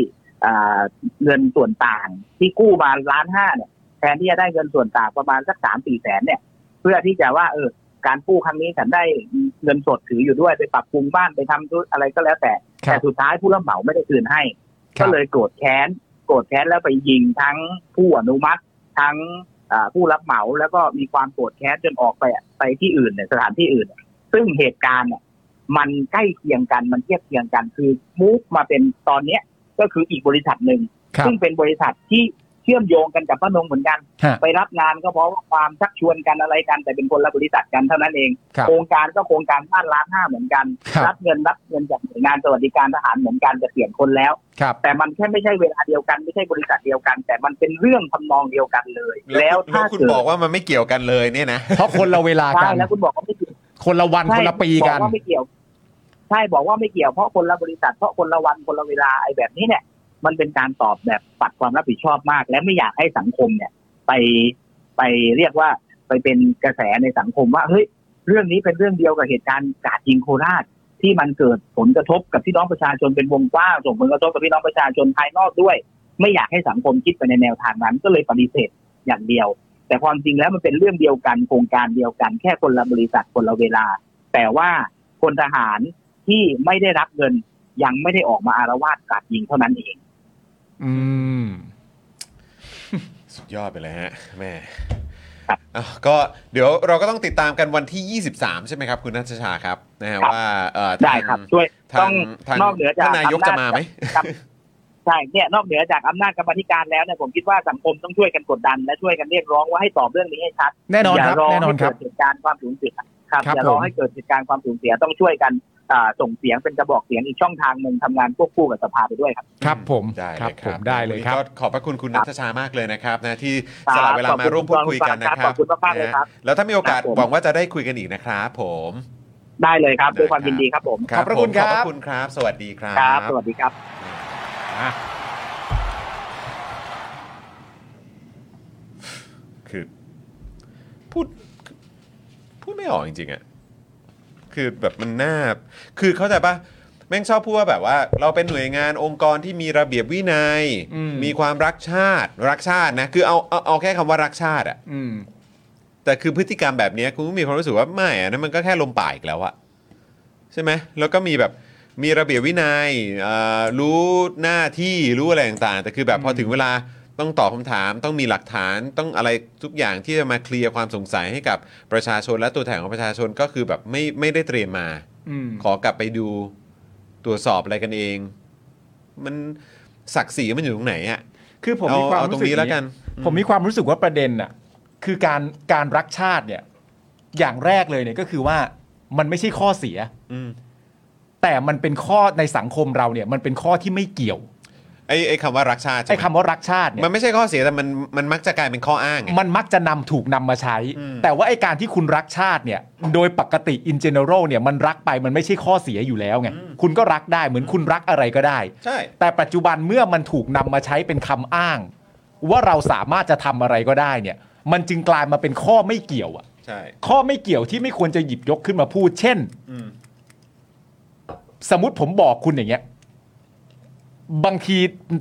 D: อ่าเงินส่วนต่างที่กู้มาล้านห้าเนี่ยแทนที่จะได้เงินส่วนต่างประมาณสักสามสี่แสนเนี่ย เพื่อที่จะว่าเออการกู้ครั้งนี้ฉันได้เงินสดถืออยู่ด้วยไปปรับปรุงบ้านไปทำธุรอะไรก็แล้วแต่
B: ครับ
D: แต่สุดท้ายผู้รับเหมาไม่ได้คืนให้
B: ค
D: ก็
B: รับ
D: เลยโกรธแค้น โกรธแค้นแล้วไปยิงทั้งผู้อนุมัติ ทั้งอ่าผู้รับเหมาแล้วก็มีความโกรธแค้นจนออกไปไปที่อื่นเนี่ยสถานที่อื่นเนี่ยซึ่งเหตุการณ์เนี่ยมันใกล้เคียงกันมันเทียบเคียงกันคือมูฟมาเป็นตอนเนี้ยก็คืออีกบริษัทหนึ่ง
B: ครับ
D: ซึ่งเป็นบริษัทที่เชื่อมโยงกันกับพระนงเหมือนกัน
B: ฮะ
D: ไปรับงานก็เพราะว่าความชักชวนกันอะไรกัน แต่เป็นคนละบริษัทกันเท่านั้นเอง
B: ครับ
D: โครงการก็โครงการบ้านล้านห้าเหมือนกัน
B: ครับ
D: รับเงินรับเงินจากหน่วยงานสวัสดิการทหารเหมือนกันจะเปลี่ยนคนแล้ว
B: ครับ
D: แต่มันแค่ไม่ใช่เวลาเดียวกันไม่ใช่บริษัทเดียวกัน แต่มันเป็นเรื่องทำนองเดียวกันเลย แล้ว
A: แล้
D: ถ้าว
A: คุณ
D: เกิด
A: บอกว่ามันไม่เกี่ยวกันเลยเนี่ยนะ
B: เพราะคนละเวลากั
D: ใช่
B: น
D: แล้วคุณบอกว่าไม่เกี่ยว
B: คนละวัน
D: ใช่
B: คนละปีกัน
D: บอกว่าไม่เกี่ยวใช่บอกว่าไม่เกี่ยวเพราะคนละบริษัทเพราะคนละวันคนละเวลาไอ้แบบนี้เนี่ย มันเป็นการตอบแบบปัดความรับผิดชอบมาก และไม่อยากให้สังคมเนี่ย ไปไปเรียกว่าไปเป็นกระแสในสังคมว่าเฮ้ยเรื่องนี้เป็นเรื่องเดียวกับเหตุการณ์กราดยิงโคราชที่มันเกิดผลกระทบกับพี่น้องประชาชนเป็นวงกว้างส่งผลกระทบกับพี่น้องประชาชนภายนอกด้วย ไม่อยากให้สังคมคิดไปในแนวทางนั้นก็เลยปฏิเสธอย่างเดียว แต่ความจริงแล้วมันเป็นเรื่องเดียวกันโครงการเดียวกัน แค่คนละบริษัทคนละเวลา แต่ว่าคนทหารที่ไม่ได้รับเงินยังไม่ได้ออกมาอารวาสกราดยิงเท่านั้นเอง
B: อืม
A: สุดยอดไปเลยฮะแม่
D: ครับ
A: อ่ะก็เดี๋ยวเราก็ต้องติดตามกันวันที่ 23 ใช่ไหมครับ คุณนัทชาครับนะฮะ
D: ครับ
A: ว่าเอ่อ
D: ได้
A: ทาง
D: ครับช่วย
A: ทา
D: ต้
A: ง
D: อง
A: ทาง
D: นอกเหนือจาก
A: ท่านนายกจะมาไหม
D: ครับ ใช่เนี่ยนอกเหนือจากอำนาจกรรมธิการแล้วเนี่ยผมคิดว่าสังคมต้องช่วยกันกดดัน และช่วยกันเรียกร้องว่าให้ตอบเรื่องนี้ให้ชัด
B: แน่นอน
D: อย่า
B: ครับ
D: รอ
B: แน่นอน
D: ให้
B: ครับ
D: เกิดเหตุการณ์ความสูญเสียครับ
B: ครับ
D: อย่ารอ
B: ผม
D: ให้เกิดเหตุการณ์ความสูญเสียต้องช่วยกันอ่าส่งเสียงเป็นกระบอกเสียงอีกช่องทางหนึ่งทำงานควบคู่กับสภาไปด้วยครับ
B: ครับผม
A: ได้
B: ครั
A: เลย
B: บ
A: ค
B: ผ
A: รับ
B: มได้เลย
A: วันนี้
B: ครับ
A: ก็ขอบพระคุณคุณ
D: ค
A: นั
D: รับ
A: ทชามากเลยนะครับนะที่
D: ครับ
A: สละเวลามาร่วมพูดคุยกันนะค
D: ข
A: รั
D: อ
A: บบ
D: คุณมากๆเลยครับ
A: นะฮะแล้วถ้ามีโอกาส
D: ครับผม
A: หวังว่าจะได้คุยกันอีกนะครับผม
D: ได้เลยครับด้วยความยินดีครับผม
B: ขอบพระคุ
A: ผ
B: ณ
A: ม
B: ครั
A: ข
B: บ
A: อบพระคุณครับ สวัสดีครับ
D: ครับ สวัสดีครับ
B: อ่ะ
A: คือพูดพูดไม่ออกจริงๆอะคือแบบมันน่าคือเข้าใจปะแม่งชอบพูดว่าแบบว่า เราเป็นหน่วยงานองค์กรที่มีระเบียบวินัย มีความรักชาติ รักชาตินะ คือเอาเอาเอาแค่คำว่ารักชาติอะ
B: อืม
A: แต่คือพฤติกรรมแบบเนี้ยคุณก็มีความรู้สึกว่าไม่อะนั่นมันก็แค่ลมป่าอีกแล้วอะใช่ไหมแล้วก็มีแบบมีระเบียบวินัยเอ่อรู้หน้าที่รู้อะไรต่างๆแต่คือแบบพอถึงเวลาต้องตอบคำถาม ต้องมีหลักฐานต้องอะไรทุกอย่างที่จะมาเคลียร์ความสงสัยให้กับประชาชนและตัวแทนของประชาชนก็คือแบบไม่ไม่ได้เตรียมมา
B: อืม
A: ขอกลับไปดูตรวจสอบอะไรกันเอง มันศักดิ์ศรีมันอยู่ตรงไหนอะ
B: คือผมมี
A: เอา
B: ความ
A: เอา
B: รู้
A: ตร
B: สึ
A: ง
B: ก
A: นี้แล้วกัน
B: อย่างผมมีความรู้สึกว่าประเด็นอะคือการการรักชาติเนี่ย อย่างแรกเลยเนี่ยก็คือว่ามันไม่ใช่ข้อเสีย
A: อืม
B: แต่มันเป็นข้อในสังคมเราเนี่ย มันเป็นข้อที่ไม่เกี่ยว
A: ไอ้ไอ้คำว่ารักชาติใช่
B: ไอ้
A: ไหม
B: คำว่ารักชาติเนี่ย
A: มันไม่ใช่ข้อเสียแต่มันมันมักจะกลายเป็นข้ออ้างไง
B: มันมักจะนำถูกนำมาใช้
A: อืม
B: แต่ว่าไอการที่คุณรักชาติเนี่ย โดยปกติ in general เนี่ยมันรักไปมันไม่ใช่ข้อเสียอยู่แล้วไง คุณก็รักได้เหมือนคุณรักอะไรก็ได้
A: ใช่
B: แต่ปัจจุบันเมื่อมันถูกนำมาใช้เป็นคำอ้าง ว่าเราสามารถจะทำอะไรก็ได้เนี่ย มันจึงกลายมาเป็นข้อไม่เกี่ยวอะ
A: ใช่
B: ข้อไม่เกี่ยวที่ไม่ควรจะหยิบยกขึ้นมาพูด เช่น
A: อืม
B: สมมติผมบอกคุณอย่างเงี้ย บางที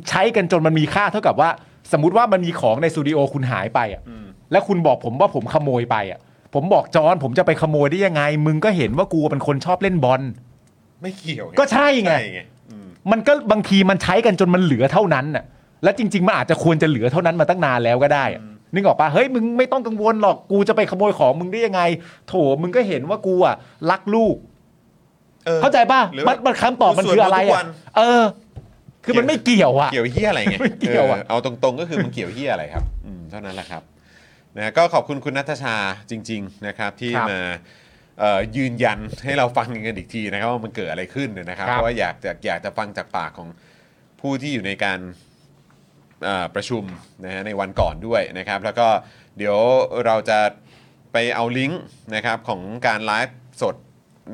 B: ใช้กันจนมันมีค่าเท่ากับว่า สมมติว่ามันมีของในสตูดิโอคุณหายไปอ่ะ
A: อืม
B: แล้วคุณบอกผมว่าผมขโมยไปอ่ะ ผมบอกจอนผมจะไปขโมยได้ยังไง มึงก็เห็นว่ากูเป็นคนชอบเล่นบอล
A: ไม่เกี่ยว
B: ก็ใช่ไง
A: ใช่ไงอืม
B: มันก็บางทีมันใช้กันจนมันเหลือเท่านั้นน่ะ และจริงๆมันอาจจะควรจะเหลือเท่านั้นมาตั้งนานแล้วก็ได้อะนึกออกปะเฮ้ยมึงไม่ต้องกังวลหรอกกูจะไปขโมยของมึงได้ยังไง โถมึงก็เห็นว่ากูอ่ะรักลูก
A: ออ
B: เข้าใจป่ะ
A: หรือว่า
B: มันมันคำตอบมันคืออะไร
A: สวดทุก
B: อ่ะ
A: วัน
B: เออ คือมันไม่เกี่ยวอ่ะ
A: เกี่ยวเฮียอะไรไง
B: ไม่เกี่ยวอะ
A: เอาตรงๆก็คือมันเกี่ยวเฮียอะไรครับอืมเท่านั้นแหละครับนะก็ขอบคุณคุณนัทชาจริง ๆนะครับ ที่
B: ครับ
A: มาเอ่อยืนยันให้เราฟังกันอีกทีนะครับว่ามันเกิดอะไรขึ้นเนี่ยนะครับ
B: ครับ
A: เพราะว่าอยากจะอยากจะฟังจากปากของผู้ที่อยู่ในการ เอ่อประชุมนะฮะในวันก่อนด้วยนะครับ แล้วก็เดี๋ยวเราจะไปเอาลิงก์นะครับของการไลฟ์สด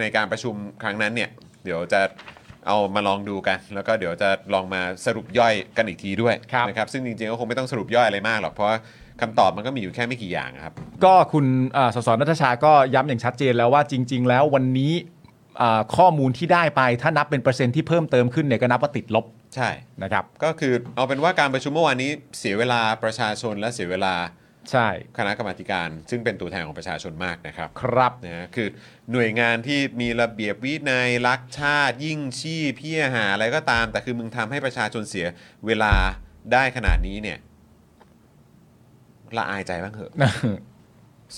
A: ในการประชุมครั้งนั้นเนี่ย เดี๋ยวจะ เอามาลองดูกัน แล้วก็เดี๋ยวจะลองมาสรุปย่อยกันอีกทีด้วย
B: ครับ
A: นะครับซึ่งจริงๆก็คงไม่ต้องสรุปย่อยอะไรมากหรอกเพราะว่าคำตอบมันก็มีอยู่แค่ไม่กี่อย่างครับ
B: ก็คุณอ่าสสนัทชาก็ย้ำอย่างชัดเจนแล้วว่าจริง ๆ แล้ววันนี้อ่าข้อมูลที่ได้ไปถ้านับเป็นเปอร์เซ็นต์ที่เพิ่มเติมขึ้นเนี่ยก็นับว่าติดลบ
A: ใช่
B: นะครับ
A: ก็คือเอาเป็นว่าการประชุมเมื่อวานนี้เสียเวลาประชาชนและเสียเวลา
B: ใช่
A: คณะกรรมาธิการ ซึ่งเป็นตัวแทนของประชาชนมากนะครับ
B: ครับ
A: นะฮะคือหน่วยงานที่มีระเบียบวินัยรักชาติ ยิ่งชีพเพี่หาอะไรก็ตาม แต่คือมึงทำให้ประชาชนเสียเวลาได้ขนาดนี้เนี่ยละอายใจบ้างเหอะ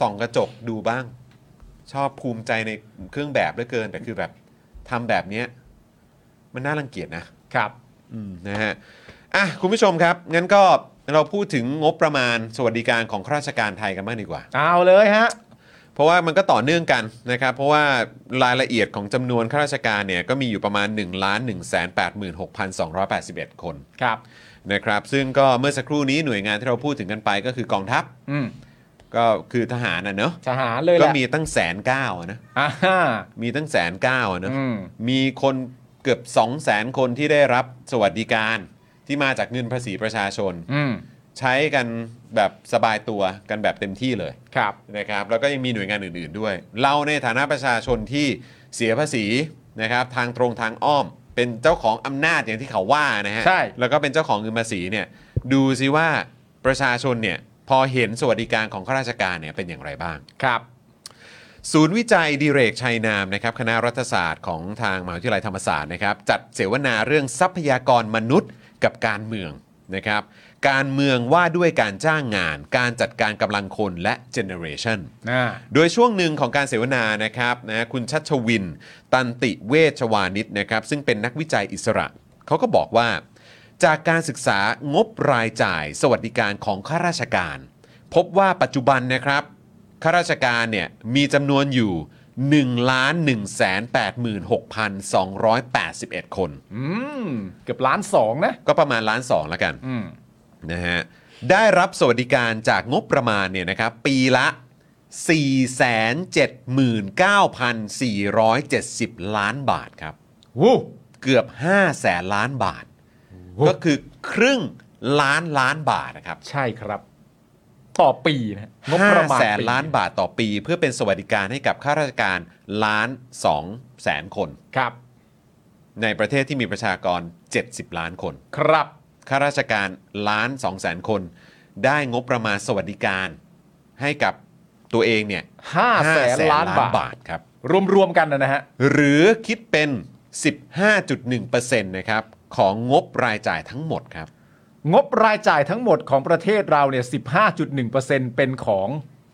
A: ส่องกระจกดูบ้าง ชอบภูมิใจในเครื่องแบบเหลือเกิน แต่คือแบบทำแบบเนี้ยมันน่ารังเกียจนะ
B: ครับ
A: อืมนะฮะ อ่ะ คุณผู้ชมครับ งั้นก็เราพูดถึงงบประมาณสวัสดิการของข้าราชการไทยกันบ้างดีกว่า
B: เอาเลยฮะ
A: เพราะว่ามันก็ต่อเนื่องกันนะครับ เพราะว่ารายละเอียดของจำนวนข้าราชการเนี่ยก็มีอยู่ประมาณ 1 1 8 6 2 8 1 คน
B: ครับ
A: นะครับซึ่งก็เมื่อสักครู่นี้หน่วยงานที่เราพูดถึงกันไปก็คือกองทัพ
B: อืม
A: ก็คือทหารนะเนอะ
B: ทหารเลยแห
A: ก็
B: ละ
A: มีตั้งแสนเก้านะ
B: อ่าฮะ
A: มีตั้งแสนเก้าอะเนอะ
B: อืม
A: มีคนเกือบ 2 0 0แสนคนที่ได้รับสวัสดิการที่มาจากเงินภาษีประชาชน
B: อืม
A: ใช้กันแบบสบายตัวกันแบบเต็มที่เลย
B: ครับ
A: นะครับแล้วก็ยังมีหน่วยงานอื่น ๆด้วย เราในฐานะประชาชนที่เสียภาษีนะครับทางตรงทางอ้อม เป็นเจ้าของอำนาจอย่างที่เขาว่านะฮะ
B: ใช่
A: แล้วก็เป็นเจ้าของเงินภาษีเนี่ยดูซิว่าประชาชนเนี่ยพอเห็นสวัสดิการของข้าราชการเนี่ยเป็นอย่างไรบ้าง
B: ครับ
A: ศูนย์วิจัยดิเรกชัยนามนะครับคณะรัฐศาสตร์ของทางมหาวิทยาลัยธรรมศาสตร์นะครับจัดเสวนาเรื่องทรัพยากรมนุษย์กับการเมืองนะครับการเมืองว่าด้วยการจ้างงาน การจัดการกำลังคนและเจเนเรชัน
B: อ่า
A: โดยช่วงหนึ่งของการเสวนานะครับนะคุณชัชวิน ตันติเวชวานิชนะครับซึ่งเป็นนักวิจัยอิสระ เขาก็บอกว่า จากการศึกษางบรายจ่ายสวัสดิการของข้าราชการ พบว่าปัจจุบันนะครับข้าราชการเนี่ยมีจำนวนอยู่ 1 1 8 6 2 8 1 คน
B: อืม เกือบล้านสองนะ
A: ก็ประมาณล้านสองแล้วกัน
B: อืม
A: นะฮะได้รับสวัสดิการจากงบประมาณเนี่ยนะครับปีละ 479,470 ล้านบาทครับ
B: วู้
A: เกือบ 5 แสนล้านบาท
B: โอ้
A: ก็คือครึ่งล้านล้านบาทนะครับ
B: ใช่ครับ ต่อปีนะฮะงบประมา
A: 5
B: ณ
A: แสน
B: ปี
A: ล้านบาทต่อปี เพื่อเป็นสวัสดิการให้กับข้าราชการล้าน2แสนคน
B: ครับ
A: ในประเทศที่มีประชากร 70 ล้านคน
B: ครับ
A: ข้าราชการล้านสองแสนคน ได้งบประมาณสวัสดิการให้กับตัวเองเนี่ย
B: ห้าแสนล้านบาท
A: ทครับ
B: รวมๆกันนะนะฮะ
A: หรือคิดเป็น 15.1%นะครับของงบรายจ่ายทั้งหมดครับ
B: งบรายจ่ายทั้งหมดของประเทศเราเนี่ย 15.1%เป็นของ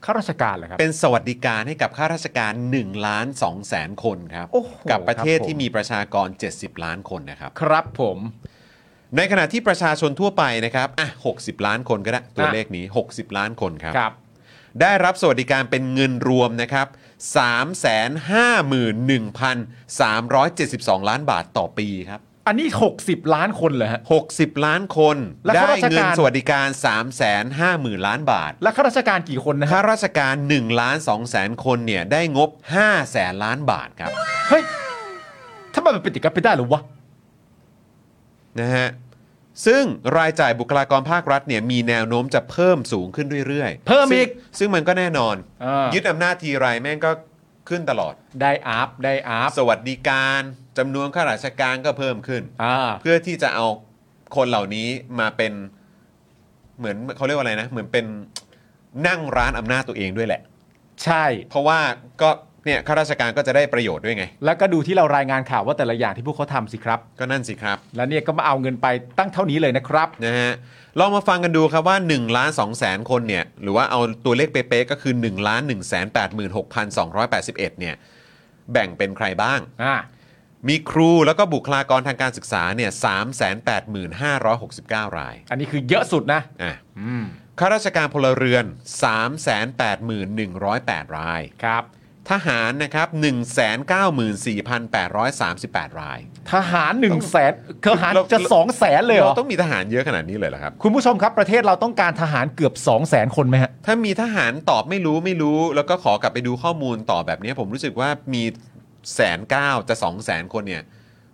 B: ข้าราชการเหรอครับ
A: เป็นสวัสดิการให้กับข้าราชการ1ล้าน2แสนคนครับ
B: โอ้โห
A: กับประเทศ
B: ครับผม
A: ที่มีประชากร 70 ล้านคนนะครับ
B: ครับผม
A: ในขณะที่ประชาชนทั่วไปนะครับอ่ะ60 ล้านคนก็ได้ตัวเลขนี้ 60 ล้านคนครับ
B: ครับ
A: ได้รับสวัสดิการเป็นเงินรวมนะครับ 351,372 ล้านบาทต่อปีครับ
B: อันนี้ 60 ล้านคนเหรอฮะ
A: 60 ล้านคน
B: แล้ว
A: ได้
B: ข้าราชการ
A: เงินสวัสดิการ 350,000 ล้านบาท
B: และข้าราชการกี่คนนะฮะ
A: ข้าราชการ1ล้าน2แสนคนเนี่ยได้งบ 5 แสนล้านบาทครับ
B: เฮ้ยทำไมมันเป็นติดกันไปได้หรือวะ
A: นะฮะ ซึ่งรายจ่ายบุคลากรภาครัฐเนี่ยมีแนวโน้มจะเพิ่มสูงขึ้นเรื่อยๆ
B: เพิ่มอีก
A: ซึ่งซึ่งมันก็แน่นอน
B: อ่ายึ
A: ยึดอำนาจทีไรแม่งก็ขึ้นตลอด
B: ได้อัพได้อัพ
A: สวัสดิการจำนวนข้าราชการก็เพิ่มขึ้น
B: อ่า
A: เพื่อที่จะเอาคนเหล่านี้มาเป็นเหมือนเขาเรียกว่าอะไรนะ เหมือนเป็นนั่งร้านอำนาจตัวเองด้วยแหละ
B: ใช่
A: เพราะว่าก็เนี่ยข้าราชการก็จะได้ประโยชน์ด้วยไง
B: แล้วก็ดูที่เรารายงานข่าวว่าแต่ละอย่างที่พวกเขาทำสิครับ
A: ก็นั่นสิครับ
B: แล้วเนี่ยก็มาเอาเงินไปตั้งเท่านี้เลยนะครับ
A: นะฮะลองมาฟังกันดูครับว่า1ล้าน2แสนคนเนี่ย หรือว่าเอาตัวเลขเป๊ะๆก็คือ1ล้าน1 8 6 2 8 1เนี่ยแบ่งเป็นใครบ้าง
B: อ่า
A: มีครูแล้วก็บุคลากรทางการศึกษาเนี่ย385,569 ราย
B: อันนี้คือเยอะสุดนะ
A: อ่ะ
B: อืม
A: ข้าราชการพลเรือน 381,108 ราย
B: ครับ
A: ทหารนะครับ194,838 ราย
B: ทหารหนึ่งแสนทหาร
A: เรา
B: จะสองแสนเลยเหร
A: เรา
B: อ
A: ต้องมีทหารเยอะขนาดนี้เลยเหรอครับ
B: คุณผู้ชมครับประเทศเราต้องการทหารเกือบ2 0 0แสนคนไหมฮะ
A: ถ้ามีทหารตอบไม่รู้ไม่รู้ แล้วก็ขอกลับไปดูข้อมูลต่อแบบนี้ ผมรู้สึกว่ามีแสนเก้าจะสองแสนคนเนี่ย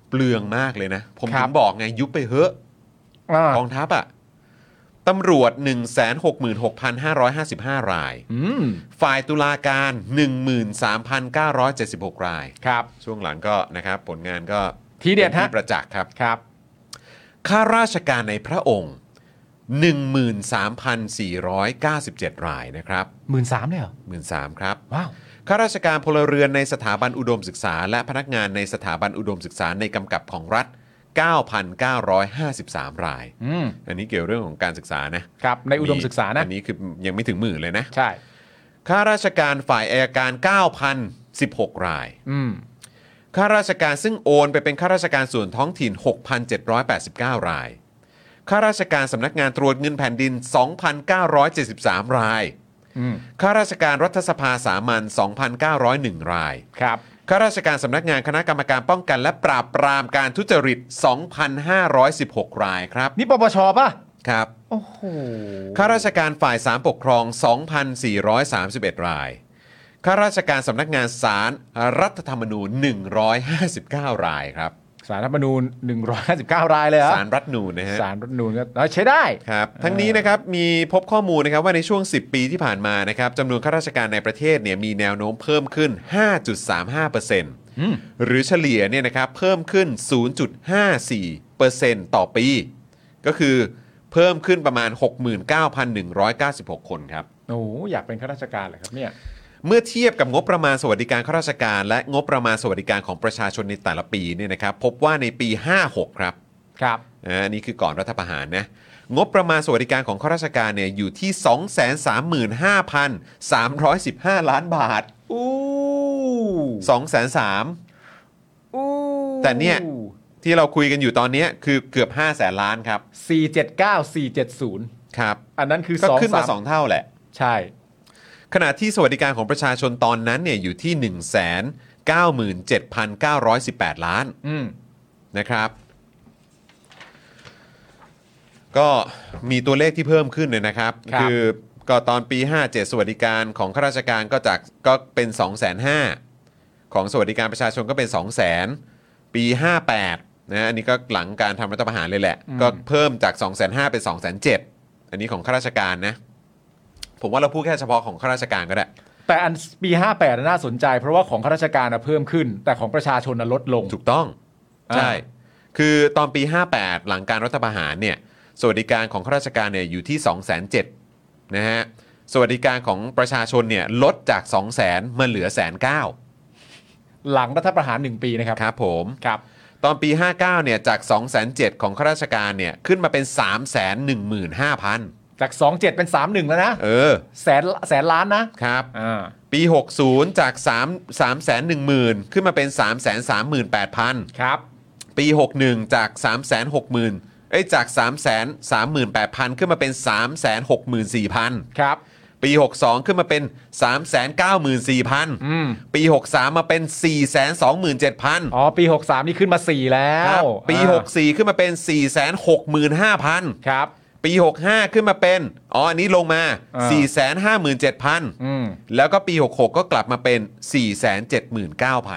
A: เปลืองมากเลยนะ ผม
B: ครั
A: ถึ
B: บ
A: งบอกไงยุบไปเฮอะ
B: อ่าก
A: องทัพอะตำรวจ 166,555 ราย
B: อืม
A: ฝ่ายตุลาการ 13,976 ราย
B: ครับ
A: ช่วงหลังก็นะครับ ผลงานก็
B: ทีเด็ดฮะ
A: ป็นประจักษ์ครับ
B: ครับ
A: ข้าราชการในพระองค์ 13,497 รายนะครับ
B: หมื่นสามเลยเหรอ
A: 13,000ครับ
B: ว้าว
A: ข้าราชการพลเรือนในสถาบันอุดมศึกษา และพนักงานในสถาบันอุดมศึกษาในกำกับของรัฐ 9,953 ราย
B: อืม
A: อันนี้เกี่ยวเรื่องของการศึกษานะครับ
B: ในอุดมศึกษานะ
A: อันนี้คือยังไม่ถึงหมื่นเลยนะ
B: ใช่
A: ข้าราชการฝ่ายอายการ 9,016 ราย
B: อืม
A: ข้าราชการซึ่งโอนไปเป็นข้าราชการส่วนท้องถิ่น 6,789 ราย ข้าราชการสำนักงานตรวจเงินแผ่นดิน 2,973 ราย
B: อืม
A: ข้าราชการรัฐสภาสามัญ 2,901 ราย
B: ครับ
A: ข้าราชการสำนักงานคณะกรรมการป้องกันและปราบปรามการทุจริต 2,516 รายครับ
B: นี่ปปชป่ะ
A: ครับ
B: โอ้โห
A: ข้าราชการฝ่ายสารปกครอง 2,431 ราย ข้าราชการสำนักงานสารรัฐธรรมนูญ 159 รายครับ
B: สารรัฐธรรมนูญ159 รายเลยเหรอ
A: สารรัฐนูญนะฮะ
B: สารรัฐธรรมนูญก็น้อยใช้ได้
A: ครับ ทั้งนี้นะครับมีพบข้อมูลนะครับว่าในช่วง 10 ปีที่ผ่านมานะครับจำนวนข้าราชการในประเทศเนี่ยมีแนวโน้มเพิ่มขึ้น
B: อืม
A: 5.35%หรือเฉลี่ยเนี่ยนะครับเพิ่มขึ้น 0.54%ต่อปี ก็คือเพิ่มขึ้นประมาณ 69,196 คนครับ
B: โอ้โหอยากเป็นข้าราชการเหรอครับเนี่ย
A: เมื่อเทียบกับงบประมาณสวัสดิการข้าราชการ และงบประมาณสวัสดิการของประชาชนในแต่ละปีเนี่ยนะครับพบว่าในปี 56 ครับ
B: ครับ
A: อ่าอันนี้คือก่อนรัฐประหารนะงบประมาณสวัสดิการของข้าราชการเนี่ยอยู่ที่ 235,315 ล้านบาท
B: อู้
A: 203
B: อู้
A: แต่เนี่ย ที่เราคุยกันอยู่ตอนเนี้ยคือเกือบ 5 0 0แสนล้านครับ
B: 479 470
A: ครับ
B: อันนั้นคือ
A: ก็
B: สอง
A: ขึ้นมา
B: สาม
A: 2 เท่าแหละ
B: ใช่
A: ขณะที่สวัสดิการของประชาชนตอนนั้นเนี่ยอยู่ที่ 1 9 7 9 1 8 ล้าน
B: อืม
A: นะครับ ก็มีตัวเลขที่เพิ่มขึ้นเลยนะครับ
B: ครับ
A: คือก็ตอนปี 57 สวัสดิการของข้าราชการก็จากก็เป็น 2 5 0 0 0ของสวัสดิการประชาชนก็เป็น 2 0 0 0 0ปี 58นะอันนี้ก็หลังการทำรัฐประหารเลยแหละ ก็เพิ่มจาก 2 5 0 0 0เป็น2 0 0 0อันนี้ของข้าราชการนะ ผมว่าเราพูดแค่เฉพาะของข้าราชการก็ได้
B: แต่อันปี 58น่าสนใจ เพราะว่าของข้าราชการน่ะเพิ่มขึ้น แต่ของประชาชนน่ะลดลง
A: ถูกต้อง
B: อ่า
A: ใช่ คือตอนปี 58 หลังการรัฐประหารเนี่ยสวัสดิการของข้าราชการเนี่ยอยู่ที่ 2 0 0 0 0 0นะฮะสวัสดิการของประชาชนเนี่ยลดจาก 2 0 0 0 0 0มาเหลือแสนเก้า
B: หลังรัฐประหาร 1 ปีนะครับ
A: ครับผม
B: ครับ
A: ตอนปี 59เนี่ยจาก 2 0 0 0 0 0 ของข้าราชการเนี่ยขึ้นมาเป็น 3 1 5 0 0
B: จาก 27 เป็น 31 แล้วนะ
A: 0 เออ
B: แสนแสนล้านนะครับ อ่า
A: ปี 60 จาก 3 3 1 0 0 0 0 ขึ้นมาเป็น 3 3 8 0 0 0
B: ครับ
A: ปี 61 จาก 3 6 0 0 0 0เอ้ยจาก 3 3 8 0 0 0 ขึ้นมาเป็น 3 6 4 0 0
B: ครับ
A: 0 ปี 62 ขึ้นมาเป็น 3 9 4 0 0
B: อืม
A: 0 ปี 63 มาเป็น 4 2 7 0 0 0
B: อ๋อ ปี 63 นี่ขึ้นมา 4 แล้
A: ครับ
B: ว
A: ปี
B: อ่า
A: 64 ขึ้นมาเป็น 4 6 5 0 0
B: ครับ
A: 0 ปี 65 ขึ้นมาเป็น อ๋อ อันนี้ลงมา
B: อ่
A: 4
B: า
A: 5 7 0 0
B: อืม
A: 0 แล้วก็ปี 66 ก็กลับมาเป็น 4 7 9 0 0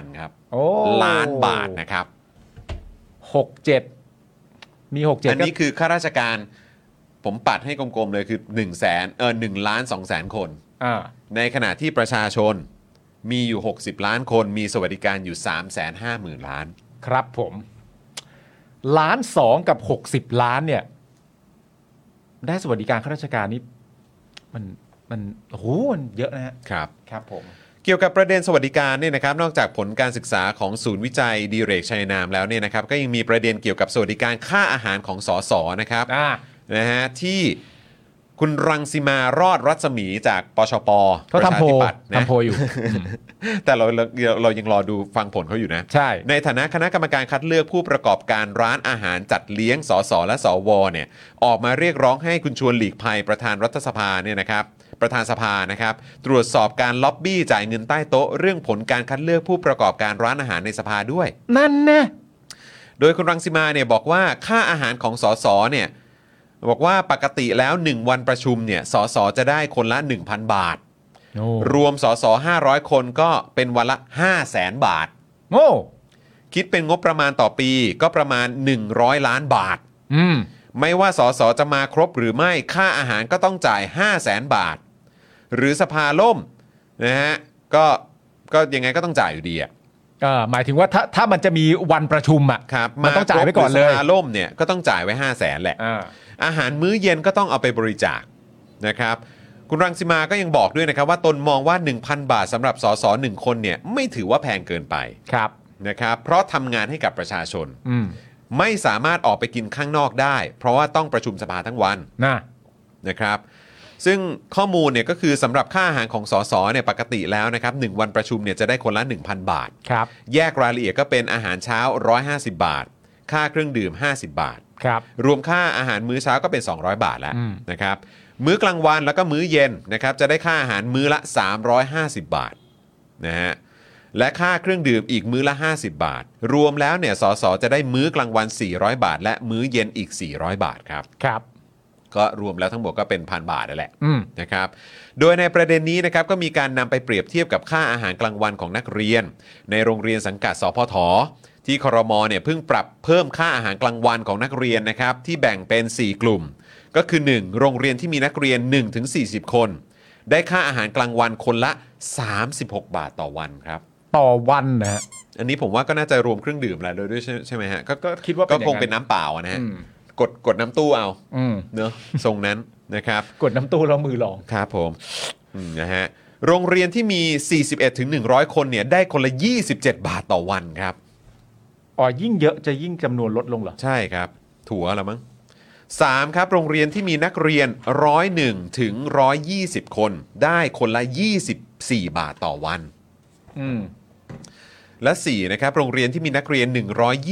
A: 0 ครับ
B: โอ้
A: ล้านบาทนะครับ
B: 67 มี 67
A: อัน
B: ก็
A: นี้คือข้าราชการผมปัดให้กลมๆเลยคือ1นึ่งแสนเออหนึ่งล้านสองแสนคน
B: อ่า
A: ในขณะที่ประชาชนมีอยู่ 60 ล้านคน มีสวัสดิการอยู่ 3 5 0 0 0 0 ล้าน
B: ครับผม ล้านสองกับหกสิบล้านเนี่ย ได้สวัสดิการข้าราชการนี่มันมันโอ้โหมันเยอะนะฮะ
A: ครับ
B: ครับผม
A: เกี่ยวกับประเด็นสวัสดิการเนี่ยนะครับ นอกจากผลการศึกษาของศูนย์วิจัยดีเรกชัยนามแล้วเนี่ยนะครับ ก็ยังมีประเด็นเกี่ยวกับสวัสดิการค่าอาหารของสสนะครับ
B: อ่า
A: นะฮะที่คุณรังสิมารอดรัศมีจากปชป
B: เขาทำโพล
A: ประชาธิปัตย์นะ
B: ทำโพล อยู่
A: แต่เราเราเรายังรอดูฟังผลเขาอยู่นะ
B: ใช่
A: ในฐานะคณะกรรมการคัดเลือกผู้ประกอบการร้านอาหารจัดเลี้ยงสสและสวเนี่ยออกมาเรียกร้องให้คุณชวนหลีกภัยประธานรัฐสภาเนี่ยนะครับประธานสภานะครับตรวจสอบการล็อบบี้จ่ายเงินใต้โต๊ะเรื่องผลการคัดเลือกผู้ประกอบการร้านอาหารในสภาด้วย
B: นั่นนะ
A: โดยคุณรังสิมาเนี่ยบอกว่าค่าอาหารของสสเนี่ยบอกว่าปกติแล้ว 1 วันประชุมเนี่ยสสจะได้คนละ 1,000 บาท
B: โอ้
A: รวมสส500 คนก็เป็นวันละ 5 0 0 0 0 0 บาท
B: โอ้
A: คิดเป็นงบประมาณต่อปีก็ประมาณ 100 ล้านบาท
B: อืม
A: ไม่ว่าสสจะมาครบหรือไม่ค่าอาหารก็ต้องจ่าย 5 0 0แสนบาท หรือสภาล่มนะฮะก็ก็ยังไงก็ต้องจ่ายอยู่ดีอะ
B: เออหมายถึงว่าถ้าถ้ามันจะมีวันประชุมอ่ะ
A: ครับ
B: มันต้องจ่ายไว้ก่อนเลย
A: มาครบหรืสภาล่มเนี่ยก็ต้องจ่ายไว้ 5 0 0แสนแหละ
B: อ่า
A: อาหารมื้อเย็นก็ต้องเอาไปบริจาคนะครับ คุณรังสิมาก็ยังบอกด้วยนะครับว่าตนมองว่า 1,000 บาทสำหรับสสหนึ่งคนเนี่ยไม่ถือว่าแพงเกินไป
B: ครับ
A: นะครับเพราะทำงานให้กับประชาชน
B: อืม
A: ไม่สามารถออกไปกินข้างนอกได้ เพราะว่าต้องประชุมสภาทั้งวัน
B: นะ
A: นะครับซึ่งข้อมูลเนี่ยก็คือสำหรับค่าอาหารของสสเนี่ยปกติแล้วนะครับหนึ่งวันประชุมเนี่ยจะได้คนละ 1,000 บาท
B: ครับ
A: แยกรายละเอียดก็เป็นอาหารเช้า 150 บาท ค่าเครื่องดื่ม 50 บาท
B: ครับ
A: รวมค่าอาหารมื้อเช้าก็เป็น 200 บาทแล้ว
B: อืม
A: นะครับมื้อกลางวันแล้วก็มื้อเย็นนะครับจะได้ค่าอาหารมื้อละ 350 บาทนะฮะและค่าเครื่องดื่มอีกมื้อละ 50 บาท รวมแล้วเนี่ยสสจะได้มื้อกลางวัน 400 บาท และมื้อเย็นอีก 400 บาทครับ
B: ครับ
A: ก็รวมแล้วทั้งหมดก็เป็นพันบาทนั่นแหละ
B: อืม
A: นะครับ โดยในประเด็นนี้นะครับก็มีการนำไปเปรียบเทียบกับค่าอาหารกลางวันของนักเรียน ในโรงเรียนสังกัดสพท ที่ครมเนี่ยเพิ่งปรับเพิ่มค่าอาหารกลางวันของนักเรียนนะครับที่แบ่งเป็น 4 กลุ่ม ก็คือ 1. โรงเรียนที่มีนักเรียน 1-40 คน ได้ค่าอาหารกลางวันคนละ 36 บาทต่อวันครับ
B: ต่อวันนะฮะ
A: อันนี้ผมว่าก็น่าจะรวมเครื่องดื่มอะไรด้วยด้วยใช่ใช่ไหมฮะก็ก็
B: คิดว่าเป็น
A: ก็
B: อย่างนั้น
A: คงเป็นน้ำเปล่าอะนะฮะ
B: อืม
A: กดกดน้ำตู้เอา
B: อืม
A: เนอะทรงนั้นนะครับ
B: กดน้ำตู้แล้วมือลอง
A: ครับผมอืมนะฮะโรงเรียนที่มี 41 ถึง 100 คนเนี่ยได้คนละ 27 บาทต่อวันครับ
B: อ๋อยิ่งเยอะจะยิ่งจำนวนลดลงเหรอ
A: ใช่ครับ ถั่วละมั้ง 3. ครับ โรงเรียนที่มีนักเรียน 101 ถึง 120 คน ได้คนละ 24 บาทต่อวัน
B: อืม
A: และ 4 นะครับ โรงเรียนที่มีนักเรียน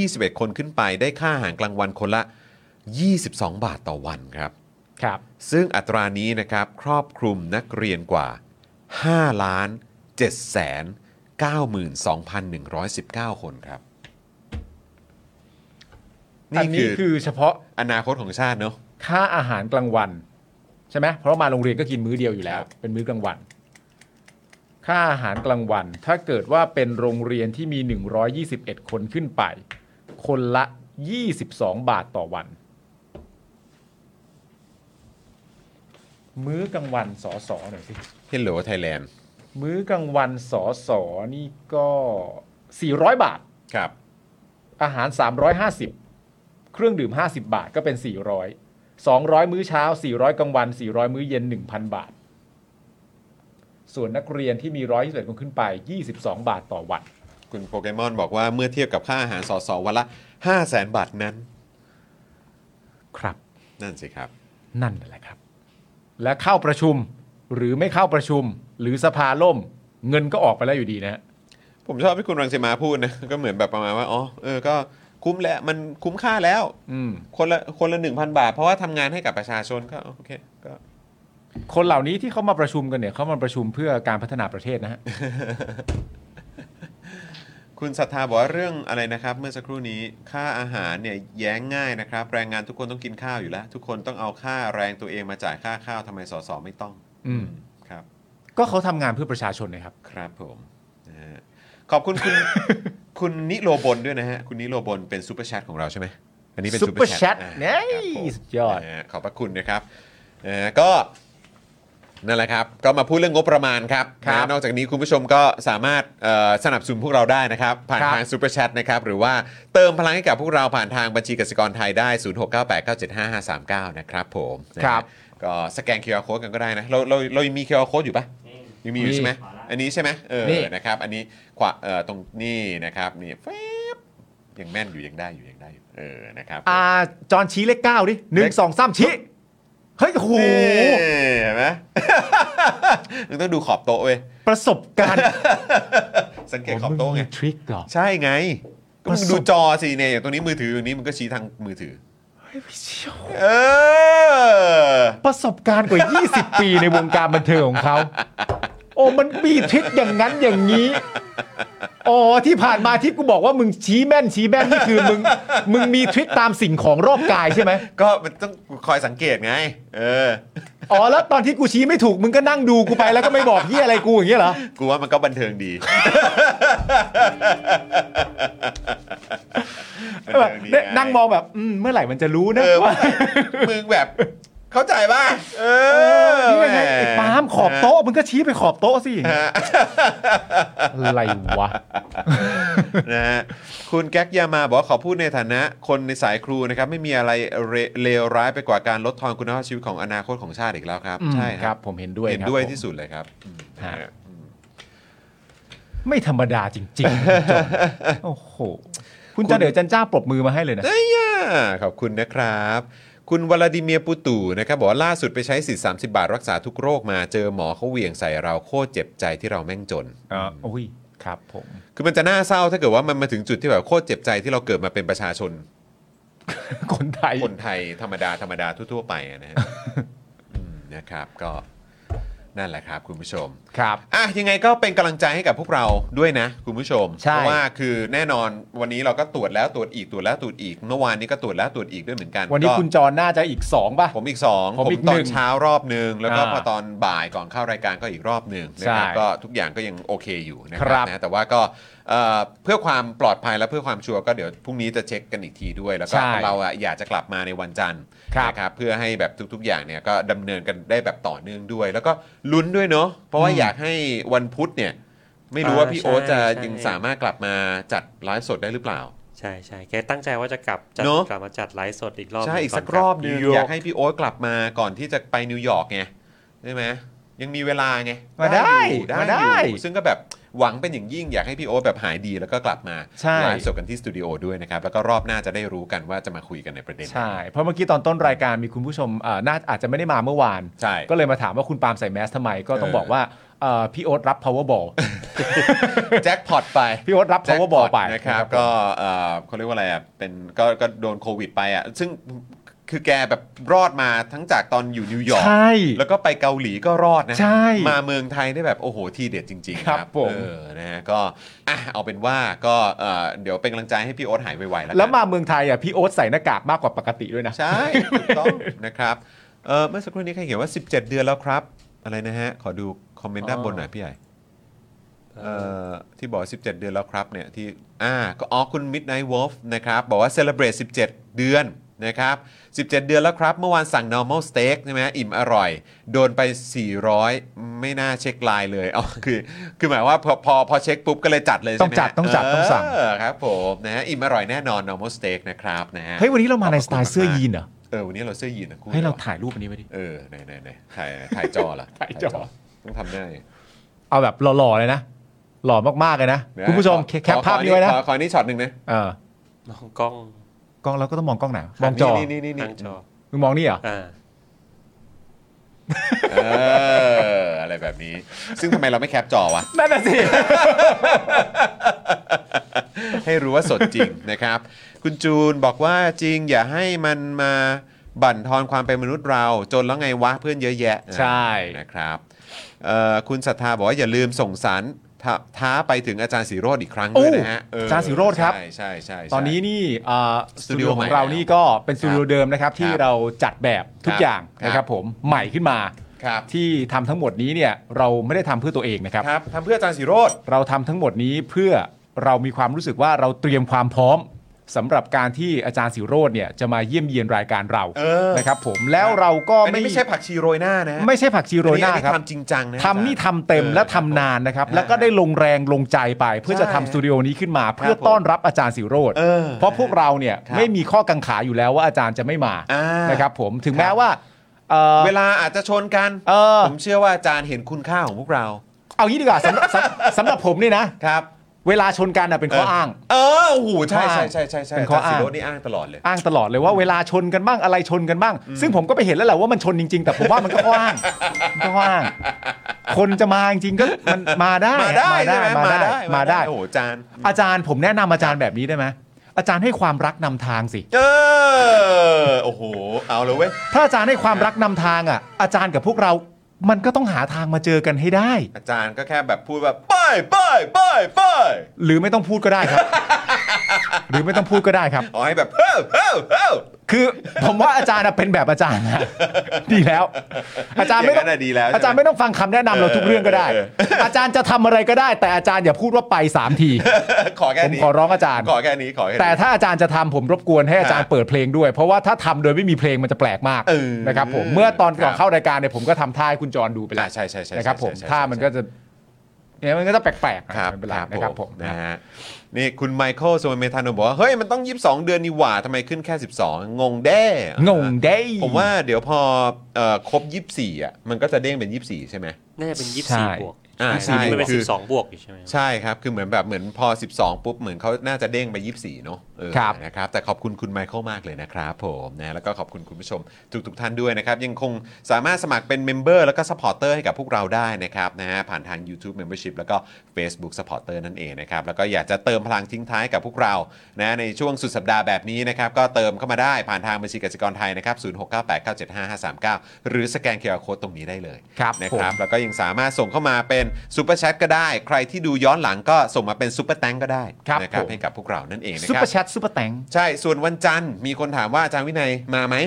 A: 121 คนขึ้นไปได้ค่าอาหารกลางวันคนละ 22 บาทต่อวันครับ
B: ครับ
A: ซึ่งอัตรานี้นะครับครอบคลุมนักเรียนกว่า 5 ล้าน7แสน92,119 คนครับ
B: อัน
A: นี่คื
B: นี้
A: ออ
B: คือเฉพาะ
A: อนาคตของชาติเนอะ
B: ค่าอาหารกลางวัน ใช่ไหมเพราะมาโรงเรียนก็กินมื้อเดียวอยู่แล้ว เป็นมื้อกลางวัน ค่าอาหารกลางวัน ถ้าเกิดว่าเป็นโรงเรียนที่มี 121 คนขึ้นไป คนละ 22 บาทต่อวัน มื้อกลางวันสอสอหน่อยสิ
A: เฮลโลไทยแลนด์
B: มื้อกลางวันสอสอนี่ก็ 400 บาท
A: ครับ
B: อาหาร 350 เครื่องดื่ม 50 บาทก็เป็น 400 200 มื้อเช้า 400กลางวัน 400 มื้อเย็น 1,000 บาท ส่วนนักเรียนที่มี 121คนขึ้นไป 22 บาทต่อวัน
A: คุณโปเกมอนบอกว่าเมื่อเทียบกับค่าอาหารสอสอวันละ 5 0 0แสนบาทนั้น
B: ครับ
A: นั่นสิครับ
B: นั่นแหละครับ และเข้าประชุมหรือไม่เข้าประชุม หรือสภาล่ม เงินก็ออกไปแล้วอยู่ดีนะฮะ
A: ผมชอบที่คุณรังสิมาพูดนะ ก็เหมือนแบบประมาณว่า อ๋อ เออ ก็คุ้มแล้ว มันคุ้มค่าแล้ว
B: อืม
A: คนละคนละ 1,000 บาท เพราะว่าทำงานให้กับประชาชนก็โอเคก็
B: คนเหล่านี้ที่เขามาประชุมกันเนี่ยเขามาประชุมเพื่อการพัฒนาประเทศนะฮะ
A: คุณศรัทธาบอกว่าเรื่องอะไรนะครับ เมื่อสักครู่นี้ค่าอาหารเนี่ยแย้งง่ายนะครับ แรงงานทุกคนต้องกินข้าวอยู่แล้ว ทุกคนต้องเอาค่าแรงตัวเองมาจ่ายค่าข้าวทำไมสสไม่ต้อง
B: อืม
A: ครับ
B: ก็เขาทำงานเพื่อประชาชนนะครับ
A: ครับผมนะฮะขอบคุณคุณ คุณนิโรบลด้วยนะฮะคุณนิโรบลเป็นซูเปอร์แชทของเราใช่ไหมอันนี้เป็น
B: Super Chat
A: อ่าค
B: เย้
A: รับผม
B: สุดยอด
A: นะฮะขอบพระคุณนะครับนะฮะก็นั่นแหละครับ ก็มาพูดเรื่องงบประมาณครับ
B: ครับ
A: นะนอกจากนี้คุณผู้ชมก็สามารถเอ่อสนับสนุนพวกเราได้นะครับ ผ่าน
B: ครับ
A: ทางซูเปอร์แชทนะครับ หรือว่าเติมพลังให้กับพวกเราผ่านทางบัญชีกสิกรไทยได้ 0698975539 นะครับผมนะฮะ
B: ครับ
A: ก็สแกน QR Code กันก็ได้นะ เราเราเรายังมี QR Code อยู่ปะยังมีอยู่
B: มี
A: ใช่ไหมอันนี้ใช่ไหมเออ
B: นี่
A: นะครับ อันนี้ขวาเอ่อตรงนี่นะครับนี่แฟบยังแม่นอยู่ยังได้อยู่ยังได้อยู่เออนะครับผม
B: อ่าจอนชี้เลขเก้าดิหนึ่งสองสามชี้เฮ้ยโอ้โห
A: นี่เห็นไหม มึงต้องดูขอบโต๊ะเว้ย
B: ประสบการณ์
A: สังเกตขอบโต๊ะไง
B: มีทริคเหรอ
A: ใช่ไง ก็มึ
B: ป
A: ง
B: ระสบ
A: ดูจอสิเนี่ยอย่างตรงนี้มือถืออย่างนี้มันก็ชี้ทางมือถือ เออ
B: ประสบการณ์กว่า 20 ปีในวงการบันเทิงของเขา โอ้มันมีทริคอย่างนั้นอย่างนี้อ๋อที่ผ่านมาที่กูบอกว่ามึงชี้แม่นชี้แม่นนี่คือมึง มึงมีทริคตามสิ่งของรอบกายใช่ไหม
A: ก็มันต้องคอยสังเกตไง เออ
B: อ๋อแล้วตอนที่กูชี้ไม่ถูกมึงก็นั่งดูกูไปแล้วก็ไม่บอกเหียอะไรกูอย่างเงี้ยเหรอ
A: กูว่ามันก็บันเทิงดี
B: แบบ
A: เรื่องนี้
B: เนี่ย
A: ไง
B: นั่งมองแบบอืมเมื่อไหร่มันจะรู้นะ
A: เออ
B: ว่า
A: มึงแบบเข้าใจป่ะเอ
B: เอ
A: อ
B: อนี่ไงไอ้ปาล์มขอบโต๊ะมึงก็ชี้ไปขอบโต๊ะสิ
A: ฮะ
B: อะไรวะ
A: นะฮะคุณแก๊กยามาบอกว่าขอพูดในฐานะคนในสายครูนะครับ ไม่มีอะไรเรเลวร้ายไปกว่าการลดทอนคุณภาพชีวิตของอนาคตของชาติอีกแล้วครับ
B: อืม
A: ใช่ค
B: ครั
A: รั
B: บบ ผมเห็นด้วย
A: เห็น
B: ครับ
A: ด้วย
B: ผม
A: ที่สุดเลยครับนะ
B: ฮะ
A: ฮะ
B: ไม่ธรรมดาจริงๆ โอ้โห คุณจะเดี๋ยวจันเจ้าปรบมือมาให้เลยนะ
A: ได้ย่าขอบคุณนะครับ คุณวลาดิเมียร์ปูตู่นะครับบอกว่าล่าสุดไปใช้สิทธิ์30 บาทรักษาทุกโรคมาเจอหมอเขาเหวี่ยงใส่เราโคตรเจ็บใจที่เราแม่งจน
B: อ่าโอ้ย ครับผม
A: คือมันจะน่าเศร้าถ้าเกิดว่ามันมาถึงจุดที่แบบโคตรเจ็บใจที่เราเกิดมาเป็นประชาชน
B: คนไทย
A: คนไทยธรรมดา ธรรมดาทั่ว ๆ ไปอะนะฮะ อืมนะครับก็นั่นแหละครับคุณผู้ชม
B: ครับ
A: อ่ะยังไงก็เป็นกำลังใจให้กับพวกเราด้วยนะ คุณผู้ชม
B: ใช่
A: เพราะว่าคือแน่นอนวันนี้เราก็ตรวจแล้วตรวจอีกตรวจแล้วตรวจอีก เมื่อวานนี้ก็ตรวจแล้วตรวจอีกด้วยเหมือนกัน
B: วันนี้
A: ก็
B: คุณจรน่าจะอีกสองป่ะ
A: ผมอีกสอง
B: ผมอีก
A: ตอ
B: หนึ่
A: น
B: ง
A: เช้ารอบหนึ่งแล้วก็
B: อ่า
A: พอตอนบ่ายก่อนเข้ารายการก็อีกรอบหนึ่งนะครับ
B: ใช่
A: ก็ทุกอย่างก็ยังโอเคอยู่นะค
B: ครั
A: รับบ นะแต่ว่าก็เอ่อเพื่อความปลอดภัยและเพื่อความชัวร์ก็เดี๋ยวพรุ่งนี้จะเช็คกันอีกทีด้วยแล้วก็
B: ใช่
A: เราอะอยากจะกลับมาในวันจันทร์
B: ครับ
A: นะครับเพื่อให้แบบทุก ๆ อย่างเนี่ยก็ดำเนินกันได้แบบต่อเนื่องด้วย แล้วก็ลุ้นด้วยเนาะเพราะว่าอยากให้วันพุธเนี่ย ไม่รู้ว่า
C: อ่า
A: พี่โอ๊ต
C: ใช่
A: จะ
C: ใช่
A: ยังสามารถกลับมาจัดไลฟ์สดได้หรือเปล่า
C: ใช่ใช่แกตั้งใจว่าจะกลับจัด
A: เนอะ
C: กลับมาจัดไลฟ์สดอีกรอบ
A: ใช่
C: หนึ่ง
A: อีกสัก
C: น
A: รอบหนึง
C: นิว
A: อ
C: ร์
A: ยากให้พี่โอ๊ตกลับมาก่อนที่จะไปนิวยอร์กไงใช่ไหมยังมีเวลาไง
B: มาได้
A: อยู่ได้
B: มาได้
A: อยู่ซึ่งก็แบบหวังเป็นอย่างยิ่งอยากให้พี่โอ๊ตแบบหายดีแล้วก็กลับมา
B: ใช่
A: ไลฟ์สดกันที่สตูดิโอด้วยนะครับแล้วก็รอบหน้าจะได้รู้กันว่าจะมาคุยกันในประเด็นไหน
B: ใช่ เพราะเมื่อกี้ตอนต้นรายการมีคุณผู้ชมอ่าน่าอาจจะไม่ได้มาเมื่อวาน
A: ใช่
B: ก็เลยมาถามว่าคุณปาล์มใส่แมสทำไม ก็ต้อง
A: เออ
B: บอกว่าเอ่อพี่โอ๊ตรับ powerball
A: แจ็คพอตไป
B: พี่โอ๊ตรับ
A: แจ็คพอ
B: powerball
A: ต
B: ไป
A: นะครับ
B: ผม
A: ก็เอ่อเขาเรียกว่าอะไรอ่ะเป็นก็ก็โดนโควิดไปอ่ะซึ่งคือแกแบบรอดมาทั้งจากตอนอยู่นิวยอร์ก
B: ใช่
A: แล้วก็ไปเกาหลีก็รอดนะ
B: ใช่
A: มาเมืองไทยได้แบบโอ้โหทีเด็ดจริงๆ
B: ครับผม
A: เออนะฮะก็อ่ะเอาเป็นว่าก็เอ่อเดี๋ยวเป็นกำลังใจให้พี่โอ๊ตหายไวๆแล้วกัน
B: แล้วมาเมืองไทยอ่ะพี่โอ๊ตใส่หน้ากากมากกว่าปกติด้วยนะ
A: ใช่ถูกต้องนะครับเออเมื่อสักครู่นี้ใครเขียนว่า 17 เดือนแล้วครับ อะไรนะฮะ ขอดูคอมเมนต์ด้านบนหน่อยพี่ใหญ่ เอ่อที่บอกว่า17 เดือนแล้วครับเนี่ยที่อ่าก็อ๋อคุณ Midnight Wolf นะครับ บอกว่า celebrate 17 เดือนนะครับ 17 เดือนแล้วครับ เมื่อวานสั่ง normal steak ใช่ไหมอิ่มอร่อย โดนไป 400 ไม่น่าเช็คไลน์เลยอ๋อคือ คือหมายว่าพอพอพอเช็คปุ๊บก็เลยจัดเลยใช่ไหม
B: ต้องจัดต้องจัดต้องสั่ง
A: เออครับผมนะฮะอิ่มอร่อยแน่นอน normal steak นะครับนะฮะ
B: เฮ้ยวันนี้เรามาใน
A: ขบ
B: ส
A: คุณ
B: ไตล์เสื้อยีนเหรอ
A: เออวันนี้เราเสื้อยีนนะคู่
B: ให้เรา
A: ดียว
B: ถ่ายรูปอันนี้ไว้ดิ
A: เออไหนไหนไหนถ่ายถ่ายจอละ
B: ถ่ายจอ
A: ต้องทำหน้าอย่าง
B: เอาแบบหล่อๆเลยนะ หล่อมากๆเลยนะ
A: เดี๋ยว
B: คุณผู้ชม
A: ขอ
B: แคป
A: ขอ
B: ภาพ
A: ขอ
B: นี้ไว้นะ
A: ขอขอนี่ช็อตหนึ่งนะ
B: เออ
C: น้องกล้อง
B: กล้องเราก็ต้องมองกล้องไหนมองจอ
A: นี่นี่นี่นี่
C: ตั้งจอ
B: มึงมองนี่เหรอ
C: อ่า
A: เอออะไรแบบนี้ ซึ่งทำไมเราไม่แคปจอวะ
B: นั่นน่ะสิ
A: ให้รู้ว่าสดจริงนะครับ คุณจูนบอกว่าจริงอย่าให้มันมาบั่นทอนความเป็นมนุษย์เรา จนแล้วไงวะเพื่อนเยอะแยะ
B: ใช่
A: นะครับเอ่อคุณศรัทธาบอกว่าอย่าลืมส่งสารท้าท้าไปถึงอาจารย์สีโรดอีกครั้งด้วยนะฮะเ
B: อาจารย์ศิโรจน์ครับ
A: ใช่ใช่ใช่ใช่
B: ตอนนี้นี่อ่า
A: ส
B: ส
A: ตู
B: ตู
A: ดิ
B: ดิ
A: โอ
B: โอ
A: ให
B: ข
A: ม่
B: องเรานี่ก็เป็นสตูดิโอเดิมนะครับ ที่
A: ครับ
B: เราจัดแบบทุ
A: ค
B: ก
A: รับ
B: อย่างนะค
A: ครั
B: รั
A: บบ
B: ผมใหม่ขึ้นมา
A: ครับ
B: ที่ทำทั้งหมดนี้เนี่ยเราไม่ได้ทำเพื่อตัวเองนะครับ
A: ครับทำเพื่ออาจารย์สีโรด
B: เราทำทั้งหมดนี้เพื่อเรามีความรู้สึกว่าเราเตรียมความพร้อมสำหรับการที่อาจารย์สิโรธเนี่ยจะมาเยี่ยมเยียนรายการเรา
A: เออ
B: นะครับผมแล้วเราก็
A: อันนี้ไม่ใช่ผักชีโรยหน้านะฮะ
B: ไม่ใช่ผักชีโรยหน้า
A: อัอั
B: ครับ
A: ทำจริงจังนะ
B: ทำนี่
A: อาจารย์
B: ทำเต็ม
A: ออ
B: และ
A: ครับ
B: ทำ
A: ผม
B: นานนะครับ
A: ฮะ
B: แล้วก็ได้ลงแรงลงใจไป เพื่อจะ
A: ใช่
B: ทำสตูดิโอนี้ขึ้นมา เพื่อ
A: ผม
B: ต้อนรับอาจารย์สิโรธ
A: เออ
B: เพราะพวกเราเนี่ย
A: ครับ
B: ไม่มีข้อกังขาอยู่แล้วว่าอาจารย์จะไม่มา
A: อ่าน
B: นะครับผมถึง
A: ครับ
B: แม้ว่าเอ่อ
A: เวลาอาจจะชนกัน
B: เออ
A: ผมเชื่อว่าอาจารย์เห็นคุณค่าของพวกเรา
B: เอางี้ดีกว่าสำหรับสำสำหรับผมนี่นะครับ เวลาชนกันน่ะเป็นข้อ
A: เอออ้
B: อ้าง
A: เออโอ้โหใช่ใช่ใช่ใช่ใช่
B: เป็นข้ออ้าง
A: จรย์ศิโรจน์นี่อ้างตลอดเลย
B: อ้างตลอดเลยว่าเวลาชนกันบ้างอะไรชนกันบ้าง ซึ่งผมก็ไปเห็นแล้วแหละว่ามันชนจริง ๆ แต่ผมว่ามันก็ข้ออ้างมันก็ข้ออ้าง คนจะมาจริงๆก็มันมาได้
A: มาได้ใช่ไหม
B: มาได้มาได้
A: โอ้โหอาจารย์
B: อาจารย์ผมแนะนำอาจารย์แบบนี้ได้ไหมอาจารย์ให้ความรักนำทางสิ
A: เออโอ้โห เอาเลยเว้ย
B: ถ้าอาจารย์ให้ความรักนำทางอ่ะ อาจารย์กับพวกเรา มันก็ต้องหาทางมาเจอกันให้ได้
A: อาจารย์ก็แค่แบบพูดแบบไปไปไปไป
B: หรือไม่ต้องพูดก็ได้ครับ หรือไม่ต้องพูดก็ได้ครับ
A: อ๋อให้แบบเฮ้อเฮ้อเฮ้อ
B: คือผมว่าอาจารย์น่ะเป็นแบบอาจารย์นะ ดีแล้ว อาจารย์ไม่ต้อง
A: ย่นั้นน่ะดีแล้ว
B: อาจารย์ไม่ต้องฟังคำแนะนำเราทุกเรื่องก็ได้
A: เออเออเออ
B: อาจารย์จะทำอะไรก็ได้ แต่อาจารย์อย่าพูดว่าไปสามที
A: ขอแค่
B: ผม
A: นี้
B: ขอร้องอาจารย์
A: ขอแค่นี้ขอค่นี้
B: แต่ถ้าอาจารย์จะทำผมรบกวนให้อาจารย์เปิดเพลงด้วย เพราะว่าถ้าทำโดยไม่มีเพลงมันจะแปลกมาก
A: เออ
B: นะครับผมเมื่อตอนก่อ
A: ค
B: น
A: รับ
B: เข้ารายการเนี่ยผมก็ทำท่าให้คุณจรดูไปแล้
A: อ่าว ใช่ใช่ใช่
B: นะครับ ผม
A: ใช่ใช่
B: ท่ามันก็จะเนี่ยมันก็จะแปลกๆอะ
A: ครับ
B: ไม่เป็นไรนะครับผม
A: นะฮะนี่คุณไมเคิลสวเมธานนท์บอกว่า เฮ้ย มันต้อง 22 เดือนนี่หว่าทำไมขึ้นแค่ 12 งงแด้
B: งงได้
A: ผมว่าเดี๋ยวพอเอ่อครบ 24 อ่ะ มันก็จะเด้งเป็น 24 ใช่ไหม
C: น่าจะเป็นยี่สิบ
B: ใช่
C: สี่บวก
A: อ่าใช่
C: มันเป็น
A: คือ
C: สิบสองบวกอยู่ใช่ไหม
A: ใช่ครับ คือเหมือนแบบเหมือนพอ 12 ปุ๊บ เหมือนเขาน่าจะเด้งไป 24 เนอะเออ
B: ครับ
A: นะครับ แต่ขอบคุณคุณไมเคิลมากเลยนะครับผมนะแล้วก็ขอบคุณคุณผู้ชมทุกๆท่านด้วยนะครับ ยังคงสามารถสมัครเป็นเมมเบอร์แล้วก็สปอร์เตอร์ให้กับพวกเราได้นะครับนะฮะผ่านทาง YouTube Membership แล้วก็ Facebook Supporter นั่นเองนะครับ แล้วก็อยากจะเติมพลังทิ้งท้ายกับพวกเรานะในช่วงสุดสัปดาห์แบบนี้นะครับ ก็เติมเข้ามาได้ผ่านทางบัญชีกสิกรไทยนะครับ0698975539 หรือสแกนเคอร์โคตรงนี้ได้เลย
B: ครับ
A: นะ
B: ผ
A: ครับ
B: ม
A: แล้วก็ยังสามารถส่งเข้ามาเป็นซูเปอร์แชทก็ได้ ใครที่ดูย้อนหลังก็ส่งมาเป็นซูเปอร์แตงก็ได้
B: ครับ
A: นะครับ
B: ผม
A: ให้กับพวกเรานั่นเองนะ
B: ซุป
A: ครั
B: เปอบ ร์แชทซุปเปอร์แตง
A: ใช่ ส่วนวันจันทร์มีคนถามว่าอาจารย์วินัยมาไหม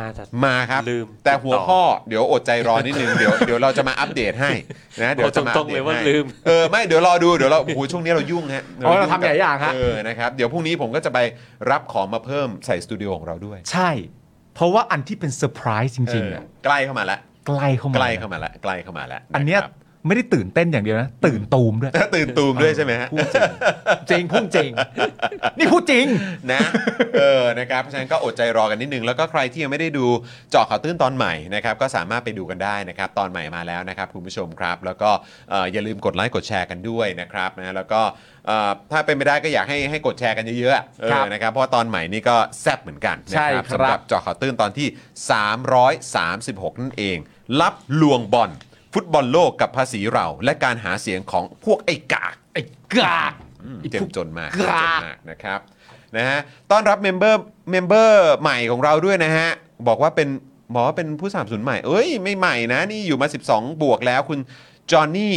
C: มาแต่
A: มาครับ
C: ลืม
A: แต่หัว
C: ติดต่อ
A: ข้อเดี๋ยวอดใจรอนิดนึง เดี๋ยวเดี๋ยวเราจะมาอัปเดตให้นะเดี๋ยวจะมา
C: บอกตรงๆเลยว่า
A: อัปดตให้
C: ลืม
A: เออไม่เดี๋ยวรอดูเดี๋ยวเราโอ้โหช่วงนี้เรายุ่งฮะ
B: อ๋อเราทำหลายอย่างฮะ
A: เออนะครับเดี๋ยวพรุ่งนี้ผมก็จะไปรับของมาเพิ่มใส่สตูดิโอของเราด้วย
B: ใช่ เพราะว่าอันที่เป็นเซอร์ไพรส์จริงๆ
A: เอ
B: อะ
A: อใกล้เข้ามาละ
B: ใกล้เข้ามา
A: ใกล้เข้ามาละใกล้เข้ามาละ
B: อันเนี้ย
A: ะครับ
B: ไม่ได้ตื่นเต้นอย่างเดียวนะ ตื่นตูมด้วย
A: ตื่นตูมด้วยใช่ไหมฮะ
B: พูดจริงจริงพูดจริง นี่พูดจริง
A: นะ เออ นะครับ เพราะฉะนั้นก็อดใจรอกันนิดนึง แล้วก็ใครที่ยังไม่ได้ดูเจาะข่าวตื้นตอนใหม่นะครับ ก็สามารถไปดูกันได้นะครับ ตอนใหม่มาแล้วนะครับคุณผู้ชมครับ แล้วก็เอ่ออย่าลืมกดไลค์กดแชร์กันด้วยนะครับนะ แล้วก็เอ่อถ้าเป็นไปได้ก็อยากให้ให้กดแชร์กันเยอะๆเอ
B: ครั
A: อบ นะครับ เพราะว่าตอนใหม่นี่ก็แซ่บเหมือนกันนะ
B: ใช่
A: ครับ
B: ครับ
A: สำหรับเจาะข่าวตื้นตอนที่ 336 นั่นเอง รับลวงบอลฟุตบอลโลกกับภาษีเรา และการหาเสียงของพวกไอ้กาก
B: ไอ้กาก
A: อืม
B: ไอ้
A: เจ็
B: พว
A: ม
B: ก
A: จนมาก
B: กรา
A: เจ็มจนมากนะครับนะฮะต้อนรับเมมเบอร์เมมเบอร์ใหม่ของเราด้วยนะฮะ บอกว่าเป็นบอกว่าเป็นผู้สามสูนใหม่ เอ้ย ไม่ใหม่นะ นี่อยู่มา 12 บวกแล้วคุณจอห์นนี่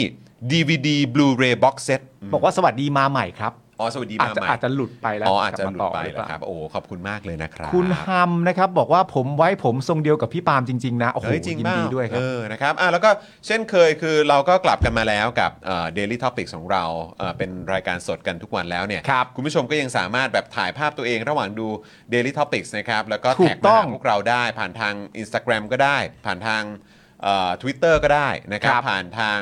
A: DVD Blu-ray Box Set อืม
B: บอกว่าสวัสดีมาใหม่ครับ
A: อ๋อ สวัสดี
B: อาจ
A: มา
B: จะ
A: ใหม่
B: อาจจะหลุดไปแล้ว
A: อ๋ออาจจะหลุ
B: ก
A: ด
B: บมา
A: ไป
B: ต่หอ
A: แล้ว
B: เป
A: ครับ โอ้ ขอบคุณมากเลยนะครับ
B: คุณฮัมนะครับ บอกว่าผมไว้ผมทรงเดียวกับพี่ปาล์มจริง ๆ นะ โอ้โห
A: เฮ้ยจ
B: ยิ
A: ริง
B: น
A: เปล่า
B: ดีด้วยครับ
A: เออนะครับอ่ะแล้วก็เช่นเคยคือเราก็กลับกันมาแล้วกับเดลี่ท็อปิกของเราเอ่อเป็นรายการสดกันทุกวันแล้วเนี่ย
B: ครับ
A: ณผู้ชมก็ยังสามารถแบบถ่ายภาพตัวเองระหว่างดู Daily Topics นะครับ แล้วก็
B: ถู
A: แท็ก
B: ก
A: มา
B: ต้อง
A: หาพวกเราได้ ผ่านทาง Instagram ก็ได้ ผ่านทางทวิตเตอร์ก็ได้นะครับ
B: ครับ
A: ผ่านทาง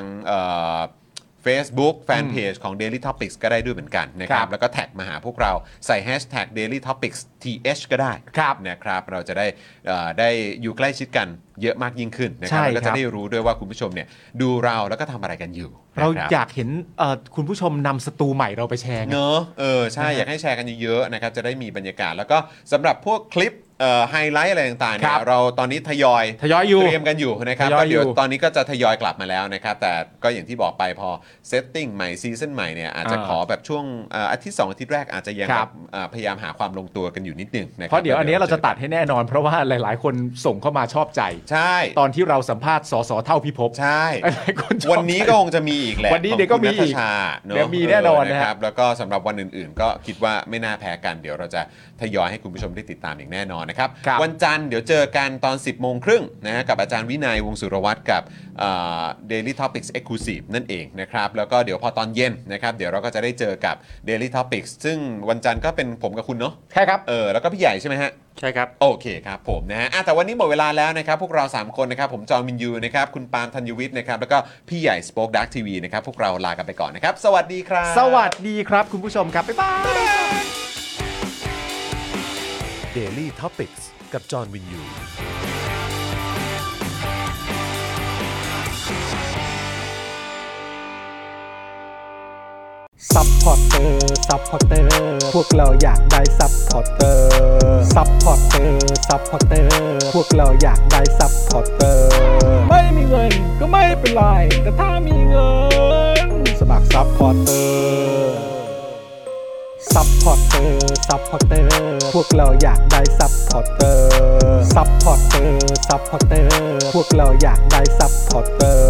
A: เฟซบุ๊กแฟนเพจของ Daily Topics ก็ได้ด้วยเหมือนกันนะครั
B: ครับ บ
A: แล้วก็แท็กมาหาพวกเราใส่ Hashtag Daily Topics TH ก็ได้
B: ครับ
A: นะครับเราจะได้เอ่อได้อยู่ใกล้ชิดกันเยอะมากยิ่งขึ้นนะค
B: ใช่
A: รับ
B: ครับ
A: แล้วก็จะได้รู้ด้วยว่าคุณผู้ชมเนี่ยดูเราแล้วก็ทำอะไรกันอยู่
B: เรา
A: นะคบ
B: อยากเห็นเอ่อคุณผู้ชมนำสตูใหม่เราไปแชร์กัน
A: เนอะเออใช่อยากให้แชร์กันเยอะๆนะครับจะได้มีบรรยากาศ แล้วก็สำหรับพวกคลิปไฮไลท์อะไรต่างๆเนี่
B: ค
A: ย
B: รับ
A: เราตอนนี้ทยอย
B: ทยอยอยู่
A: เตรียมกันอยู่นะครับ
B: ทย
A: ก็
B: อยอยู่
A: เดี๋ยวตอนนี้ก็จะทยอยกลับมาแล้วนะครับแต่ก็อย่างที่บอกไปพอเซตติ้งใหม่ซีซั่นใหม่เนี่ยอาจจะ
B: อ่า
A: ขอแบบช่วงเอ่ออาทิตย์สองอาทิตย์แรกอาจจะยัง
B: ค
A: แบ
B: รั
A: บบ เอ่อพยายามหาความลงตัวกันอยู่นิดนึงนะคบ
B: เพราะเดี๋ยวอันนี้เราจะตัดให้แน่นอน เพราะว่าหลาย ๆ คนส่งเข้ามาชอบใจ
A: ใช่
B: ตอนที่เราสัมภาษณ์สสเท่าพิภพ
A: ใช่
B: หลายๆคนชอ บ
A: วันนี้ก็คงจะมีอีกแหละ
B: วันนี้เดี๋ยวก็มี
A: ขงคุณนัทชาเนอะ
B: เดี๋ยวมีแน่นอนนะฮะ
A: ครับแล้วก็สำหรับวันอื่นๆ ก็คิดว่าไม่น่าแพ้กัน เดี๋ยวเราจะทยอยให้คุณผู้ชมได้ติดตามอย่างแน่นอนนะครับ
B: ครับ
A: วันจันทร์เดี๋ยวเจอกันตอน 10บโมงครึ่งนะฮะกับอาจารย์วินัยวงศ์สุรวัตรกับเดลิทอพิกส์เอ็กซ์คลูซีฟนั่นเองนะครับ แล้วก็เดี๋ยวพอตอนเย็นนะครับเดี๋ยวเราก็จะได้เจอกับ Daily Topics ซึ่งวันจันทร์ก็เป็นผมกับคุณเนาะ
B: ใช่ครับ
A: เออแล้วก็พี่ใหญ่ใช่ไหมฮะ
C: ใช่ครับ
A: โอเคครับผมนะฮะอ่ะแต่วันนี้หมดเวลาแล้วนะครับ พวกเรา 3 คนนะครับ ผมจอมินยูนะครับ คุณปาล์มธัญวิทย์นะครับ แล้วก็พี่ใหญ่สป็อคดักทีวีนะครับ พวกเราลากันไปก่อนนะครับ สวัสดีครับ
B: สวัสดีครับคุณผู้ชมครับ บ๊ายบาย
F: Daily Topics กับจอห์นวินยู
G: ซัพพอร์เตอร์ ซัพพอร์เตอร์ พวกเราอยากได้ซัพพอร์เตอร์ ซัพพอร์เตอร์ ซัพพอร์เตอร์ พวกเราอยากได้ซัพพอร์เตอร์ ไม่มีเงินก็ไม่เป็นไร แต่ถ้ามีเงิน สมัครซัพพอร์เตอร์ ซัพพอร์เตอร์ ซัพพอร์เตอร์ พวกเราอยากได้ซัพพอร์เตอร์ ซัพพอร์เตอร์ ซัพพอร์เตอร์ พวกเราอยากได้ซัพพอร์เตอร์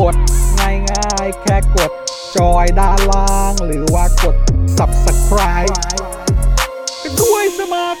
G: กดง่ายง่ายๆแค่กดจอยด้านล่าง หรือว่ากด subscribe ไปด้วยสมัคร